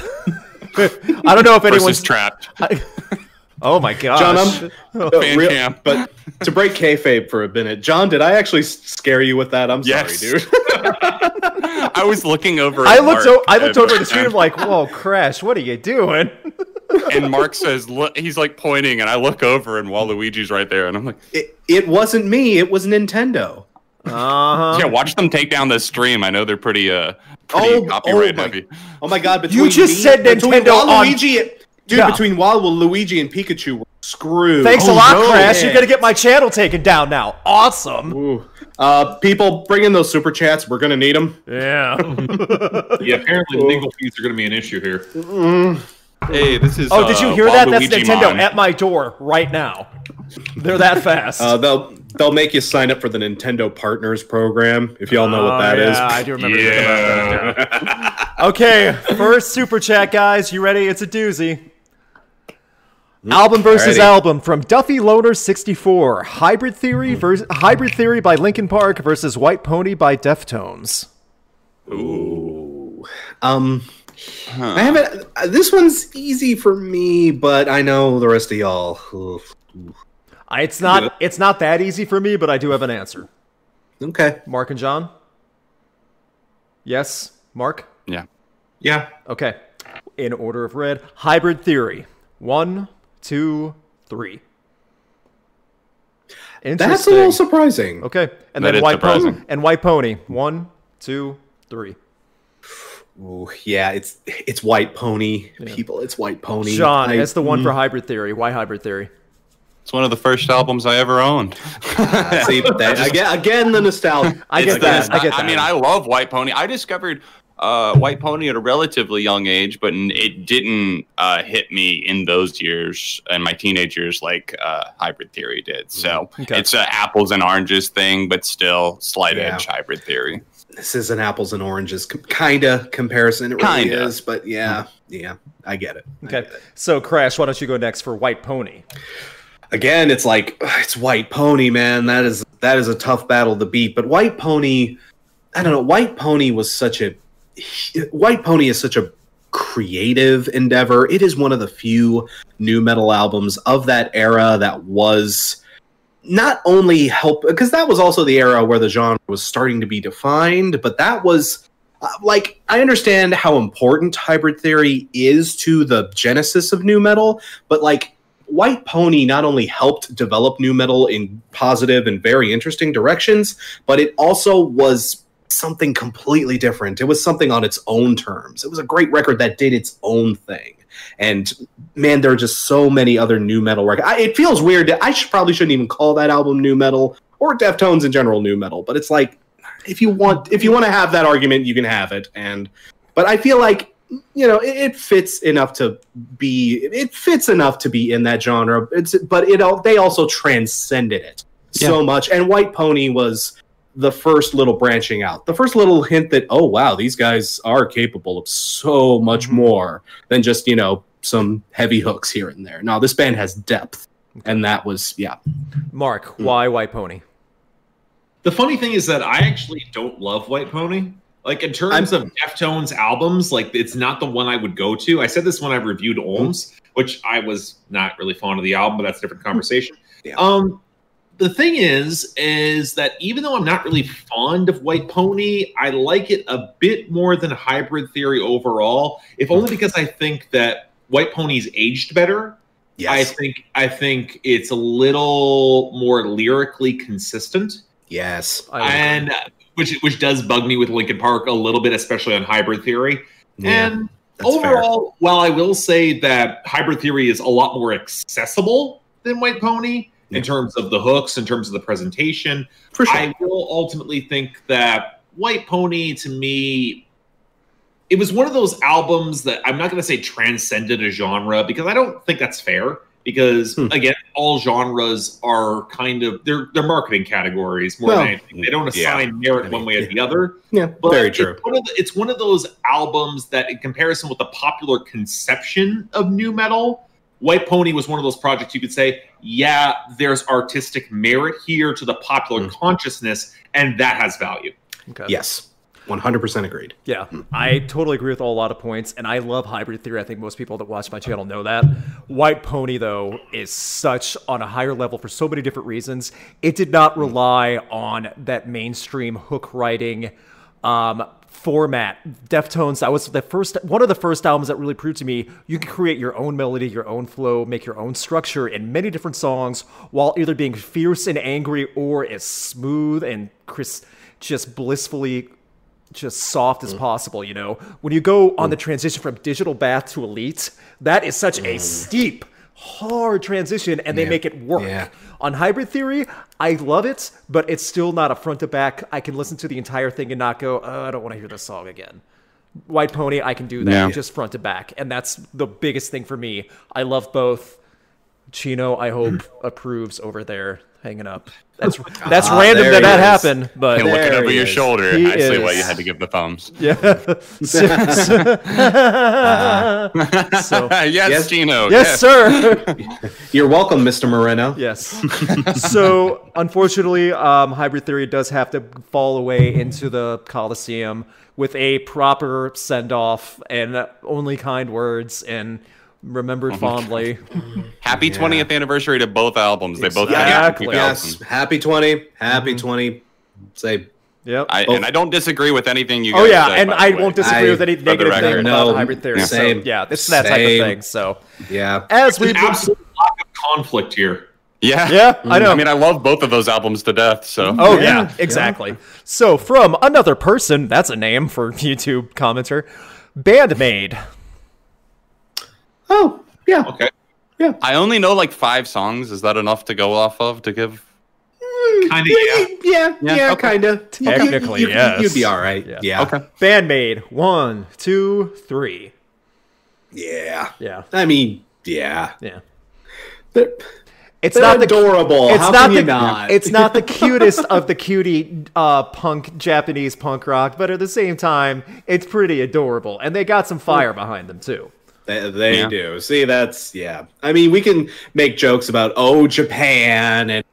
Speaker 5: I don't know if
Speaker 1: versus
Speaker 5: anyone's.
Speaker 1: trapped.
Speaker 5: I- oh my gosh.
Speaker 2: [laughs] um, John, I'm-
Speaker 5: Oh,
Speaker 2: but,
Speaker 1: Fan cam.
Speaker 2: but to break kayfabe for a minute, John, did I actually s- scare you with that? I'm
Speaker 1: Yes.
Speaker 2: sorry, dude. [laughs]
Speaker 1: I was looking over.
Speaker 5: I
Speaker 1: at
Speaker 5: looked.
Speaker 1: Mark
Speaker 5: O- I looked
Speaker 1: and-
Speaker 5: over the screen. I'm like, "Whoa, Crash! What are you
Speaker 2: [laughs]
Speaker 5: doing?"
Speaker 1: and Mark says, "Look," he's like pointing, and I look over, and Waluigi's right there, and I'm like,
Speaker 2: It, it wasn't me. It was Nintendo.
Speaker 5: Uh
Speaker 1: "Yeah,
Speaker 5: huh.
Speaker 1: watch them take down this stream. I know they're pretty, uh, pretty
Speaker 2: Oh, oh
Speaker 1: copyright
Speaker 2: my-
Speaker 1: heavy."
Speaker 2: Oh my god! Between
Speaker 5: You just
Speaker 2: me-
Speaker 5: said
Speaker 2: between
Speaker 5: Nintendo on-
Speaker 2: Waluigi, and- dude.
Speaker 5: Yeah.
Speaker 2: Between Waluigi and Pikachu, we're screwed.
Speaker 5: Thanks a
Speaker 2: Oh,
Speaker 5: lot,
Speaker 2: no.
Speaker 5: Crash. You're gonna get my channel taken down now. Awesome.
Speaker 2: Ooh. Uh, people, bring in those super chats. We're gonna need them. [laughs]
Speaker 5: Yeah.
Speaker 4: Yeah, apparently legal fees are going to be an issue here.
Speaker 1: Hey, this is.
Speaker 5: Oh, did you hear that? That's Nintendo
Speaker 1: Mon.
Speaker 5: at my door right now. They're that fast.
Speaker 2: Uh, they'll they'll make you sign up for the Nintendo Partners program if y'all know what
Speaker 5: Oh,
Speaker 2: that is.
Speaker 5: yeah, I do remember. you talking about that.
Speaker 1: yeah.
Speaker 5: Okay, first super chat, guys. You ready? It's a doozy. Album versus
Speaker 2: Alrighty.
Speaker 5: album from Duffy Loner 64. Hybrid Theory versus Hybrid Theory by Linkin Park versus White Pony by Deftones.
Speaker 2: Um, I haven't. uh, This one's easy for me, but I know the rest of y'all. Oof.
Speaker 5: I- It's not it's not that easy for me, but I do have an answer.
Speaker 2: Okay.
Speaker 5: Mark and John? Yes, Mark.
Speaker 1: Yeah.
Speaker 4: Yeah.
Speaker 5: Okay. In order of red, Hybrid Theory. One, two, three.
Speaker 2: That's a little surprising.
Speaker 5: Okay, and
Speaker 1: That
Speaker 5: then
Speaker 1: is
Speaker 5: white pony
Speaker 1: surprising.
Speaker 5: and white pony. One, two, three.
Speaker 2: Ooh, yeah, it's it's White Pony people. It's White Pony.
Speaker 5: John,
Speaker 2: I- mm.
Speaker 5: that's the one for hybrid theory. Why hybrid theory?
Speaker 1: It's one of the first albums I ever owned.
Speaker 5: [laughs]
Speaker 2: see, that, again, again, the nostalgia.
Speaker 5: I
Speaker 1: It's
Speaker 5: get that.
Speaker 1: the-
Speaker 5: I get that.
Speaker 1: I mean, I love White Pony. I discovered uh, White Pony at a relatively young age, but n- it didn't uh, hit me in those years and my teenage years like uh, Hybrid Theory did. So
Speaker 5: Mm-hmm. Okay.
Speaker 1: it's an apples and oranges thing, but still slight
Speaker 2: Yeah.
Speaker 1: edge Hybrid Theory.
Speaker 2: this is an apples and oranges com- kind of comparison. It really
Speaker 1: Kinda.
Speaker 2: is, but yeah, yeah, I get it. I
Speaker 5: okay. So Crash, why don't you go next for white pony?
Speaker 2: again it's like ugh, it's white pony man that is that is a tough battle to beat but white pony i don't know white pony was such a white pony is such a creative endeavor it is one of the few new metal albums of that era that was not only help because that was also the era where the genre was starting to be defined but that was uh, like i understand how important hybrid theory is to the genesis of new metal but like White Pony not only helped develop new metal in positive and very interesting directions, but it also was something completely different. It was something on its own terms. It was a great record that did its own thing. And man, there are just so many other new metal records. I, it feels weird. that- I should, probably shouldn't even call that album new metal or Deftones in general new metal, but it's like if you want if you want to have that argument, you can have it. And but I feel like you know it, it fits enough to be it fits enough to be in that genre. It's but it all they also transcended it so much. And White Pony was the first little branching out, the first little hint that, oh, wow, these guys are capable of so much
Speaker 5: Mm-hmm.
Speaker 2: more than just, you know, some heavy hooks here and there. Now, this band has depth. And that was, yeah.
Speaker 5: Mark,
Speaker 2: Hmm.
Speaker 5: why White Pony?
Speaker 4: The funny thing is that I actually don't love White Pony. Like in terms of Deftones albums, like it's not the one I would go to. I said this when I reviewed Olms, which I was not really fond of the album, but that's a different conversation.
Speaker 6: Yeah.
Speaker 4: Um, the thing is, is that even though I'm not really fond of White Pony, I like it a bit more than Hybrid Theory overall, if only because I think that White Pony's aged better I
Speaker 6: Yes.
Speaker 4: think I think it's a little more lyrically consistent,
Speaker 2: Yes.
Speaker 5: I-
Speaker 4: and which which does bug me with Linkin Park a little bit, especially on Hybrid Theory. and
Speaker 2: that's fair.
Speaker 4: overall, while I will say that Hybrid Theory is a lot more accessible than White Pony
Speaker 2: Yeah.
Speaker 4: in terms of the hooks, in terms of the presentation,
Speaker 2: For sure.
Speaker 4: I will ultimately think that White Pony to me, it was one of those albums that I'm not going to say transcended a genre because I don't think that's fair. Because
Speaker 2: Hmm.
Speaker 4: again, all genres are kind of they're they're marketing categories more
Speaker 2: Well,
Speaker 4: than anything. They don't
Speaker 1: yeah.
Speaker 4: assign merit
Speaker 2: I mean,
Speaker 4: one way or
Speaker 2: yeah.
Speaker 4: the other.
Speaker 2: [laughs] yeah,
Speaker 4: But
Speaker 2: very true.
Speaker 4: It's one, of the, it's one of those albums that, in comparison with the popular conception of new metal, White Pony was one of those projects you could say, yeah, there's artistic merit here to the popular
Speaker 2: Mm.
Speaker 4: consciousness, and that has value.
Speaker 5: Okay.
Speaker 2: Yes. 100% agreed.
Speaker 5: Yeah, I totally agree with a lot of points, and I love Hybrid Theory. I think most people that watch my channel know that. White Pony, though, is such on a higher level for so many different reasons. It did not rely on that mainstream hook writing um, format. Deftones, that was the first one of the first albums that really proved to me you can create your own melody, your own flow, make your own structure in many different songs while either being fierce and angry or as smooth and crisp, just blissfully just soft
Speaker 2: Mm.
Speaker 5: as possible, you know. When you go on the transition from digital bath to elite, that is such a steep, hard transition, and they make it work.
Speaker 2: Mm. Yeah.
Speaker 5: On hybrid theory, I love it, but it's still not a front to back. I can listen to the entire thing and not go, oh, I don't want to hear this song again. White Pony, I can do that
Speaker 1: Yeah.
Speaker 5: just front to back. And that's the biggest thing for me. I love both. Chino, I hope, approves over there hanging up. That's that's
Speaker 2: Mm. [laughs] Ah,
Speaker 5: random
Speaker 2: there
Speaker 5: that
Speaker 2: he
Speaker 5: that
Speaker 2: is.
Speaker 5: happened, but
Speaker 1: And looking
Speaker 2: There
Speaker 1: over
Speaker 2: he
Speaker 1: your
Speaker 2: is.
Speaker 1: shoulder,
Speaker 5: He
Speaker 1: I see why
Speaker 5: is.
Speaker 1: you had to give the thumbs.
Speaker 2: [laughs]
Speaker 5: Yeah. so,
Speaker 1: [laughs] yes,
Speaker 2: Yes.
Speaker 5: [laughs]
Speaker 1: Gino.
Speaker 5: yes, sir.
Speaker 2: Uh-huh. [laughs] You're welcome, Mr. Moreno.
Speaker 5: yes. So, unfortunately, um, Hybrid Theory does have to fall away into the Coliseum with a proper send off and only kind words and
Speaker 2: Oh
Speaker 5: remembered fondly.
Speaker 1: Happy 20th anniversary to both albums. They both
Speaker 5: Exactly.
Speaker 1: had
Speaker 2: Yes. Happy 20. Happy
Speaker 5: Mm-hmm.
Speaker 2: 20. Say,
Speaker 5: Yep.
Speaker 1: I,
Speaker 2: Both.
Speaker 1: and I don't disagree with anything you.
Speaker 5: oh,
Speaker 1: guys
Speaker 5: yeah.
Speaker 1: said,
Speaker 5: And
Speaker 1: by
Speaker 5: I
Speaker 1: the way.
Speaker 5: won't disagree
Speaker 2: I-
Speaker 5: with any
Speaker 1: for the
Speaker 5: negative thing
Speaker 1: record,
Speaker 5: about
Speaker 2: no.
Speaker 5: Hybrid Theory.
Speaker 2: Yeah.
Speaker 5: So,
Speaker 2: Same.
Speaker 5: yeah, it's that type of
Speaker 2: Same.
Speaker 5: thing. So,
Speaker 2: yeah.
Speaker 5: as we.
Speaker 4: An absolute lack of conflict here.
Speaker 1: Yeah, Mm.
Speaker 5: Yeah, I know.
Speaker 1: I mean, I love both of those albums to death. So
Speaker 5: Oh yeah,
Speaker 2: Yeah.
Speaker 5: exactly. So from another person, that's a name for [laughs] YouTube commenter, Bandmaid.
Speaker 2: Oh, yeah.
Speaker 4: Okay.
Speaker 1: I only know like five songs. Is that enough to go off of to give?
Speaker 4: Kind of,
Speaker 2: Yeah,
Speaker 4: yeah.
Speaker 2: yeah,
Speaker 1: Yeah, okay.
Speaker 2: kind of.
Speaker 5: Technically,
Speaker 2: you, you,
Speaker 5: yes.
Speaker 2: You'd be all right.
Speaker 5: Yeah.
Speaker 2: Yeah.
Speaker 1: Okay.
Speaker 5: Bandmaid. One, two, three.
Speaker 2: Yeah.
Speaker 5: Yeah,
Speaker 2: I mean, yeah.
Speaker 5: yeah.
Speaker 2: They're,
Speaker 5: It's
Speaker 2: they're
Speaker 5: not the
Speaker 2: adorable.
Speaker 5: it's
Speaker 2: How
Speaker 5: not
Speaker 2: can
Speaker 5: the
Speaker 2: you not?
Speaker 5: it's not
Speaker 2: [laughs]
Speaker 5: the cutest of the cutie uh, punk Japanese punk rock, but at the same time, it's pretty adorable, and they got
Speaker 2: Oh.
Speaker 5: some fire behind them too.
Speaker 2: They, they
Speaker 1: Yeah.
Speaker 2: do. See, that's yeah. I mean, we can make jokes about oh Japan and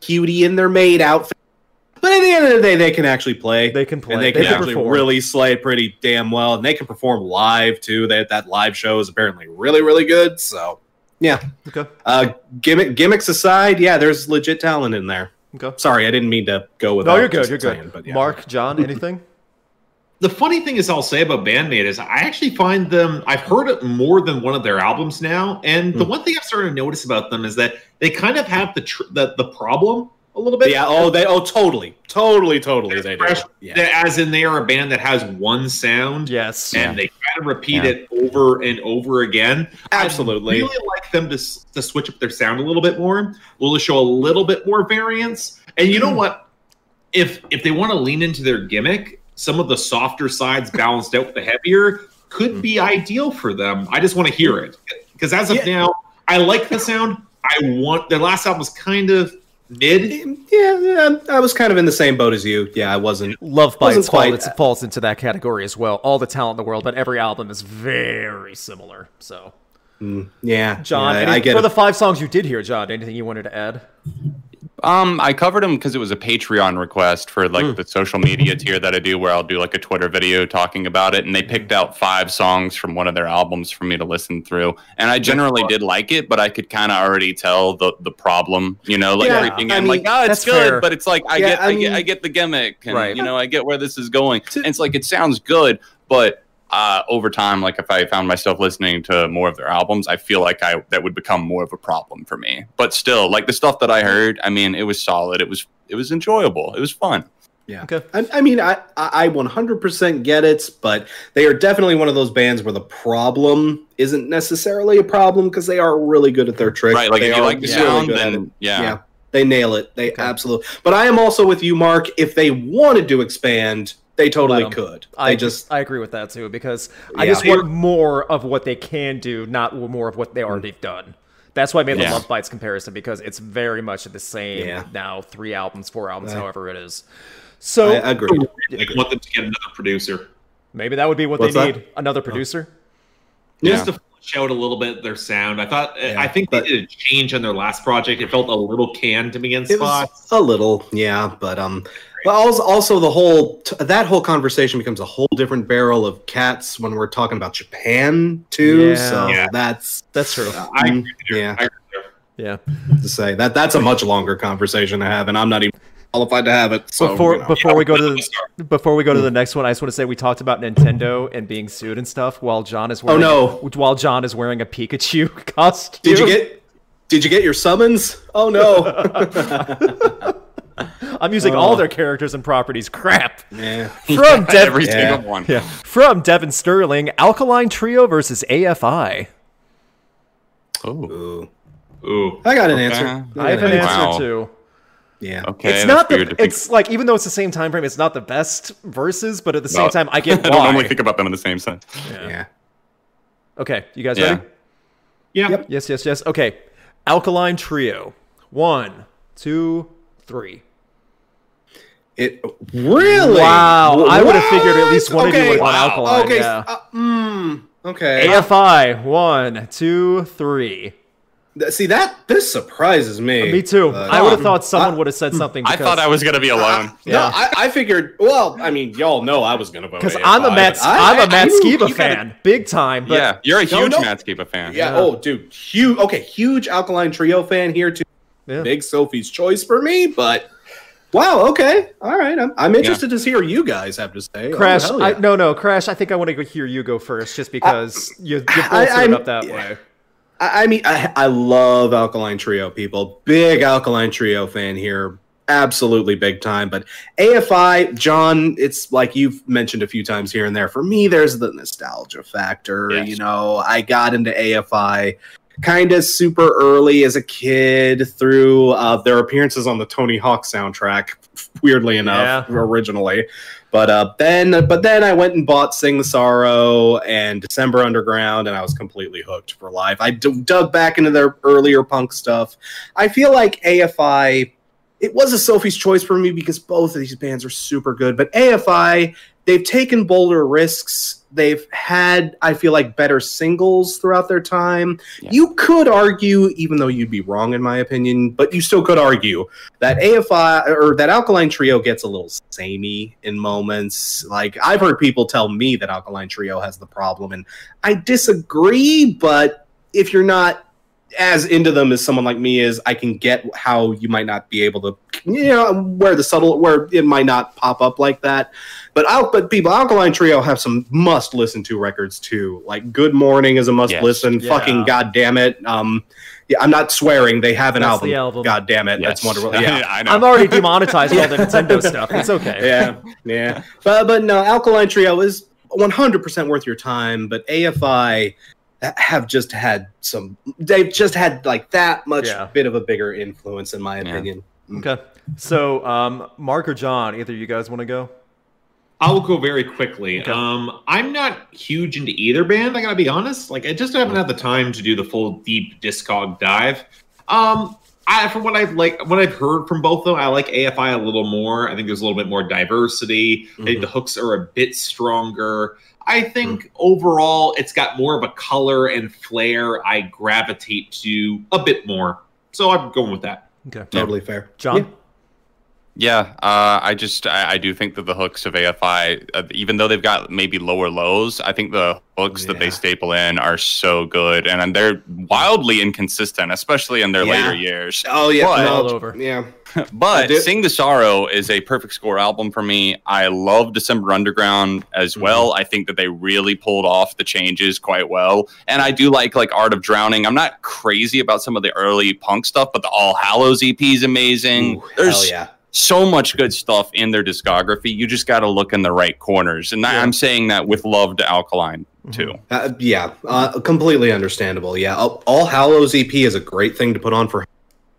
Speaker 2: cutie in their maid outfit, but at the end of the day, they can actually play.
Speaker 5: They can play.
Speaker 2: And they
Speaker 5: They
Speaker 2: can
Speaker 5: can
Speaker 2: actually
Speaker 5: perform.
Speaker 2: really slay pretty damn well, and they can perform live too. That that live show is apparently really really good. So yeah,
Speaker 5: Okay,
Speaker 2: uh, gimmick gimmicks aside, yeah, there's legit talent in there.
Speaker 5: okay.
Speaker 2: Sorry, I didn't mean to go with.
Speaker 5: No, you're good. You're good. Mark, John,
Speaker 2: [laughs]
Speaker 5: anything?
Speaker 4: The funny thing is, I'll say about Bandmate is I actually find them. I've heard it more than one of their albums now, and
Speaker 2: Hmm.
Speaker 4: the one thing I've started to notice about them is that they kind of have the tr- the, the problem a little bit.
Speaker 2: Yeah. Oh, they. Oh, totally, totally, totally. They do.
Speaker 4: fresh-
Speaker 2: Yeah.
Speaker 4: that- as in they are a band that has one sound
Speaker 5: Yes.
Speaker 4: and they kind of repeat
Speaker 1: Yeah.
Speaker 4: it over and over again.
Speaker 2: Absolutely.
Speaker 4: I really like them to, s- to switch up their sound a little bit more, will show a little bit more variance. And you know
Speaker 2: Hmm.
Speaker 4: what? If if they want to lean into their gimmick, some of the softer sides balanced out with the heavier
Speaker 2: Hmm.
Speaker 4: could be ideal for them. I just want to hear it because as of
Speaker 2: Yeah.
Speaker 4: now, I like the sound. I want their last album was kind of
Speaker 2: Did yeah, I was kind of in the same boat as you. Yeah, I wasn't.
Speaker 5: Love by
Speaker 2: Wasn't
Speaker 5: its fault,
Speaker 2: quite- uh,
Speaker 5: it's, it falls into that category as well. All the talent in the world, but every album is very similar. So,
Speaker 2: Yeah,
Speaker 5: John,
Speaker 2: yeah,
Speaker 5: any-
Speaker 2: I get
Speaker 5: for
Speaker 2: it.
Speaker 5: the five songs you did hear, John, anything you wanted to add?
Speaker 1: Um, I covered them because it was a Patreon request for like the social media tier that I do, where I'll do like a Twitter video talking about it, and they picked out five songs from one of their albums for me to listen through, and I generally did like it, but I could kind of already tell the the problem, you know, like
Speaker 2: Yeah,
Speaker 1: everything.
Speaker 2: I
Speaker 1: I'm like,
Speaker 2: mean,
Speaker 1: oh,
Speaker 5: that's
Speaker 1: it's good,
Speaker 5: fair.
Speaker 1: but it's like I
Speaker 2: Yeah,
Speaker 1: get,
Speaker 2: I
Speaker 1: I,
Speaker 2: mean-
Speaker 1: get, I get the gimmick, and
Speaker 5: Right.
Speaker 1: you know, I get where this is going. And it's like it sounds good, but uh, over time, like if I found myself listening to more of their albums, I feel like I that would become more of a problem for me. But still, like the stuff that I heard, I mean, it was solid. It was it was enjoyable. It was fun.
Speaker 5: Okay.
Speaker 2: I, I mean, I, I I 100% get it, but they are definitely one of those bands where the problem isn't necessarily a problem because they are really good at their tricks.
Speaker 1: right? Like
Speaker 2: They
Speaker 1: if you
Speaker 2: are
Speaker 1: like the
Speaker 2: really
Speaker 1: sound,
Speaker 2: good at it.
Speaker 1: then yeah.
Speaker 2: yeah, they nail it. They absolutely. But I am also with you, Mark. If they wanted to expand, they totally
Speaker 5: Let 'em.
Speaker 2: could. They
Speaker 5: I
Speaker 2: just
Speaker 5: I agree with that too because I
Speaker 2: Yeah.
Speaker 5: just want more of what they can do, not more of what they already done. That's why I made the
Speaker 1: Yeah.
Speaker 5: Love Bites comparison because it's very much the same
Speaker 2: Yeah.
Speaker 5: now. Three albums, four albums,
Speaker 2: Right.
Speaker 5: however it is. So
Speaker 2: I agree.
Speaker 4: Like, want them to get another producer.
Speaker 5: maybe that would be what
Speaker 2: What's
Speaker 5: they
Speaker 2: that? Oh.
Speaker 5: need: another producer.
Speaker 4: Just to flesh out a little bit their sound. I thought I think
Speaker 2: but-
Speaker 4: they did a change on their last project. It felt a little canned to me in
Speaker 2: It was
Speaker 4: spots.
Speaker 2: a little, yeah, but um, but also, also the whole t- that whole conversation becomes a whole different barrel of cats when we're talking about Japan too.
Speaker 5: Yeah.
Speaker 2: So
Speaker 4: Yeah.
Speaker 2: that's uh, mm,
Speaker 5: That's true.
Speaker 4: I agree with you.
Speaker 2: yeah,
Speaker 4: I-
Speaker 5: Yeah.
Speaker 2: to say that that's a much longer conversation to have, and I'm not even qualified to have it. So
Speaker 5: before
Speaker 2: you know.
Speaker 5: before we go to the, before we go to the next one, I just want to say we talked about Nintendo and being sued and stuff. While John is wearing
Speaker 2: Oh, no.
Speaker 5: while John is wearing a Pikachu [laughs] costume.
Speaker 2: did you get did you get your summons? Oh no, [laughs]
Speaker 5: I'm using
Speaker 2: Oh.
Speaker 5: all their characters and properties. Crap.
Speaker 2: yeah.
Speaker 5: From Dev- [laughs]
Speaker 1: Every
Speaker 2: Yeah.
Speaker 1: single one.
Speaker 5: Yeah. From Devin Sterling, Alkaline Trio versus AFI.
Speaker 1: Oh.
Speaker 2: Ooh.
Speaker 4: Ooh.
Speaker 2: I got an
Speaker 1: Okay.
Speaker 2: answer.
Speaker 5: I have
Speaker 2: got
Speaker 5: an
Speaker 1: Wow.
Speaker 5: answer too.
Speaker 2: Yeah,
Speaker 1: Okay.
Speaker 5: it's
Speaker 1: that's
Speaker 5: not
Speaker 1: weird
Speaker 5: the.
Speaker 1: to think-
Speaker 5: It's like even though it's the same time frame, it's not the best verses. But at the same
Speaker 1: about.
Speaker 5: time, I
Speaker 1: [laughs] [laughs] I
Speaker 5: get
Speaker 1: don't
Speaker 5: why.
Speaker 1: normally think about them in the same sense.
Speaker 2: yeah.
Speaker 5: okay, you guys
Speaker 1: Yeah.
Speaker 5: ready?
Speaker 4: Yeah.
Speaker 2: Yep.
Speaker 5: Yes, yes, yes. Okay, Alkaline Trio. One, two, three.
Speaker 2: It really?
Speaker 5: Wow, I would've
Speaker 2: What?
Speaker 5: figured at least one of you would've gone Alkaline,
Speaker 2: Okay,
Speaker 5: yeah.
Speaker 2: uh, mm, okay.
Speaker 5: AFI. One, two, three.
Speaker 2: Th- See that this surprises me.
Speaker 5: Me too.
Speaker 2: Uh,
Speaker 5: I would have
Speaker 2: um,
Speaker 5: thought someone
Speaker 2: I-
Speaker 5: would have said something.
Speaker 1: I
Speaker 5: Because,
Speaker 1: thought I was gonna be alone.
Speaker 2: No, I, I figured. Well, I mean, y'all know I was gonna vote
Speaker 5: because
Speaker 2: AFI,
Speaker 5: I'm a Matt.
Speaker 2: but I-
Speaker 5: I, am a
Speaker 2: I-
Speaker 5: Matt
Speaker 2: you-
Speaker 5: Skiba
Speaker 2: you gotta-
Speaker 5: fan, big time. [laughs] But
Speaker 1: yeah, you're a
Speaker 2: No,
Speaker 1: huge
Speaker 2: no.
Speaker 1: Matskeeper fan.
Speaker 2: Yeah,
Speaker 5: Yeah.
Speaker 2: Oh, dude. Huge. Okay. Huge alkaline trio fan here too.
Speaker 5: Yeah.
Speaker 2: Big Sophie's choice for me, but. Wow. Okay. All right. I'm, I'm interested to see what you guys have to say. Oh,
Speaker 5: Crash,
Speaker 2: hell
Speaker 5: I,
Speaker 2: yeah.
Speaker 5: no, no, Crash. I think I want to hear you go first, just because you, you both
Speaker 2: I-
Speaker 5: I,
Speaker 2: I'm-
Speaker 5: up that way.
Speaker 2: I, I mean, I, I love Alkaline Trio, people. Big Alkaline Trio fan here. Absolutely big time. But AFI, John, it's like you've mentioned a few times here and there. For me, there's the nostalgia factor.
Speaker 1: Yes.
Speaker 2: You know, I got into AFI kind of super early as a kid through uh, their appearances on the Tony Hawk soundtrack, weirdly enough, originally. But uh, then, but then I went and bought Sing the Sorrow and December Underground, and I was completely hooked for life. I d- dug back into their earlier punk stuff. I feel like AFI. It was a Sophie's choice for me because both of these bands are super good. But AFI, they've taken bolder risks. They've had, I feel like, better singles throughout their time.
Speaker 1: Yeah.
Speaker 2: You could argue, even though you'd be wrong in my opinion, but you still could argue that AFI or that Alkaline Trio gets a little samey in moments. Like I've heard people tell me that Alkaline Trio has the problem, and I disagree. But if you're not as into them as someone like me is, I can get how you might not be able to, you know, where the subtle where it might not pop up like that. But I'll but people, Alkaline Trio have some must listen to records too. Like Good Morning is a must
Speaker 1: Yes.
Speaker 2: listen.
Speaker 5: Yeah.
Speaker 2: Fucking goddamn it. Um, yeah, I'm not swearing. They have an
Speaker 5: That's
Speaker 2: album.
Speaker 5: the album.
Speaker 2: God damn it. That's wonderful.
Speaker 1: [laughs]
Speaker 2: [laughs] Yeah.
Speaker 5: [laughs]
Speaker 1: I know.
Speaker 5: I'm already demonetized with all the Nintendo stuff. It's okay.
Speaker 2: yeah, yeah. But but no, Alkaline Trio is 100% worth your time. But AFI have just had some. They've just had like that much
Speaker 5: Yeah.
Speaker 2: bit of a bigger influence, in my
Speaker 1: Yeah.
Speaker 2: opinion.
Speaker 5: Okay. So, um, Mark or John, either you guys want to go?
Speaker 4: I will go very quickly. Um, I'm not huge into either band. I gotta be honest. Like, I just haven't had the time to do the full deep discog dive. Um, I from what I've like what I've heard from both of them, I like AFI a little more. I think there's a little bit more diversity. I think the hooks are a bit stronger. I think overall it's got more of a color and flair I gravitate to a bit more. So I'm going with that.
Speaker 5: Okay.
Speaker 2: Totally fair.
Speaker 5: John?
Speaker 2: Yeah.
Speaker 1: Yeah, uh, I just I, I do think that the hooks of AFI, uh, even though they've got maybe lower lows, I think the hooks that they
Speaker 2: Yeah.
Speaker 1: staple in are so good, and, and they're wildly inconsistent, especially in their
Speaker 2: Yeah.
Speaker 1: later years.
Speaker 2: Oh yeah,
Speaker 1: But-
Speaker 5: All over.
Speaker 2: Yeah, I
Speaker 1: [laughs] But
Speaker 2: do-
Speaker 1: "Sing the Sorrow" is a perfect score album for me. I love December Underground
Speaker 2: Mm-hmm.
Speaker 1: as well. I think that they really pulled off the changes quite well, and I do like like Art of Drowning. I'm not crazy about some of the early punk stuff, but the All Hallows EP is amazing.
Speaker 2: hell
Speaker 1: There's
Speaker 2: yeah.
Speaker 1: so much good stuff in their discography. You just got to look in the right corners, and I-
Speaker 5: Yeah. Mm-hmm.
Speaker 1: I'm saying that with love to Alkaline too.
Speaker 2: Uh, yeah, uh, completely understandable. Yeah, All, All Hallows EP is a great thing to put on for.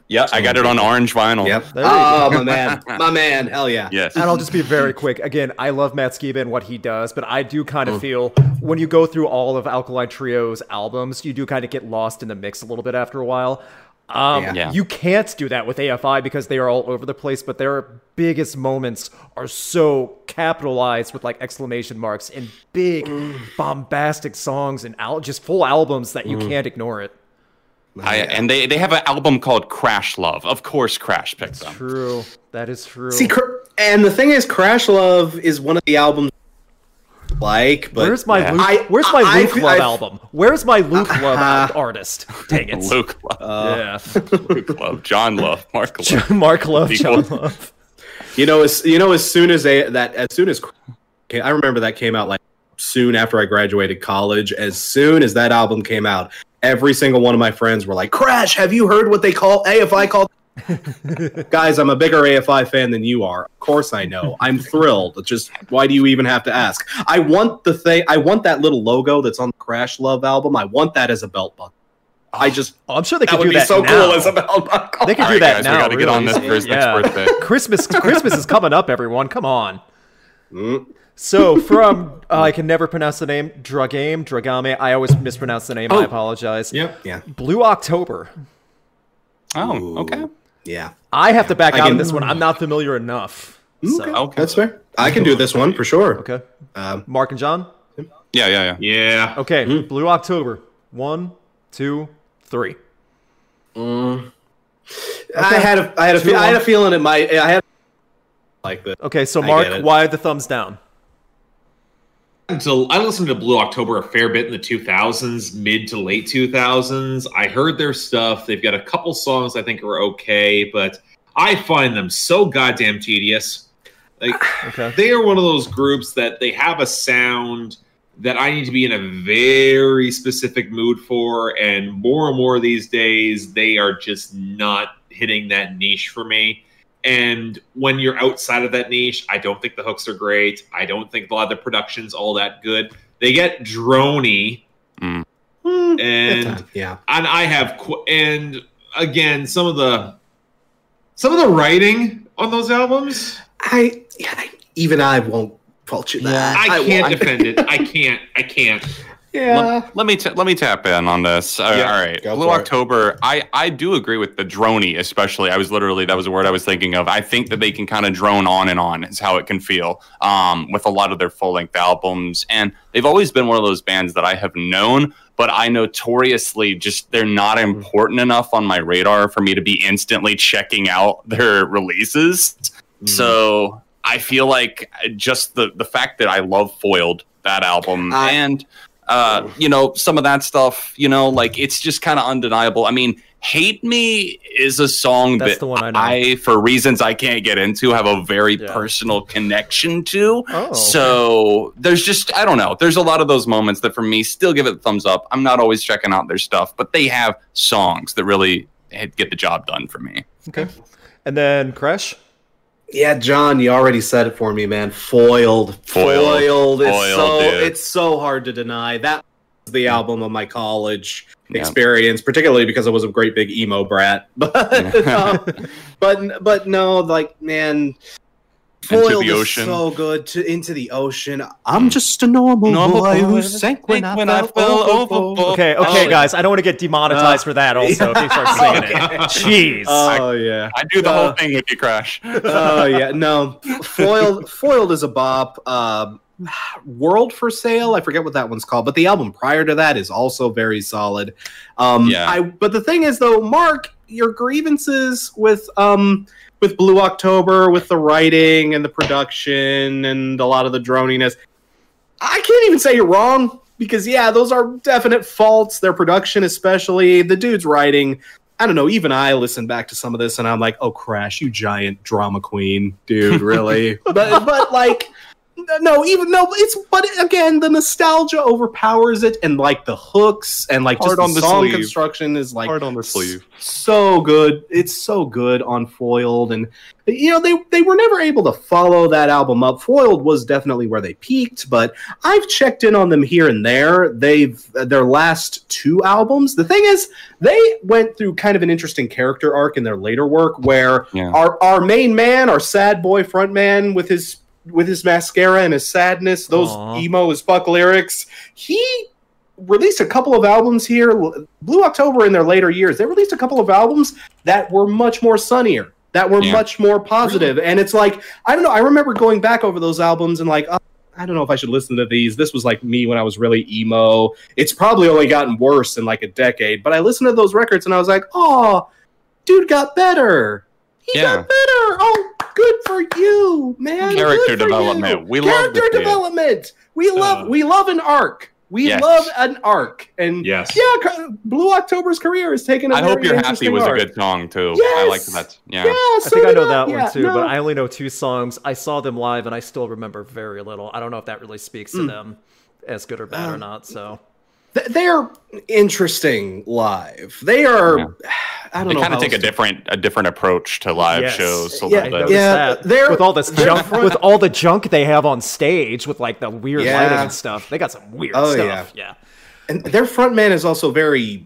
Speaker 1: Yeah, I got it on orange vinyl.
Speaker 2: Yep.
Speaker 5: There you
Speaker 2: Oh my [laughs] man, my man. Hell yeah.
Speaker 1: Yes.
Speaker 5: And I'll just be very quick. Again, I love Matt Skiba and what he does, but I do kind of feel when you go through all of Alkaline Trio's albums, you do kind of get lost in the mix a little bit after a while. Um,
Speaker 2: Yeah.
Speaker 1: Yeah.
Speaker 5: You can't do that with AFI because they are all over the place, but their biggest moments are so capitalized with like exclamation marks and big, bombastic songs and al- just full albums that you can't ignore it.
Speaker 1: I, and they, they have an album called Crash Love. Of course, Crash picked them.
Speaker 5: True. That is true.
Speaker 2: See, Cr- and the thing is, Crash Love is one of the albums I like, but
Speaker 5: Where's my
Speaker 1: Yeah.
Speaker 5: Luke,
Speaker 2: I-
Speaker 5: Where's my
Speaker 2: I-
Speaker 5: Luke
Speaker 2: I-
Speaker 5: Love
Speaker 2: I-
Speaker 5: album? Where's my Luke
Speaker 2: [laughs]
Speaker 5: Love al- artist? Dang it!
Speaker 1: [laughs] Luke Love,
Speaker 5: yeah,
Speaker 1: Luke Love, John Love, Mark
Speaker 5: [laughs]
Speaker 1: Love.
Speaker 5: Mark Love,
Speaker 1: Sequel.
Speaker 5: John Love.
Speaker 2: you know, as you know, as soon as they that as soon as okay, I remember that came out like soon after I graduated college. As soon as that album came out, every single one of my friends were like, "Crash, have you heard what they call
Speaker 5: [laughs]
Speaker 2: AFI called?" Guys, I'm a bigger AFI fan than you are. Of course, I know. I'm thrilled. It's Just why do you even have to ask? I want the thing. I want that little logo that's on the Crash Love album. I want that as a belt buckle. I just
Speaker 5: Oh, I'm sure they
Speaker 2: that
Speaker 5: could
Speaker 2: would
Speaker 5: do
Speaker 2: be
Speaker 5: that
Speaker 2: so
Speaker 5: now.
Speaker 2: cool as a [laughs] belt buckle.
Speaker 5: they could
Speaker 1: All
Speaker 5: do
Speaker 1: right,
Speaker 5: that
Speaker 1: guys,
Speaker 5: now.
Speaker 1: we got to get on this
Speaker 5: really.
Speaker 1: for his
Speaker 5: Yeah.
Speaker 1: next
Speaker 5: [laughs]
Speaker 1: birthday.
Speaker 5: Christmas, Christmas is coming up, everyone. Come on.
Speaker 2: Mm.
Speaker 5: So from uh, I can never pronounce the name Dragame Dragame. I always mispronounce the name. I apologize.
Speaker 4: Yep.
Speaker 2: Yeah,
Speaker 5: Blue October.
Speaker 1: Oh,
Speaker 2: Ooh.
Speaker 1: okay.
Speaker 2: yeah.
Speaker 5: I have to back
Speaker 2: I
Speaker 5: out
Speaker 2: can-
Speaker 5: of this one. I'm not familiar enough. So,
Speaker 1: Okay.
Speaker 2: That's fair. I can do this one for sure.
Speaker 5: okay.
Speaker 2: Um,
Speaker 5: Mark and John.
Speaker 1: Yeah, yeah, yeah.
Speaker 4: Yeah.
Speaker 5: Okay,
Speaker 2: Hmm.
Speaker 5: Blue October. One, two, three.
Speaker 2: I had a I had a
Speaker 5: Two
Speaker 2: fe- I had a
Speaker 5: one.
Speaker 2: feeling it might I had like this.
Speaker 5: Okay, so
Speaker 2: I
Speaker 5: Mark,
Speaker 2: get it.
Speaker 5: why the thumbs down?
Speaker 4: until I listened to Blue October a fair bit in the 2000s, mid to late 2000s. I heard their stuff. They've got a couple songs I think are okay, but I find them so goddamn tedious. Like
Speaker 5: Okay.
Speaker 4: they are one of those groups that they have a sound that I need to be in a very specific mood for, and more and more these days they are just not hitting that niche for me. And when you're outside of that niche, I don't think the hooks are great. I don't think a lot of the production's all that good. They get drony,
Speaker 1: Mm.
Speaker 4: and
Speaker 2: yeah.
Speaker 4: and I have qu- and again some of the some of the writing on those albums.
Speaker 2: I, yeah, I even I won't fault you that.
Speaker 4: I can't
Speaker 2: won't.
Speaker 4: defend it. I can't. I can't.
Speaker 2: [laughs] yeah.
Speaker 1: Let, let me ta- let me tap in on this. Uh,
Speaker 4: Yeah,
Speaker 1: all right,
Speaker 2: go
Speaker 1: Blue
Speaker 2: for it.
Speaker 1: October. I I do agree with the drony, especially. I was literally that was the word I was thinking of. I think that they can kind of drone on and on is how it can feel um, with a lot of their full length albums, and they've always been one of those bands that I have known, but I notoriously just they're not
Speaker 2: Mm.
Speaker 1: important enough on my radar for me to be instantly checking out [laughs] their releases.
Speaker 2: Mm.
Speaker 1: So I feel like just the the fact that I love Foiled that album
Speaker 2: I-
Speaker 1: and uh, you know some of that stuff, you know, like it's just kind of undeniable. I mean, Hate Me is a song
Speaker 5: That's
Speaker 1: that
Speaker 5: the one I know.
Speaker 1: I, for reasons I can't get into, have a very
Speaker 5: Yeah.
Speaker 1: personal connection to.
Speaker 5: Oh,
Speaker 1: so there's just I don't know. There's a lot of those moments that for me still give it thumbs up. I'm not always checking out their stuff, but they have songs that really eh, get the job done for me.
Speaker 5: Okay. And then Crash.
Speaker 2: Yeah, John, you already said it for me, man. Foiled.
Speaker 1: Foiled.
Speaker 2: It's
Speaker 1: Foiled,
Speaker 2: so
Speaker 1: dude.
Speaker 2: it's so hard to deny. That was the album of my college
Speaker 1: Yeah.
Speaker 2: experience, particularly because I was a great big [laughs] emo brat. But um, but but no, like man, Foiled
Speaker 1: into the
Speaker 2: is
Speaker 1: ocean. Mm.
Speaker 2: so good to into the ocean. I'm just a normal,
Speaker 1: Normal
Speaker 2: boy,
Speaker 1: boy
Speaker 2: who
Speaker 1: who
Speaker 2: sank when,
Speaker 1: sank when I
Speaker 2: I, fell
Speaker 1: fell
Speaker 2: overboard.
Speaker 1: overboard.
Speaker 5: Okay, okay,
Speaker 1: Oh.
Speaker 5: guys. I don't want to get demonetized
Speaker 2: Uh.
Speaker 5: for that. Also, if you
Speaker 2: [laughs]
Speaker 5: start singing it, jeez.
Speaker 2: Oh yeah.
Speaker 1: I do the
Speaker 2: Uh,
Speaker 1: whole thing with you, [laughs] Crash.
Speaker 2: [laughs] oh yeah, no. Foiled, foiled is a bop. Um, World for Sale, I forget what that one's called, but the album prior to that is also very solid. Um,
Speaker 1: Yeah.
Speaker 2: I, but the thing is, though, Mark, your grievances with um with Blue October, with the writing and the production and a lot of the droniness, I can't even say you're wrong because yeah, those are definite faults. Their production, especially the dude's writing. I don't know. Even I listen back to some of this, and I'm like, "Oh, crash! You giant drama queen,
Speaker 1: [laughs]
Speaker 2: dude! Really?" but, but like, no, even no. It's but again, the nostalgia overpowers it, and like the hooks and like just
Speaker 1: Heart
Speaker 2: the,
Speaker 1: on the
Speaker 2: song
Speaker 1: sleeve.
Speaker 2: construction is like
Speaker 1: Hard on the sleeve.
Speaker 2: so good. It's so good on Foiled, and you know they they were never able to follow that album up. Foiled was definitely where they peaked, but I've checked in on them here and there. They've their last two albums. The thing is, they went through kind of an interesting character arc in their later work, where
Speaker 1: Yeah.
Speaker 2: our our main man, our sad boy front man, with his with his mascara and his sadness, those
Speaker 5: Aw.
Speaker 2: emo as fuck lyrics, he released a couple of albums here. Blue October in their later years, they released a couple of albums that were much more sunnier, that were
Speaker 1: Yeah.
Speaker 2: much more positive. And it's like, I don't know, I remember going back over those albums and like, oh, I don't know if I should listen to these. This was like me when I was really emo. It's probably only gotten worse in like a decade, but I listened to those records and I was like, oh, dude got better. He
Speaker 1: Yeah.
Speaker 2: got better. Oh, good for you, man. Good
Speaker 1: Character
Speaker 2: for you.
Speaker 1: development. We love
Speaker 2: character
Speaker 1: this kid.
Speaker 2: development. We love
Speaker 4: Uh,
Speaker 2: we love an arc. We
Speaker 1: Yes.
Speaker 2: love an arc. And
Speaker 4: [laughs] Yes.
Speaker 2: yeah, Ca- Blue October's career is taking.
Speaker 1: I
Speaker 2: I
Speaker 1: hope you're happy was a good song too. I like
Speaker 2: Yes!
Speaker 1: that.
Speaker 2: Yeah,
Speaker 1: Yeah.
Speaker 5: I think
Speaker 2: so
Speaker 5: I
Speaker 2: did
Speaker 5: know that one
Speaker 2: Yeah,
Speaker 5: too,
Speaker 2: no.
Speaker 5: but I only know two songs. I saw them live, and I still remember very little. I don't know if that really speaks to
Speaker 2: Mm.
Speaker 5: them as good or bad or
Speaker 2: Um,
Speaker 5: not. So
Speaker 2: Th- they are interesting live. They are.
Speaker 1: Yeah.
Speaker 2: I don't
Speaker 1: They
Speaker 2: know.
Speaker 1: kind of
Speaker 2: how
Speaker 1: take a
Speaker 2: else to-
Speaker 1: different a different approach to live
Speaker 5: Yes.
Speaker 1: shows a
Speaker 2: Yeah,
Speaker 1: little bit.
Speaker 2: yeah. they're-
Speaker 5: with all this
Speaker 2: they're
Speaker 5: junk,
Speaker 2: front-
Speaker 5: with all the junk they have on stage, with like the weird
Speaker 2: Yeah.
Speaker 5: lighting and stuff. They got some weird
Speaker 2: Oh,
Speaker 5: stuff. Yeah.
Speaker 2: And their front man is also very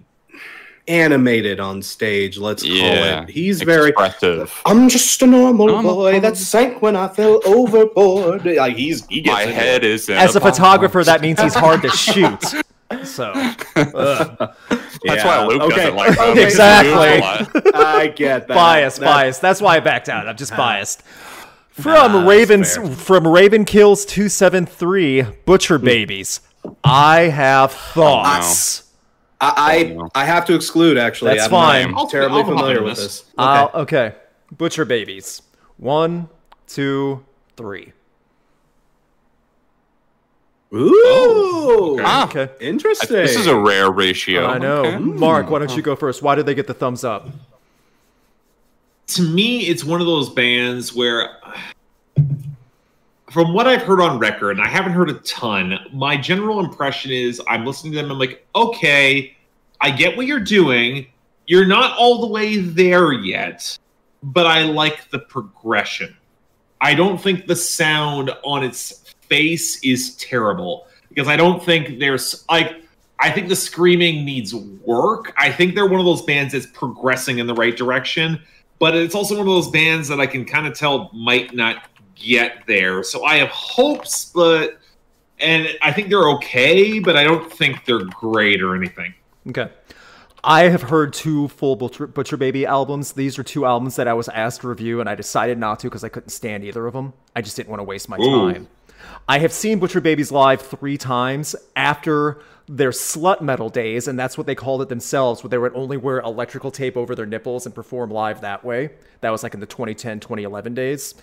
Speaker 2: animated on stage. Let's call
Speaker 1: Yeah.
Speaker 2: it. He's very.
Speaker 1: Expressive.
Speaker 2: I'm just a normal,
Speaker 1: Normal
Speaker 2: boy that sank when I fell overboard. Like he's he gets
Speaker 1: My
Speaker 2: into
Speaker 1: head is in
Speaker 5: As a
Speaker 1: box.
Speaker 5: photographer, that means he's hard to shoot. So
Speaker 2: it.
Speaker 1: That's why Luke doesn't like them.
Speaker 2: [laughs] Okay.
Speaker 5: Exactly.
Speaker 2: I get that.
Speaker 5: bias,
Speaker 2: That's-
Speaker 5: bias. That's why I backed out. I'm just biased. From
Speaker 2: Nah, that's
Speaker 5: Ravens,
Speaker 2: fair.
Speaker 5: from Raven Kills two seven three Butcher Babies. I have thoughts.
Speaker 2: I, I I have to exclude actually.
Speaker 5: That's
Speaker 2: I'm not
Speaker 5: fine.
Speaker 4: I'll-
Speaker 2: terribly
Speaker 4: I'll hop
Speaker 2: familiar
Speaker 4: on
Speaker 2: with
Speaker 4: this.
Speaker 2: this.
Speaker 5: Uh, okay. Butcher Babies. One, two, three.
Speaker 2: Ooh,
Speaker 1: Ah,
Speaker 5: Okay.
Speaker 2: interesting.
Speaker 1: this is a rare ratio.
Speaker 5: I know. Mark, why don't you go first? Why did they get the thumbs up?
Speaker 4: to me, it's one of those bands where, from what I've heard on record, and I haven't heard a ton, my general impression is I'm listening to them. I'm like, okay, I get what you're doing. You're not all the way there yet, but I like the progression. I don't think the sound on its face is terrible because I don't think there's like I think the screaming needs work. I think they're one of those bands that's progressing in the right direction, but it's also one of those bands that I can kind of tell might not get there. So I have hopes, but and I think they're okay, but I don't think they're great or anything.
Speaker 5: Okay. I have heard two full Butcher, Butcher Baby albums. These are two albums that I was asked to review, and I decided not to because I couldn't stand either of them. I just didn't want to waste my
Speaker 4: Ooh.
Speaker 5: time. I have seen Butcher Babies live three times after their slut metal days, and that's what they called it themselves, where they would only wear electrical tape over their nipples and perform live that way. That was like in the 2010, 2011 days.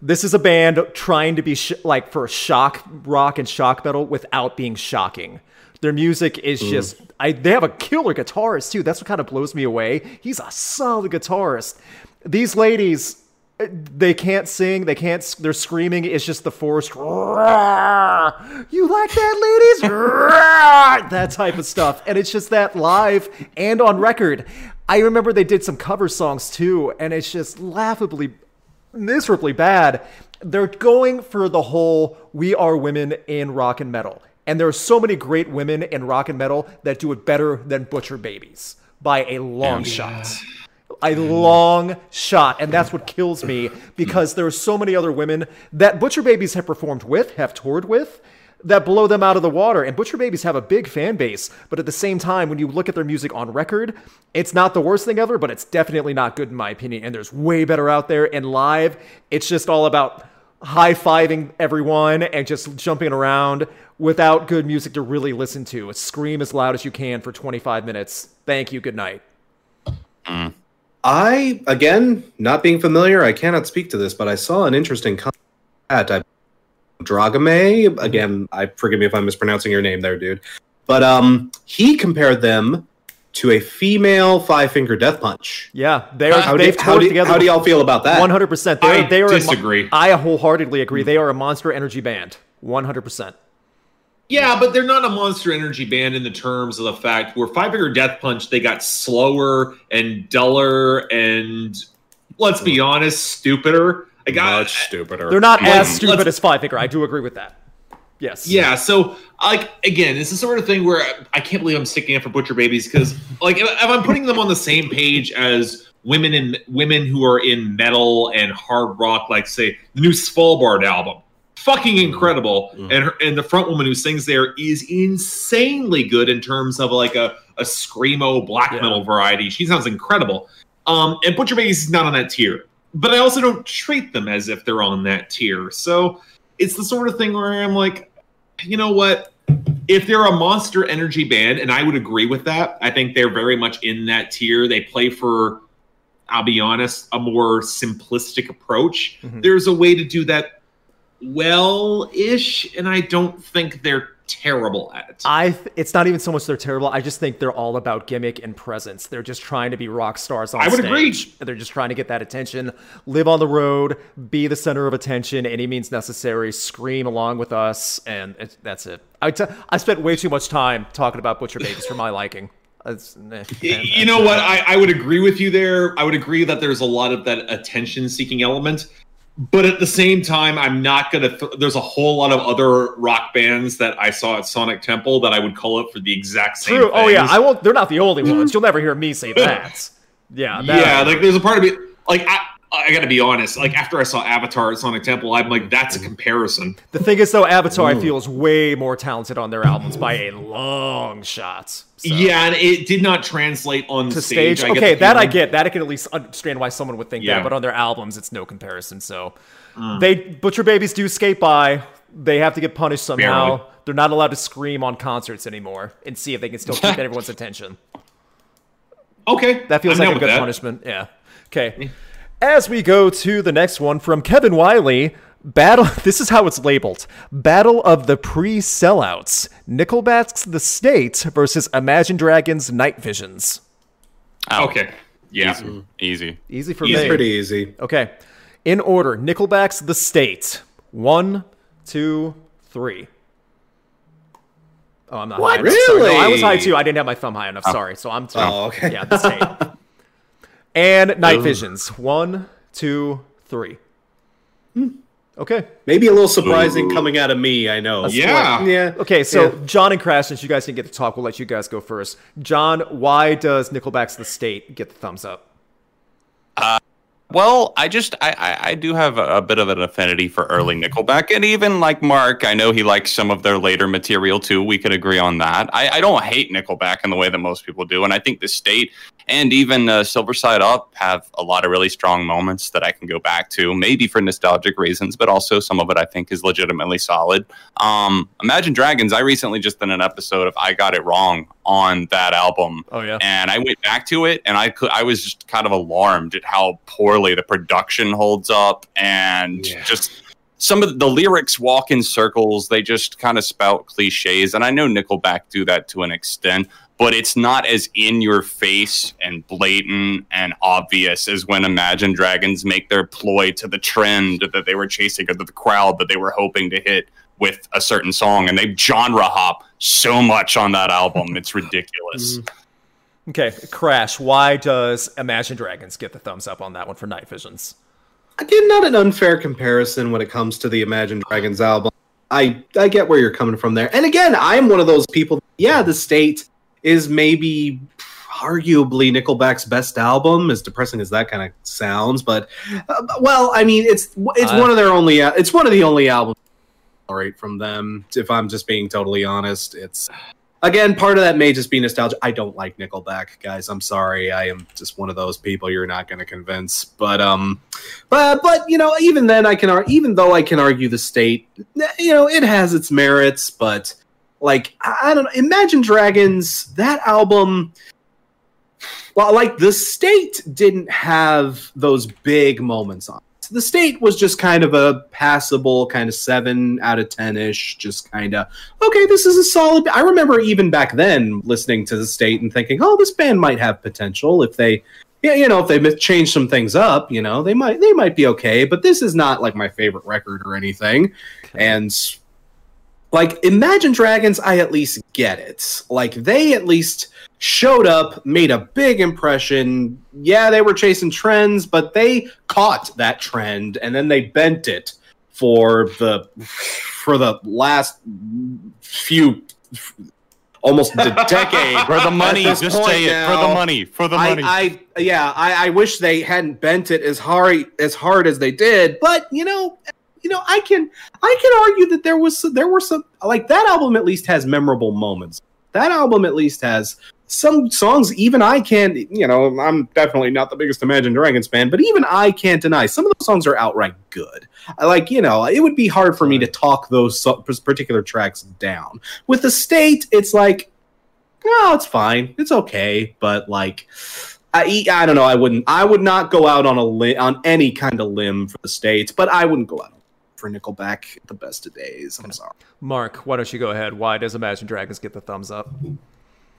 Speaker 5: This is a band trying to be sh- like for shock rock and shock metal without being shocking. Their music is just I they have a killer guitarist too. That's what kind of blows me away. He's a solid guitarist. These ladies uh, they can't sing, they can't s- they're screaming. It's just the forced "Rawr." You like that ladies? Rawr! that type of stuff. And it's just that live and on record. I remember they did some cover songs too and it's just laughably miserably bad. They're going for the whole we are women in rock and metal. And there are so many great women in rock and metal that do it better than Butcher Babies by a long shot. a long shot, and that's what kills me because there are so many other women that Butcher Babies have performed with, have toured with, that blow them out of the water. And Butcher Babies have a big fan base, but at the same time, when you look at their music on record, it's not the worst thing ever, but it's definitely not good in my opinion. And there's way better out there. And live, it's just all about high fiving everyone and just jumping around without good music to really listen to. Scream as loud as you can for 25 minutes. Thank you. Good night.
Speaker 2: I again, not being familiar, I cannot speak to this, but I saw an interesting comment. at, I, Dragame again. I forgive me if I'm mispronouncing your name there, dude. But um, he compared them to a female five finger death punch.
Speaker 5: Yeah, they are.
Speaker 2: How do,
Speaker 5: they've
Speaker 2: how,
Speaker 5: toured
Speaker 2: do,
Speaker 5: together.
Speaker 2: how do y'all feel about that?
Speaker 5: One hundred percent. They
Speaker 4: I
Speaker 5: they are. a mo-
Speaker 4: disagree.
Speaker 5: I wholeheartedly agree. They are a monster energy band. One hundred percent.
Speaker 4: Yeah, but they're not a monster energy band in the terms of the fact where Five Finger Death Punch they got slower and duller and let's be honest, stupider. I got
Speaker 2: Much stupider.
Speaker 5: They're not
Speaker 4: Let's-
Speaker 5: as stupid
Speaker 4: let's-
Speaker 5: as Five Finger. I do agree with that. Yes.
Speaker 4: yeah. So like again, it's the sort of thing where I- I can't believe I'm sticking up for Butcher Babies because like if, if I'm putting them on the same page as women and women who are in metal and hard rock, like say the new Svalbard album, fucking
Speaker 5: Mm-hmm.
Speaker 4: incredible, and her, and the front woman who sings there is insanely good in terms of like a a screamo black
Speaker 5: Yeah.
Speaker 4: metal variety. She sounds incredible. Um, and Butcher Babies is not on that tier, but I also don't treat them as if they're on that tier. So it's the sort of thing where I'm like, you know what? If they're a monster energy band, and I would agree with that, I think they're very much in that tier. They play for, I'll be honest, a more simplistic approach.
Speaker 5: Mhm.
Speaker 4: There's a way to do that well ish, and I don't think they're terrible at it.
Speaker 5: I th- it's not even so much they're terrible. I just think they're all about gimmick and presence. They're just trying to be rock stars on
Speaker 4: I would
Speaker 5: stage.
Speaker 4: agree.
Speaker 5: And they're just trying to get that attention, live on the road, be the center of attention, any means necessary, scream along with us, and it, that's it. I, t- I spent way too much time talking about Butcher Babies for my liking. That's- eh,
Speaker 2: [laughs]
Speaker 4: Y-
Speaker 5: and-
Speaker 4: you know what I, I would agree with you there i would agree that there's a lot of that attention seeking element but at the same time i'm not gonna th- there's a whole lot of other rock bands that i saw at sonic temple that i would call up for the exact same
Speaker 5: True. Oh yeah,
Speaker 4: things.
Speaker 5: I won't. They're not the only
Speaker 4: Mm-hmm.
Speaker 5: ones. You'll never hear me say that. Yeah. that-
Speaker 4: yeah like there's a part of me like i I gotta be honest. Like after I saw Avatar at Sonic Temple, I'm like, that's a
Speaker 5: Mm-hmm.
Speaker 4: comparison.
Speaker 5: The thing is, though, Avatar I feel is way more talented on their albums by a long shot. So-
Speaker 4: Yeah, and it did not translate on
Speaker 5: to
Speaker 4: stage.
Speaker 5: stage.
Speaker 4: I get
Speaker 5: okay,
Speaker 4: the
Speaker 5: that I
Speaker 4: feeling.
Speaker 5: get. That I can at least understand why someone would think
Speaker 4: Yeah. Mm.
Speaker 5: that. But on their albums, it's no comparison. So they butcher babies do skate by. They have to get punished somehow.
Speaker 4: Barely.
Speaker 5: They're not allowed to scream on concerts anymore and see if they can still
Speaker 4: [laughs]
Speaker 5: keep everyone's attention.
Speaker 4: Okay,
Speaker 5: That feels
Speaker 4: I'm
Speaker 5: like a
Speaker 4: down with
Speaker 5: good
Speaker 4: that.
Speaker 5: punishment. Yeah. Okay. As we go to the next one from Kevin Wiley, Battle [laughs] this is how it's labeled. Battle of the Pre-Sellouts. Nickelback's The State versus Imagine Dragons Night Visions.
Speaker 1: Ow.
Speaker 4: Okay, yeah,
Speaker 1: Easy. Easy.
Speaker 5: Easy for
Speaker 2: It's
Speaker 5: me.
Speaker 2: pretty easy.
Speaker 5: Okay. In order, Nickelback's The State. One, two, three. Oh, I'm not high.
Speaker 2: Really?
Speaker 5: Sorry, no, I was high too. I didn't have my thumb high enough. Sorry. So I'm two.
Speaker 2: Oh, okay.
Speaker 5: Yeah, The
Speaker 2: [laughs]
Speaker 5: State. and Night Visions. One, two, three.
Speaker 2: Hmm.
Speaker 5: Okay.
Speaker 2: Maybe a little surprising coming out of me. I know.
Speaker 4: yeah,
Speaker 2: Yeah.
Speaker 5: Okay, so
Speaker 2: Yeah.
Speaker 5: John and Crash, since you guys didn't get to talk, we'll let you guys go first. John, why does Nickelback's The State get the thumbs up?
Speaker 1: Well, I just I, I, I do have a, a bit of an affinity for early Nickelback, and even like Mark, I know he likes some of their later material too. We could agree on that. I, I don't hate Nickelback in the way that most people do, and I think the state and even uh, Silver Side Up have a lot of really strong moments that I can go back to, maybe for nostalgic reasons, but also some of it I think is legitimately solid. Um, Imagine Dragons, I recently just did an episode of I Got It Wrong on that album,
Speaker 5: Oh, yeah.
Speaker 1: and I went back to it, and I could, I was just kind of alarmed at how poorly the production holds up, and
Speaker 4: Yeah.
Speaker 1: just some of the lyrics walk in circles. They just kind of spout cliches, and I know Nickelback do that to an extent, but it's not as in your face and blatant and obvious as when Imagine Dragons make their ploy to the trend that they were chasing or to the crowd that they were hoping to hit with a certain song, and they genre hop so much on that album. It's ridiculous.
Speaker 5: Okay, Crash, why does Imagine Dragons get the thumbs up on that one for Night Visions?
Speaker 2: Again, not an unfair comparison when it comes to the Imagine Dragons album. I I get where you're coming from there. And again, I'm one of those people. Yeah, the state is maybe arguably Nickelback's best album, as depressing as that kind of sounds. But uh, well, I mean, it's it's
Speaker 5: Uh,
Speaker 2: one of their only it's one of the only albums I tolerate from them. If I'm just being totally honest, it's again part of that may just be nostalgia. I don't like Nickelback, guys. I'm sorry, I am just one of those people you're not going to convince. But um, but but you know, even then, I can ar- even though I can argue the state, eh, you know, it has its merits, but like I, I don't know. Imagine Dragons that album. Well, like the state didn't have those big moments on. it. The state was just kind of a passable kind of seven out of ten ish, just kind of okay. This is a solid. I remember even back then listening to the state and thinking, oh, this band might have potential if they, yeah, you know, if they mi- change some things up, you know, they might they might be okay. But this is not like my favorite record or anything, and like imagine dragons i at least get it like they at least showed up made a big impression yeah they were chasing trends but they caught that trend and then they bent it for the for the last few almost the decade
Speaker 1: For the money,
Speaker 2: At this
Speaker 1: just
Speaker 2: point
Speaker 1: say it. For
Speaker 2: now,
Speaker 1: the money, for the money.
Speaker 2: I, I yeah, I, I wish they hadn't bent it as hard as hard as they did. But you know, you know, I can I can argue that there was there were some like that album at least has memorable moments. That album at least has some songs even I can't you know, I'm definitely not the biggest Imagine Dragons fan, but even I can't deny some of those songs are outright good. I like, you know, it would be hard for me to talk those so- particular tracks down. With the state, it's like no, it's fine. It's okay, but like I e, I don't know, I wouldn't I would not go out on a li- on any kind of limb for the states, but I wouldn't go out for Nickelback at the best of days. I'm sorry.
Speaker 5: Mark, why don't you go ahead? Why does Imagine Dragons get the thumbs up?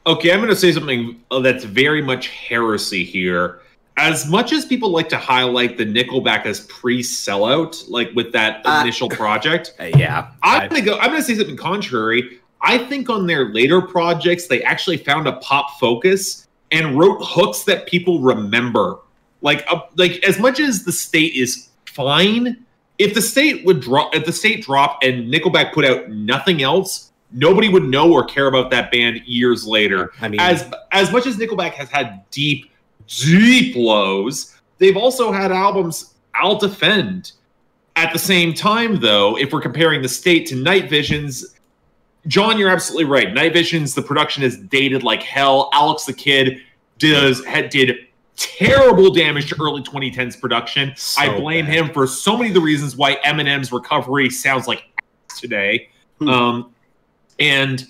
Speaker 4: Okay, I'm going to say something uh, that's very much heresy here. As much as people like to highlight the Nickelback as pre-sellout, like with that
Speaker 2: Uh,
Speaker 4: initial project,
Speaker 2: yeah.
Speaker 4: I'm going to go. I'm going to say something contrary. I think on their later projects, they actually found a pop focus and wrote hooks that people remember. Like, uh, like as much as the state is fine, if the state would drop, if the state dropped and Nickelback put out nothing else, nobody would know or care about that band years later
Speaker 2: I mean,
Speaker 4: as as much as Nickelback has had deep, deep lows, they've also had albums I'll defend. At the same time, though, if we're comparing the state to Night Visions, John, you're absolutely right. Night Visions, the production is dated like hell. Alex the Kid does had, did terrible damage to early 2010s production.
Speaker 2: So
Speaker 4: I blame
Speaker 2: bad.
Speaker 4: him for so many of the reasons why Eminem's recovery sounds like ass today.
Speaker 2: Hmm.
Speaker 4: Um, and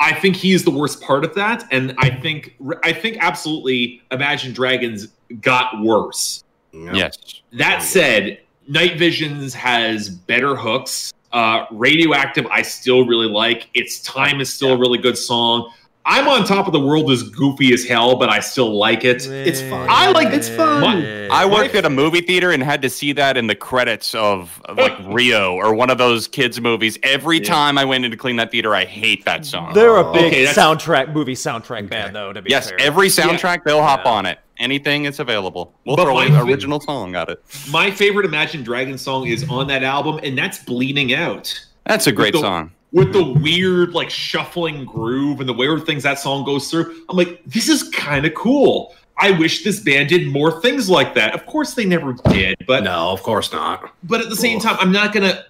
Speaker 4: I think he is the worst part of that. And I think I think absolutely Imagine Dragons got worse.
Speaker 2: you know,
Speaker 1: yes.
Speaker 4: That said, Night Visions has better hooks. Uh, Radioactive, I still really like. It's Time is still a really good song. I'm on top of the world is goofy as hell, but I still like it.
Speaker 2: It's fun.
Speaker 4: I like-
Speaker 2: it's fun.
Speaker 1: I worked at a movie theater and had to see that in the credits of like Rio or one of those kids' movies. Every time I went in to clean that theater, I hate that song.
Speaker 5: They're
Speaker 2: Oh.
Speaker 5: a big
Speaker 4: Okay, that's-
Speaker 5: soundtrack, movie soundtrack band, though. To be
Speaker 1: yes,
Speaker 5: fair.
Speaker 1: every soundtrack they'll hop
Speaker 5: Yeah.
Speaker 1: on it. Anything that's available, we'll
Speaker 4: But
Speaker 1: throw
Speaker 4: my
Speaker 1: an
Speaker 4: fa-
Speaker 1: original song at it.
Speaker 4: My favorite Imagine Dragons song is on that album, and that's Bleeding Out.
Speaker 1: That's a great
Speaker 4: the-
Speaker 1: song.
Speaker 4: with the
Speaker 2: Mm-hmm.
Speaker 4: weird like shuffling groove and the weird things that song goes through i'm like this is kind of cool i wish this band did more things like that of course they never did but
Speaker 2: No, of course not.
Speaker 4: but at the same time i'm not gonna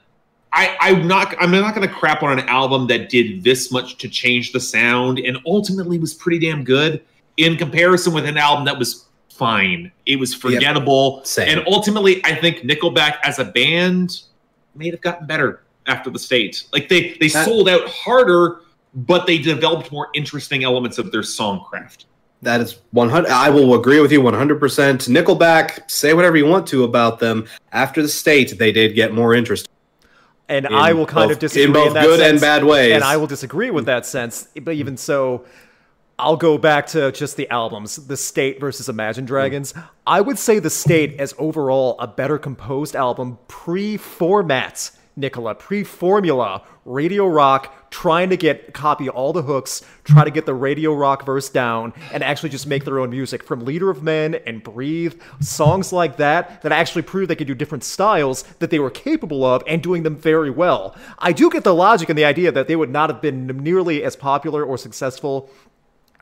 Speaker 4: I, I'm not. I'm not going to crap on an album that did this much to change the sound and ultimately was pretty damn good in comparison with an album that was fine. It was forgettable,
Speaker 2: Same.
Speaker 4: and ultimately, I think Nickelback as a band may have gotten better after the state. Like they they
Speaker 2: That-
Speaker 4: sold out harder, but they developed more interesting elements of their songcraft.
Speaker 2: That is 100. I will agree with you 100%. Nickelback, say whatever you want to about them. After the state, they did get more interest.
Speaker 5: and
Speaker 2: in
Speaker 5: I will kind
Speaker 2: both-
Speaker 5: of disagree
Speaker 2: in both
Speaker 5: that
Speaker 2: good and
Speaker 5: sense,
Speaker 2: bad ways.
Speaker 5: and I will disagree with that sense. But even so, I'll go back to just the albums, The State versus Imagine Dragons. I would say The State as overall a better composed album pre-format, Nicola, pre-formula, radio rock, trying to get copy all the hooks, try to get the radio rock verse down, and actually just make their own music from Leader of Men and Breathe, songs like that that actually prove they could do different styles that they were capable of and doing them very well. I do get the logic and the idea that they would not have been nearly as popular or successful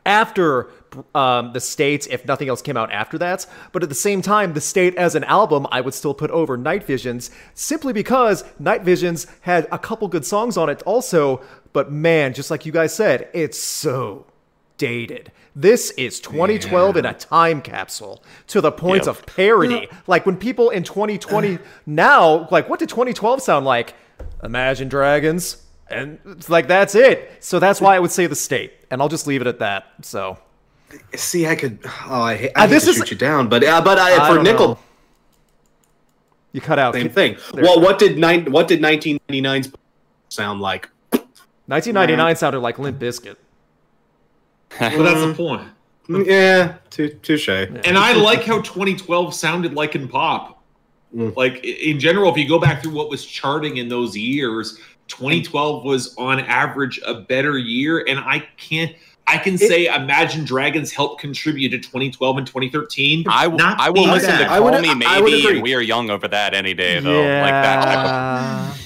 Speaker 5: after um, the states, if nothing else came out after that. But at the same time, the state as an album, I would still put over Night Visions simply because Night Visions had a couple good songs on it also. But man, just like you guys said, it's so dated. This is 2012 in a time capsule to the point
Speaker 1: Yep.
Speaker 5: of parody. Like when people in 2020 now, like what did 2012 sound like? Imagine Dragons. And it's like that's it. So that's why I would say the state. And I'll just leave it at that. So
Speaker 2: See, I could. Oh, I hate, I hate
Speaker 5: Uh, this
Speaker 2: to
Speaker 5: is-
Speaker 2: shoot you down, but uh, but I,
Speaker 5: I
Speaker 2: for
Speaker 5: don't
Speaker 2: Nickel,
Speaker 5: know. you cut out.
Speaker 2: same
Speaker 5: Could-
Speaker 2: thing.
Speaker 5: There-
Speaker 2: Well, what did nine? What did 1999's sound like?
Speaker 5: 1999 sounded like Limp Bizkit.
Speaker 4: Well, that's the point.
Speaker 2: Mm, Yeah, tou- touche.
Speaker 4: And I like how 2012 sounded like in pop.
Speaker 2: Mm.
Speaker 4: Like i- in general, if you go back through what was charting in those years, 2012 was on average a better year. And I can't, I can say Imagine Dragons helped contribute to 2012 and 2013.
Speaker 1: I, w-
Speaker 4: Not
Speaker 1: I will
Speaker 4: being
Speaker 1: listen
Speaker 4: bad.
Speaker 1: to
Speaker 2: I
Speaker 1: Call
Speaker 2: would-
Speaker 1: Me
Speaker 2: I would
Speaker 1: Maybe
Speaker 2: agree.
Speaker 1: and We Are Young over that any day, though. Like that type of.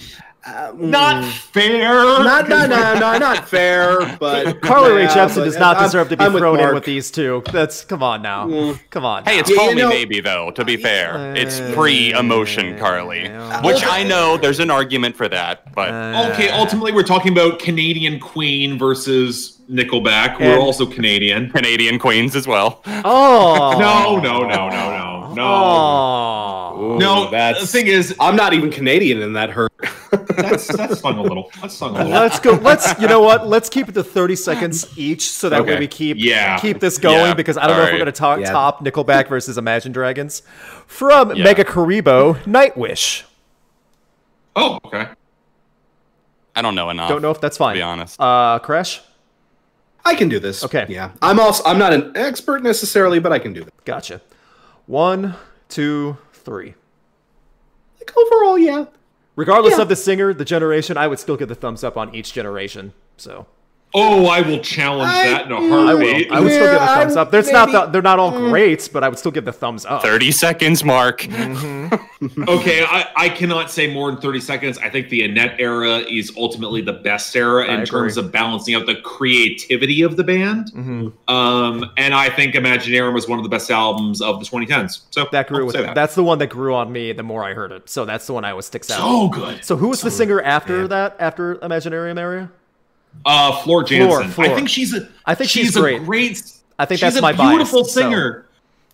Speaker 2: Uh,
Speaker 4: Not
Speaker 2: mm.
Speaker 4: fair.
Speaker 2: not no no no not fair.
Speaker 5: [laughs]
Speaker 2: [laughs] But
Speaker 5: Carly Rae
Speaker 2: yeah,
Speaker 5: Jepsen
Speaker 2: but
Speaker 5: does not
Speaker 2: I'm-
Speaker 5: deserve to be
Speaker 2: I'm
Speaker 5: thrown in
Speaker 2: Mark.
Speaker 5: with these two. That's come on now.
Speaker 2: Mm.
Speaker 5: Come on.
Speaker 1: Hey, it's
Speaker 2: Yeah,
Speaker 1: Call
Speaker 2: you
Speaker 1: Me
Speaker 2: know-
Speaker 1: Maybe, though, to be fair. It's
Speaker 5: Uh,
Speaker 1: pre emotion, Carly.
Speaker 5: yeah.
Speaker 1: Which I know there's an argument for that, but.
Speaker 2: Uh,
Speaker 5: Uh,
Speaker 4: Okay, ultimately, we're talking about Canadian Queen versus Nickelback. We're
Speaker 5: And-
Speaker 4: also Canadian.
Speaker 1: Canadian queens as well.
Speaker 5: Oh
Speaker 4: No, no, no, no, no, no.
Speaker 5: Oh.
Speaker 4: No,
Speaker 2: that's-
Speaker 4: the thing is,
Speaker 2: I'm not even Canadian in that hurt.
Speaker 4: that's that's sung a little. That's sung a little.
Speaker 5: Let's go. Let's. You know what? Let's keep it to thirty seconds each, so that way
Speaker 2: Okay.
Speaker 5: we keep
Speaker 4: Yeah.
Speaker 5: keep this going.
Speaker 1: Yeah.
Speaker 5: Because I don't know if we're going
Speaker 1: Alright.
Speaker 5: to talk
Speaker 2: Yeah.
Speaker 5: top Nickelback versus Imagine Dragons from
Speaker 1: Yeah.
Speaker 5: Mega Karibo Nightwish.
Speaker 4: Oh, okay.
Speaker 1: I don't know enough.
Speaker 5: Don't know if that's fine.
Speaker 1: be honest.
Speaker 5: Uh, Crash.
Speaker 2: I can do this.
Speaker 5: Okay.
Speaker 2: Yeah. I'm also I'm not an expert necessarily, but I can do this.
Speaker 5: Gotcha. One, two, three.
Speaker 2: Like overall, yeah.
Speaker 5: Regardless of the singer, the generation, I would still give the thumbs up on each generation. So
Speaker 4: Oh, I will challenge
Speaker 2: I-
Speaker 4: that in a
Speaker 5: I will.
Speaker 4: heartbeat.
Speaker 5: I would still
Speaker 2: Yeah,
Speaker 5: give a thumbs
Speaker 2: I
Speaker 5: up. There's not
Speaker 2: maybe- Mm.
Speaker 5: the, they're not all great, but I would still give the thumbs up.
Speaker 1: 30 seconds, Mark.
Speaker 2: Mm.
Speaker 4: Okay, I, I cannot say more than 30 seconds. I think the Annette era is ultimately the best era
Speaker 5: I
Speaker 4: in
Speaker 5: agree.
Speaker 4: terms of balancing out the creativity of the band.
Speaker 5: Mm-hmm.
Speaker 4: Um, and I think Imaginarium was one of the best albums of the 2010s. So
Speaker 5: That
Speaker 4: I'll
Speaker 5: grew with
Speaker 4: say that.
Speaker 5: that's the one that grew on me the more I heard it. So that's the one I always sticks out.
Speaker 4: so good.
Speaker 5: So who was the singer after that? After Imaginarium area?
Speaker 4: Uh, Floor Jansen.
Speaker 5: Floor.
Speaker 4: I think she's a.
Speaker 5: I think
Speaker 4: she's,
Speaker 5: she's
Speaker 4: a
Speaker 5: great.
Speaker 4: great.
Speaker 5: I think
Speaker 4: she's
Speaker 5: that's
Speaker 4: a
Speaker 5: my bias,
Speaker 4: beautiful
Speaker 5: so-
Speaker 4: singer.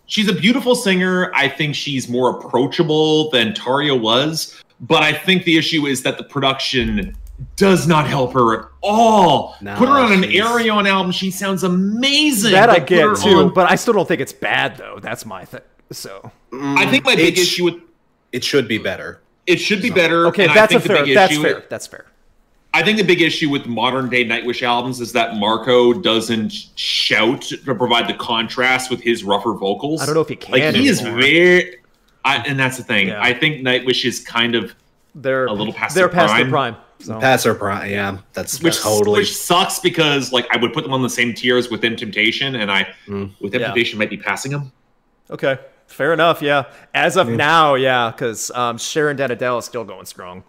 Speaker 4: She's a beautiful singer. I think she's more approachable than Taria was, but I think the issue is that the production does not help her at all.
Speaker 2: No,
Speaker 4: put her on an
Speaker 2: she's-
Speaker 4: Arion album; she sounds amazing.
Speaker 5: That I
Speaker 4: but put her
Speaker 5: get too,
Speaker 4: on-
Speaker 5: but I still don't think it's bad though. That's my thing. So
Speaker 4: I think my big
Speaker 2: It's-
Speaker 4: issue with
Speaker 2: It should be better.
Speaker 4: it should be better.
Speaker 5: okay,
Speaker 4: and I
Speaker 5: that's a
Speaker 4: think the
Speaker 5: fair.
Speaker 4: big
Speaker 5: That's
Speaker 4: issue-
Speaker 5: fair. That's fair.
Speaker 4: I think the big issue with modern day Nightwish albums is that Marco doesn't shout to provide the contrast with his rougher vocals.
Speaker 5: I don't know if he can.
Speaker 4: like he is
Speaker 5: anymore.
Speaker 4: very, I, and that's the thing.
Speaker 5: Yeah.
Speaker 4: I think Nightwish is kind of
Speaker 5: They're
Speaker 4: a little past
Speaker 5: They're
Speaker 4: their
Speaker 5: past their
Speaker 4: prime.
Speaker 5: prime. So
Speaker 2: Pass or prime. Yeah, that's
Speaker 4: which
Speaker 2: that's totally.
Speaker 4: which sucks because like I would put them on the same tier as Within Temptation, and I
Speaker 2: Mm.
Speaker 4: Within
Speaker 5: Yeah.
Speaker 4: Temptation might be passing them.
Speaker 5: okay, fair enough. Yeah, as of now, yeah, because um, Sharon Danadell is still going strong.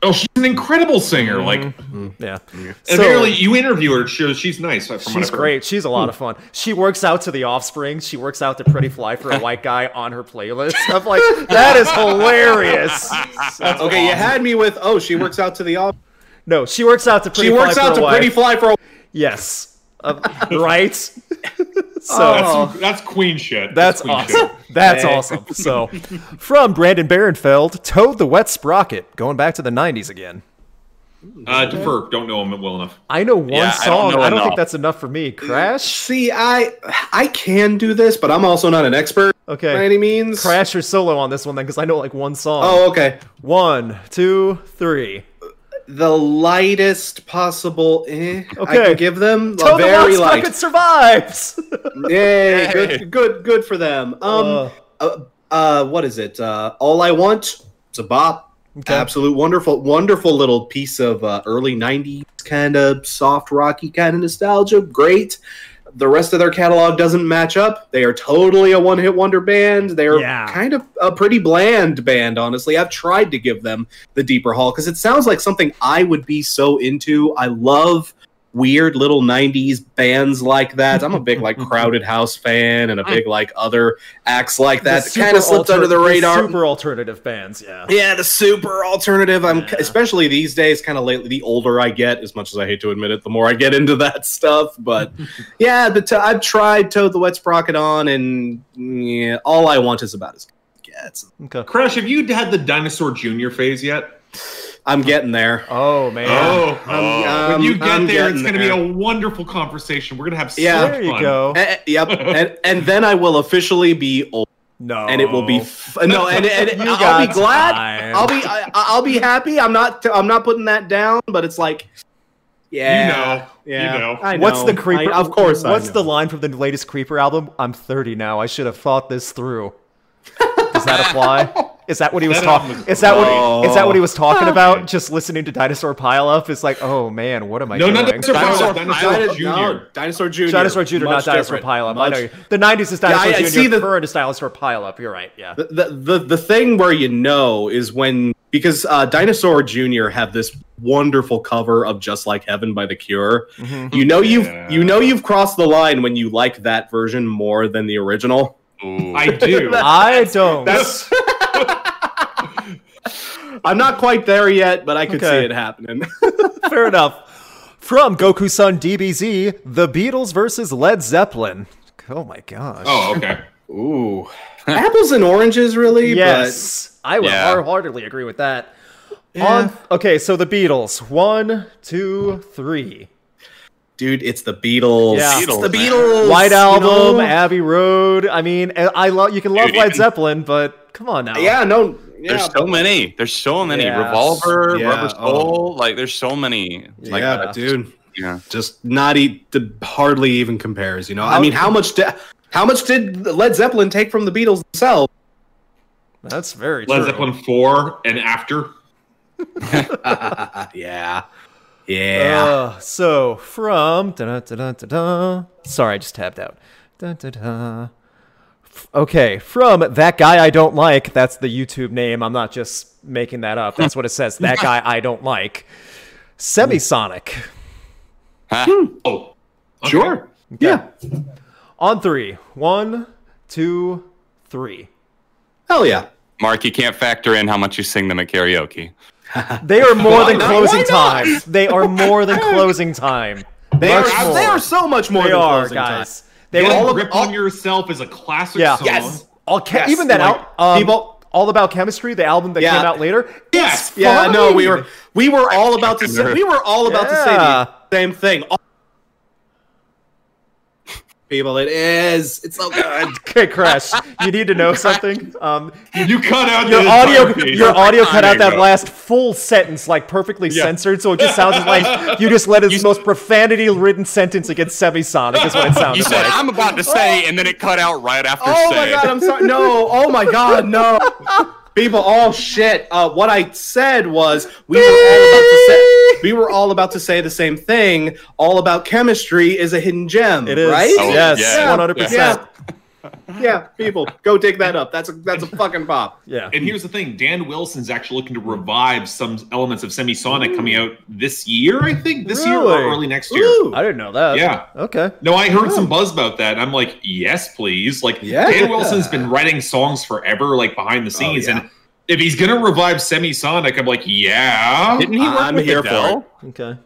Speaker 4: Oh, she's an incredible singer. Like
Speaker 5: Yeah, Mm-hmm. So-
Speaker 4: apparently you interview her, she, she's nice. From what
Speaker 5: She's
Speaker 4: I've heard.
Speaker 5: great. She's a lot of fun. She works out to the offspring. She works out to Pretty Fly for a White Guy on her playlist. [laughs] I'm like, that is hilarious.
Speaker 2: okay, you had me with. Oh, she works out to the. Op-
Speaker 5: No, she works out to Pretty
Speaker 2: she
Speaker 5: Fly
Speaker 2: works
Speaker 5: for
Speaker 2: out
Speaker 5: a
Speaker 2: to
Speaker 5: White-
Speaker 2: Pretty Fly for. a
Speaker 5: Yes. Uh, right? [laughs] so
Speaker 4: That's, that's queen shit.
Speaker 5: that's
Speaker 4: queen
Speaker 5: awesome. That's awesome. So from Brandon Barenfeld, Toad the Wet Sprocket, going back to the 90s again.
Speaker 4: Shit. Uh, defer. Don't know him well enough.
Speaker 5: I know one
Speaker 1: Yeah, I
Speaker 5: song. I
Speaker 1: don't
Speaker 5: don't,
Speaker 1: know
Speaker 5: think
Speaker 1: enough.
Speaker 5: that's enough for me. Crash?
Speaker 2: See, I I can do this, but I'm also not an expert
Speaker 5: Okay.
Speaker 2: by any means.
Speaker 5: Crash your solo on this one then, because I know like one song.
Speaker 2: Oh, okay.
Speaker 5: One, two, three.
Speaker 2: The lightest possible. Eh,
Speaker 5: Okay.
Speaker 2: I can give them a
Speaker 5: Toad
Speaker 2: very
Speaker 5: the Wet Sprocket [laughs]
Speaker 2: light.
Speaker 5: survives!
Speaker 2: Yay!
Speaker 1: Hey.
Speaker 2: Good, good, good for them. Um, uh, uh, what is it? Uh, All I want. It's a bop.
Speaker 5: Okay.
Speaker 2: Absolute wonderful, wonderful little piece of uh, early '90s kind of soft, rocky kind of nostalgia. Great. The rest of their catalog doesn't match up. They are totally a one-hit wonder band. They are
Speaker 5: Yeah.
Speaker 2: kind of a pretty bland band, honestly. I've tried to give them the deeper haul because it sounds like something I would be so into. I love weird little 90s bands like that. I'm a
Speaker 5: [laughs]
Speaker 2: big like Crowded House fan and a big like other acts like that.
Speaker 5: Mm. The
Speaker 2: Kind of
Speaker 5: super
Speaker 2: slipped under the
Speaker 5: alter-
Speaker 2: radar.
Speaker 5: Super alternative bands, yeah.
Speaker 2: yeah, the super alternative. I'm
Speaker 5: Yeah.
Speaker 2: especially these days kind of lately the older I get, as much as I hate to admit it, the more I get into that [laughs] stuff,
Speaker 5: [laughs]
Speaker 2: but yeah, but to, I've tried Toad the Wet Sprocket on and yeah, all I want is about as good as it gets.
Speaker 5: Okay.
Speaker 4: Crash, have you had the Dinosaur Junior phase yet?
Speaker 2: I'm getting there.
Speaker 5: Oh man.
Speaker 4: Oh,
Speaker 2: I'm- um,
Speaker 4: when you get
Speaker 2: I'm
Speaker 4: there, it's
Speaker 2: getting
Speaker 4: going to be
Speaker 2: there.
Speaker 4: a wonderful conversation. We're going to have so
Speaker 2: Yeah.
Speaker 4: much
Speaker 5: there you
Speaker 4: fun.
Speaker 5: go.
Speaker 2: Eh, eh,
Speaker 5: [laughs]
Speaker 2: yep, and, and then I will officially be old,
Speaker 5: No.
Speaker 2: and it will be f-
Speaker 5: [laughs]
Speaker 2: no, and, and
Speaker 5: Oh. You
Speaker 2: I'll be
Speaker 5: got
Speaker 2: glad.
Speaker 5: time.
Speaker 2: I'll be I, I'll be happy. I'm not I'm not putting that down, but it's like, yeah,
Speaker 4: You know.
Speaker 2: yeah.
Speaker 4: You know.
Speaker 2: I
Speaker 5: What's the
Speaker 2: know.
Speaker 5: creeper?
Speaker 2: I- of course, I
Speaker 5: What's
Speaker 2: know.
Speaker 5: the line from the latest creeper album? I'm 30 now. I should have thought this through. Does that apply? Is that what
Speaker 2: [laughs]
Speaker 5: he was
Speaker 4: That
Speaker 5: talking?
Speaker 4: album is
Speaker 5: Is that what? Is that what he
Speaker 2: great.
Speaker 5: was talking about? Just listening to Dinosaur Pile Up is like, oh man, what am I
Speaker 4: No,
Speaker 5: doing?
Speaker 4: no, Dinosaur Pile
Speaker 2: Dinosaur,
Speaker 4: Dinosaur
Speaker 2: Dino-
Speaker 4: Junior.
Speaker 2: no, Dinosaur Junior.
Speaker 5: Dinosaur Junior, not
Speaker 2: Much
Speaker 5: Dinosaur
Speaker 2: different.
Speaker 5: Pile Up. I
Speaker 2: Much-
Speaker 5: know you. The 90s is Dinosaur
Speaker 2: I- I
Speaker 5: Junior.
Speaker 2: see the-
Speaker 5: current is Dinosaur Pile Up. You're right. Yeah.
Speaker 2: The, the the the thing where you know is when because uh, Dinosaur Junior have this wonderful cover of Just Like Heaven by The Cure.
Speaker 5: Mhm.
Speaker 2: You know you've
Speaker 4: Yeah.
Speaker 2: you know you've crossed the line when you like that version more than the original.
Speaker 1: Ooh.
Speaker 4: I
Speaker 6: [laughs]
Speaker 4: do.
Speaker 5: I don't.
Speaker 4: That's
Speaker 2: I'm not quite there yet, but I could
Speaker 5: Okay.
Speaker 2: see it happening.
Speaker 5: [laughs]
Speaker 2: [laughs]
Speaker 5: Fair enough. From Goku Sun DBZ, The Beatles versus Led Zeppelin. Oh my gosh.
Speaker 4: [laughs] Oh,
Speaker 2: [laughs]
Speaker 4: okay.
Speaker 2: Ooh, apples and oranges, really?
Speaker 5: yes. I would
Speaker 1: Yeah.
Speaker 5: wholeheartedly agree with that. On, okay, so The Beatles. One, two, three.
Speaker 2: but, dude, it's the Beatles.
Speaker 5: Yeah.
Speaker 2: It's
Speaker 1: Beatles,
Speaker 2: the
Speaker 1: man.
Speaker 2: Beatles.
Speaker 5: White
Speaker 2: you
Speaker 5: Album,
Speaker 2: know?
Speaker 5: Abbey Road. I mean, I I love you can love
Speaker 1: Dude,
Speaker 5: Led
Speaker 1: even-
Speaker 5: Zeppelin, but come on now.
Speaker 2: yeah, no, yeah,
Speaker 1: There's so many. There's so many.
Speaker 5: Yeah.
Speaker 1: Revolver,
Speaker 2: Yeah,
Speaker 1: Rubber
Speaker 2: oh.
Speaker 1: Soul. Like there's so many. Like
Speaker 2: yeah,
Speaker 1: that.
Speaker 2: dude.
Speaker 1: Yeah.
Speaker 2: Just not e- d- hardly even compares. You know, I mean, how much did how much did Led Zeppelin take from the Beatles themselves?
Speaker 5: That's very
Speaker 4: Led
Speaker 5: true.
Speaker 4: Zeppelin four and after.
Speaker 2: yeah, yeah.
Speaker 5: Uh, so from da da da da da. Sorry, I just tapped out. Da da da. F- Okay, from that guy I don't like. That's the YouTube name. I'm not just making that up. That's what it says. That guy I don't like. Semisonic
Speaker 4: Oh,
Speaker 5: Uh,
Speaker 4: okay.
Speaker 2: sure. Yeah,
Speaker 5: on three. One, two, three.
Speaker 2: hell yeah.
Speaker 1: Mark, you can't factor in how much you sing them at karaoke.
Speaker 5: They are more than
Speaker 2: not?
Speaker 5: closing
Speaker 2: Why not?
Speaker 5: time. They are more than closing time.
Speaker 2: They
Speaker 5: Much
Speaker 2: are
Speaker 5: more.
Speaker 2: they are so much more
Speaker 5: They
Speaker 2: than
Speaker 5: are
Speaker 2: closing
Speaker 5: guys.
Speaker 2: time.
Speaker 5: They
Speaker 4: Get
Speaker 5: were
Speaker 4: a
Speaker 5: all
Speaker 4: grip on yourself is a classic
Speaker 5: Yeah.
Speaker 4: song.
Speaker 5: Yes. All che-
Speaker 2: Yes,
Speaker 5: even that
Speaker 2: like,
Speaker 5: out um,
Speaker 2: people-
Speaker 5: all about chemistry, the album that
Speaker 2: Yeah.
Speaker 5: came out later.
Speaker 4: Yes.
Speaker 5: it's
Speaker 2: Yeah, no, we
Speaker 5: fine.
Speaker 2: were we were all about to say we were all about
Speaker 5: Yeah.
Speaker 2: to say the same thing. All- People, it is. It's so good.
Speaker 5: Okay, Crash. You need to know
Speaker 2: [laughs]
Speaker 5: something. Um,
Speaker 4: You cut out
Speaker 5: your [laughs]
Speaker 4: the
Speaker 5: audio,
Speaker 4: entire piece.
Speaker 5: your audio cut out
Speaker 1: There you
Speaker 5: that
Speaker 1: go.
Speaker 5: last full sentence like perfectly censored, so it just
Speaker 2: [laughs]
Speaker 5: sounds like you just let his most profanity-ridden sentence against semisonic is what it
Speaker 1: You
Speaker 5: sounded
Speaker 1: said
Speaker 5: like.
Speaker 1: I'm about to say, and then it cut out right after
Speaker 2: Oh my
Speaker 1: say.
Speaker 2: god, I'm sorry. No, oh my god, no. People, oh shit. Uh, what I said was we were all about to say we were all about to say the same thing. All about chemistry is a hidden gem,
Speaker 5: It is
Speaker 2: right?
Speaker 1: Oh,
Speaker 5: yes,
Speaker 1: yeah.
Speaker 5: one hundred percent.
Speaker 2: Yeah. yeah, people, go dig that up. That's a that's a fucking pop.
Speaker 5: Yeah.
Speaker 4: And here's the thing: Dan Wilson's actually looking to revive some elements of Semisonic coming out this year, I think, this year
Speaker 5: Really?
Speaker 4: or early next year.
Speaker 2: Ooh.
Speaker 5: I didn't know that.
Speaker 4: Yeah.
Speaker 5: Okay.
Speaker 4: No, I heard some buzz about that. and I'm like, yes, please. Like,
Speaker 2: Oh. Yeah. Oh,
Speaker 4: Dan Wilson's been writing songs forever, like behind the scenes,
Speaker 2: yeah.
Speaker 4: and if he's gonna revive Semisonic, I'm like, yeah. Uh,
Speaker 1: Didn't he work
Speaker 2: I'm
Speaker 1: with
Speaker 2: here for
Speaker 1: Adele?
Speaker 5: Okay.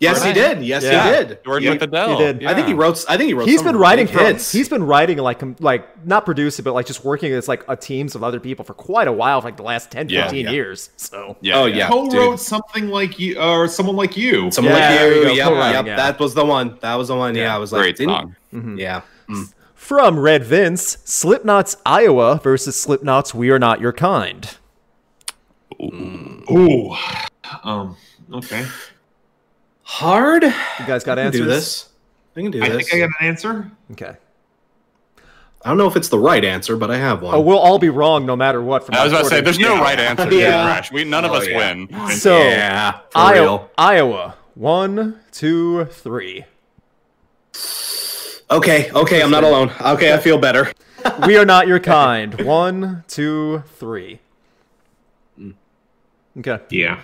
Speaker 2: Yes, he did. Yes,
Speaker 5: Yeah.
Speaker 2: he did.
Speaker 1: He worked
Speaker 4: Yeah,
Speaker 1: with Adele.
Speaker 5: he did.
Speaker 2: I think he wrote I think he wrote
Speaker 5: He's
Speaker 2: some
Speaker 5: been
Speaker 2: really
Speaker 5: writing
Speaker 2: big
Speaker 5: for
Speaker 2: hits.
Speaker 5: he's been writing like um, like not producing but like just working as like a teams of other people for quite a while for like the last 10
Speaker 1: Yeah.
Speaker 5: 15
Speaker 2: Yeah.
Speaker 5: years so
Speaker 1: Yeah.
Speaker 2: Oh,
Speaker 1: yeah.
Speaker 2: yeah.
Speaker 4: co-wrote
Speaker 2: dude.
Speaker 4: something like you uh, or someone like you.
Speaker 2: Someone
Speaker 5: Yeah,
Speaker 2: like
Speaker 5: there you
Speaker 2: you,
Speaker 5: go,
Speaker 2: yep,
Speaker 5: co-writing,
Speaker 2: yep,
Speaker 5: yeah.
Speaker 2: that was the one. That was the one. Yeah, I was like,
Speaker 1: Great
Speaker 2: didn't-
Speaker 1: song.
Speaker 5: Hmm.
Speaker 2: yeah, Mm.
Speaker 5: from Red Vince Slipknot's Iowa versus Slipknot's We Are Not Your Kind
Speaker 4: Ooh. Um. Okay.
Speaker 2: hard.
Speaker 5: you guys got
Speaker 2: I can
Speaker 5: answers
Speaker 2: do this. I can do
Speaker 4: I
Speaker 2: this.
Speaker 4: think I got an answer.
Speaker 5: okay
Speaker 2: I don't know if it's the right answer, but I have one.
Speaker 5: oh we'll all be wrong no matter what from
Speaker 1: I was
Speaker 5: that
Speaker 1: about to say,
Speaker 5: recording.
Speaker 1: there's no right answer.
Speaker 5: [laughs]
Speaker 2: Yeah.
Speaker 1: here, Crash. We none of
Speaker 2: Oh,
Speaker 1: us
Speaker 2: yeah.
Speaker 1: win.
Speaker 5: so
Speaker 2: yeah, for
Speaker 5: Iowa
Speaker 2: real.
Speaker 5: Iowa one two three
Speaker 2: Okay, okay, I'm not alone. Okay, I feel better.
Speaker 5: We Are Not Your Kind one two three okay
Speaker 4: Yeah.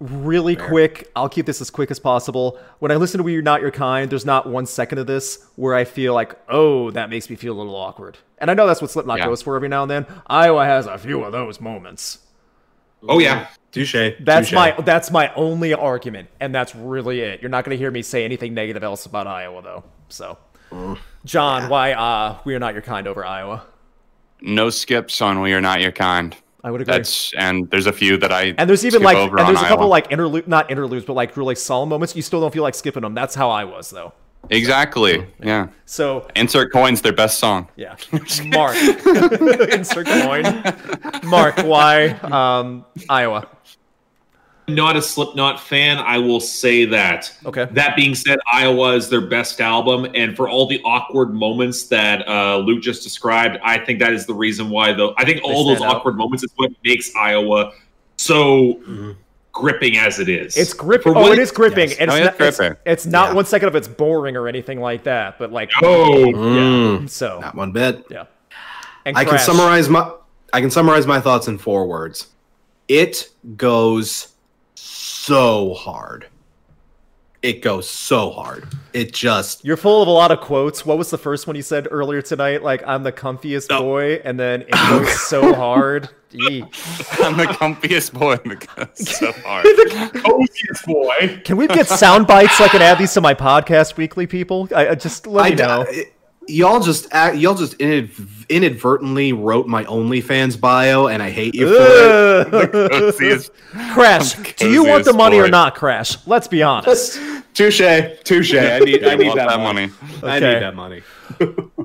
Speaker 5: really quick. I'll keep this as quick as possible. When I listen to "We're Not Your Kind," there's not one second of this where I feel like, "Oh, that makes me feel a little awkward." And I know that's what Slipknot
Speaker 1: Yeah.
Speaker 5: goes for every now and then. Iowa has a few of those moments.
Speaker 4: Oh yeah.
Speaker 2: Touche.
Speaker 5: That's
Speaker 2: touche.
Speaker 5: my that's my only argument, and that's really it. You're not going to hear me say anything negative else about Iowa, though. So, John, why uh, "We Are Not Your Kind" over Iowa?
Speaker 1: No skips on We Are Not Your Kind.
Speaker 5: I would agree.
Speaker 1: That's and there's a few that I
Speaker 5: And there's even
Speaker 1: skip
Speaker 5: like,
Speaker 1: over
Speaker 5: and
Speaker 1: on
Speaker 5: there's a couple
Speaker 1: Iowa.
Speaker 5: like interlude, not interludes, but like really solemn moments. You still don't feel like skipping them. That's how I was though. Oh,
Speaker 1: exactly yeah.
Speaker 5: So
Speaker 1: Insert coins their best song. [laughs]
Speaker 5: yeah, Mark, insert coin. Mark, why um, Iowa?
Speaker 4: Not a Slipknot fan, I will say that.
Speaker 5: Okay.
Speaker 4: That being said, Iowa is their best album, and for all the awkward moments that uh, Luke just described, I think that is the reason why. Though I think all those
Speaker 5: stand out.
Speaker 4: awkward moments is what makes Iowa so
Speaker 2: Mm-hmm.
Speaker 4: gripping as it is.
Speaker 5: It's gripping.
Speaker 4: For what
Speaker 5: Oh, it is gripping.
Speaker 2: Yes.
Speaker 5: And
Speaker 1: Oh,
Speaker 5: it's,
Speaker 1: yeah,
Speaker 5: not,
Speaker 1: it's
Speaker 5: it's,
Speaker 1: gripping.
Speaker 5: it's not
Speaker 2: Yeah.
Speaker 5: one second of it's boring or anything like that. But like,
Speaker 4: Oh,
Speaker 2: Mm,
Speaker 5: so
Speaker 2: Not one bit.
Speaker 5: yeah. And
Speaker 2: I can
Speaker 5: Crash.
Speaker 2: summarize my I can summarize my thoughts in four words. It goes so hard. It goes so hard. It just
Speaker 5: You're full of a lot of quotes. What was the first one you said earlier tonight? Like, I'm the comfiest boy, and then it goes so hard. Gee.
Speaker 1: I'm the comfiest boy in the
Speaker 5: [laughs]
Speaker 1: cast so hard.
Speaker 4: coziest boy.
Speaker 5: Can we get sound bites so I can add these to my podcast weekly, people? I, I just let
Speaker 2: I
Speaker 5: me
Speaker 2: [laughs]
Speaker 5: know.
Speaker 2: d- y'all just act- y'all just inad- inadvertently wrote my OnlyFans bio and I hate you for it.
Speaker 1: Coziest-
Speaker 5: Crash, do you want the
Speaker 1: coziest
Speaker 5: money or
Speaker 1: boy.
Speaker 5: not, Crash? Let's be honest.
Speaker 2: Touche, touche.
Speaker 5: [laughs]
Speaker 2: I need I
Speaker 1: I
Speaker 2: need
Speaker 1: want
Speaker 2: that,
Speaker 1: that
Speaker 2: money.
Speaker 1: money.
Speaker 2: I
Speaker 5: Okay.
Speaker 2: need that money.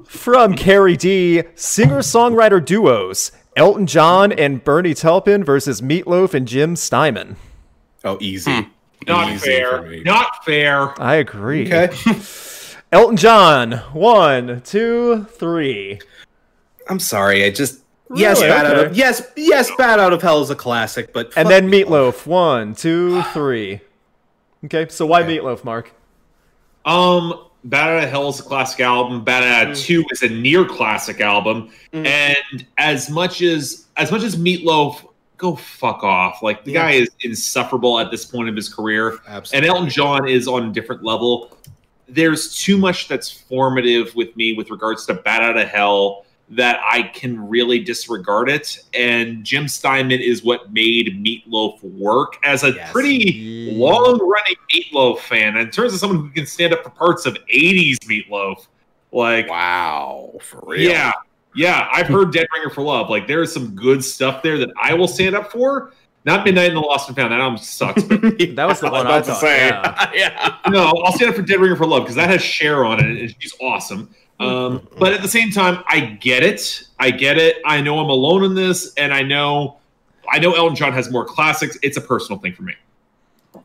Speaker 5: From Carrie D, singer-songwriter duos, Elton John and Bernie Taupin versus Meatloaf and Jim Steinman.
Speaker 2: Oh, easy.
Speaker 5: Hmm.
Speaker 4: Not
Speaker 2: Easy for
Speaker 4: fair.
Speaker 2: me.
Speaker 4: Not fair.
Speaker 5: I agree.
Speaker 2: Okay.
Speaker 5: [laughs] Elton John, one, two, three.
Speaker 2: I'm sorry. I just Yes,
Speaker 5: Really?
Speaker 2: Bat out of
Speaker 5: Okay.
Speaker 2: Yes, yes, Bat Out of Hell is a classic, but
Speaker 5: And
Speaker 2: fuck
Speaker 5: then Meatloaf, one, two, three. Okay, so why Meatloaf, Mark?
Speaker 4: Um, Bad Outta Hell is a classic album. Bad Outta
Speaker 5: Mm.
Speaker 4: Two is a near classic album. And as much as as much as Meatloaf, go fuck off. Like the guy is insufferable at this point of his career. And
Speaker 2: Absolutely.
Speaker 4: Elton John is on a different level. There's too much that's formative with me with regards to Bad Outta Hell that I can really disregard it. And Jim Steinman is what made Meatloaf work as a
Speaker 2: Yes.
Speaker 4: pretty long running Meatloaf fan. In terms of someone who can stand up for parts of 80s Meatloaf, like,
Speaker 6: Wow, for real.
Speaker 4: yeah, yeah, I've heard Dead Ringer for Love. Like, there is some good stuff there that I will stand up for. Not Midnight in the Lost and Found. That album sucks, but
Speaker 5: That was the one I,
Speaker 6: about to
Speaker 5: thought.
Speaker 6: say.
Speaker 5: yeah.
Speaker 4: no, I'll stand up for Dead Ringer for Love because that has Cher on it, and she's awesome. Um, but at the same time, I get it. I get it. I know I'm alone in this, and I know, I know Elton John has more classics. It's a personal thing for me.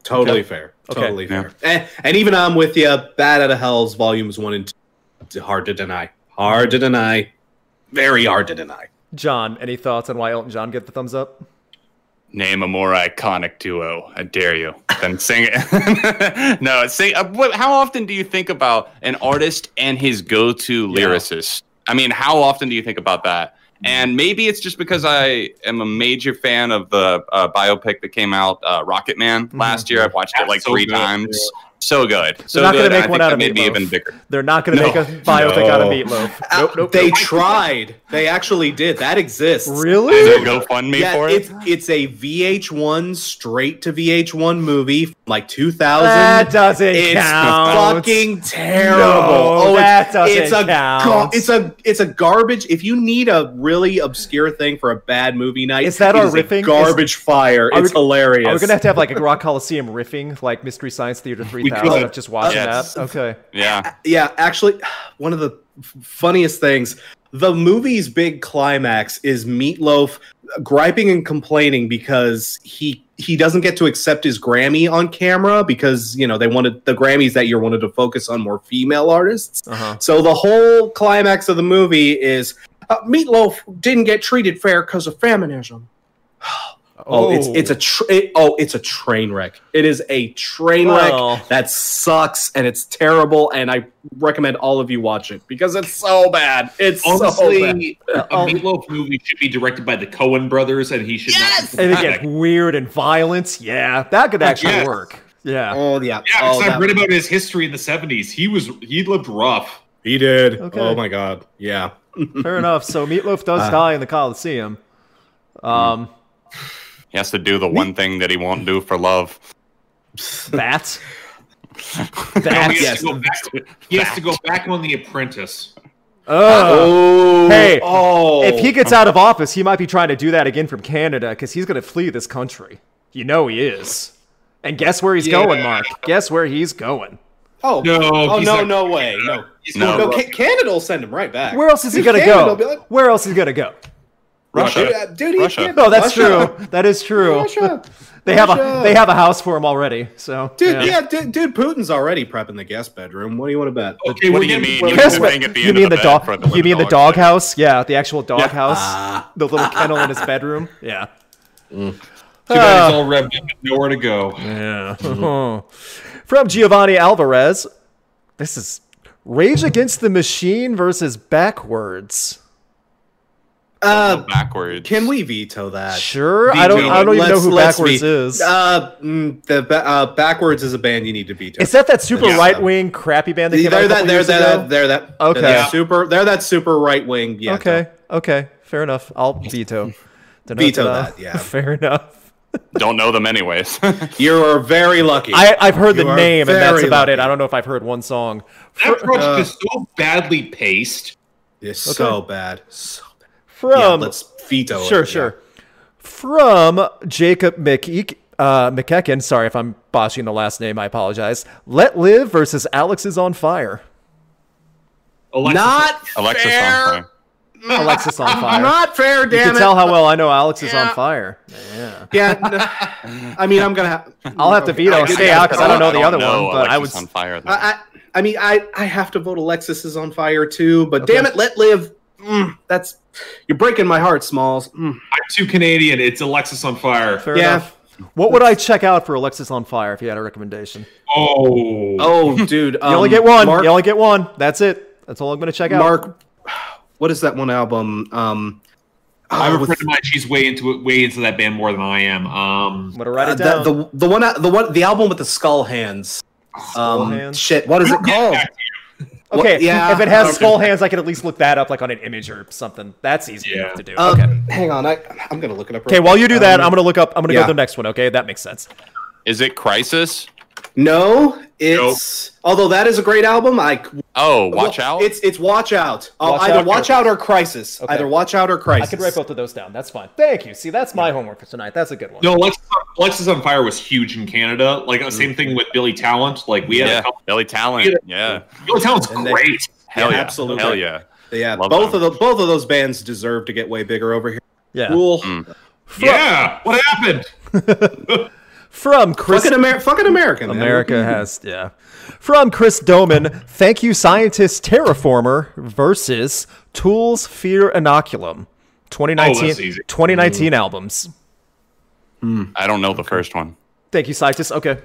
Speaker 2: Totally fair.
Speaker 5: Okay.
Speaker 2: Totally fair. And, and even I'm with you. Bad out of Hell's volumes one and two. Hard to deny. Hard to deny. Very hard to deny.
Speaker 5: John, any thoughts on why Elton John get the thumbs up?
Speaker 1: Name a more iconic duo. I dare you. Then sing it. [laughs] no, sing. Uh, what, how often do you think about an artist and his go-to lyricist? I mean, how often do you think about that? And maybe it's just because I am a major fan of the uh, biopic that came out, uh, Rocket Man, last year. I've watched it
Speaker 4: That's
Speaker 1: like
Speaker 4: so
Speaker 1: three
Speaker 4: good.
Speaker 1: times. So good. So
Speaker 5: not gonna
Speaker 1: good. and
Speaker 5: make
Speaker 1: I
Speaker 5: one
Speaker 1: think
Speaker 5: out
Speaker 1: that
Speaker 5: of
Speaker 1: made me
Speaker 5: Meatloaf.
Speaker 1: even bigger.
Speaker 5: They're not going to
Speaker 1: No.
Speaker 5: make a biopic out of
Speaker 2: [laughs]
Speaker 5: Meatloaf. Nope,
Speaker 2: Uh,
Speaker 5: nope.
Speaker 2: they
Speaker 5: nope.
Speaker 2: tried. They actually did. That exists.
Speaker 1: Is there
Speaker 5: really?
Speaker 1: GoFundMe
Speaker 2: Yeah,
Speaker 1: for
Speaker 2: it's
Speaker 1: it?
Speaker 2: it's a VH1 straight to VH1 movie from like 2000.
Speaker 5: That doesn't
Speaker 2: it's
Speaker 5: count.
Speaker 2: fucking terrible. Oh,
Speaker 5: No, that doesn't
Speaker 2: it's a
Speaker 5: count.
Speaker 2: it's a it's a garbage. If you need a really obscure thing for a bad movie night,
Speaker 5: Is that
Speaker 2: it
Speaker 5: our
Speaker 2: a
Speaker 5: riffing?
Speaker 2: Garbage fire.
Speaker 5: are
Speaker 2: It's
Speaker 5: we-
Speaker 2: hilarious.
Speaker 5: Are we gonna have to have like a Rock Coliseum riffing, like Mystery Science Theater three thousand?
Speaker 4: could.
Speaker 5: Of just watching
Speaker 1: Yes.
Speaker 5: that. Okay.
Speaker 1: Yeah.
Speaker 2: yeah, actually, [sighs] one of the f- funniest things. The movie's big climax is Meatloaf griping and complaining because he he doesn't get to accept his Grammy on camera because you know they wanted the Grammys that year wanted to focus on more female artists.
Speaker 5: Uh huh.
Speaker 2: So the whole climax of the movie is uh, Meatloaf didn't get treated fair because of feminism. Oh, it's it's a tra- it- oh, it's a train wreck. It is a train
Speaker 5: Well.
Speaker 2: wreck that sucks and it's terrible. And I recommend all of you watch it because it's so bad. It's so bad.
Speaker 4: Honestly, a
Speaker 5: Um,
Speaker 4: Meatloaf movie should be directed by the Cohen brothers, and he should not.
Speaker 5: and it gets weird and violent. Yeah, that could actually
Speaker 4: Yes.
Speaker 5: work. Yeah.
Speaker 2: Oh yeah,
Speaker 4: Yeah,
Speaker 2: oh,
Speaker 4: because I've
Speaker 2: that-
Speaker 4: read about his history in the '70s. He was he lived rough.
Speaker 2: he did.
Speaker 5: Okay.
Speaker 2: Oh my god, yeah.
Speaker 5: Fair enough. So Meatloaf
Speaker 2: Uh.
Speaker 5: does die in the Coliseum.
Speaker 2: [laughs]
Speaker 5: Um,
Speaker 1: He has to do the one thing that he won't do for love.
Speaker 5: that.
Speaker 4: Now
Speaker 5: That.
Speaker 4: he,
Speaker 2: yes,
Speaker 4: has to go back, he has to go back on The Apprentice.
Speaker 5: Ugh.
Speaker 2: Oh,
Speaker 5: Hey,
Speaker 2: oh,
Speaker 5: If he gets out of office, he might be trying to do that again from Canada because he's going to flee this country. You know he is. And guess where he's going, Mark? Guess where he's going?
Speaker 2: oh
Speaker 4: No,
Speaker 2: oh
Speaker 4: he's
Speaker 2: no,
Speaker 4: not-
Speaker 2: no way, no.
Speaker 4: He's
Speaker 1: No.
Speaker 2: No,
Speaker 4: going to
Speaker 2: Ca- Canada will send him right back.
Speaker 5: Where else is he
Speaker 2: Dude,
Speaker 5: going to
Speaker 2: Canada will be
Speaker 5: go?
Speaker 2: like,
Speaker 5: Where else is he going to go?
Speaker 2: Dude,
Speaker 1: Russia.
Speaker 2: uh, dude, he
Speaker 1: Russia.
Speaker 2: can't-
Speaker 5: No, that's
Speaker 2: Russia.
Speaker 5: true. That is true.
Speaker 2: Russia.
Speaker 5: They have a
Speaker 2: Russia.
Speaker 5: they have a house for him already. So
Speaker 2: Dude, yeah, dude, dude, Putin's already prepping the guest bedroom. What do you want to bet?
Speaker 5: Oh.
Speaker 4: Russia. Okay,
Speaker 1: What
Speaker 4: we're
Speaker 1: do you
Speaker 4: getting-
Speaker 1: mean?
Speaker 4: we're-
Speaker 1: You
Speaker 5: Guess
Speaker 1: can
Speaker 5: what-
Speaker 1: hang at the
Speaker 5: you
Speaker 1: end
Speaker 5: mean
Speaker 1: of the
Speaker 5: the
Speaker 1: bed
Speaker 5: dog?
Speaker 1: for the
Speaker 5: you mean the
Speaker 1: little dog.
Speaker 5: doghouse? Yeah, the actual doghouse.
Speaker 2: Ah.
Speaker 5: The little kennel in his
Speaker 1: [laughs]
Speaker 5: bedroom. Yeah.
Speaker 4: Too bad he's all revved up, nowhere to go.
Speaker 5: Yeah. [laughs] From Giovanni Alvarez, this is Rage Against the Machine versus Backwards.
Speaker 2: Uh,
Speaker 1: Go backwards.
Speaker 2: Can we veto that?
Speaker 5: Sure, I don't.
Speaker 4: Veto
Speaker 5: I don't even know
Speaker 2: Let's-
Speaker 5: who
Speaker 2: let's
Speaker 5: Backwards
Speaker 2: ve-
Speaker 5: is.
Speaker 2: Uh, mm, the ba- uh, backwards is a band you need to veto.
Speaker 5: is that that super
Speaker 2: yeah.
Speaker 5: right wing crappy band that
Speaker 2: they're
Speaker 5: came out a
Speaker 2: that,
Speaker 5: couple
Speaker 2: they're
Speaker 5: years
Speaker 2: that,
Speaker 5: ago?
Speaker 2: they're that.
Speaker 5: Okay.
Speaker 2: they're that
Speaker 5: Yeah.
Speaker 2: super. They're that super right wing. Yeah.
Speaker 5: okay, okay, fair enough. I'll veto. Da-da-da-da.
Speaker 2: Veto that,
Speaker 5: [laughs]
Speaker 2: yeah.
Speaker 5: fair enough.
Speaker 1: Don't know them anyways. [laughs]
Speaker 2: You are very lucky.
Speaker 5: I, I've heard
Speaker 2: You
Speaker 5: the
Speaker 2: are
Speaker 5: name, and that's
Speaker 2: very
Speaker 5: about it.
Speaker 2: lucky.
Speaker 5: I don't know if I've heard one song.
Speaker 4: That project is so badly paced.
Speaker 2: it's so bad. So bad.
Speaker 5: From
Speaker 2: yeah, let's veto. it,
Speaker 5: Um, Sure,
Speaker 2: yeah.
Speaker 5: sure. From Jacob McEek, uh, McKecken, sorry if I'm botching the last name, I apologize. Let Live versus Alex is on Fire.
Speaker 4: Alexis-
Speaker 2: Not
Speaker 1: Alexis
Speaker 2: fair.
Speaker 1: Songfire.
Speaker 5: Alexis
Speaker 2: [laughs]
Speaker 5: on Fire.
Speaker 2: Not fair.
Speaker 5: you
Speaker 2: Damn
Speaker 5: can
Speaker 2: it.
Speaker 5: tell how well I know Alex is on fire.
Speaker 2: yeah. no. [laughs] I mean, I'm gonna. Have,
Speaker 5: I'll have to veto and
Speaker 2: I-
Speaker 5: stay
Speaker 2: I-
Speaker 5: out because I don't know the other
Speaker 1: know
Speaker 5: one, but I would.
Speaker 1: Alexis on fire. though.
Speaker 2: I, I, I mean, I, I have to vote Alexis is on fire too, but damn it, let live. Mm, that's you're breaking my heart, Smalls. Mm.
Speaker 4: I'm too Canadian. It's Alexis on fire.
Speaker 5: Fair
Speaker 2: Yeah.
Speaker 5: enough. What would I check out for Alexis on fire if you had a recommendation?
Speaker 4: Oh,
Speaker 2: Oh, dude,
Speaker 5: You only get one. you only get one. That's it. That's all I'm going to check out.
Speaker 2: Mark, what is that one album? Um,
Speaker 4: I have
Speaker 2: oh,
Speaker 4: a
Speaker 2: with-
Speaker 4: friend of mine. She's way into it, way into that band more than I am.
Speaker 5: I'm
Speaker 4: Um,
Speaker 5: going to write
Speaker 2: uh,
Speaker 5: it down.
Speaker 2: the, the the one the one the album with the skull hands. um,
Speaker 5: hands?
Speaker 2: shit, what is it
Speaker 5: Oh.
Speaker 2: called?
Speaker 5: okay.
Speaker 2: what- yeah,
Speaker 5: if it has
Speaker 2: okay.
Speaker 5: skull hands, I can at least look that up, like on an image or something. That's easy
Speaker 4: Yeah.
Speaker 5: to do.
Speaker 2: Uh,
Speaker 5: okay.
Speaker 2: Hang on, I I'm gonna look it up.
Speaker 5: Okay, while you do that, I'm gonna look up. I'm gonna go
Speaker 2: yeah.
Speaker 5: to the next one. Okay, that makes sense.
Speaker 1: Is it Crisis?
Speaker 2: No, it's although that is a great album. I
Speaker 1: Oh, watch
Speaker 2: Well,
Speaker 1: out!
Speaker 2: It's it's watch out. Uh,
Speaker 5: Watch
Speaker 2: either
Speaker 5: Out.
Speaker 2: watch out or crisis.
Speaker 5: Okay.
Speaker 2: Either watch out or
Speaker 5: I
Speaker 2: crisis.
Speaker 5: could write both of those down. That's fine. Thank you. See, that's my homework for tonight. That's a good one.
Speaker 4: no, Alexis, Alexis on fire was huge in Canada. Like uh, same thing with Billy Talent. Like we had
Speaker 1: yeah,
Speaker 4: a couple.
Speaker 1: Billy Talent. Yeah,
Speaker 4: Billy Talent's
Speaker 2: And they-
Speaker 4: great.
Speaker 1: hell yeah,
Speaker 2: absolutely.
Speaker 1: hell yeah.
Speaker 2: Yeah,
Speaker 1: Love
Speaker 2: both
Speaker 1: them.
Speaker 2: of the both of those bands deserve to get way bigger over here.
Speaker 5: Yeah.
Speaker 2: Cool.
Speaker 4: yeah, what happened?
Speaker 5: From Chris
Speaker 2: Fucking, Amer- fucking American. man.
Speaker 5: America [laughs] has yeah. From Chris Doman, thank you, scientist terraformer versus Tools Fear Inoculum, 2019,
Speaker 4: that's easy.
Speaker 5: 2019 albums.
Speaker 1: I don't know the first one.
Speaker 5: Thank you, scientist. Okay,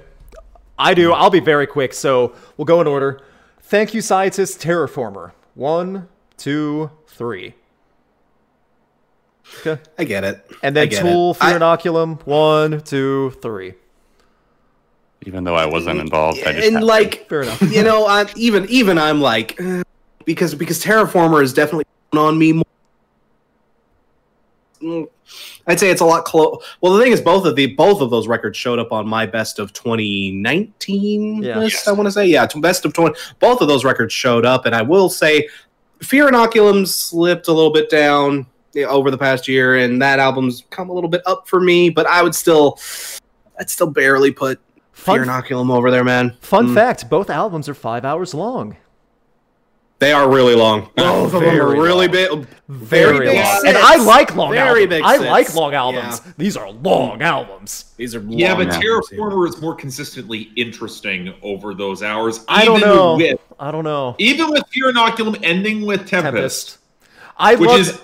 Speaker 5: I do. I'll be very quick. So we'll go in order. Thank you, scientist terraformer. One, two, three. Okay.
Speaker 2: I get it.
Speaker 5: And
Speaker 2: I
Speaker 5: then
Speaker 2: get
Speaker 5: Tool,
Speaker 2: it.
Speaker 5: Fear
Speaker 2: I-
Speaker 5: Inoculum, one, two, three.
Speaker 1: Even though I wasn't involved, I just had
Speaker 2: and
Speaker 1: to.
Speaker 2: like
Speaker 5: Fair
Speaker 2: [laughs]
Speaker 5: enough.
Speaker 2: you know, I, even even I'm like eh, because because Terraformer is definitely on me more. Mm, I'd say it's a lot close. Well, the thing is, both of the both of those records showed up on my best of 2019
Speaker 5: Yeah.
Speaker 2: list. I want to say, yeah, t- best of 20. Both of those records showed up, and I will say, Fear Inoculum slipped a little bit down eh, over the past year, and that album's come a little bit up for me. But I would still, I'd still barely put Fear Hmm.
Speaker 5: Fun,
Speaker 2: Inoculum over there, man. Mm.
Speaker 5: fun fact both albums are five hours long.
Speaker 2: They are really long. Both of them are
Speaker 5: Very
Speaker 2: really big. Very, big
Speaker 5: long.
Speaker 2: sets.
Speaker 5: And I like long
Speaker 2: Very
Speaker 5: albums.
Speaker 2: big
Speaker 5: I
Speaker 2: sets.
Speaker 5: like long albums. These are long albums.
Speaker 2: These are
Speaker 4: Yeah,
Speaker 2: long
Speaker 4: but
Speaker 2: albums,
Speaker 4: Terraformer is more consistently interesting over those hours.
Speaker 5: I don't
Speaker 4: even
Speaker 5: know.
Speaker 4: With,
Speaker 5: I don't know.
Speaker 4: even with Fear Inoculum ending with Tempest,
Speaker 5: Tempest. I
Speaker 4: which
Speaker 5: love
Speaker 4: is,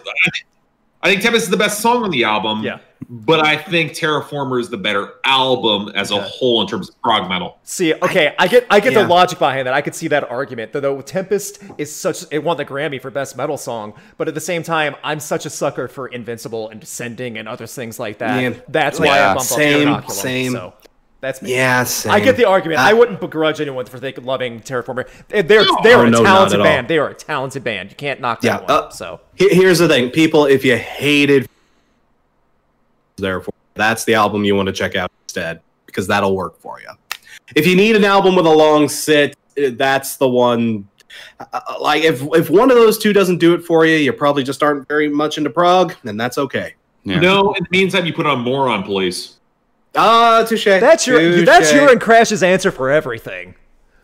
Speaker 4: I think Tempest is the best song on the album.
Speaker 5: Yeah.
Speaker 4: But I think Terraformer is the better album as a
Speaker 5: Okay.
Speaker 4: whole in terms of prog metal.
Speaker 5: See, okay, I get, I get
Speaker 2: Yeah.
Speaker 5: the logic behind that. I could see that argument. Though, though Tempest is such, it won the Grammy for best metal song, but at the same time, I'm such a sucker for Invincible and Descending and other things like that.
Speaker 2: Yeah.
Speaker 5: That's why
Speaker 1: Yeah,
Speaker 5: I bump
Speaker 2: same,
Speaker 5: up Terranoculum,
Speaker 2: same.
Speaker 5: So that's me.
Speaker 2: Yeah, same.
Speaker 5: I get the argument. I
Speaker 2: Uh,
Speaker 5: wouldn't begrudge anyone for think, loving Terraformer. They- They're
Speaker 2: Oh,
Speaker 5: they're a
Speaker 2: no, not
Speaker 5: talented
Speaker 2: at all.
Speaker 5: band. They are a talented band. You can't knock that
Speaker 2: Yeah,
Speaker 5: one.
Speaker 2: uh,
Speaker 5: so
Speaker 2: He- Here's the thing, people. If you hated, therefore, that's the album you want to check out instead because that'll work for you. If you need an album with a long sit, eh, that's the one. Uh, Like if if one of those two doesn't do it for you, you probably just aren't very much into prog, and that's okay.
Speaker 1: Yeah.
Speaker 4: No, in the meantime, you put on Moron Police.
Speaker 2: Ah, touche.
Speaker 5: that's your
Speaker 2: touche.
Speaker 5: that's your and Crash's answer for everything.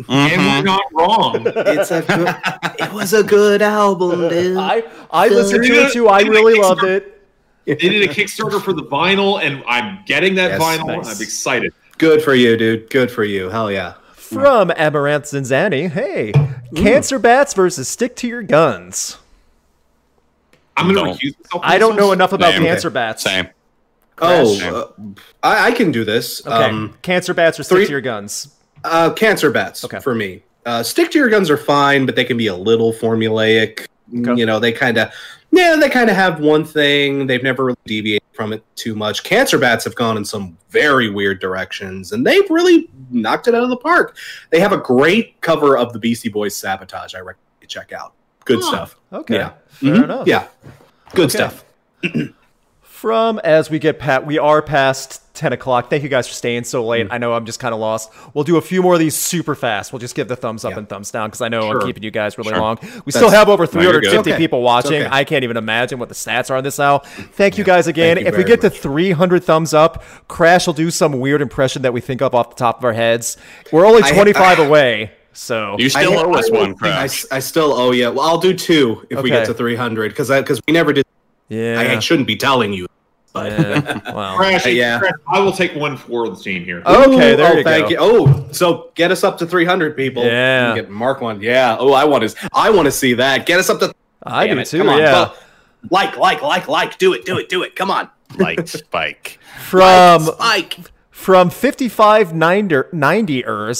Speaker 4: And we're
Speaker 1: Mhm.
Speaker 4: not wrong.
Speaker 2: It's a good, it was a good album, dude.
Speaker 5: [laughs] I I listened to
Speaker 4: Yeah.
Speaker 5: it too. I
Speaker 4: Yeah,
Speaker 5: really
Speaker 4: it's
Speaker 5: loved
Speaker 4: not-
Speaker 5: it.
Speaker 4: they did a Kickstarter for the vinyl, and I'm getting that
Speaker 2: Yes,
Speaker 4: vinyl.
Speaker 5: nice.
Speaker 4: I'm excited.
Speaker 2: Good for you, dude. Good for you. Hell yeah.
Speaker 5: From Amaranth Zanzani, hey, Cancer Bats versus Stick to Your Guns.
Speaker 4: I'm going
Speaker 1: Don't.
Speaker 4: to recuse myself. from
Speaker 5: I
Speaker 4: this
Speaker 5: don't
Speaker 4: one.
Speaker 5: know enough about
Speaker 1: Same.
Speaker 5: Cancer Bats.
Speaker 1: Same.
Speaker 2: Oh,
Speaker 1: Crash.
Speaker 2: uh, I, I can do this.
Speaker 5: Okay,
Speaker 2: Um,
Speaker 5: Cancer Bats or Stick
Speaker 2: three-
Speaker 5: to Your Guns.
Speaker 2: uh, cancer bats
Speaker 5: Okay.
Speaker 2: for me. Uh, stick to your guns are fine, but they can be a little formulaic.
Speaker 5: Okay.
Speaker 2: You know, they kind of, yeah, they kind of have one thing. They've never really deviated from it too much. Cancer bats have gone in some very weird directions, and they've really knocked it out of the park. They have a great cover of the Beastie Boys "Sabotage." I recommend you check out. Good
Speaker 4: Huh.
Speaker 2: stuff.
Speaker 5: Okay,
Speaker 2: Yeah.
Speaker 5: fair
Speaker 2: Mhm.
Speaker 5: enough.
Speaker 2: Yeah, good
Speaker 5: Okay.
Speaker 2: stuff.
Speaker 5: From as we get pat, we are past ten o'clock. Thank you guys for staying so late.
Speaker 2: Mm.
Speaker 5: I know I'm just kind of lost. We'll do a few more of these super fast. We'll just give the thumbs up
Speaker 2: Yeah.
Speaker 5: and thumbs down because I know
Speaker 4: Sure.
Speaker 5: I'm keeping you guys really
Speaker 1: Sure.
Speaker 5: long. We still
Speaker 2: That's-
Speaker 5: have over
Speaker 1: No, you're good.
Speaker 5: 350
Speaker 2: Okay.
Speaker 5: people watching.
Speaker 2: okay.
Speaker 5: I can't even imagine what the stats are on this now. Thank you guys again.
Speaker 2: you
Speaker 5: if we
Speaker 2: very
Speaker 5: get to
Speaker 2: much.
Speaker 5: 300 thumbs up, Crash will do some weird impression that we think of off the top of our heads. We're only 25 away, so
Speaker 1: You still owe us
Speaker 2: I-
Speaker 1: one,
Speaker 2: I,
Speaker 1: Crash.
Speaker 2: I still owe you. Well, I'll do two if we
Speaker 5: Okay.
Speaker 2: get to three hundred because because we never did. I, I
Speaker 5: yeah.
Speaker 2: shouldn't be telling you, but.
Speaker 5: yeah. wow.
Speaker 4: Crash,
Speaker 2: Yeah.
Speaker 4: Crash, I will take one for the team here.
Speaker 5: Okay, there
Speaker 2: oh,
Speaker 5: you
Speaker 2: thank
Speaker 5: go.
Speaker 2: You. Oh, so get us up to 300 people.
Speaker 5: Yeah.
Speaker 2: You Get Mark one. Yeah. Oh, I want to. I want to see that. Get us up to.
Speaker 5: I
Speaker 2: Damn
Speaker 5: do
Speaker 2: it.
Speaker 5: too.
Speaker 2: Come on.
Speaker 5: yeah.
Speaker 2: Well, like, like, like, like. Do it. Do it. Do it. Come on. [laughs]
Speaker 1: like Spike.
Speaker 5: From
Speaker 2: Like.
Speaker 5: From 5590ers,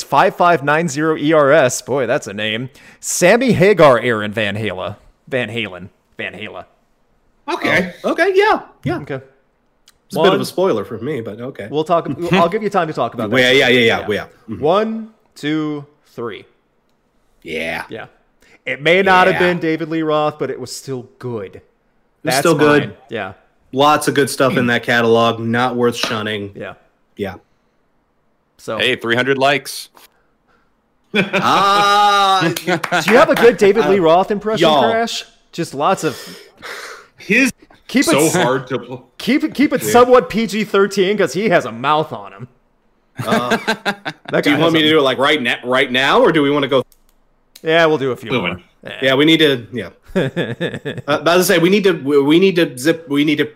Speaker 5: 5590ERS, E boy, that's a name. Sammy Hagar, Aaron Van Halen. Van Halen. Van Halen.
Speaker 4: Okay.
Speaker 2: Oh, Okay. Yeah. Yeah.
Speaker 5: Okay.
Speaker 2: It's a bit
Speaker 5: One.
Speaker 2: of a spoiler for me, but okay.
Speaker 5: We'll talk.
Speaker 2: [laughs]
Speaker 5: I'll give you time to talk about that.
Speaker 2: yeah, yeah, yeah, yeah, yeah.
Speaker 5: One, two, three.
Speaker 2: Yeah.
Speaker 5: Yeah. It may not have
Speaker 2: Yeah.
Speaker 5: been David Lee Roth, but it was still good. That's
Speaker 2: still good.
Speaker 5: mine. Yeah.
Speaker 2: Lots of good stuff in that catalog. Not worth shunning.
Speaker 5: Yeah.
Speaker 2: Yeah.
Speaker 5: So,
Speaker 1: Hey, 300 likes.
Speaker 5: [laughs]
Speaker 2: Ah.
Speaker 5: do you have a good David Lee Roth impression,
Speaker 2: Y'all.
Speaker 5: Crash? Just lots of
Speaker 4: His
Speaker 5: keep
Speaker 4: so
Speaker 5: it
Speaker 4: hard to. pl-
Speaker 5: keep it keep it somewhat PG thirteen because he has a mouth on him.
Speaker 2: do you want me to do it like right now? Right now, or do we want to go?
Speaker 5: Yeah, we'll do a few more.
Speaker 4: Moving.
Speaker 2: Yeah, we need to.
Speaker 5: [laughs]
Speaker 2: Yeah. Uh, but as I say, we need to we- we need to zip we need to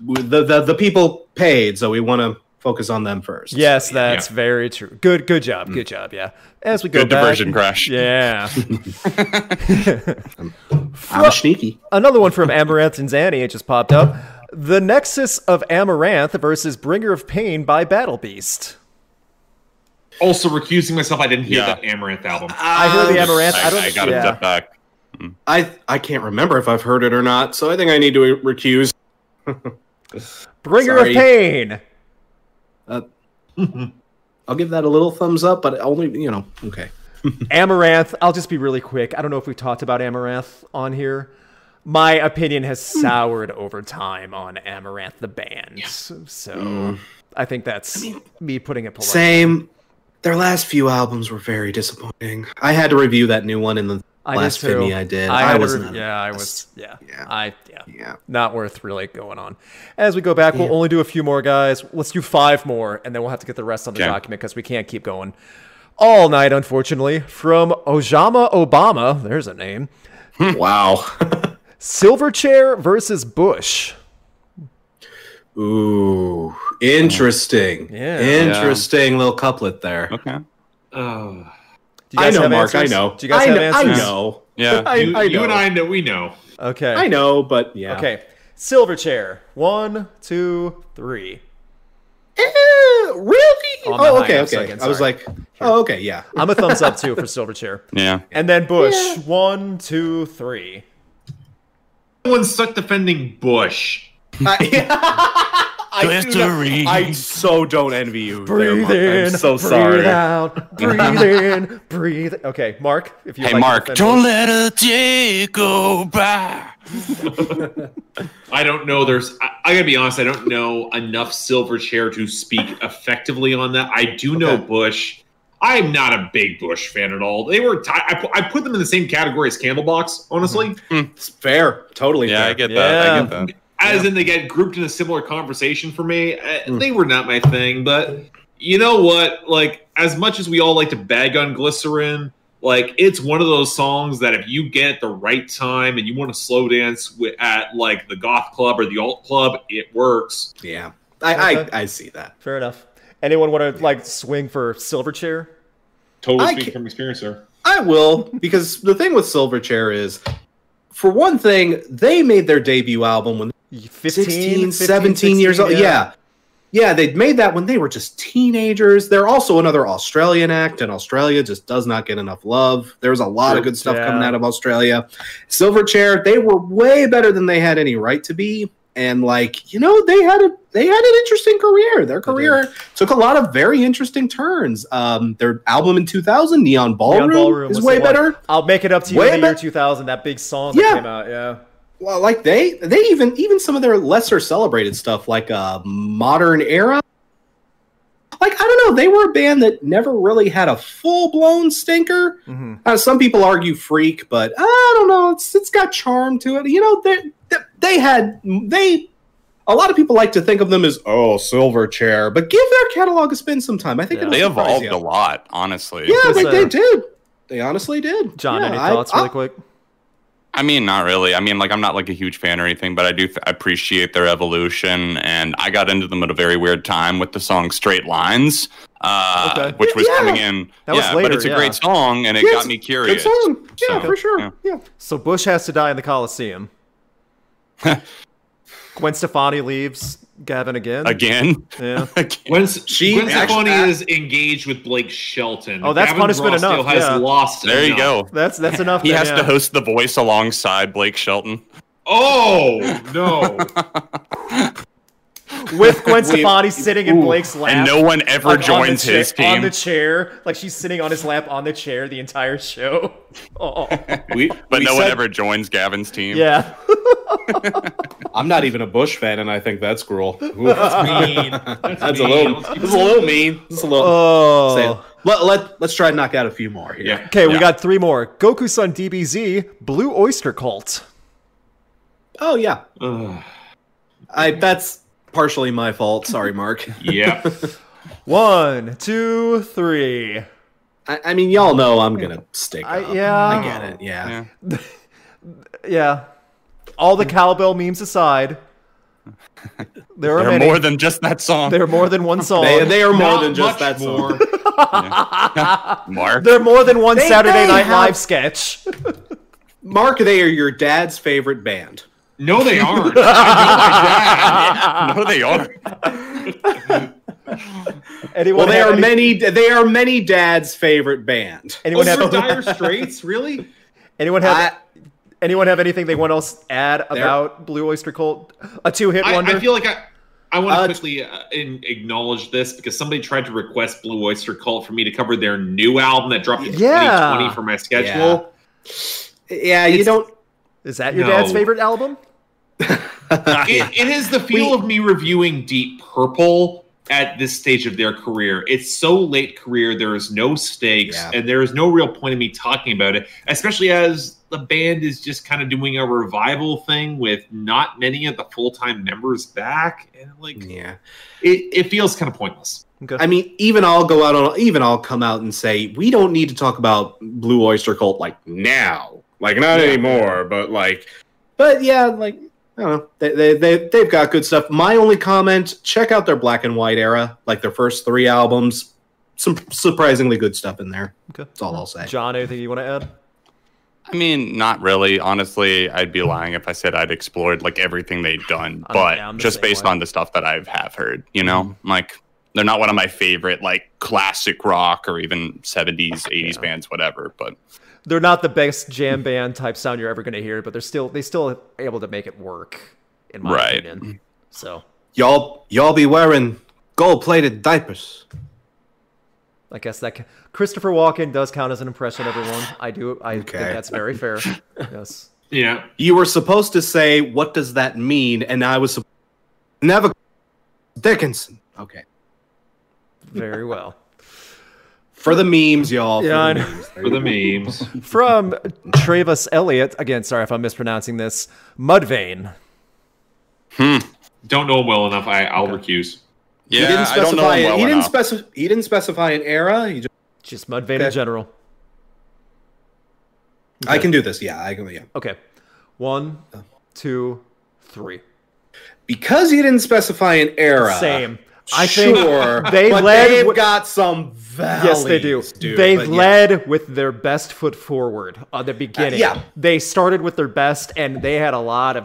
Speaker 2: the the, the people paid, so we want to focus on them first.
Speaker 5: Yes, that's very true. Good, good job, good job. Yeah, as we go
Speaker 1: Good
Speaker 5: back-
Speaker 1: diversion, Crash.
Speaker 5: Yeah, [laughs]
Speaker 2: I'm sneaky.
Speaker 5: another one from Amaranth and Zanny. It just popped up. The Nexus of Amaranth versus Bringer of Pain by Battle Beast.
Speaker 4: Also recusing myself. I didn't hear
Speaker 1: Yeah.
Speaker 4: that Amaranth album.
Speaker 5: I heard
Speaker 2: Ah,
Speaker 5: the Amaranth. I,
Speaker 1: I,
Speaker 5: don't.
Speaker 1: I gotta
Speaker 5: yeah.
Speaker 1: step back.
Speaker 2: Um, I I can't remember if I've heard it or not, so I think I need to recuse.
Speaker 5: Bringer
Speaker 2: Sorry.
Speaker 5: of Pain.
Speaker 2: I'll give that a little thumbs up, but only you know. Okay.
Speaker 5: Amaranth, I'll just be really quick. I don't know if we talked about Amaranth on here. My opinion has
Speaker 2: Hmm.
Speaker 5: soured over time on Amaranth the band. So I think that's me putting it politely.
Speaker 2: Hmm. Same. Their last few albums were very disappointing. I had to review that new one in the
Speaker 5: I did
Speaker 2: last
Speaker 5: too.
Speaker 2: Finny I did.
Speaker 5: I,
Speaker 2: I,
Speaker 5: had to
Speaker 2: was
Speaker 5: re-
Speaker 2: not.
Speaker 5: yeah, I was yeah.
Speaker 2: Yeah.
Speaker 5: I yeah.
Speaker 2: Yeah.
Speaker 5: Not worth really going on. As we go back, we'll only do a few more guys. Let's do five more and then we'll have to get the rest on the
Speaker 1: Okay.
Speaker 5: document because we can't keep going all night unfortunately. From Ojama Obama, there's a name.
Speaker 2: Wow.
Speaker 5: Silverchair versus Bush.
Speaker 2: Ooh. Interesting.
Speaker 5: Yeah.
Speaker 2: Interesting little couplet there.
Speaker 1: Okay.
Speaker 4: Oh.
Speaker 5: Do you guys have answers? Do you guys
Speaker 2: I
Speaker 5: have
Speaker 2: know,
Speaker 5: answers?
Speaker 2: [laughs] I know.
Speaker 1: Yeah.
Speaker 2: I,
Speaker 4: you,
Speaker 2: I
Speaker 4: you
Speaker 2: know.
Speaker 4: and I know. We know.
Speaker 5: Okay.
Speaker 2: I know, but yeah.
Speaker 5: Okay. Silverchair. One, two, three.
Speaker 2: Eh, really?
Speaker 5: On the
Speaker 2: Oh,
Speaker 5: high
Speaker 2: okay,
Speaker 5: note, so
Speaker 2: okay.
Speaker 5: again,
Speaker 2: I was
Speaker 5: sorry.
Speaker 2: like, oh, okay, yeah.
Speaker 5: I'm a thumbs up too for Silverchair.
Speaker 1: Yeah.
Speaker 5: And then Bush. One, two, three.
Speaker 4: Someone stuck defending Bush.
Speaker 2: I, I, do not-
Speaker 3: Glycerine.
Speaker 2: I so don't envy you. there,
Speaker 5: Breathe
Speaker 2: Mark.
Speaker 5: in.
Speaker 2: I'm so
Speaker 5: breathe
Speaker 2: sorry.
Speaker 5: out.
Speaker 2: [laughs]
Speaker 5: Breathe in. Breathe. Okay, Mark. If you
Speaker 1: Hey,
Speaker 5: like
Speaker 1: Mark,
Speaker 5: don't
Speaker 3: Let a day go by.
Speaker 4: I don't know. There's, I, I gotta be honest. I don't know enough Silverchair to speak effectively on that. I do know Bush. I'm not a big Bush fan at all. They were. T- I, pu- I put them in the same category as Candlebox, honestly.
Speaker 2: It's fair. Totally
Speaker 1: Yeah, I
Speaker 2: fair.
Speaker 1: get that. I
Speaker 5: Yeah.
Speaker 1: get that.
Speaker 4: As in, they get grouped in a similar conversation for me. Uh, They were not my thing, but you know what? Like, as much as we all like to bag on Glycerin, like it's one of those songs that if you get at the right time and you want to slow dance wi- at like the goth club or the alt club, it works.
Speaker 2: yeah. I,
Speaker 5: Okay.
Speaker 2: I, I see that.
Speaker 5: Fair enough. Anyone want to like swing for Silverchair?
Speaker 4: Totally
Speaker 2: I
Speaker 4: speak
Speaker 2: ca-
Speaker 4: from experience, sir.
Speaker 2: I will, because the thing with Silverchair is, for one thing, they made their debut album when
Speaker 5: 15,
Speaker 2: 16,
Speaker 5: 15,
Speaker 2: 17 years
Speaker 5: 16,
Speaker 2: old. Yeah. yeah. they made that when they were just teenagers. They're also another Australian act, and Australia just does not get enough love. There was a lot of
Speaker 5: True,
Speaker 2: good stuff
Speaker 5: yeah.
Speaker 2: coming out of Australia. Silverchair, they were way better than they had any right to be. And like, you know, they had a they had an interesting career. Their
Speaker 5: They did.
Speaker 2: career took a lot of very interesting turns. Um, their album in 2000, Neon Ballroom,
Speaker 5: Ballroom
Speaker 2: is
Speaker 5: was
Speaker 2: way
Speaker 5: the one.
Speaker 2: better.
Speaker 5: I'll make it up to you
Speaker 2: Way
Speaker 5: in the year
Speaker 2: back-
Speaker 5: 2000. That big song
Speaker 2: Yeah.
Speaker 5: that came out. Yeah.
Speaker 2: well, like they they even even some of their lesser celebrated stuff like uh modern era like i don't know they were a band that never really had a full-blown stinker
Speaker 5: Mm-hmm.
Speaker 2: uh, some people argue freak but uh, i don't know it's it's got charm to it you know they they, they had they a lot of people like to think of them as oh silver chair but give their catalog a spin sometime i think
Speaker 5: Yeah.
Speaker 2: it'll
Speaker 1: They
Speaker 2: surprise
Speaker 1: evolved
Speaker 2: you.
Speaker 1: a lot, honestly.
Speaker 2: yeah
Speaker 5: Yes,
Speaker 2: they, they
Speaker 5: sir.
Speaker 2: did they honestly did
Speaker 5: John,
Speaker 2: Yeah,
Speaker 5: any
Speaker 2: I-
Speaker 5: thoughts
Speaker 2: I-
Speaker 5: really quick?
Speaker 1: I mean, not really. I mean, like, I'm not like a huge fan or anything, but I do th- appreciate their evolution. And I got into them at a very weird time with the song Straight Lines, uh,
Speaker 5: Okay.
Speaker 1: which was
Speaker 2: Yeah.
Speaker 1: coming in.
Speaker 5: That was
Speaker 1: yeah,
Speaker 5: later,
Speaker 1: but it's a
Speaker 5: yeah.
Speaker 1: great song and it
Speaker 2: Yeah,
Speaker 1: got
Speaker 2: it's
Speaker 1: me
Speaker 2: good
Speaker 1: curious.
Speaker 2: song yeah
Speaker 1: So,
Speaker 2: for sure
Speaker 1: yeah.
Speaker 2: yeah.
Speaker 5: So Bush has to die in the
Speaker 1: [laughs]
Speaker 5: Coliseum. Gwen Stefani leaves Gavin again.
Speaker 1: Again. [laughs]
Speaker 5: Yeah.
Speaker 1: Again.
Speaker 4: When
Speaker 2: She
Speaker 4: she Gwen
Speaker 2: actually-
Speaker 4: Stefani is engaged with Blake Shelton.
Speaker 5: Oh, that's punishment
Speaker 4: Rossdale
Speaker 5: enough,
Speaker 4: Has
Speaker 5: yeah.
Speaker 4: lost.
Speaker 1: There you
Speaker 4: enough.
Speaker 1: go.
Speaker 5: That's that's enough.
Speaker 1: He
Speaker 5: then,
Speaker 1: has
Speaker 5: yeah.
Speaker 1: to host The Voice alongside Blake Shelton.
Speaker 4: Oh no!
Speaker 5: with
Speaker 1: [laughs]
Speaker 5: Gwen Stefani sitting in Blake's lap.
Speaker 1: And no one ever
Speaker 5: like, on the
Speaker 1: joins
Speaker 5: chair-
Speaker 1: his
Speaker 5: on
Speaker 1: team.
Speaker 5: the chair. Like she's sitting on his lap on the chair the entire show. [laughs]
Speaker 1: [laughs]
Speaker 5: Oh,
Speaker 2: [laughs] We,
Speaker 1: but
Speaker 2: we
Speaker 1: no one
Speaker 2: said-
Speaker 1: ever joins Gavin's team.
Speaker 5: yeah.
Speaker 2: I'm not even a Bush fan, and I think that's cruel. [laughs]
Speaker 4: mean.
Speaker 2: that's a little. That's a little mean. That's a little.
Speaker 5: Oh.
Speaker 2: Let, let us try to knock out a few more here.
Speaker 4: yeah.
Speaker 5: Okay, we
Speaker 1: Yeah.
Speaker 5: got three more. Goku Sun DBZ, Blue Oyster Cult.
Speaker 2: Oh yeah.
Speaker 4: Ugh.
Speaker 2: I that's partially my fault. Sorry, Mark.
Speaker 4: yeah.
Speaker 5: One, two, three.
Speaker 2: I, I mean, y'all know I'm gonna stick.
Speaker 5: I-
Speaker 2: up.
Speaker 5: yeah.
Speaker 2: I get it. Yeah.
Speaker 1: Yeah.
Speaker 5: Yeah. All the cowbell memes aside, there are
Speaker 1: They're
Speaker 5: many.
Speaker 1: more than just that song.
Speaker 5: there are more than one song.
Speaker 2: They, they are more
Speaker 4: Not
Speaker 2: than just
Speaker 4: much
Speaker 2: that
Speaker 4: more.
Speaker 2: song.
Speaker 1: Mark.
Speaker 5: There are more than one
Speaker 2: They-
Speaker 5: Saturday
Speaker 2: they
Speaker 5: Night
Speaker 2: have-
Speaker 5: Live sketch.
Speaker 2: [laughs] Mark, they are your dad's favorite band.
Speaker 4: No,
Speaker 2: [laughs]
Speaker 4: they aren't. I
Speaker 1: [laughs]
Speaker 5: [laughs]
Speaker 1: no, they are.
Speaker 5: Anyone
Speaker 2: Well, they
Speaker 5: have
Speaker 2: are
Speaker 5: any-
Speaker 2: many. They are many dad's favorite band.
Speaker 5: [laughs] Anyone
Speaker 4: know my dad. Over
Speaker 5: have,
Speaker 4: dire
Speaker 5: [laughs]
Speaker 4: straits, really?
Speaker 5: anyone have
Speaker 2: I-
Speaker 5: anyone have anything they want else add about Blue Oyster Cult? A two hit
Speaker 4: I,
Speaker 5: wonder.
Speaker 4: I feel like I. I want to
Speaker 2: Uh,
Speaker 4: quickly uh, in, acknowledge this because somebody tried to request Blue Oyster Cult for me to cover their new album that dropped in
Speaker 5: Yeah.
Speaker 4: 2020 for my schedule.
Speaker 2: yeah, you don't.
Speaker 5: Is that your
Speaker 4: No.
Speaker 5: dad's favorite album?
Speaker 4: it, it is the feel
Speaker 2: We-
Speaker 4: of me reviewing Deep Purple at this stage of their career. It's so late career, there is no stakes,
Speaker 2: Yeah.
Speaker 4: and there is no real point in me talking about it, especially as the band is just kind of doing a revival thing with not many of the full time members back. And like
Speaker 2: Yeah.
Speaker 4: it, it feels kind of pointless.
Speaker 5: Okay.
Speaker 2: I mean, even I'll go out on, even I'll come out and say we don't need to talk about Blue Oyster Cult like now, like not anymore, but like, but yeah, like I don't know, they they, they they've got good stuff. My only comment: check out their Black and White era, like their first three albums, some surprisingly good stuff in there.
Speaker 5: Okay.
Speaker 2: That's all I'll say.
Speaker 5: John, anything you want to add?
Speaker 1: I mean, not really. Honestly, I'd be lying if I said I'd explored like everything they've done,
Speaker 7: I'm-
Speaker 1: but
Speaker 7: yeah, I'm the
Speaker 1: just
Speaker 7: same
Speaker 1: based
Speaker 7: way.
Speaker 1: on the Mm-hmm. stuff that I've have heard, you know, like they're not one of my favorite like classic rock or even 70s, 80s
Speaker 5: Yeah.
Speaker 1: bands, whatever. But
Speaker 5: They're not the best jam band type sound you're ever going to hear, but they're still they still able to make it work, in my
Speaker 1: Right.
Speaker 5: opinion. So
Speaker 2: Y'all, y'all be wearing gold-plated diapers.
Speaker 5: I guess that ca- Christopher Walken does count as an impression. Everyone, I do. I think
Speaker 2: Okay.
Speaker 5: that's very fair.
Speaker 2: [laughs]
Speaker 5: Yes.
Speaker 4: Yeah.
Speaker 2: You were supposed to say, "What does that mean?" And I was supp- never Dickinson. Okay.
Speaker 5: Very well.
Speaker 2: For the memes, y'all. for
Speaker 5: Yeah,
Speaker 2: the
Speaker 5: I know.
Speaker 2: memes. There
Speaker 4: For
Speaker 2: you
Speaker 4: the
Speaker 2: [laughs]
Speaker 4: memes.
Speaker 5: From Travis Elliott, again, sorry if I'm mispronouncing this, Mudvayne.
Speaker 4: Don't know him well enough. I, I'll recuse.
Speaker 1: yeah,
Speaker 2: he didn't
Speaker 1: I don't know
Speaker 2: specify.
Speaker 1: them well
Speaker 2: he didn't
Speaker 1: enough.
Speaker 2: specify. He didn't specify an era. He just,
Speaker 5: Just Mudvayne in
Speaker 2: Okay.
Speaker 5: general.
Speaker 2: I can do this. Yeah, I can. Yeah.
Speaker 5: Okay. One, two, three.
Speaker 2: Because he didn't specify an era.
Speaker 5: Same. I think
Speaker 2: sure,
Speaker 5: [laughs] they
Speaker 2: but
Speaker 5: led.
Speaker 2: They've
Speaker 5: with-
Speaker 2: got some valleys.
Speaker 5: yes, they do.
Speaker 2: dude,
Speaker 5: they
Speaker 2: but yeah.
Speaker 5: led with their best foot forward at the beginning.
Speaker 2: yeah.
Speaker 5: They started with their best, and they had a lot of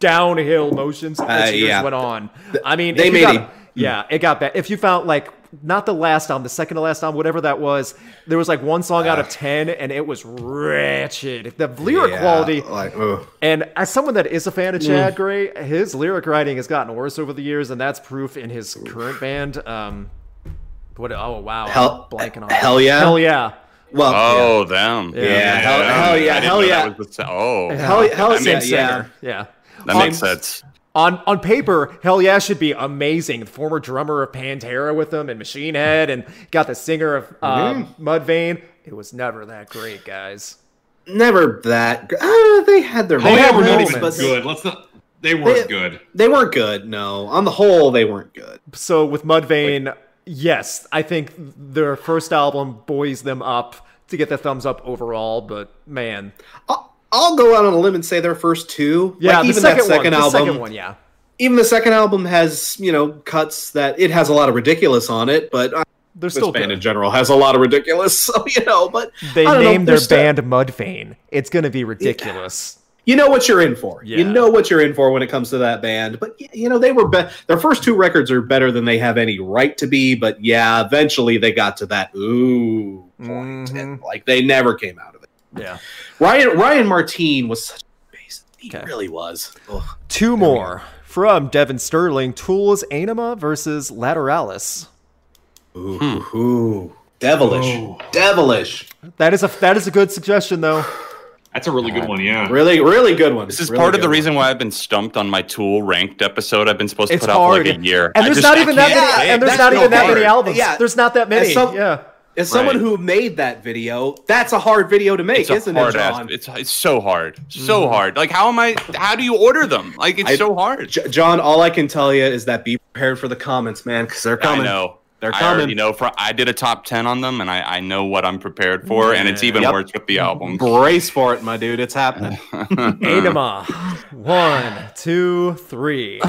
Speaker 5: downhill motions as
Speaker 2: Uh,
Speaker 5: years
Speaker 2: yeah.
Speaker 5: went on. I mean,
Speaker 2: they
Speaker 5: if you got-
Speaker 2: made a-
Speaker 5: yeah, it got bad. If you found like not the last album, the second to last album, whatever that was, there was like one song out of ten, and it was wretched. The lyric
Speaker 2: Yeah, Oh,
Speaker 5: quality,
Speaker 2: Like, ugh.
Speaker 5: and as someone that is a fan of
Speaker 2: Mm.
Speaker 5: Chad Gray, his lyric writing has gotten worse over the years, and that's proof in his current band. Um, what? Oh wow, I'm
Speaker 2: Hell-
Speaker 5: blanking on
Speaker 2: hell
Speaker 5: it.
Speaker 2: yeah?
Speaker 5: hell yeah.
Speaker 2: well,
Speaker 1: Oh, them.
Speaker 5: Yeah. Yeah,
Speaker 2: hell-
Speaker 1: them.
Speaker 2: hell yeah,
Speaker 1: I didn't
Speaker 2: hell
Speaker 1: know
Speaker 2: yeah.
Speaker 1: That was the, s- oh,
Speaker 2: hell, hell
Speaker 1: that
Speaker 2: yeah,
Speaker 1: makes
Speaker 2: yeah.
Speaker 5: Yeah.
Speaker 1: that
Speaker 5: On-
Speaker 1: makes sense.
Speaker 5: On on paper, Hell Yeah should be amazing. The former drummer of Pantera with them and Machine Head, and got the singer of um,
Speaker 2: Mm-hmm.
Speaker 5: Mudvayne. It was never that great, guys.
Speaker 2: Never that. g- Uh, they had their.
Speaker 4: They
Speaker 5: had
Speaker 4: were not
Speaker 5: moments,
Speaker 4: even
Speaker 5: but-
Speaker 4: good. Let's not. They
Speaker 2: They-
Speaker 4: weren't good.
Speaker 2: They weren't good. No, on the whole, they weren't good.
Speaker 5: So with Mudvayne, yes, I think their first album buoys them up to get the thumbs up overall. But man,
Speaker 2: I'll, I'll go out on a limb and say their first two.
Speaker 5: yeah,
Speaker 2: like,
Speaker 5: the
Speaker 2: even
Speaker 5: second
Speaker 2: that second
Speaker 5: one,
Speaker 2: album.
Speaker 5: the second one, yeah,
Speaker 2: Even the second album has you know cuts that it has a lot of ridiculous on it, but uh,
Speaker 5: they're
Speaker 2: this
Speaker 5: still
Speaker 2: band in
Speaker 5: good.
Speaker 2: general has a lot of ridiculous. [laughs] So you know, but
Speaker 5: They
Speaker 2: I don't know,
Speaker 5: named
Speaker 2: they're
Speaker 5: their
Speaker 2: still-
Speaker 5: band Mudvayne. It's gonna be ridiculous.
Speaker 2: you know what you're in for. You
Speaker 5: Yeah.
Speaker 2: know what you're in for when it comes to that band. But y- you know they were be- their first two records are better than they have any right to be. But yeah, eventually they got to that ooh point,
Speaker 1: Mm-hmm.
Speaker 2: and like they never came out of it.
Speaker 5: Yeah.
Speaker 2: Ryan Ryan Martine was such a base. He
Speaker 5: Okay.
Speaker 2: really was. Ugh.
Speaker 5: Two more from Devin Sterling: Tool's Anima versus Lateralis.
Speaker 2: Ooh, ooh. devilish,
Speaker 1: Oh.
Speaker 2: devilish.
Speaker 5: That is a that is a good suggestion though.
Speaker 4: That's a really good one. Yeah.
Speaker 2: Really, really good one.
Speaker 1: This is
Speaker 2: Really
Speaker 1: part of
Speaker 2: good
Speaker 1: the
Speaker 2: one.
Speaker 1: reason why I've been stumped on my Tool ranked episode. I've been supposed to
Speaker 5: It's
Speaker 1: put out for like
Speaker 5: hard.
Speaker 1: a year,
Speaker 5: And
Speaker 1: I
Speaker 5: there's
Speaker 1: just-
Speaker 5: not
Speaker 1: I
Speaker 5: even that
Speaker 1: can't
Speaker 5: many.
Speaker 1: wait.
Speaker 5: And there's
Speaker 1: That's
Speaker 5: not
Speaker 1: so
Speaker 5: even that
Speaker 1: hard.
Speaker 5: many albums.
Speaker 2: Yeah.
Speaker 5: There's not that many.
Speaker 2: some-
Speaker 5: yeah.
Speaker 2: As someone
Speaker 1: Right.
Speaker 2: who made that video, that's a hard video to make,
Speaker 1: It's a
Speaker 2: isn't it,
Speaker 1: hard ass-
Speaker 2: John? Mm-hmm.
Speaker 1: It's it's so hard, so hard. Like how am I? How do you order them? Like it's
Speaker 2: I-
Speaker 1: so hard.
Speaker 2: J- John, all I can tell you is that be prepared for the comments, man, because
Speaker 1: I
Speaker 2: they're coming.
Speaker 1: know.
Speaker 2: They're
Speaker 1: I already
Speaker 2: coming.
Speaker 1: know. For I did a top ten on them, and I, I know what I'm prepared for, and it's even
Speaker 2: Yep.
Speaker 1: worse with the album.
Speaker 2: Brace for it, my dude. It's happening.
Speaker 5: Anima. One, two, three.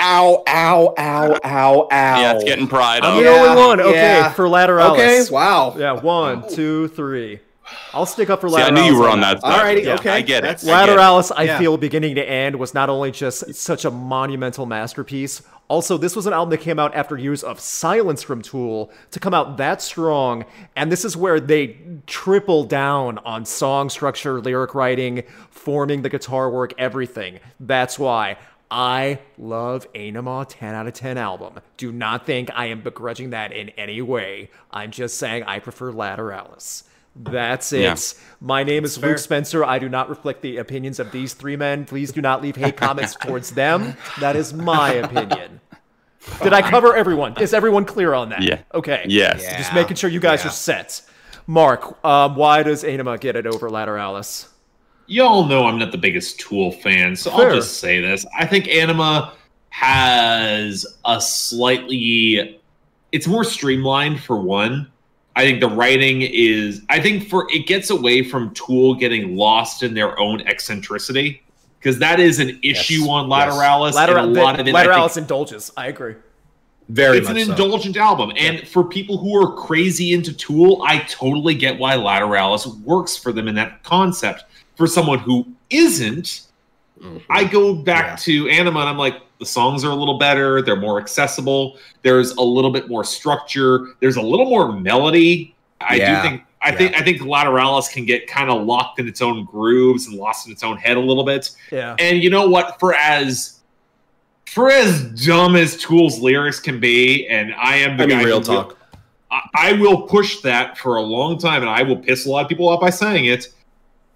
Speaker 2: ow, ow, ow, ow, ow.
Speaker 1: yeah, it's getting pride
Speaker 5: I'm
Speaker 1: up.
Speaker 5: the
Speaker 2: Yeah,
Speaker 5: only one. Okay,
Speaker 2: yeah.
Speaker 5: for Lateralis.
Speaker 2: Okay, wow.
Speaker 5: Yeah, one, two, three. I'll stick up for
Speaker 1: See,
Speaker 5: Lateralis.
Speaker 1: I knew you were on
Speaker 5: that.
Speaker 1: that. side.
Speaker 2: Alrighty,
Speaker 1: Yeah,
Speaker 2: okay.
Speaker 1: I get it.
Speaker 2: That's-
Speaker 1: I get it.
Speaker 5: Lateralis, I
Speaker 2: Yeah.
Speaker 5: feel beginning to end was not only just such a monumental masterpiece. Also, this was an album that came out after years of silence from Tool to come out that strong, and this is where they triple down on song structure, lyric writing, forming the guitar work, everything. That's why I love Anima 10 out of 10 album. Do not think I am begrudging that in any way. I'm just saying I prefer Lateralis. That's it.
Speaker 1: Yeah.
Speaker 5: My name is Luke Spencer. I do not reflect the opinions of these three men. Please do not leave
Speaker 4: [laughs]
Speaker 5: hate comments towards them. That is my opinion. Did I cover everyone? Is everyone clear on that?
Speaker 1: Yeah.
Speaker 5: Okay.
Speaker 1: Yes.
Speaker 2: Yeah.
Speaker 5: Just making sure you guys
Speaker 2: Yeah.
Speaker 5: are set. Mark, um, why does Anima get it over Lateralis?
Speaker 4: Y'all know I'm not the biggest Tool fan, so
Speaker 5: Fair.
Speaker 4: I'll just say this. I think Anima has a slightly. It's more streamlined for one. I think the writing is. I think for it gets away from Tool getting lost in their own eccentricity because that is an issue on Lateralis. and
Speaker 5: Lateral,
Speaker 4: a lot of it, I think,
Speaker 5: Lateralis indulges. I agree.
Speaker 2: Very
Speaker 4: it's an
Speaker 2: much so.
Speaker 4: indulgent album. And for people who are crazy into Tool, I totally get why Lateralis works for them in that concept. For someone who isn't, I go back
Speaker 2: Mm-hmm. Yeah.
Speaker 4: to Anima and I'm like, the songs are a little better. They're more accessible. There's a little bit more structure. There's a little more melody. I
Speaker 6: Yeah.
Speaker 4: do think. I think I think Lateralis can get kind of locked in its own grooves and lost in its own head a little bit.
Speaker 5: Yeah.
Speaker 4: And you know what? For as for as dumb as Tool's lyrics can be, and I am the
Speaker 2: I mean,
Speaker 4: guy who
Speaker 2: real
Speaker 4: will-
Speaker 2: talk.
Speaker 4: I, I will push that for a long time, and I will piss a lot of people off by saying it.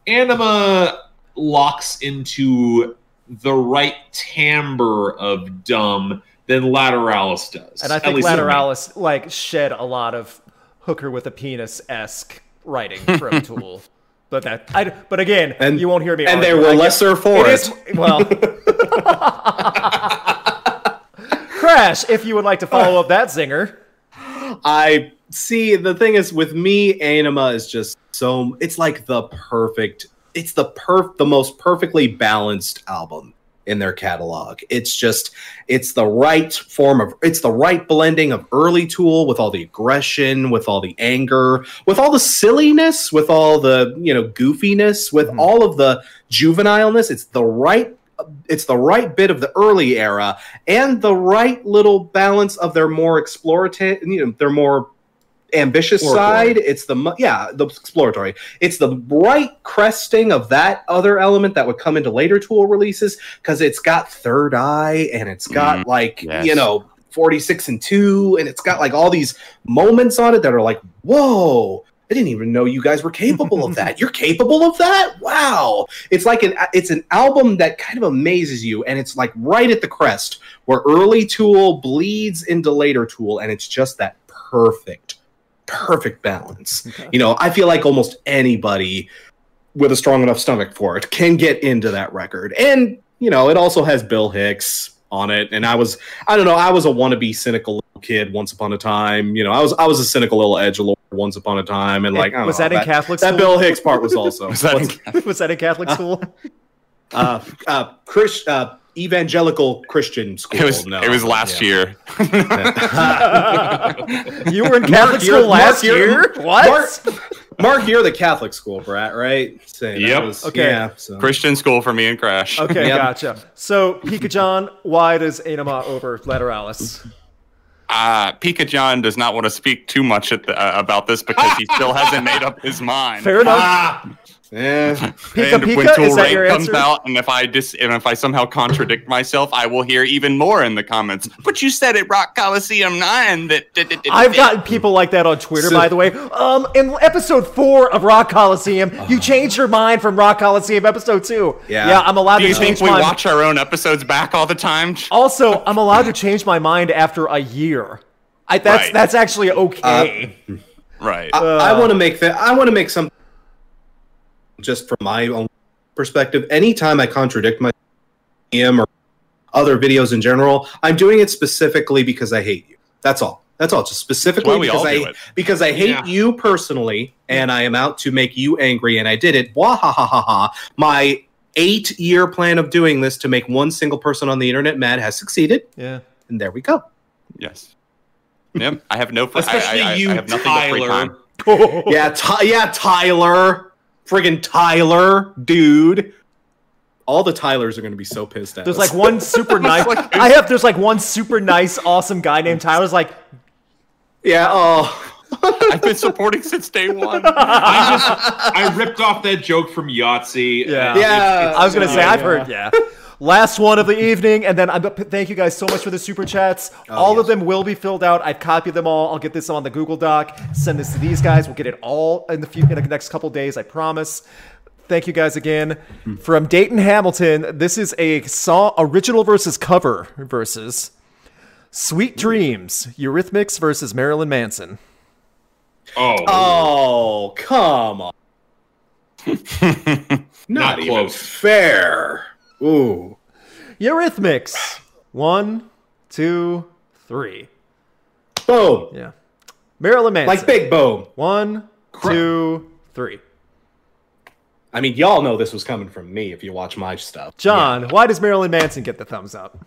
Speaker 4: Anima locks into the right timbre of dumb than Lateralis does.
Speaker 5: And I
Speaker 4: At
Speaker 5: think
Speaker 4: least in my-
Speaker 5: Lateralis like shed a lot of hooker with a penis esque writing
Speaker 4: [laughs]
Speaker 5: from Tool. But that I but again,
Speaker 2: And-
Speaker 5: you won't hear me.
Speaker 2: And
Speaker 5: argue.
Speaker 2: there were
Speaker 5: I get-
Speaker 2: lesser for
Speaker 5: It
Speaker 2: it.
Speaker 5: is well. [laughs] Crash, if you would like to follow up that zinger.
Speaker 2: I see. The thing is, with me, Anima is just so. It's like the perfect. It's the perf, the most perfectly balanced album in their catalog. It's just, it's the right form of, it's the right blending of early Tool with all the aggression, with all the anger, with all the silliness, with all the you know goofiness, with
Speaker 5: Mhm.
Speaker 2: all of the juvenileness. It's the right. It's the right bit of the early era, and the right little balance of their more explorative, you know, their more ambitious
Speaker 4: Exploratory.
Speaker 2: side. It's the mu- yeah, the exploratory. It's the right cresting of that other element that would come into later Tool releases because it's got Third Eye and it's got like
Speaker 1: yes.
Speaker 2: you know. 46 and 2 and it's got like all these moments on it that are like whoa i didn't even know you guys were capable of that you're capable of that wow it's like an it's an album that kind of amazes you and it's like right at the crest where early tool bleeds into later tool and it's just that perfect perfect balance you know i feel like almost anybody with a strong enough stomach for it can get into that record and you know it also has bill hicks on it and i was i don't know i was a wannabe cynical little kid once upon a time you know i was i was a cynical little edge lord once upon a time and like I don't
Speaker 5: was
Speaker 2: know,
Speaker 5: that in Catholic
Speaker 2: that
Speaker 5: school?
Speaker 2: bill hicks part was also
Speaker 1: Was
Speaker 5: [laughs]
Speaker 1: that
Speaker 5: was that in Catholic school?
Speaker 2: uh, uh, Chris, uh, evangelical Christian school.
Speaker 1: it was
Speaker 2: no.
Speaker 1: it was last year.
Speaker 2: [laughs]
Speaker 1: [laughs]
Speaker 5: you were in Catholic
Speaker 2: Mark,
Speaker 5: school
Speaker 2: you're-
Speaker 5: last
Speaker 2: Mark, you're-
Speaker 5: year? What? [laughs]
Speaker 2: Mark, you're the Catholic school brat, right? Say, that
Speaker 4: Yep.
Speaker 2: was-
Speaker 5: Okay.
Speaker 2: Yeah, so.
Speaker 1: Christian school for me and Crash.
Speaker 5: Okay,
Speaker 2: Yep.
Speaker 5: gotcha. So, Pika John, why does Anima over Lateralis?
Speaker 1: [laughs] Uh, Pika John does not want to speak too much at the, uh, about this because he still hasn't made up his mind.
Speaker 5: Fair enough.
Speaker 1: [laughs]
Speaker 2: Yeah.
Speaker 5: Pika
Speaker 1: and when
Speaker 5: Pika,
Speaker 1: Tool
Speaker 5: is that
Speaker 1: Rain
Speaker 5: your
Speaker 1: comes
Speaker 5: answer?
Speaker 1: out, and if I dis- and if I somehow contradict myself, I will hear even more in the comments. But you said at Rock Coliseum Nine that that- that- that-
Speaker 5: I've
Speaker 1: that-
Speaker 5: gotten people like that on Twitter,
Speaker 2: So-
Speaker 5: by the way. Um, in episode four of Rock Coliseum, you changed your mind from Rock Coliseum episode two.
Speaker 2: Yeah.
Speaker 5: yeah, I'm allowed
Speaker 1: Do
Speaker 5: to
Speaker 1: you
Speaker 5: change
Speaker 1: think we
Speaker 5: my.
Speaker 1: watch our own episodes back all the time?
Speaker 5: also, I'm allowed to change my mind after a year. I, that's
Speaker 1: Right.
Speaker 5: that's actually okay.
Speaker 2: Uh,
Speaker 5: [laughs]
Speaker 1: Right.
Speaker 2: I, want to make that. I want to make some. Just from my own perspective, anytime I contradict my DM or other videos in general, I'm doing it specifically because I hate you. That's all. That's all. Just specifically
Speaker 1: why we
Speaker 2: because
Speaker 1: all
Speaker 2: I
Speaker 1: do it.
Speaker 2: because I hate
Speaker 4: Yeah.
Speaker 2: you personally, and I am out to make you angry, and I did it. Wah ha ha ha ha. My eight year plan of doing this to make one single person on the internet mad has succeeded,
Speaker 5: yeah.
Speaker 2: and there we go.
Speaker 1: Yes. Yep. I have no. Fr- I-
Speaker 4: especially
Speaker 1: I, I,
Speaker 4: you,
Speaker 1: I have nothing but free time.
Speaker 4: Tyler.
Speaker 2: yeah, Ty- yeah, Tyler, friggin' Tyler, dude. All the Tylers are gonna be so pissed at.
Speaker 5: There's
Speaker 2: us.
Speaker 5: like one super nice. I have there's like one super nice, awesome guy named Tyler's like,
Speaker 2: yeah, oh,
Speaker 1: I've been supporting since
Speaker 5: [laughs]
Speaker 1: day one.
Speaker 4: I just I ripped off that joke from Yahtzee.
Speaker 5: Yeah.
Speaker 4: and
Speaker 2: yeah.
Speaker 5: I was gonna say I've heard yeah. Last one of the evening, and then I'm. Thank you guys so much for the super chats.
Speaker 2: Oh,
Speaker 5: all of them will be filled out. I've copied them all. I'll get this on the Google Doc. Send this to these guys. We'll get it all in the few in the next couple days. I promise. Thank you guys again from Dayton Hamilton. This is a song original versus cover versus Sweet Dreams Eurythmics versus Marilyn Manson.
Speaker 4: Oh,
Speaker 2: Oh, come on.
Speaker 4: not,
Speaker 2: even
Speaker 4: close.
Speaker 2: Fair. Ooh.
Speaker 5: Eurythmics. One, two, three.
Speaker 2: Boom.
Speaker 5: Yeah. Marilyn Manson.
Speaker 2: Like big boom.
Speaker 5: One, two, three.
Speaker 2: I mean, y'all know this was coming from me if you watch my stuff.
Speaker 5: John, why does Marilyn Manson get the thumbs up?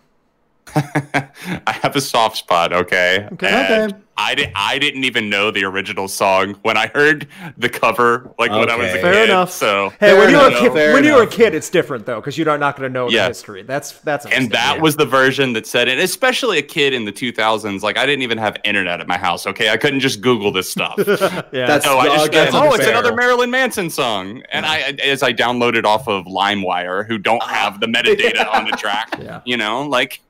Speaker 1: I have have a soft spot, okay?
Speaker 5: Okay.
Speaker 1: And
Speaker 2: Okay.
Speaker 1: I did. I didn't even know the original song when I heard the cover, like when I was a
Speaker 2: Okay.
Speaker 1: kid.
Speaker 5: Fair enough.
Speaker 1: So
Speaker 5: Hey, when
Speaker 2: Fair
Speaker 5: you were a
Speaker 1: enough.
Speaker 5: kid,
Speaker 2: Fair
Speaker 5: when you were a
Speaker 2: enough.
Speaker 5: kid, it's different though, because you're not, not going to know the
Speaker 1: Yeah.
Speaker 5: history. That's that's
Speaker 1: and that
Speaker 5: understandable.
Speaker 1: was the version that said, and especially a kid in the 2000s, like I didn't even have internet at my house. Okay, I couldn't just Google
Speaker 5: [laughs]
Speaker 1: this stuff.
Speaker 5: yeah.
Speaker 2: That's-
Speaker 1: No, I
Speaker 2: Oh,
Speaker 1: just
Speaker 2: that's
Speaker 1: get, oh, it's
Speaker 2: unfair.
Speaker 1: another Marilyn Manson song, and I as I downloaded off of LimeWire, who don't have the metadata
Speaker 5: [laughs]
Speaker 1: on the track.
Speaker 5: Ah. Yeah.
Speaker 1: You know, like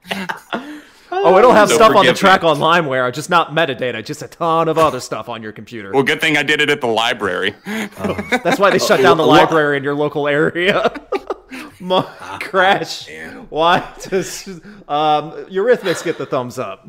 Speaker 5: oh, it'll have
Speaker 1: So
Speaker 5: stuff on the
Speaker 1: forgive me.
Speaker 5: track on LimeWire, just not metadata, just a ton of other stuff on your computer.
Speaker 1: well, good thing I did it at the library. [laughs]
Speaker 5: That's why they shut down the
Speaker 2: Lo- lo-
Speaker 5: library in your local area. [laughs] Mo- crash. Why does um, Eurythmics get the thumbs up?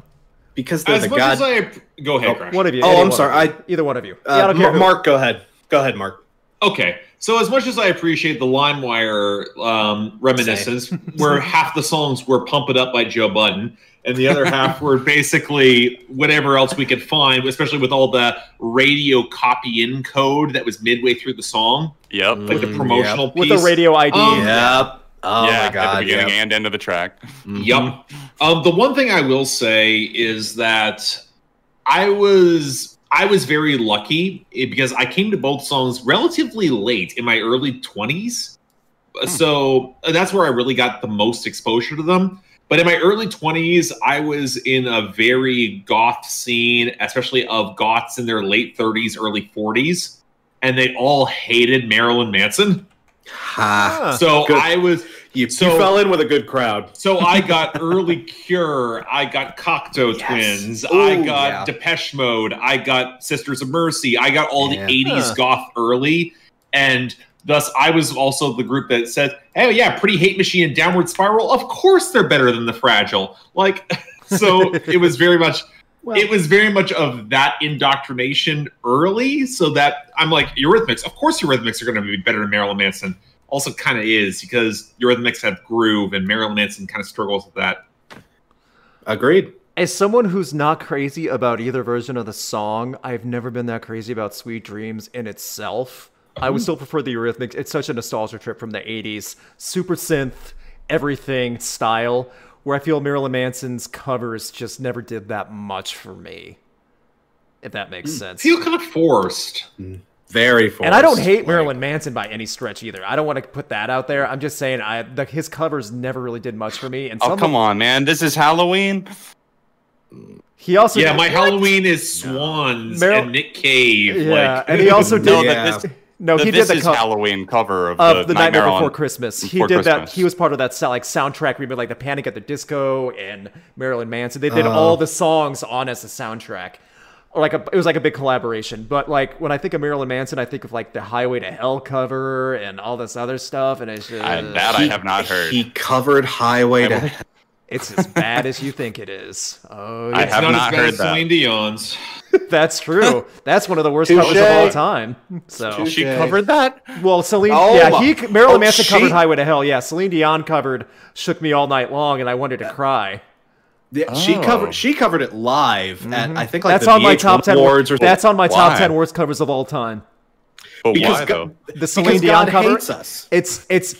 Speaker 2: because there's
Speaker 4: As
Speaker 2: a
Speaker 4: much
Speaker 2: god.
Speaker 4: as I go ahead, Crash.
Speaker 5: One of you.
Speaker 2: Oh,
Speaker 5: any
Speaker 2: I'm
Speaker 5: one of
Speaker 2: sorry,
Speaker 5: you. either one of you.
Speaker 2: uh,
Speaker 5: yeah, I don't care
Speaker 2: Mar-
Speaker 5: who.
Speaker 2: Mark, go ahead. Go ahead, Mark.
Speaker 4: Okay, so as much as I appreciate the LimeWire um, reminiscence, where half the songs were "Pump It Up" by Joe Budden, and the other half were basically whatever else we could find, especially with all the radio copy-in code that was midway through the song,
Speaker 1: yep.
Speaker 4: like the
Speaker 2: Mm,
Speaker 4: promotional
Speaker 5: with
Speaker 4: piece.
Speaker 5: the radio ID.
Speaker 4: Um,
Speaker 2: Yep. Oh
Speaker 1: yeah,
Speaker 2: my god.
Speaker 1: at the beginning Mm-hmm.
Speaker 2: yep.
Speaker 1: and end of the track.
Speaker 2: Mhm.
Speaker 4: Yep. Um, the one thing I will say is that I was I was very lucky eh, because I came to both songs relatively late in my early twenties. So uh, that's where I really got the most exposure to them. But in my early 20s, I was in a very goth scene, especially of goths in their late 30s, early 40s, and they all hated Marilyn Manson.
Speaker 2: Ha.
Speaker 5: Huh.
Speaker 4: So
Speaker 2: Good.
Speaker 4: I was
Speaker 2: You,
Speaker 4: So-
Speaker 2: you fell in with a good crowd.
Speaker 4: Uh, so I got early Cure, I got Cocteau
Speaker 2: Yes.
Speaker 4: Twins,
Speaker 2: Ooh,
Speaker 4: I got
Speaker 2: yeah.
Speaker 4: Depeche Mode, I got Sisters of Mercy, I got all
Speaker 2: Yeah.
Speaker 4: the '80s
Speaker 5: Huh.
Speaker 4: goth early, and thus I was also the group that said, "Hey, yeah, Pretty Hate Machine and Downward Spiral, of course they're better than the Fragile." Like, [laughs] so it was very much
Speaker 5: Well,
Speaker 4: it was very much of that indoctrination early, so that I'm like, Eurythmics, of course Eurythmics are going to be better than Marilyn Manson. Also, kind of is because Eurythmics have groove, and Marilyn Manson kind of struggles with that.
Speaker 2: Agreed.
Speaker 5: As someone who's not crazy about either version of the song, I've never been that crazy about Sweet Dreams in itself. I would still prefer the Eurythmics. It's such a nostalgia trip from the 80s. Super synth, everything style, where I feel Marilyn Manson's covers just never did that much for me. If that makes
Speaker 4: I
Speaker 5: sense.
Speaker 4: feel kind of forced.
Speaker 2: Very forced.
Speaker 5: And I don't hate
Speaker 2: Like,
Speaker 5: Marilyn Manson by any stretch either. I don't want to put that out there. I'm just saying I the, his covers never really did much for me. And
Speaker 1: Oh
Speaker 5: some
Speaker 1: come on, man! This is Halloween.
Speaker 5: he also
Speaker 4: yeah,
Speaker 5: did-
Speaker 4: my
Speaker 5: What?
Speaker 4: Halloween is swans
Speaker 5: Mar-
Speaker 4: and Nick Cave.
Speaker 5: Yeah,
Speaker 4: like,
Speaker 5: and he
Speaker 1: [laughs]
Speaker 5: also did
Speaker 1: No,
Speaker 2: Yeah.
Speaker 1: that this,
Speaker 5: no,
Speaker 1: that
Speaker 5: he
Speaker 1: this
Speaker 5: did the
Speaker 1: is
Speaker 5: co-
Speaker 1: Halloween cover of,
Speaker 5: of the Nightmare,
Speaker 1: on-
Speaker 5: Before Christmas. He
Speaker 1: Before
Speaker 5: did that.
Speaker 1: Christmas.
Speaker 5: He was part of that so- like soundtrack remake, like the Panic at the Disco and Marilyn Manson. They did
Speaker 1: Uh.
Speaker 5: all the songs on as a soundtrack, or like a, it was like a big collaboration. But like when I think of Marilyn Manson, I think of like the Highway to Hell cover and all this other stuff, and it's just,
Speaker 1: I, that I have not heard.
Speaker 2: He covered Highway to
Speaker 5: it's as bad as you think it is. Oh,
Speaker 1: [laughs] I
Speaker 5: yeah.
Speaker 1: have
Speaker 4: not,
Speaker 1: not
Speaker 4: as bad
Speaker 1: heard
Speaker 4: as
Speaker 1: that.
Speaker 4: Celine Dion's.
Speaker 5: that's
Speaker 2: [laughs]
Speaker 5: true. That's one of the worst covers of
Speaker 2: Touche.
Speaker 5: all time. So
Speaker 1: she covered that.
Speaker 5: Well, Celine,
Speaker 2: Oh
Speaker 5: yeah,
Speaker 2: my-
Speaker 5: he Marilyn
Speaker 2: oh,
Speaker 5: Manson
Speaker 2: she-
Speaker 5: covered Highway to Hell. Yeah, Celine Dion covered "Shook Me All Night Long," and I wanted to cry.
Speaker 2: Yeah, She
Speaker 1: Oh.
Speaker 2: covered. She covered it live at I think like
Speaker 5: Mm-hmm. that's
Speaker 2: the
Speaker 5: on my
Speaker 2: VH1
Speaker 5: top ten.
Speaker 2: awards or
Speaker 5: that's on my top
Speaker 1: Why?
Speaker 5: ten worst covers of all time.
Speaker 1: But
Speaker 2: because
Speaker 1: why
Speaker 2: Go-
Speaker 1: though?
Speaker 5: The Celine
Speaker 2: because
Speaker 5: Dion
Speaker 2: God
Speaker 5: cover.
Speaker 2: hates us.
Speaker 5: It's it's.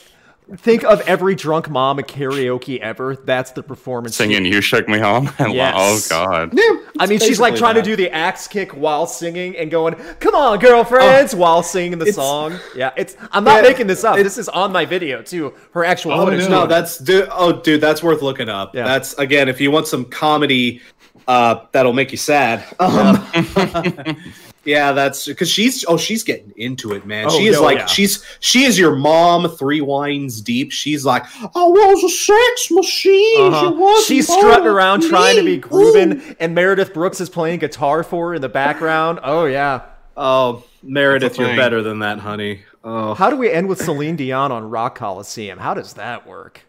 Speaker 5: Think of every drunk mom at karaoke ever. That's the performance.
Speaker 1: Singing "You Shook Me Home."
Speaker 5: Yes.
Speaker 1: Oh God.
Speaker 5: I mean, she's like trying to do the axe kick while singing and going, "Come on, girlfriends," while singing the
Speaker 2: It's-
Speaker 5: song. Yeah, it's. I'm not
Speaker 2: Yeah,
Speaker 5: making this up.
Speaker 2: it-
Speaker 5: This is on my video too. Her actual
Speaker 4: Oh,
Speaker 5: footage.
Speaker 4: no.
Speaker 2: No, that's dude. Oh, dude, that's worth looking up.
Speaker 5: Yeah.
Speaker 2: That's again, if you want some comedy, uh, that'll make you sad. Um, [laughs] yeah, that's because she's oh, she's getting into it, man.
Speaker 5: Oh,
Speaker 2: she is
Speaker 5: no,
Speaker 2: like
Speaker 5: yeah.
Speaker 2: she's she is your mom three wines deep. She's like, I was a sex machine.
Speaker 5: Uh-huh.
Speaker 2: She was
Speaker 5: She's
Speaker 2: born
Speaker 5: strutting around
Speaker 2: with
Speaker 5: trying to
Speaker 2: me.
Speaker 5: be grooving, and Meredith Brooks is playing guitar for her in the background. Oh yeah.
Speaker 2: Oh, Meredith,
Speaker 4: That's a
Speaker 2: you're
Speaker 4: thing.
Speaker 2: better than that, honey. Oh,
Speaker 5: How do we end with Celine Dion on Rock Coliseum? How does that work?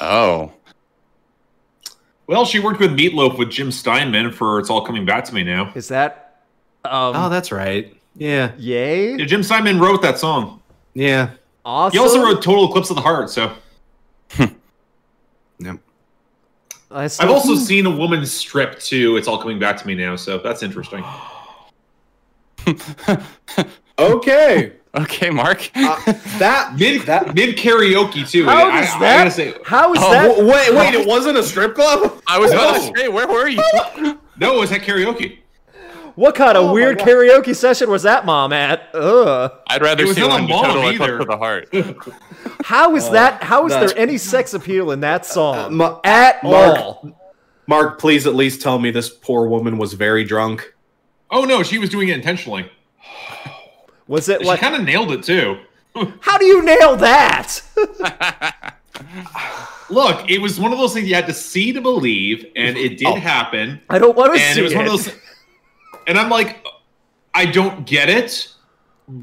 Speaker 1: Oh.
Speaker 4: Well, she worked with Meatloaf with Jim Steinman for "It's All Coming Back to Me Now."
Speaker 5: Is that um
Speaker 2: oh, that's right. Yeah,
Speaker 4: Yeah,
Speaker 5: yay?
Speaker 4: Jim Steinman wrote that song.
Speaker 2: yeah.
Speaker 5: Awesome.
Speaker 4: He also wrote "Total Eclipse of the Heart," so.
Speaker 5: I Hmm.
Speaker 4: I've also seen a woman strip too. It's all coming back to me now, so that's interesting.
Speaker 2: Okay. [laughs]
Speaker 1: Okay, Mark.
Speaker 2: That
Speaker 4: Mid that mid karaoke too.
Speaker 5: How
Speaker 4: I-
Speaker 5: does
Speaker 4: I- I
Speaker 5: that?
Speaker 4: gotta say-
Speaker 5: how is
Speaker 1: Oh,
Speaker 5: that?
Speaker 2: Wait, wait, wait, it wasn't a strip club?
Speaker 1: [laughs] I was about to
Speaker 4: No.
Speaker 1: say, where were you? [laughs]
Speaker 4: no, it was at karaoke.
Speaker 5: What kind of weird karaoke session was that, mom? At ugh.
Speaker 1: I'd rather
Speaker 4: It was
Speaker 1: see
Speaker 4: not a
Speaker 1: one with
Speaker 4: mom
Speaker 1: total Eclipse
Speaker 4: either.
Speaker 1: of the [laughs] heart.
Speaker 5: How
Speaker 4: Oh,
Speaker 5: is that? How is
Speaker 2: that's-
Speaker 5: there any sex appeal in that
Speaker 4: Uh,
Speaker 5: song
Speaker 2: Ma-
Speaker 5: at
Speaker 2: Mark-
Speaker 5: all?
Speaker 2: Mark, please at least tell me this poor woman was very drunk.
Speaker 4: Oh no, she was doing it intentionally.
Speaker 5: Was it
Speaker 4: She [laughs]
Speaker 5: like?
Speaker 4: kind of nailed it too.
Speaker 5: How do you nail that?
Speaker 4: Look, it was one of those things you had to see to believe, and it
Speaker 5: Oh.
Speaker 4: did happen.
Speaker 5: I don't want to
Speaker 4: and
Speaker 5: see
Speaker 4: it was one of those. And I'm like, I don't get it,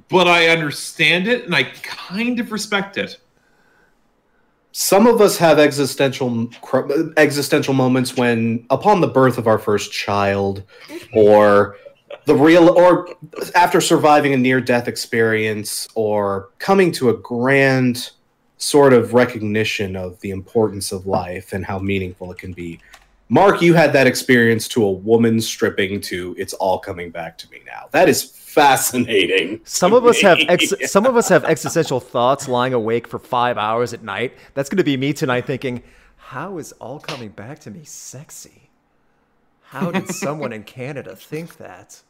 Speaker 4: but I understand it, and I kind of respect it.
Speaker 2: Some of us have existential cr- existential moments when, upon the birth of our first child, or the real, or after surviving a near death experience, or coming to a grand sort of recognition of the importance of life and how meaningful it can be. Mark, you had that experience to a woman stripping to "It's all coming back to me now." That is fascinating.
Speaker 5: [laughs] Some
Speaker 2: to
Speaker 5: of us
Speaker 4: [laughs]
Speaker 5: have ex-
Speaker 2: me.
Speaker 5: some of us have existential thoughts lying awake for five hours at night. That's going to be me tonight, thinking, "How is all coming back to me sexy? How
Speaker 4: [laughs]
Speaker 5: did someone in Canada think that?"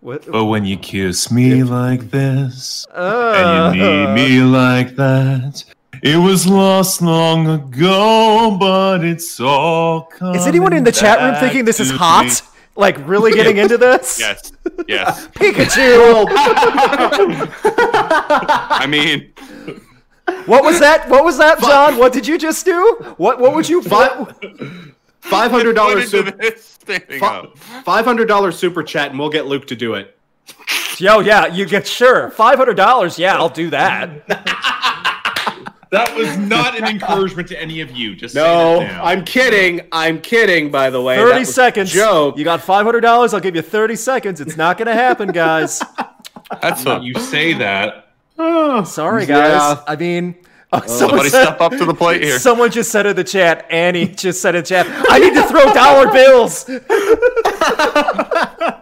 Speaker 5: What?
Speaker 4: Oh,
Speaker 7: But when you kiss me like this,
Speaker 5: Uh,
Speaker 7: and you need me like that, it was lost long ago, but it's all coming
Speaker 5: is anyone in the chat room thinking this is hot? Like really getting into this?
Speaker 1: Yes. Yes.
Speaker 5: Pikachu. [laughs]
Speaker 1: I [laughs] mean,
Speaker 5: what was that? What was that, John? What did you just do? What? What would you? What?
Speaker 2: Five hundred
Speaker 1: what
Speaker 2: dollars.
Speaker 1: into this standing [laughs] up.
Speaker 2: Five hundred dollar super chat, and we'll get Luke to do it.
Speaker 5: Yo, yeah, you get sure five hundred dollars. Yeah, I'll do that.
Speaker 4: That was not an encouragement to any of you. Just
Speaker 2: No,
Speaker 4: saying it now.
Speaker 2: I'm kidding. I'm kidding. By the way, That
Speaker 5: Thirty
Speaker 2: was a
Speaker 5: seconds.
Speaker 2: Joke.
Speaker 5: You got five hundred dollars. I'll give you thirty seconds. It's not gonna happen,
Speaker 2: [laughs]
Speaker 5: guys.
Speaker 1: That's
Speaker 4: Now
Speaker 1: a,
Speaker 4: you say that.
Speaker 5: Sorry, guys.
Speaker 2: Yeah.
Speaker 5: I mean, oh, someone,
Speaker 1: somebody
Speaker 5: said,
Speaker 1: step up [laughs] to the plate
Speaker 2: [laughs]
Speaker 1: here.
Speaker 5: someone just said in the chat. Annie just said in chat. I need to throw dollar bills.
Speaker 2: [laughs]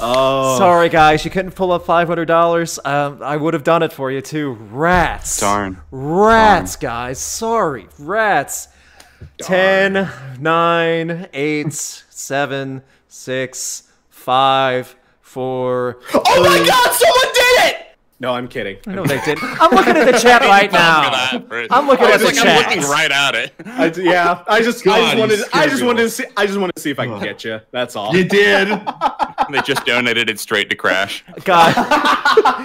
Speaker 2: Oh,
Speaker 5: Sorry, guys. You couldn't pull up five hundred dollars. Um, I would have done it for you too. Rats.
Speaker 1: Darn.
Speaker 5: Rats, guys. Sorry. Rats. Ten, nine, eight, seven, six, five, four.
Speaker 2: Oh my God! Someone did it. No, I'm kidding.
Speaker 5: No, they didn't. I'm looking at the chat
Speaker 2: [laughs]
Speaker 5: right now. [laughs] I'm looking
Speaker 1: I
Speaker 5: at
Speaker 1: was
Speaker 5: the
Speaker 1: like,
Speaker 5: chat.
Speaker 1: I'm looking right at [laughs] it.
Speaker 2: I, yeah, I just, I just
Speaker 4: God,
Speaker 2: wanted,
Speaker 4: you
Speaker 2: I just
Speaker 4: scared
Speaker 2: wanted
Speaker 4: me.
Speaker 2: to see, I just wanted to see if I can get you. That's all.
Speaker 4: You did.
Speaker 1: They just donated it straight to [laughs] Crash.
Speaker 5: God.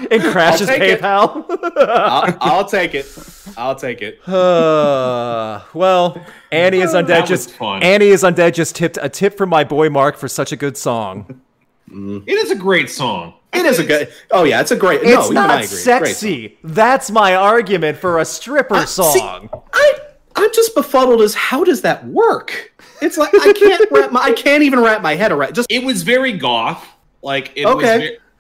Speaker 2: [laughs]
Speaker 5: it crashes
Speaker 2: I'll take it.
Speaker 5: PayPal.
Speaker 2: [laughs] I'll, I'll take it. I'll take it.
Speaker 5: uh, well, Annie is undead.
Speaker 4: That was
Speaker 5: just
Speaker 4: fun.
Speaker 5: Annie is undead. Just tipped a tip from my boy Mark for such a good [laughs] song.
Speaker 4: It is a great song.
Speaker 2: It is a good. Oh yeah, it's a great. no,
Speaker 5: It's
Speaker 2: even I
Speaker 5: not
Speaker 2: agree. Great song.
Speaker 5: sexy. That's my argument for a stripper
Speaker 4: Ah,
Speaker 2: See,
Speaker 5: song.
Speaker 2: I, I'm just befuddled as how does that work? It's like I can't wrap my, I can't even wrap my head around. Just
Speaker 4: It was very goth. Like it
Speaker 2: Okay.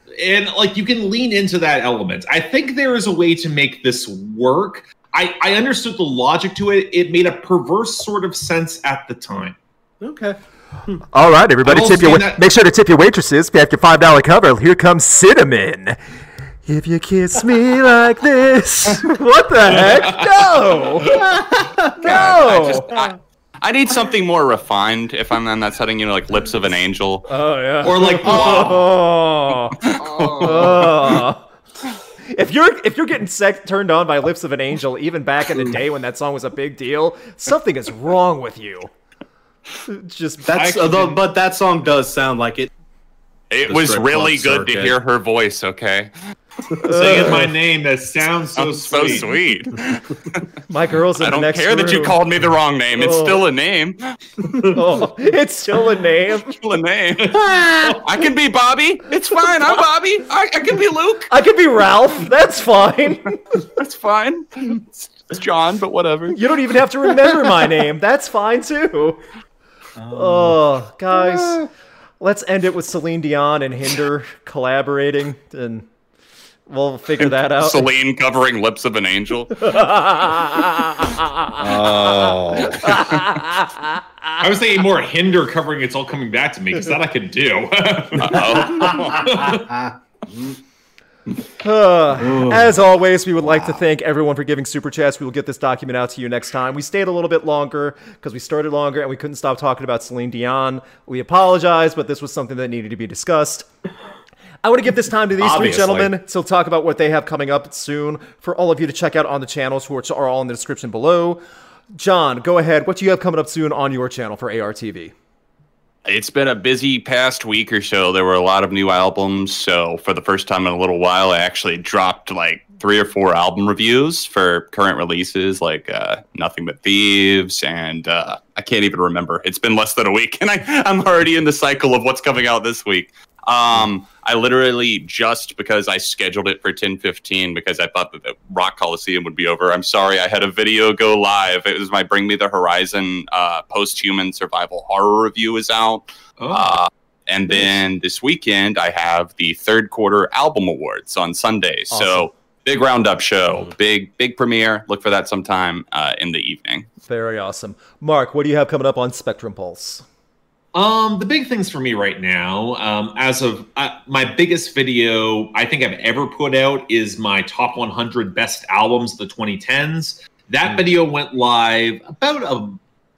Speaker 4: was. Very, and like you can lean into that element. I think there is a way to make this work. I, I understood the logic to it. It made a perverse sort of sense at the time.
Speaker 2: okay.
Speaker 5: All right, everybody,
Speaker 4: I've also
Speaker 5: tip your
Speaker 4: seen
Speaker 5: wait-
Speaker 4: that-
Speaker 5: make sure to tip your waitresses after five dollar cover. Here comes cinnamon. If you kiss
Speaker 4: [laughs]
Speaker 5: me like this, [laughs] what the heck? No,
Speaker 1: I, just,
Speaker 5: no.
Speaker 1: I, I need something more refined if I'm in that setting, you know, like Lips of an Angel.
Speaker 5: Oh yeah.
Speaker 4: Or like, oh,
Speaker 5: Oh. Oh. [laughs] If you're if you're getting sex turned on by lips of an angel, even back in the day when that song was a big deal, something is wrong with you. Just
Speaker 2: That's
Speaker 4: I
Speaker 2: although,
Speaker 4: can-
Speaker 2: but that song does sound like it.
Speaker 1: it was
Speaker 2: strip
Speaker 1: really
Speaker 2: club
Speaker 1: good to
Speaker 2: circuit.
Speaker 1: hear her voice, okay?
Speaker 4: singing my name that sounds so
Speaker 1: I'm [laughs] so
Speaker 4: sweet.
Speaker 1: sweet.
Speaker 5: my girls in
Speaker 1: I
Speaker 5: the
Speaker 1: don't
Speaker 5: next
Speaker 1: care that you
Speaker 5: room.
Speaker 1: called me the wrong name. It's
Speaker 5: Oh.
Speaker 1: still a name. [laughs]
Speaker 5: Oh, [laughs] it's still a name.
Speaker 1: Still a
Speaker 5: [laughs]
Speaker 1: name.
Speaker 5: Ah!
Speaker 1: I can be Bobby. It's fine. I'm Bobby. I, I can be Luke.
Speaker 5: I could be Ralph. That's fine.
Speaker 1: That's fine. It's, it's John, but whatever.
Speaker 5: You don't even have to remember my name. That's fine too. Oh, guys, let's end it with Celine Dion and Hinder collaborating, and we'll figure that out.
Speaker 1: Celine covering Lips of an Angel.
Speaker 2: Oh.
Speaker 4: I was thinking more hinder covering it's all [laughs] coming back to me because that I could do.
Speaker 1: Uh-oh.
Speaker 5: Uh, as always, we would like to thank everyone for giving super chats. We will get this document out to you next time. We stayed a little bit longer because we started longer and we couldn't stop talking about Celine Dion. We apologize, but this was something that needed to be discussed. I want to give this time to these
Speaker 2: Obviously.
Speaker 5: three gentlemen to talk about what they have coming up soon for all of you to check out on the channels, which are all in the description below. John, go ahead. What do you have coming up soon on your channel for ARTV?
Speaker 1: It's been a busy past week or so. There were a lot of new albums. So, for the first time in a little while, I actually dropped like three or four album reviews for current releases like uh, Nothing But Thieves. And uh, I can't even remember. It's been less than a week, [laughs] and I, I'm already in the cycle of what's coming out this week. Um, I literally just because I scheduled it for 10:15 because I thought that the Rock Coliseum would be over. I'm sorry, I had a video go live. It was my Bring Me the Horizon uh, post-human survival horror review is out,
Speaker 4: Oh,
Speaker 1: uh, and then this weekend I have the third quarter album awards on Sunday. So big roundup show, big big premiere. Look for that sometime uh, in the evening.
Speaker 5: Very awesome. Mark, what do you have coming up on Spectrum Pulse?
Speaker 4: Um, the big things for me right now, um, as of uh, my biggest video I think I've ever put out is my top 100 best albums of the 2010s. That
Speaker 5: Mm.
Speaker 4: video went live about a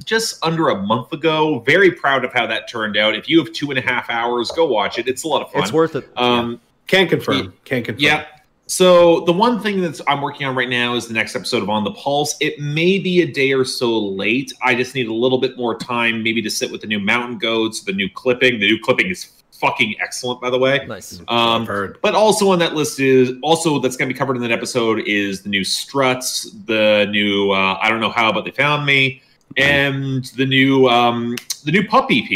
Speaker 4: just under a month ago. Very proud of how that turned out. If you have two and a half hours, go watch it. It's a lot of fun.
Speaker 5: It's worth it.
Speaker 4: um,
Speaker 2: Can confirm. Can confirm.
Speaker 4: yeah. So the one thing that's I'm working on right now is the next episode of On the Pulse. It may be a day or so late. I just need a little bit more time, maybe to sit with the new mountain goats, the new clipping. The new clipping is fucking excellent, by the way.
Speaker 5: nice.
Speaker 4: Um,
Speaker 2: I've heard.
Speaker 4: but also on that list is also that's going to be covered in that episode is the new struts, the new uh, I don't know how, but they found me, and the new um, the new pup EP.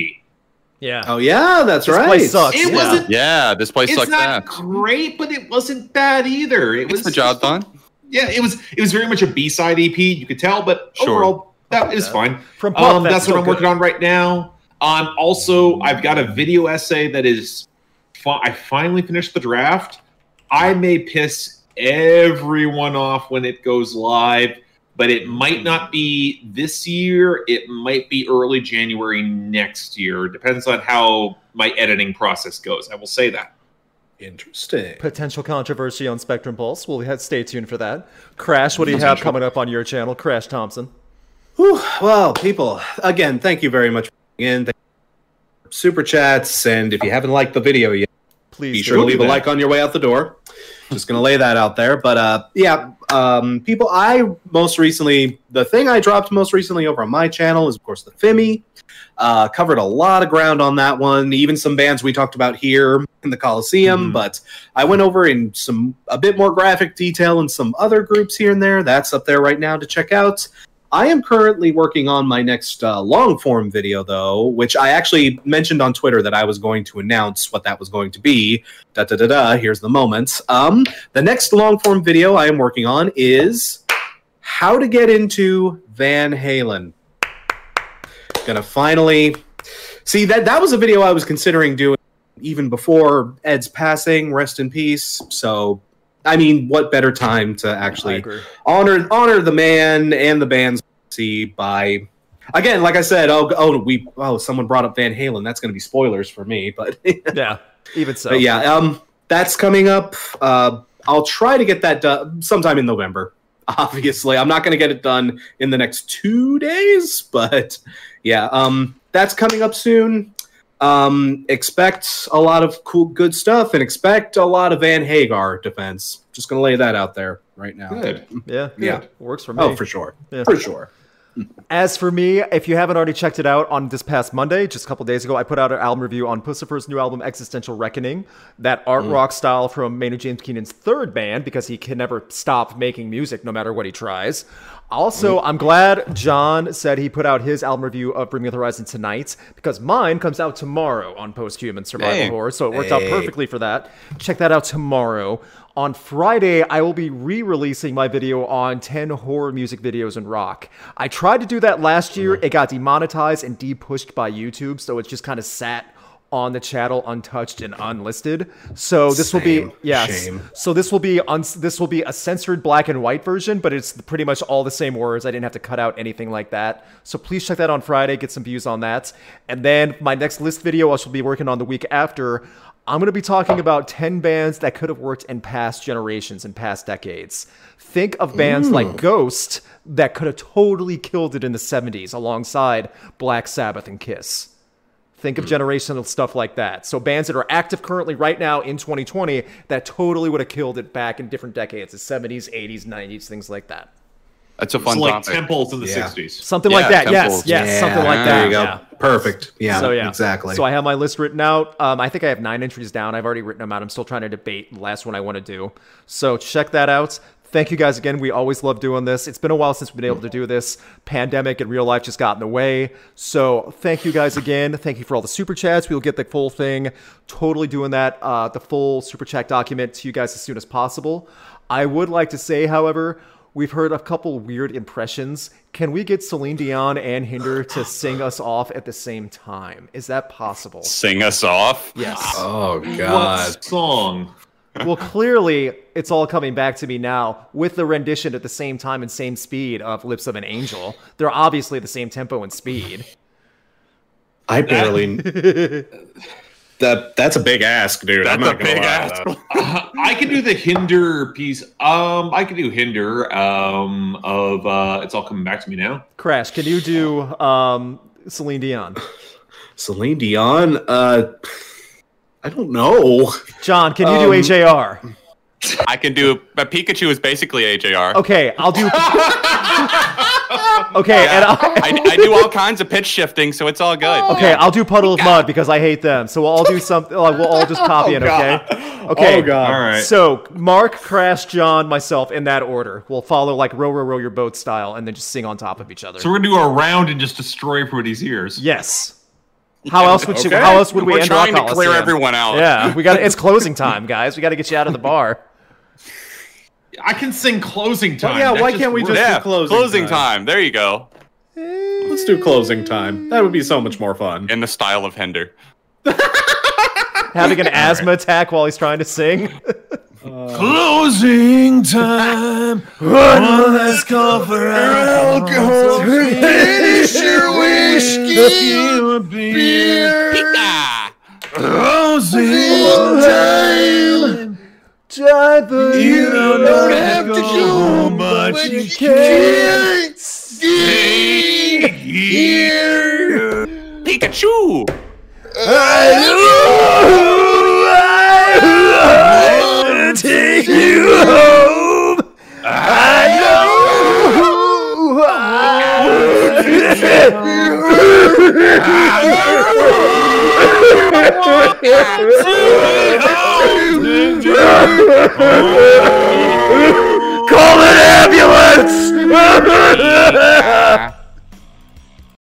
Speaker 5: Yeah.
Speaker 4: Uh,
Speaker 2: Oh yeah, that's
Speaker 5: This
Speaker 2: right.
Speaker 5: place sucks.
Speaker 4: It
Speaker 5: Yeah.
Speaker 4: wasn't.
Speaker 1: Yeah, this place
Speaker 4: It's
Speaker 1: sucked ass.
Speaker 4: not great, but it wasn't bad either.
Speaker 1: It's
Speaker 4: It was
Speaker 1: the job done.
Speaker 4: yeah, it was it was very much a B side EP. You could tell, but
Speaker 1: Sure.
Speaker 4: overall that is fine.
Speaker 5: From Pulp,
Speaker 4: Um, that's what
Speaker 5: still
Speaker 4: I'm working
Speaker 5: good.
Speaker 4: on right now. Um, also, I've got a video essay that is. Fi- I finally finished the draft. I may piss everyone off when it goes live, but it might not be this year. It might be early January next year. Depends on how my editing process goes. I will say that.
Speaker 2: Interesting.
Speaker 5: Potential controversy on Spectrum Pulse. We'll have, stay tuned for that. Crash, what do you have coming up on your channel? Crash Thompson.
Speaker 2: Whew, well, people, again, thank you very much for tuning in. Thank you for super chats, and if you haven't liked the video yet.
Speaker 5: Please
Speaker 2: be
Speaker 5: do.
Speaker 2: sure to leave a
Speaker 4: that.
Speaker 2: like on your way out the door. Just gonna lay that out there. But uh, yeah, um, people, I most recently the thing I dropped most recently over on my channel is of course the Femi. Uh, covered a lot of ground on that one, even some bands we talked about here in the
Speaker 5: Mm-hmm.
Speaker 2: Coliseum. But I went over in some a bit more graphic detail in some other groups here and there. That's up there right now to check out. I am currently working on my next uh, long form video, though, which I actually mentioned on Twitter that I was going to announce what that was going to be da da da da. Here's the moments. Um, the next long form video I am working on is how to get into Van Halen. Gonna finally see that. That was a video I was considering doing even before Ed's passing. Rest in peace. So, I mean, what better time to
Speaker 5: I
Speaker 2: actually [laughs]
Speaker 5: agree.
Speaker 2: honor honor the man and the band's legacy by again like i said oh oh we oh someone brought up van halen that's going to be spoilers for me but [laughs]
Speaker 5: Yeah. Even so.
Speaker 2: but yeah um that's coming up uh i'll try to get that done sometime in november [laughs] obviously i'm not going to get it done in the next two days [laughs] but yeah um that's coming up soon um expect a lot of cool good stuff and expect a lot of van hagar defense just going to lay that out there right now
Speaker 4: Good.
Speaker 5: Yeah.
Speaker 2: Yeah.
Speaker 5: Works for me.
Speaker 2: oh for sure
Speaker 5: Yeah.
Speaker 2: for sure
Speaker 5: As for me, if you haven't already checked it out on this past Monday, just a couple days ago, I put out an album review on Pussifer's new album, Existential Reckoning, that art rock style from Maynard James Keenan's third band, because he can never stop making music no matter what he tries. Also, I'm glad John said he put out his album review of Bring Me the Horizon tonight, because mine comes out tomorrow on Post Human Survival
Speaker 1: Hey.
Speaker 5: Horror, so it worked out perfectly for that. Check that out tomorrow. On Friday, I will be re releasing my video on 10 horror music videos in rock. I tried to do that last year.
Speaker 2: Mm-hmm.
Speaker 5: It got demonetized and de pushed by YouTube, so it's just kind of sat on the channel untouched and unlisted. So this will
Speaker 2: Same.
Speaker 5: be yes.
Speaker 2: Shame.
Speaker 5: So this will be un- this will be a censored black and white version, but it's pretty much all the same words. I didn't have to cut out anything like that. So please check that on Friday, get some views on that. And then my next list video I shall be working on the week after. I'm going to be talking about 10 bands that could have worked in past generations and past decades. Think of bands like Ghost that could have totally killed it in the 70s alongside Black Sabbath and Kiss. Think
Speaker 2: Hmm.
Speaker 5: of generational stuff like that. So bands that are active currently right now in 2020 that totally would have killed it back in different decades, the 70s, 80s, 90s, things like that.
Speaker 1: That's a
Speaker 4: It's
Speaker 1: fun
Speaker 4: like
Speaker 1: topic.
Speaker 4: temples in the
Speaker 2: Yeah.
Speaker 4: 60s.
Speaker 5: Something
Speaker 1: Yeah,
Speaker 5: like that.
Speaker 1: temples.
Speaker 5: Yes, yes, something like that.
Speaker 2: There you go.
Speaker 5: yeah.
Speaker 2: Perfect. Yeah,
Speaker 5: So, yeah.
Speaker 2: Exactly.
Speaker 5: So I have my list written out. Um, I think I have nine entries down. I've already written them out. I'm still trying to debate the last one I want to do. So check that out. Thank you guys again. We always love doing this. It's been a while since we've been able to do this. Pandemic and real life just got in the way. So thank you guys again. Thank you for all the super chats. We'll get the full thing. Totally doing that. Uh, the full super chat document to you guys as soon as possible. I would like to say, however, we've heard a couple weird impressions. Can we get Celine Dion and Hinder to sing us off at the same time? Is that possible?
Speaker 1: Sing us off.
Speaker 5: Yes.
Speaker 6: Oh God.
Speaker 4: What song?
Speaker 5: well, clearly it's all coming back to me now with the rendition at the same time and same speed of Lips of an Angel. They're obviously the same tempo and speed.
Speaker 1: [laughs]
Speaker 2: I barely. that that's a big ask, dude. I'm
Speaker 1: That's
Speaker 2: not
Speaker 1: a
Speaker 2: gonna
Speaker 1: big
Speaker 2: lie.
Speaker 1: ask.
Speaker 4: Uh, I can do the hinder piece. Um, I can do hinder. Um, of uh, it's all coming back to me now.
Speaker 5: Crash, can you do um, Celine Dion?
Speaker 2: Celine Dion. Uh, I don't know.
Speaker 5: John, can you do
Speaker 2: Um,
Speaker 5: HAR?
Speaker 1: I can do. But Pikachu is basically AJR.
Speaker 5: Okay, I'll do. [laughs] okay, and I'll,
Speaker 1: I, I do all kinds of pitch shifting, so it's all good.
Speaker 5: Okay,
Speaker 2: Oh,
Speaker 5: I'll do puddle of mud because I hate them. So we'll all
Speaker 2: [laughs]
Speaker 5: do something. Like, we'll all just copy it. Okay. Okay.
Speaker 2: Oh God.
Speaker 4: All right.
Speaker 5: So Mark, Crash, John, myself, in that order. We'll follow like row, row, row your boat style, and then just sing on top of each other.
Speaker 4: So we're gonna do a round and just destroy everybody's ears.
Speaker 5: yes. How else would you, How else would we
Speaker 1: We're
Speaker 5: end
Speaker 1: trying
Speaker 5: Rock
Speaker 1: to clear
Speaker 5: Coliseum?
Speaker 1: everyone out.
Speaker 5: Yeah, we got it's closing time, guys. We got to get you out of the
Speaker 1: [laughs]
Speaker 5: bar.
Speaker 4: I can sing closing time.
Speaker 2: yeah,
Speaker 4: That
Speaker 2: why can't we
Speaker 4: works.
Speaker 2: just-
Speaker 1: Yeah,
Speaker 2: do closing
Speaker 1: closing, time. There you go.
Speaker 2: Let's do closing time. That would be so much more fun.
Speaker 1: In the style of Hender.
Speaker 5: Having an asthma attack while he's trying to
Speaker 1: [laughs]
Speaker 5: sing.
Speaker 7: Closing time. One last call for alcohol. Finish your whiskey. Beer.
Speaker 1: Ah,
Speaker 7: Closing time.
Speaker 5: Driver,
Speaker 7: You don't have to go home, but you can. Stay here.
Speaker 1: Pikachu!
Speaker 7: I wanna take you home. I know. Call an ambulance.